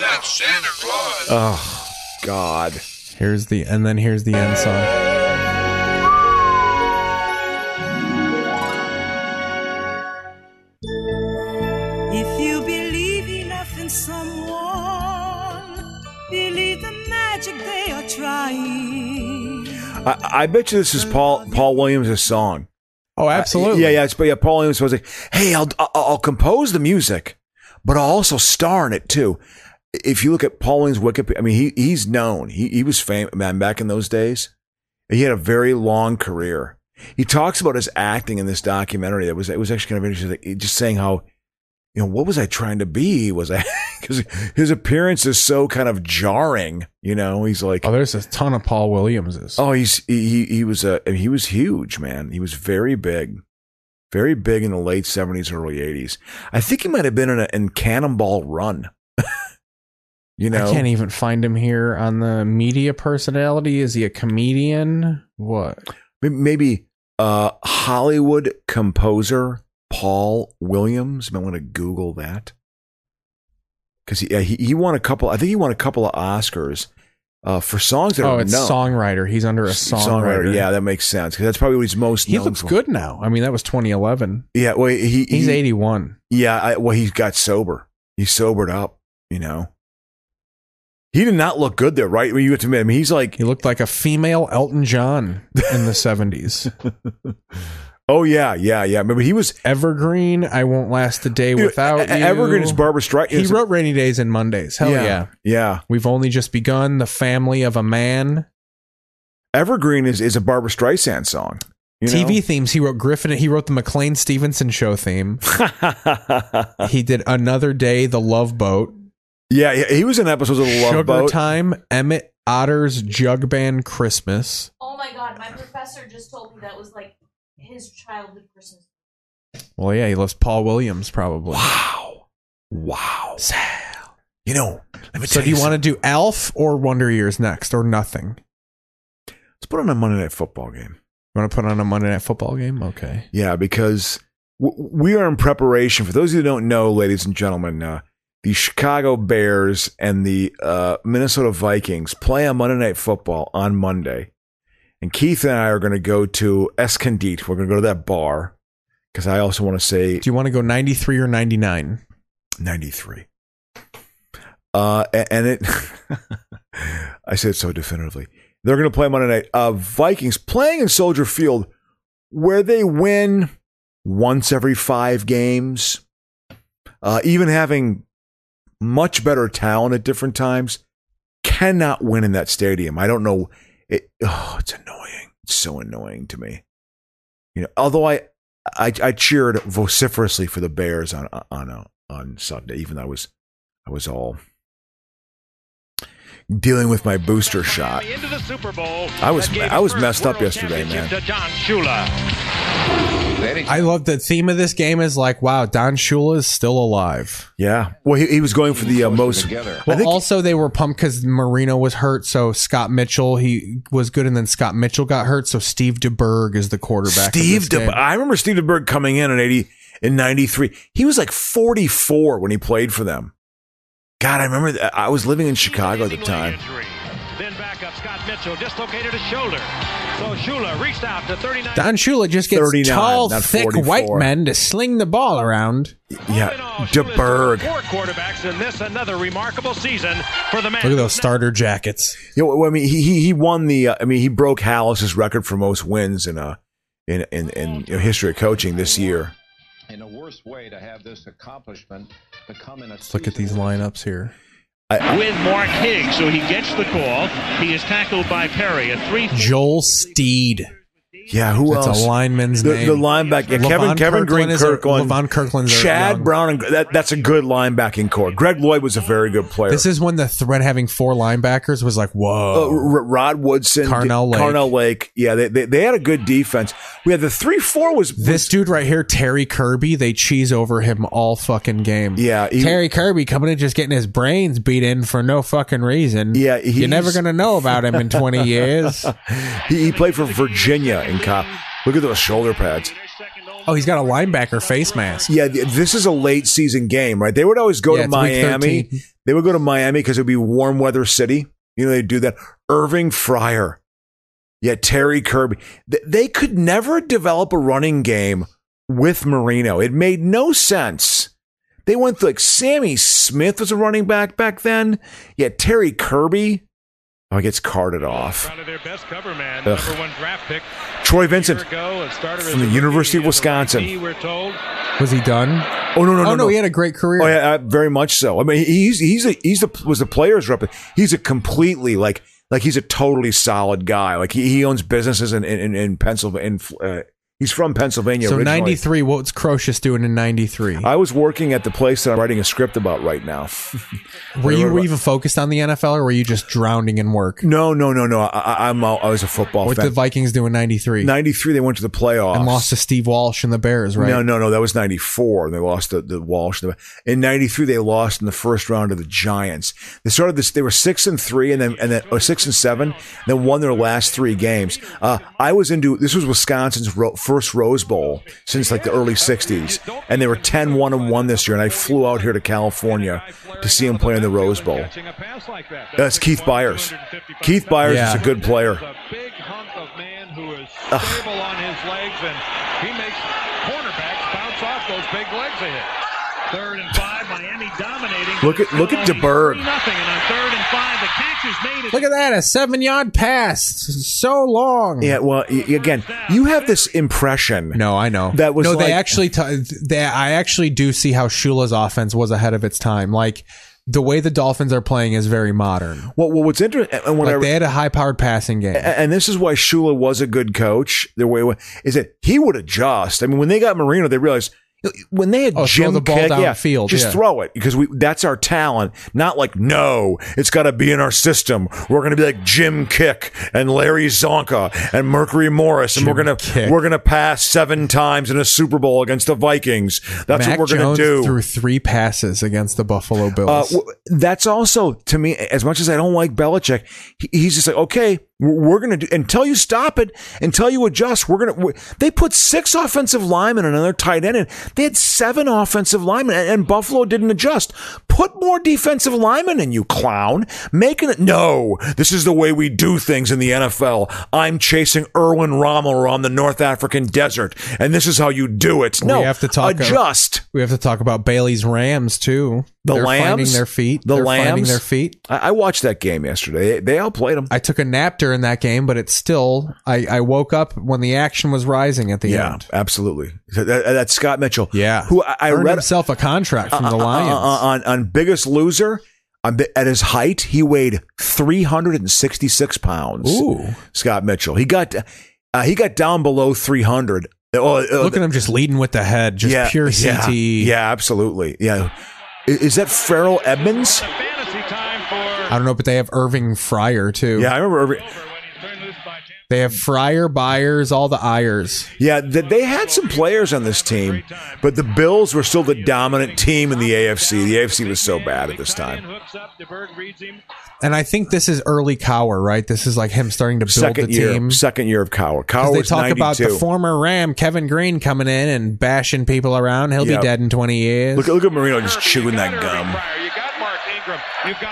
[SPEAKER 4] That's Santa Claus.
[SPEAKER 1] Oh God.
[SPEAKER 2] Here's the and then here's the end song.
[SPEAKER 3] If you believe enough in someone, believe the magic they are trying.
[SPEAKER 1] I, I bet you this is Paul Paul Williams' song. Uh,
[SPEAKER 2] Oh, absolutely.
[SPEAKER 1] yeah, yeah. It's, but yeah, Paul Williams was like, "Hey, I'll I'll I'll compose the music, but I'll also star in it too." If you look at Paul Williams' Wikipedia, I mean, he he's known. He he was famous man back in those days. He had a very long career. He talks about his acting in this documentary. That was it was actually kind of interesting. like, he- Just saying how you know, what was I trying to be? Was I because his appearance is so kind of jarring? You know, he's like,
[SPEAKER 2] oh, there's a ton of Paul Williamses.
[SPEAKER 1] Oh, he's he he- he was a I mean, he was huge, man. He was very big, very big in the late seventies, early eighties. I think he might have been in a in Cannonball Run. you know,
[SPEAKER 2] I can't even find him here on the media personality. Is he a comedian? What?
[SPEAKER 1] May- maybe uh, Hollywood composer Paul Williams. I want to Google that because he, yeah, he he won a couple. I think he won a couple of Oscars uh, for songs that
[SPEAKER 2] Oh,
[SPEAKER 1] are
[SPEAKER 2] it's
[SPEAKER 1] known.
[SPEAKER 2] songwriter. He's under a songwriter.
[SPEAKER 1] Yeah, that makes sense because that's probably what he's most.
[SPEAKER 2] He
[SPEAKER 1] known
[SPEAKER 2] looks
[SPEAKER 1] for.
[SPEAKER 2] good now. I mean, that was 2011.
[SPEAKER 1] Yeah, well, he
[SPEAKER 2] He's
[SPEAKER 1] he-
[SPEAKER 2] 81.
[SPEAKER 1] Yeah, I, well, he got sober. He sobered up. You know, He did not look good there, right? When you get to him, he's like
[SPEAKER 2] he looked like a female Elton John in the seventies.
[SPEAKER 1] Oh yeah, yeah, yeah. Remember he was
[SPEAKER 2] Evergreen. I won't last a day
[SPEAKER 1] Dude,
[SPEAKER 2] without
[SPEAKER 1] E- E-
[SPEAKER 2] you.
[SPEAKER 1] Evergreen is Barbra Streisand.
[SPEAKER 2] He wrote Rainy Days and Mondays. Hell yeah.
[SPEAKER 1] yeah, yeah.
[SPEAKER 2] We've only just begun. The family of a man.
[SPEAKER 1] Evergreen is is a Barbara Streisand song. You know?
[SPEAKER 2] TV themes. He wrote Griffin. He wrote the McLean Stevenson show theme. he did Another Day, The Love Boat,
[SPEAKER 1] Yeah, yeah, he was in episodes of the Love
[SPEAKER 2] Sugar
[SPEAKER 1] Boat.
[SPEAKER 2] Time, Emmett Otter's Jug Band Christmas.
[SPEAKER 13] Oh my god, my professor just told me that was like his childhood Christmas.
[SPEAKER 2] Well, yeah, he loves Paul Williams probably. Wow,
[SPEAKER 1] wow. You know, let me
[SPEAKER 2] So,
[SPEAKER 1] tell
[SPEAKER 2] do you
[SPEAKER 1] something.
[SPEAKER 2] want to do Elf or Wonder Years next, or nothing?
[SPEAKER 1] Let's put on a Monday Night Football game.
[SPEAKER 2] You want to put on a Monday Night Football game? Okay.
[SPEAKER 1] Yeah, because w- we are in preparation. For those who don't know, ladies and gentlemen, uh, the Chicago Bears and the uh, Minnesota Vikings play on Monday Night Football on Monday. And Keith and I are going to go to Escondite. We're going to go to that bar because I also want to say
[SPEAKER 2] Do you want to go 93 or 99?
[SPEAKER 1] 93. Uh, a- and it, I say it so definitively. They're going to play Monday night. Uh, Vikings playing in Soldier Field, where they win once every five games. Uh, even having much better talent at different times, cannot win in that stadium. I don't know. It, oh, it's annoying. It's so annoying to me. You know, although I, I, I cheered vociferously for the Bears on on uh, on Sunday, even though I was I was all dealing with my booster shot.
[SPEAKER 3] Into the Super Bowl.
[SPEAKER 1] I was I was messed up yesterday, man.
[SPEAKER 3] Don Shula.
[SPEAKER 2] I love the theme of this game is like, wow, Don Shula is still alive.
[SPEAKER 1] Yeah. Well, he, he was going for the uh, most. I
[SPEAKER 2] Well,
[SPEAKER 1] think-
[SPEAKER 2] also they were pumped because Marino was hurt, so Scott Mitchell he was good, and then Scott Mitchell got hurt, so Steve DeBerg is the quarterback. of
[SPEAKER 1] Steve
[SPEAKER 2] this
[SPEAKER 1] De-
[SPEAKER 2] game.
[SPEAKER 1] I remember Steve DeBerg coming in in 80 in 93. He was like 44 when he played for them. God, I remember th- I was living in Chicago at the time.
[SPEAKER 3] Then back up Scott Mitchell dislocated his shoulder. So Shula reached out to 39.
[SPEAKER 2] Don Shula just gets
[SPEAKER 1] 39,
[SPEAKER 2] tall,
[SPEAKER 1] not
[SPEAKER 2] thick
[SPEAKER 1] 44.
[SPEAKER 2] white men to sling the ball around.
[SPEAKER 1] Yeah, DeBerg.
[SPEAKER 3] Four quarterbacks in this another remarkable season for the man.
[SPEAKER 2] Look at those starter jackets.
[SPEAKER 1] You know, I mean, he he, he won the. Uh, I mean, he broke Hallis's record for most wins in uh in in, in you know, history of coaching this year.
[SPEAKER 5] And the worst way to have this accomplishment become an
[SPEAKER 2] Let's look at these lineups here.
[SPEAKER 3] With Mark Higgs, so he gets the call. He is tackled by Perry at three.
[SPEAKER 2] Joel Steed.
[SPEAKER 1] Yeah, who
[SPEAKER 2] That's
[SPEAKER 1] else?
[SPEAKER 2] a lineman's
[SPEAKER 1] the,
[SPEAKER 2] name.
[SPEAKER 1] The linebacker, Kevin Kevin
[SPEAKER 2] Levon Kirkland
[SPEAKER 1] Green
[SPEAKER 2] is a-
[SPEAKER 1] Kirkland,
[SPEAKER 2] Levon Kirkland's a
[SPEAKER 1] Chad
[SPEAKER 2] young-
[SPEAKER 1] Brown, and that, that's a good linebacking core. Greg Lloyd was a very good player.
[SPEAKER 2] This is when the threat having four linebackers was like,
[SPEAKER 1] Uh,
[SPEAKER 2] whoa.
[SPEAKER 1] R- Rod Woodson,
[SPEAKER 2] Carnell Lake.
[SPEAKER 1] Carnell Lake. Yeah, they, they they had a good defense. We had the three four was
[SPEAKER 2] This dude right here, Terry Kirby, they cheese over him all fucking game.
[SPEAKER 1] Yeah, he-
[SPEAKER 2] Terry Kirby coming in just getting his brains beat in for no fucking reason. Yeah, you're
[SPEAKER 1] he's-
[SPEAKER 2] never gonna know about him in 20 years.
[SPEAKER 1] he, he played for Virginia in cop. Look at those shoulder pads.
[SPEAKER 2] Oh, he's got a linebacker face mask.
[SPEAKER 1] Yeah, th- this is a late season game, right? They would always go
[SPEAKER 2] Yeah,
[SPEAKER 1] to
[SPEAKER 2] it's week
[SPEAKER 1] Miami.
[SPEAKER 2] 13.
[SPEAKER 1] They would go to Miami because it would be warm weather city. You know, they do that. Irving Fryer. Yeah, Terry Kirby. Th- They could never develop a running game with Marino. It made no sense. They went through, like Sammy Smith was a running back back then. Yeah, Terry Kirby. Oh, he gets carted off.
[SPEAKER 3] Out of their best cover man,
[SPEAKER 1] Ugh.
[SPEAKER 3] number one draft pick.
[SPEAKER 1] Troy Vincent
[SPEAKER 3] A year ago, and starter
[SPEAKER 1] from the
[SPEAKER 3] as a
[SPEAKER 1] University of
[SPEAKER 3] rookie as a
[SPEAKER 1] Wisconsin.
[SPEAKER 3] YB, We're told
[SPEAKER 2] Was he done?
[SPEAKER 1] Oh no no no
[SPEAKER 2] Oh, no, he had a great career.
[SPEAKER 1] Oh yeah, uh, very much so. I mean, he's he's a, he's the was the players rep. He's a completely like like he's a totally solid guy. Like he, he owns businesses in in, in, in Pennsylvania. In, uh, he's from Pennsylvania.
[SPEAKER 2] So
[SPEAKER 1] originally.
[SPEAKER 2] 93, what's Crocious doing in 93?
[SPEAKER 1] I was working at the place that I'm writing a script about right now.
[SPEAKER 2] Were
[SPEAKER 1] we
[SPEAKER 2] you
[SPEAKER 1] were-
[SPEAKER 2] focused on the NFL or were you just drowning in work?
[SPEAKER 1] no no no no. I, I- I'm a, I was a football
[SPEAKER 2] What did
[SPEAKER 1] fan.
[SPEAKER 2] the Vikings do in 93?
[SPEAKER 1] Ninety three, they went to the playoffs
[SPEAKER 2] And lost to Steve Walsh and the Bears, right?
[SPEAKER 1] No, no, no. That was 94. They lost to the Walsh. In 93, they lost in the first round to the Giants. They started this, they were six and three and then, and then, or six and seven, then won their last three games. Uh, I was into, this was Wisconsin's ro- first Rose Bowl since like the early 60s. And they were 10 1 and 1 this year. And I flew out here to California to see them play in the Rose Bowl. That's Keith Byers. Keith Byers
[SPEAKER 2] Yeah.
[SPEAKER 1] is a good player. Ugh.
[SPEAKER 3] stable on his legs, and he makes cornerbacks bounce off those big legs of him. Third and five, Miami dominating.
[SPEAKER 1] Look at- look at DeBerg.
[SPEAKER 3] Nothing, and on third and five, the
[SPEAKER 2] Look at that, a seven yard pass. So long.
[SPEAKER 1] Yeah, well, y- again, you have this impression.
[SPEAKER 2] No, I know.
[SPEAKER 1] That was
[SPEAKER 2] no.
[SPEAKER 1] like-
[SPEAKER 2] they actually. T- they, I actually do see how Shula's offense was ahead of its time. Like the way the Dolphins are playing is very modern.
[SPEAKER 1] Well, well what's interesting, and when
[SPEAKER 2] like
[SPEAKER 1] I-
[SPEAKER 2] they had a high-powered passing game.
[SPEAKER 1] A- And this is why Shula was a good coach. The way is that he would adjust. I mean, when they got Marino, they realized when they had
[SPEAKER 2] Oh, throw
[SPEAKER 1] Jim
[SPEAKER 2] the ball
[SPEAKER 1] Kick- yeah,
[SPEAKER 2] downfield,
[SPEAKER 1] just
[SPEAKER 2] yeah.
[SPEAKER 1] throw it because we that's our talent. Not like no, it's got to be in our system. We're going to be like Jim Kick and Larry Zonka and Mercury Morris, and we're going to we're going to pass seven times in a Super Bowl against the Vikings. That's
[SPEAKER 2] Mac
[SPEAKER 1] what we're going
[SPEAKER 2] Jones
[SPEAKER 1] to do.
[SPEAKER 2] Through three passes against the Buffalo Bills.
[SPEAKER 1] Uh, w- that's also to me. As much as I don't like Belichick, he- he's just like, okay, we're, we're going to do until you stop it, until you adjust. We're going to. They put six offensive linemen and another tight end, and they had seven offensive linemen, and, and Buffalo didn't adjust. Put more defensive linemen in, you clown. Making it no, this is the way we do things in the NFL. I'm chasing Erwin Rommel on the North African desert, and this is how you do it. No,
[SPEAKER 2] we have to talk
[SPEAKER 1] adjust.
[SPEAKER 2] we have to talk about Bailey's Rams too.
[SPEAKER 1] The
[SPEAKER 2] They're
[SPEAKER 1] lambs
[SPEAKER 2] finding their feet.
[SPEAKER 1] The
[SPEAKER 2] They're
[SPEAKER 1] lambs
[SPEAKER 2] finding their feet.
[SPEAKER 1] I, I watched that game yesterday. They, they outplayed them.
[SPEAKER 2] I took a nap during that game, but it's still. I, I woke up when the action was rising at the
[SPEAKER 1] yeah,
[SPEAKER 2] end.
[SPEAKER 1] absolutely. That, that- that's Scott Mitchell.
[SPEAKER 2] Yeah,
[SPEAKER 1] who I, I
[SPEAKER 2] Earned
[SPEAKER 1] read
[SPEAKER 2] himself a contract from the
[SPEAKER 1] uh, uh,
[SPEAKER 2] Lions.
[SPEAKER 1] uh, on on Biggest Loser. on the- At his height, he weighed 366 pounds.
[SPEAKER 2] Ooh.
[SPEAKER 1] Scott Mitchell. He got uh, he got down below 300. Oh, uh,
[SPEAKER 2] Look at him just leading with the head, just
[SPEAKER 1] yeah,
[SPEAKER 2] pure E.
[SPEAKER 1] yeah,
[SPEAKER 2] CT.
[SPEAKER 1] Yeah, absolutely. Yeah, I- is, that Farrell Edmonds?
[SPEAKER 2] I don't know, but they have Irving Fryer too.
[SPEAKER 1] Yeah, I remember. every-
[SPEAKER 2] They have Fryer, Byers, all the Ayers.
[SPEAKER 1] Yeah, th- they had some players on this team, but the Bills were still the dominant team in the AFC. The AFC was so bad at this time.
[SPEAKER 2] And I think this is early Cower, right? This is like him starting to build
[SPEAKER 1] Second
[SPEAKER 2] the
[SPEAKER 1] year,
[SPEAKER 2] team.
[SPEAKER 1] second year of Cowher. Cowher
[SPEAKER 2] Because they
[SPEAKER 1] was
[SPEAKER 2] talk
[SPEAKER 1] 92.
[SPEAKER 2] about the former Ram, Kevin Green, coming in and bashing people around. He'll
[SPEAKER 1] Yeah.
[SPEAKER 2] be dead in 20 years.
[SPEAKER 1] Look, look at Marino just chewing that gum.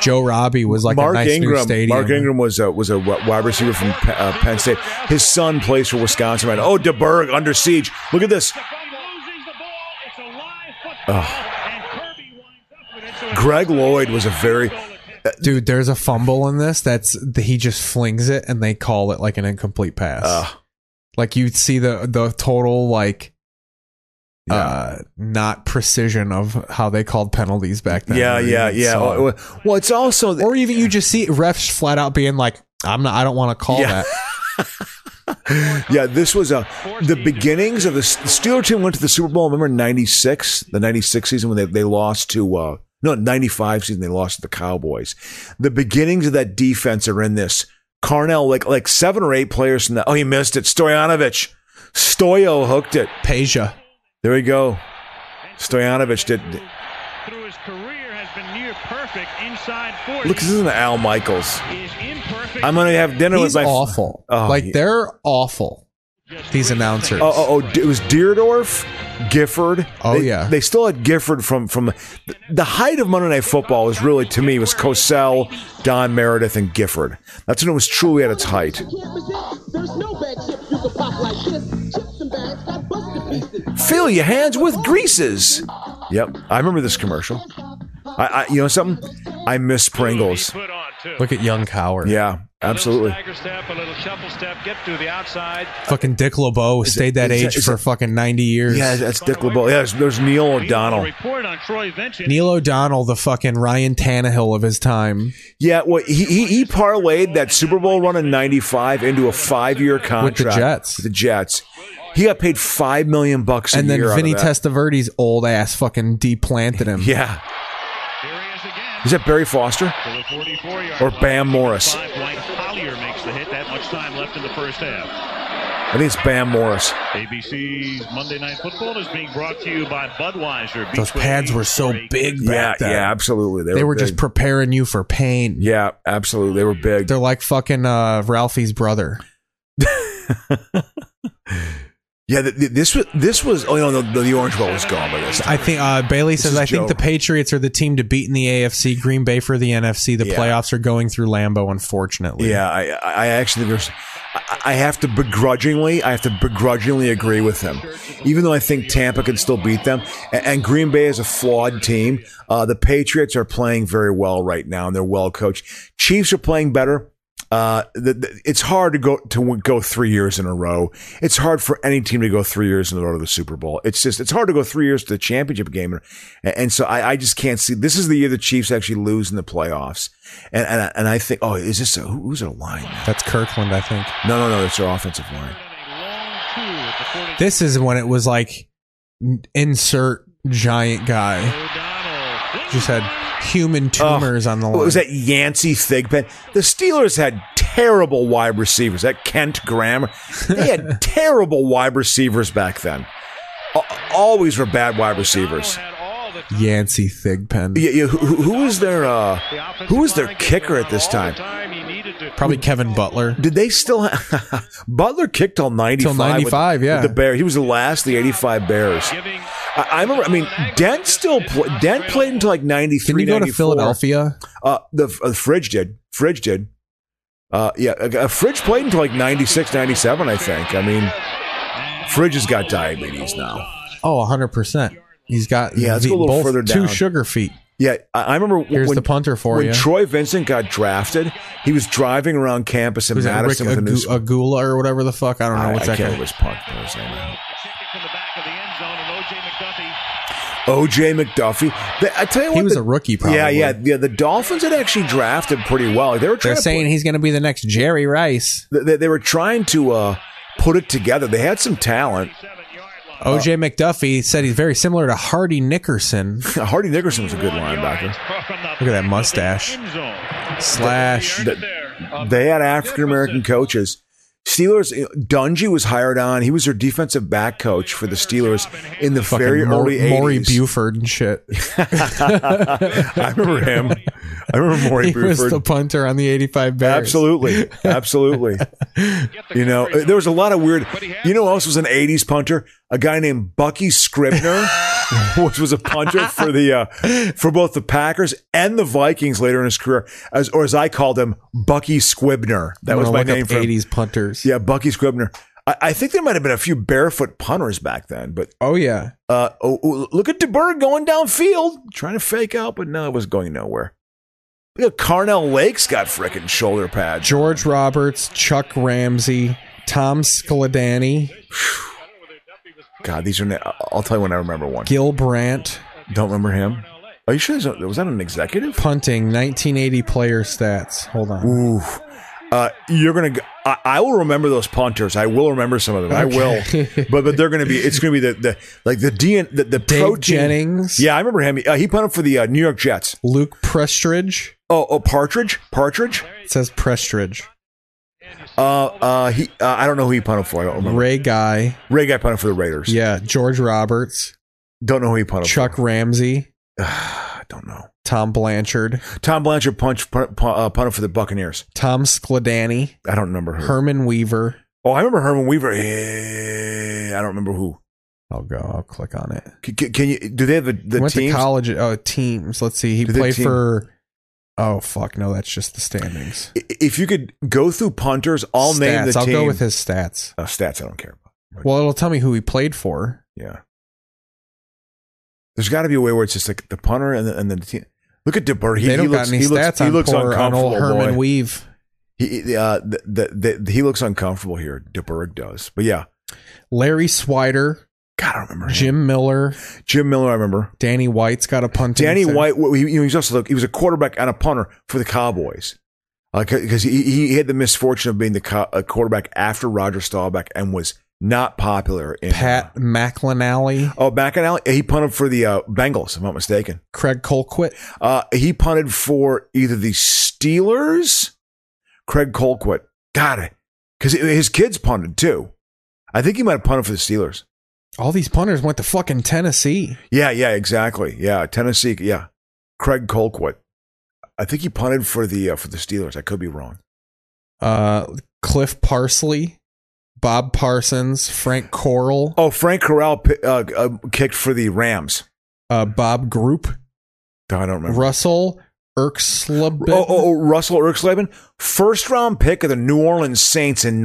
[SPEAKER 2] Joe Robbie was like
[SPEAKER 1] Mark
[SPEAKER 2] a nice new
[SPEAKER 1] Ingram.
[SPEAKER 2] stadium.
[SPEAKER 1] Mark Ingram was a was a wi- wide receiver from Pe- uh, Penn State. His son plays for Wisconsin right now. Oh, DeBerg under siege. Look at this. Ugh. Greg Lloyd was a very
[SPEAKER 2] Dude, there's a fumble in this. That's he just flings it and they call it like an incomplete pass. Like you'd see the the total like uh not precision of how they called penalties back then.
[SPEAKER 1] yeah
[SPEAKER 2] Or
[SPEAKER 1] yeah
[SPEAKER 2] even
[SPEAKER 1] yeah.
[SPEAKER 2] saw it.
[SPEAKER 1] Oh, Well, it's also
[SPEAKER 2] or even you just see refs flat out being like, "I'm not. I don't want to call
[SPEAKER 1] Yeah.
[SPEAKER 2] that."
[SPEAKER 1] yeah, this was a the beginnings of the, the Steelers team went to the Super Bowl. Remember '96, the '96 season when they they lost to uh, no '95 season they lost to the Cowboys. The beginnings of that defense are in this. Carnell, like like seven or eight players from that. Oh, he missed it. Stojanovic, Stoyo hooked it.
[SPEAKER 2] Peja,
[SPEAKER 1] there we go. Stojanovic did. Look, this is an Al Michaels. I'm gonna have dinner
[SPEAKER 2] He's
[SPEAKER 1] with my
[SPEAKER 2] awful. like
[SPEAKER 1] oh, yeah.
[SPEAKER 2] they're awful. These announcers.
[SPEAKER 1] Oh, oh, oh, it was Deerdorf, Gifford.
[SPEAKER 2] Oh,
[SPEAKER 1] They-
[SPEAKER 2] yeah.
[SPEAKER 1] they still had Gifford from from the height of Monday Night Football was really to me was Cosell, Don Meredith, and Gifford. That's when it was truly at its height. Fill your hands with greases. Yep, I remember this commercial. I, I you know something? I miss Pringles.
[SPEAKER 2] Look at young Coward.
[SPEAKER 1] Yeah, absolutely.
[SPEAKER 2] Fucking Dick LeBeau
[SPEAKER 1] Is it-
[SPEAKER 2] stayed that
[SPEAKER 1] is it-
[SPEAKER 2] age
[SPEAKER 1] is
[SPEAKER 2] for
[SPEAKER 1] it-
[SPEAKER 2] fucking 90 years.
[SPEAKER 1] Yeah, that's Dick LeBeau. Yeah, there's, there's Neil O'Donnell.
[SPEAKER 2] Neil O'Donnell, the fucking Ryan Tannehill of his time,
[SPEAKER 1] Yeah, well, he, he he parlayed that Super Bowl run in '95 into a five-year contract
[SPEAKER 2] Jets.
[SPEAKER 1] With the Jets, he got paid five million bucks, a
[SPEAKER 2] and then
[SPEAKER 1] year out of
[SPEAKER 2] Vinny
[SPEAKER 1] that.
[SPEAKER 2] Testaverde's old ass fucking deplanted him.
[SPEAKER 1] Yeah, is that Barry Foster or Bam Morris?
[SPEAKER 11] Collier makes the hit. That much time left in the first half.
[SPEAKER 1] I think it's Bam Morris.
[SPEAKER 11] ABC's Monday Night Football is being brought to you by Budweiser.
[SPEAKER 2] Those pads were so big
[SPEAKER 1] Yeah,
[SPEAKER 2] back then.
[SPEAKER 1] yeah, absolutely.
[SPEAKER 2] They, were, just
[SPEAKER 1] big.
[SPEAKER 2] preparing you for pain.
[SPEAKER 1] yeah, absolutely. They were big.
[SPEAKER 2] They're like fucking uh, Ralphie's brother.
[SPEAKER 1] Yeah, th- th- this was this was. Oh no, the, the Orange Bowl was gone by this. time.
[SPEAKER 2] I think uh, Bailey says
[SPEAKER 1] is
[SPEAKER 2] I think
[SPEAKER 1] Joe.
[SPEAKER 2] the Patriots are the team to beat in the AFC. Green Bay for the NFC. The
[SPEAKER 1] Yeah.
[SPEAKER 2] playoffs are going through Lambeau, unfortunately.
[SPEAKER 1] Yeah, I I I actually think there's. I- I have to begrudgingly, I have to begrudgingly agree with him, even though I think Tampa can still beat them. And, and Green Bay is a flawed team. Uh, the Patriots are playing very well right now, and they're well coached. Chiefs are playing better. Uh, the, the- it's hard to go to w- go three years in a row. It's hard for any team to go three years in a row to the Super Bowl. It's just it's hard to go three years to the championship game, and, and so I, I just can't see. This is the year the Chiefs actually lose in the playoffs, and and I, and I think oh is this a, who- who's a line?
[SPEAKER 2] That's Kirkland, I think.
[SPEAKER 1] No, no, no, it's their offensive line.
[SPEAKER 2] This is when it was like n- insert giant guy. Just had human tumors on the line.
[SPEAKER 1] What was that Yancey Thigpen? The Steelers had terrible wide receivers. That Kent Graham, they had terrible wide receivers back then. A- Always were bad wide receivers.
[SPEAKER 2] Yancey Thigpen.
[SPEAKER 1] Yeah, yeah. Who, who who was their uh, who was their kicker at this time?
[SPEAKER 2] Probably Kevin Butler.
[SPEAKER 1] Did they still? Ha- Butler kicked till ninety five.
[SPEAKER 2] 95, yeah.
[SPEAKER 1] The Bear. He was the last of the eighty five Bears. I, I remember. I mean, Dent still pl- Dent played until like ninety
[SPEAKER 2] Can
[SPEAKER 1] three.
[SPEAKER 2] you go to Philadelphia?
[SPEAKER 1] Uh, the uh, Fridge did. Fridge did. Uh, yeah, uh, Fridge played until like 96, 97, I think. I mean, Fridge has got diabetes now.
[SPEAKER 2] Oh, 100%. He's got
[SPEAKER 1] Yeah, let's go a little
[SPEAKER 2] both-
[SPEAKER 1] further
[SPEAKER 2] two
[SPEAKER 1] down.
[SPEAKER 2] sugar feet.
[SPEAKER 1] Yeah, I, I remember w-
[SPEAKER 2] Here's
[SPEAKER 1] when
[SPEAKER 2] the punter for
[SPEAKER 1] when
[SPEAKER 2] you.
[SPEAKER 1] Troy Vincent got drafted, he was driving around campus in
[SPEAKER 2] Was it Rick
[SPEAKER 1] Madison with a new.
[SPEAKER 2] Agu- Agula or whatever the fuck? I don't know
[SPEAKER 1] I, I
[SPEAKER 2] what's that
[SPEAKER 1] can't
[SPEAKER 2] guy.
[SPEAKER 1] remember his punt was now. OJ McDuffie. They- I tell you what,
[SPEAKER 2] was
[SPEAKER 1] the-
[SPEAKER 2] a rookie, probably.
[SPEAKER 1] Yeah, yeah, yeah. The Dolphins had actually drafted pretty well. They were trying to
[SPEAKER 2] They're
[SPEAKER 1] put-
[SPEAKER 2] saying he's going to be the next Jerry Rice.
[SPEAKER 1] They- They, they were trying to uh, put it together. They had some talent.
[SPEAKER 2] OJ McDuffie said he's very similar to Hardy Nickerson.
[SPEAKER 1] Hardy Nickerson was a good linebacker.
[SPEAKER 2] Look at that mustache. Slash.
[SPEAKER 1] They had African American coaches. Steelers Dungy was hired on. He was their defensive back coach for the Steelers in the
[SPEAKER 2] Fucking
[SPEAKER 1] very early
[SPEAKER 2] Maury-
[SPEAKER 1] 80s.
[SPEAKER 2] Maury Buford and shit.
[SPEAKER 1] I remember him. I remember Maury
[SPEAKER 2] he was
[SPEAKER 1] Buford.
[SPEAKER 2] the punter on the 85 Bears.
[SPEAKER 1] Absolutely. Absolutely. you know, uh, there was a lot of weird. You know who else was an 80s punter? A guy named Bucky Scribner, which was a punter for the uh, for both the Packers and the Vikings later in his career, as or as I called him, Bucky Scribner. That
[SPEAKER 2] I'm
[SPEAKER 1] was
[SPEAKER 2] gonna
[SPEAKER 1] my
[SPEAKER 2] look up
[SPEAKER 1] name for him.
[SPEAKER 2] 80s punters.
[SPEAKER 1] Yeah, Bucky Scribner. I, I think there might have been a few barefoot punters back then, but
[SPEAKER 2] Oh, yeah.
[SPEAKER 1] uh, oh, oh, look at DeBerg going downfield, trying to fake out, but no, it was going nowhere. Look at Carnell Lake's got frickin' shoulder pads.
[SPEAKER 2] George Roberts, Chuck Ramsey, Tom Skladani,
[SPEAKER 1] God, these are. Na- I'll tell you when I remember one.
[SPEAKER 2] Gil Brandt.
[SPEAKER 1] Don't remember him. Are you sure? there's a- Was that an executive?
[SPEAKER 2] Punting, 1980 player stats. Hold on.
[SPEAKER 1] Ooh. Uh, you're gonna. Go- I, I will remember those punters. I will remember some of them. I
[SPEAKER 2] Okay.
[SPEAKER 1] will. But but they're gonna be. It's gonna be the the like the DN the, the
[SPEAKER 2] Dave
[SPEAKER 1] protein.
[SPEAKER 2] Jennings.
[SPEAKER 1] Yeah, I remember him. Uh, he punted for the uh, New York Jets.
[SPEAKER 2] Luke Prestridge.
[SPEAKER 1] Oh, oh, Partridge. Partridge.
[SPEAKER 2] It says Prestridge.
[SPEAKER 1] Uh, uh, he. Uh, I don't know who he punted for. I don't remember.
[SPEAKER 2] Ray Guy.
[SPEAKER 1] Ray guy punted for the Raiders.
[SPEAKER 2] Yeah. George Roberts.
[SPEAKER 1] Don't know who he punted.
[SPEAKER 2] Chuck Ramsey.
[SPEAKER 1] I don't know.
[SPEAKER 2] Tom Blanchard.
[SPEAKER 1] for. Tom Blanchard punched pun, pun, uh, punted for the Buccaneers.
[SPEAKER 2] Tom Skladani.
[SPEAKER 1] I don't remember who.
[SPEAKER 2] Herman Weaver.
[SPEAKER 1] Oh, I remember Herman Weaver. Eh, I don't remember who.
[SPEAKER 2] I'll go. I'll click on it.
[SPEAKER 1] C- c- Can, you? Do they have the, the
[SPEAKER 2] Went
[SPEAKER 1] teams?
[SPEAKER 2] to college. Oh, teams. Let's see. He
[SPEAKER 1] Did they
[SPEAKER 2] played
[SPEAKER 1] team-
[SPEAKER 2] for. Oh fuck! No, that's just the standings.
[SPEAKER 1] I- If you could go through punters, I'll
[SPEAKER 2] stats.
[SPEAKER 1] name the
[SPEAKER 2] I'll
[SPEAKER 1] team.
[SPEAKER 2] go with his stats.
[SPEAKER 1] Uh, stats. I don't care about.
[SPEAKER 2] Well, it'll tell me who he played for.
[SPEAKER 1] Yeah. There's got to be a way where it's just like the punter and the, and the team. Look at DeBur. He,
[SPEAKER 2] they don't
[SPEAKER 1] he looks,
[SPEAKER 2] got any
[SPEAKER 1] he
[SPEAKER 2] stats
[SPEAKER 1] looks,
[SPEAKER 2] on,
[SPEAKER 1] he looks
[SPEAKER 2] poor, on
[SPEAKER 1] uncomfortable.
[SPEAKER 2] old Herman
[SPEAKER 1] boy.
[SPEAKER 2] Weave.
[SPEAKER 1] He, he- uh, the, the, the, he looks uncomfortable here. DeBerg does, but yeah,
[SPEAKER 2] Larry Swider.
[SPEAKER 1] God, I don't remember him.
[SPEAKER 2] Jim Miller.
[SPEAKER 1] Jim Miller. I remember
[SPEAKER 2] Danny White's got a punting.
[SPEAKER 1] Danny
[SPEAKER 2] set.
[SPEAKER 1] White. well, He, you know, he's also he was a quarterback and a punter for the Cowboys because he, he had the misfortune of being the co- a quarterback after Roger Staubach and was not popular. In, uh,
[SPEAKER 2] Pat McLanally.
[SPEAKER 1] oh, back in alley, he punted for the uh, Bengals, if I'm not mistaken.
[SPEAKER 2] Craig Colquitt.
[SPEAKER 1] Uh, he punted for either the Steelers, Craig Colquitt. Got it. Because his kids punted too. I think he might have punted for the Steelers.
[SPEAKER 2] All these punters went to fucking Tennessee.
[SPEAKER 1] Yeah, yeah, exactly. Yeah, Tennessee. Yeah, Craig Colquitt. I think he punted for the uh, for the Steelers. I could be wrong.
[SPEAKER 2] Uh, Cliff Parsley. Bob Parsons. Frank Coral.
[SPEAKER 1] Oh, Frank Corral pi- uh, uh, kicked for the Rams.
[SPEAKER 2] Uh, Bob Group.
[SPEAKER 1] I don't remember.
[SPEAKER 2] Russell Erksleben.
[SPEAKER 1] Oh, oh, oh, Russell Erksleben, first round pick of the New Orleans Saints in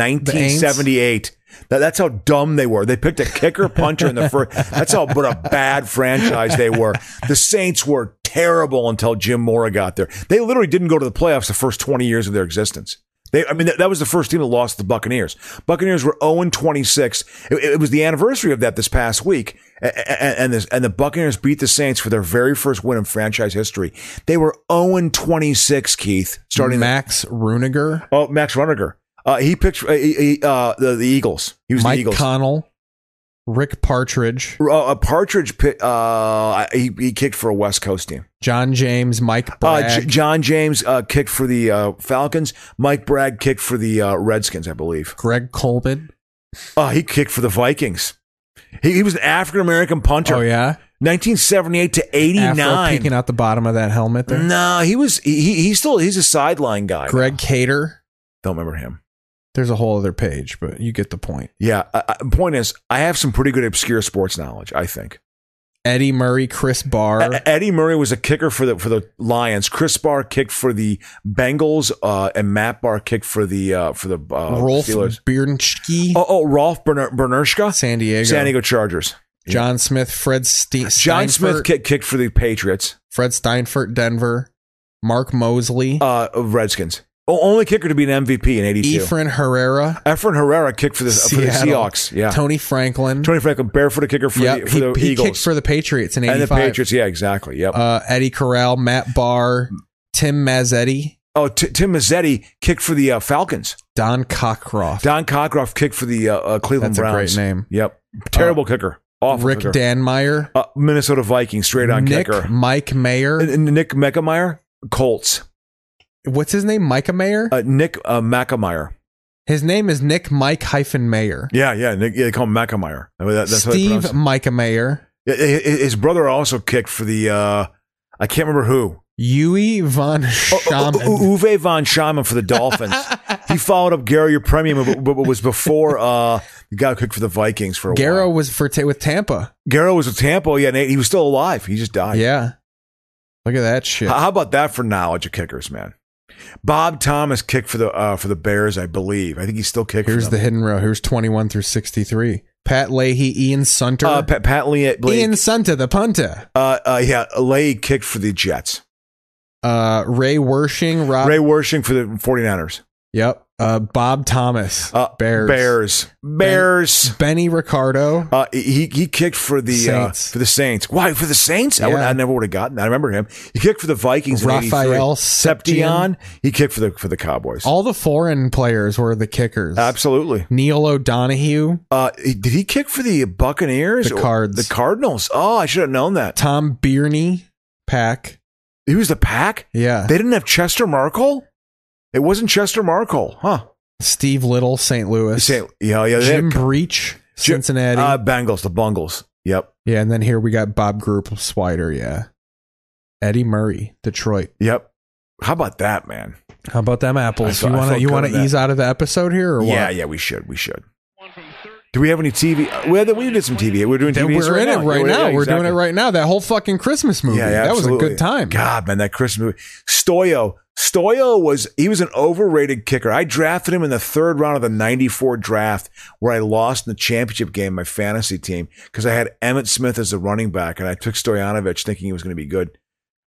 [SPEAKER 1] 1978. That, that's how dumb they were. They picked a kicker puncher in the first. That's how what a bad franchise they were. The Saints were terrible until Jim Mora got there. They literally didn't go to the playoffs the first 20 years of their existence. They, I mean, that, that was the first team that lost to the Buccaneers. Buccaneers were 0 26. It, it was the anniversary of that this past week. And, and, this, and the Buccaneers beat the Saints for their very first win in franchise history. They were 0 26, Keith, starting
[SPEAKER 2] Max Runiger.
[SPEAKER 1] Oh, Max Runiger. Uh, he picked uh, he- he, uh, the, the Eagles. He was
[SPEAKER 2] Mike
[SPEAKER 1] the Eagles.
[SPEAKER 2] Connell, Rick Partridge,
[SPEAKER 1] uh, a Partridge, pi- uh, he, he kicked for a West Coast team.
[SPEAKER 2] John James, Mike Bragg.
[SPEAKER 1] Uh, J- John James uh, kicked for the uh, Falcons. Mike Bragg kicked for the uh, Redskins, I believe.
[SPEAKER 2] Greg Colbin.
[SPEAKER 1] Oh, he kicked for the Vikings. He, he was an African American punter.
[SPEAKER 2] Oh yeah,
[SPEAKER 1] 1978 to
[SPEAKER 2] Afro
[SPEAKER 1] 89.
[SPEAKER 2] peeking out the bottom of that helmet there.
[SPEAKER 1] No, he was he, he- he's still he's a sideline guy.
[SPEAKER 2] Greg Cater.
[SPEAKER 1] Don't remember him.
[SPEAKER 2] There's a whole other page, but you get the point.
[SPEAKER 1] Yeah. I, I, point is, I have some pretty good obscure sports knowledge. I think.
[SPEAKER 2] Eddie Murray, Chris Barr.
[SPEAKER 1] E- Eddie Murray was a kicker for the for the Lions. Chris Barr kicked for the Bengals, uh, and Matt Barr kicked for the uh, for the uh,
[SPEAKER 2] Rolf
[SPEAKER 1] Steelers.
[SPEAKER 2] Biernsky,
[SPEAKER 1] Oh, oh, Rolf Berner- Bernershka,
[SPEAKER 2] San Diego,
[SPEAKER 1] San Diego Chargers.
[SPEAKER 2] John Smith, Fred Ste-
[SPEAKER 1] John
[SPEAKER 2] Steinfort,
[SPEAKER 1] Smith kick, kicked for the Patriots,
[SPEAKER 2] Fred Steinfurt, Denver, Mark Mosley,
[SPEAKER 1] uh, Redskins. O- oh, only kicker to be an MVP in '82. Efren,
[SPEAKER 2] Efren Herrera,
[SPEAKER 1] Herrera kicked for the, for the
[SPEAKER 2] Seattle.
[SPEAKER 1] Seahawks. Yeah, Tony,
[SPEAKER 2] Tony Franklin.
[SPEAKER 1] Franklin, barefoot kicker for
[SPEAKER 2] Yep,
[SPEAKER 1] the, for
[SPEAKER 2] he,
[SPEAKER 1] the
[SPEAKER 2] he
[SPEAKER 1] Eagles
[SPEAKER 2] kicked for the Patriots in
[SPEAKER 1] and the
[SPEAKER 2] '85.
[SPEAKER 1] Patriots. Yeah, exactly. Yep.
[SPEAKER 2] Uh, Eddie Corral, Matt Barr, Tim Mazzetti,
[SPEAKER 1] oh, T- Tim Mazzetti kicked for the uh, Falcons.
[SPEAKER 2] Don Cockcroft,
[SPEAKER 1] Don Cockcroft kicked for the uh, uh, Cleveland
[SPEAKER 2] That's a
[SPEAKER 1] Browns.
[SPEAKER 2] great name. Uh,
[SPEAKER 1] Yep. Terrible kicker. Awful
[SPEAKER 2] Rick
[SPEAKER 1] kicker.
[SPEAKER 2] Danmeyer,
[SPEAKER 1] Uh, Minnesota Vikings, straight on
[SPEAKER 2] Nick
[SPEAKER 1] kicker.
[SPEAKER 2] Mike Mayer.
[SPEAKER 1] And- and Nick Meckemeyer, Colts.
[SPEAKER 2] What's his name? Micah Mayer.
[SPEAKER 1] Uh, Nick uh, Mackemeyer.
[SPEAKER 2] His name is Nick Mike hyphen Mayer.
[SPEAKER 1] Yeah, yeah, Nick, yeah. They call him Mackemeyer. I mean, that, that's how they pronounce
[SPEAKER 2] Steve
[SPEAKER 1] it.
[SPEAKER 2] Micah Mayer.
[SPEAKER 1] Yeah, hi- hi- His brother also kicked for the. Uh, I can't remember who.
[SPEAKER 2] Yui von
[SPEAKER 1] U-
[SPEAKER 2] Schaman.
[SPEAKER 1] U- Uwe von Schaman for the Dolphins. he followed up Gary your premium, but, but was before uh, the guy who kicked for the Vikings for a while.
[SPEAKER 2] Garrow was for ta- with Tampa.
[SPEAKER 1] Garrow was with Tampa. Yeah, and he was still alive. He just died.
[SPEAKER 2] Yeah. Look at that shit.
[SPEAKER 1] How how about that for knowledge of kickers, man? Bob Thomas kicked for the uh, for the Bears, I believe. I think he's still kicking.
[SPEAKER 2] Here's the hidden row. Here's 21 through 63. Pat Leahy, Ian Sunter.
[SPEAKER 1] uh, Pat, Pat Lee. Blake,
[SPEAKER 2] Ian Sunter, the punter.
[SPEAKER 1] uh, uh, yeah, Leahy kicked for the Jets.
[SPEAKER 2] Uh, Ray Wershing, Rob.
[SPEAKER 1] Ray Wershing for the 49ers.
[SPEAKER 2] Yep. Uh, Bob Thomas,
[SPEAKER 1] Uh,
[SPEAKER 2] Bears.
[SPEAKER 1] Bears. Bears.
[SPEAKER 2] Benny Ricardo.
[SPEAKER 1] Uh, he he kicked for the uh,
[SPEAKER 2] oh. Saints.
[SPEAKER 1] for the Saints. Why for the Saints? I, would,
[SPEAKER 2] Yeah.
[SPEAKER 1] I never would have gotten that. I remember him. He kicked for the Vikings. in
[SPEAKER 2] Raphael
[SPEAKER 1] 83.
[SPEAKER 2] Septian.
[SPEAKER 1] Septian. He kicked for the for the Cowboys.
[SPEAKER 2] All the foreign players were the kickers.
[SPEAKER 1] Absolutely.
[SPEAKER 2] Neil O'Donohue,
[SPEAKER 1] Uh, he- did he kick for the Buccaneers?
[SPEAKER 2] The
[SPEAKER 1] or-
[SPEAKER 2] Cards.
[SPEAKER 1] The Cardinals. Oh, I should have known that.
[SPEAKER 2] Tom Bierney, Pack.
[SPEAKER 1] He was the pack.
[SPEAKER 2] Yeah.
[SPEAKER 1] They didn't have Chester Markle. It wasn't Chester Markle, huh?
[SPEAKER 2] Steve Little, St. Louis.
[SPEAKER 1] Say, yeah, yeah. they
[SPEAKER 2] Jim
[SPEAKER 1] had-
[SPEAKER 2] Breach,
[SPEAKER 1] Jim-
[SPEAKER 2] Cincinnati.
[SPEAKER 1] Uh, Bengals, the Bungles. Yep,
[SPEAKER 2] yeah, and then here we got Bob Group, Swider. Yeah, Eddie Murray, Detroit.
[SPEAKER 1] yep. How about that, man?
[SPEAKER 2] How about them
[SPEAKER 1] I
[SPEAKER 2] apples?
[SPEAKER 1] felt-
[SPEAKER 2] You
[SPEAKER 1] I
[SPEAKER 2] want to
[SPEAKER 1] felt
[SPEAKER 2] you
[SPEAKER 1] good
[SPEAKER 2] want
[SPEAKER 1] with
[SPEAKER 2] to
[SPEAKER 1] that.
[SPEAKER 2] ease out of the episode here or what?
[SPEAKER 1] Yeah, yeah. We should. We should. Do we have any TV? uh, We, had- we did some TV. We're doing
[SPEAKER 2] Then
[SPEAKER 1] TV.
[SPEAKER 2] we're in it right now. we're doing it right now. That whole fucking Christmas movie.
[SPEAKER 1] Yeah, yeah,
[SPEAKER 2] that was a
[SPEAKER 1] absolutely.
[SPEAKER 2] good time.
[SPEAKER 1] God, man, that Christmas movie. Stoyo. Stoyo was he was an overrated kicker. I drafted him in the third round of the '94 draft, where I lost in the championship game my fantasy team because I had Emmett Smith as the running back, and I took Stoyanovich thinking he was going to be good,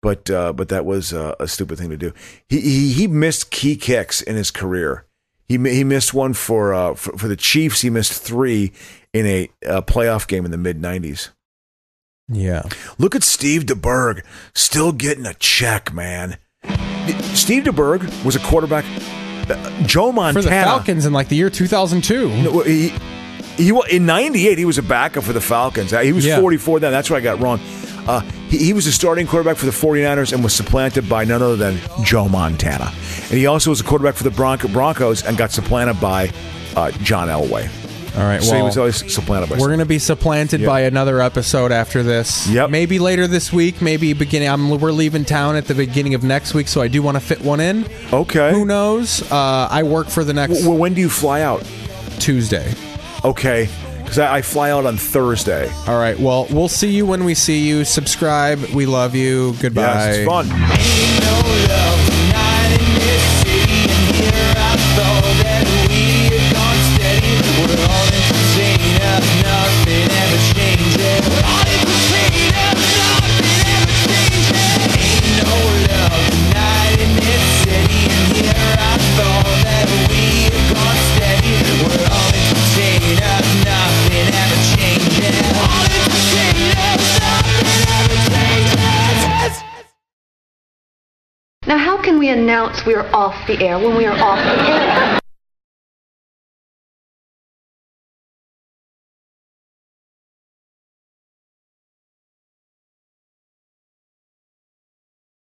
[SPEAKER 1] but uh, but that was uh, a stupid thing to do. He, he he missed key kicks in his career. He mi- he missed one for uh, for, for the Chiefs. He missed three in a uh, playoff game in the mid '90s.
[SPEAKER 2] Yeah.
[SPEAKER 1] Look at Steve DeBerg, still getting a check, man. Steve DeBerg was a quarterback. Uh, Joe
[SPEAKER 2] For
[SPEAKER 1] Montana.
[SPEAKER 2] the Falcons in like the year 2002.
[SPEAKER 1] No, He, he, wa- in 98, he was a backup for the Falcons. Uh, He was
[SPEAKER 2] Yeah.
[SPEAKER 1] 44 then. That's what I got wrong. Uh, he, he was a starting quarterback for the 49ers and was supplanted by none other than Joe Montana. And he also was a quarterback for the Bronco, Broncos and got supplanted by uh, John Elway.
[SPEAKER 2] All right.
[SPEAKER 1] so he
[SPEAKER 2] well,
[SPEAKER 1] was always supplanted by
[SPEAKER 2] We're going to be supplanted by another episode after this.
[SPEAKER 1] Yep.
[SPEAKER 2] Maybe later this week, maybe beginning. I'm, we're leaving town at the beginning of next week, so I do want to fit one in.
[SPEAKER 1] Okay.
[SPEAKER 2] Who knows? Uh, I work for the next
[SPEAKER 1] W- w- when do you fly out?
[SPEAKER 2] Tuesday.
[SPEAKER 1] Okay. because I, I fly out on Thursday.
[SPEAKER 2] All right. Well, we'll see you when we see you. Subscribe. We love you. Goodbye.
[SPEAKER 1] Yes, it's fun.
[SPEAKER 3] Now, how can we announce we're off the air when we are off the air?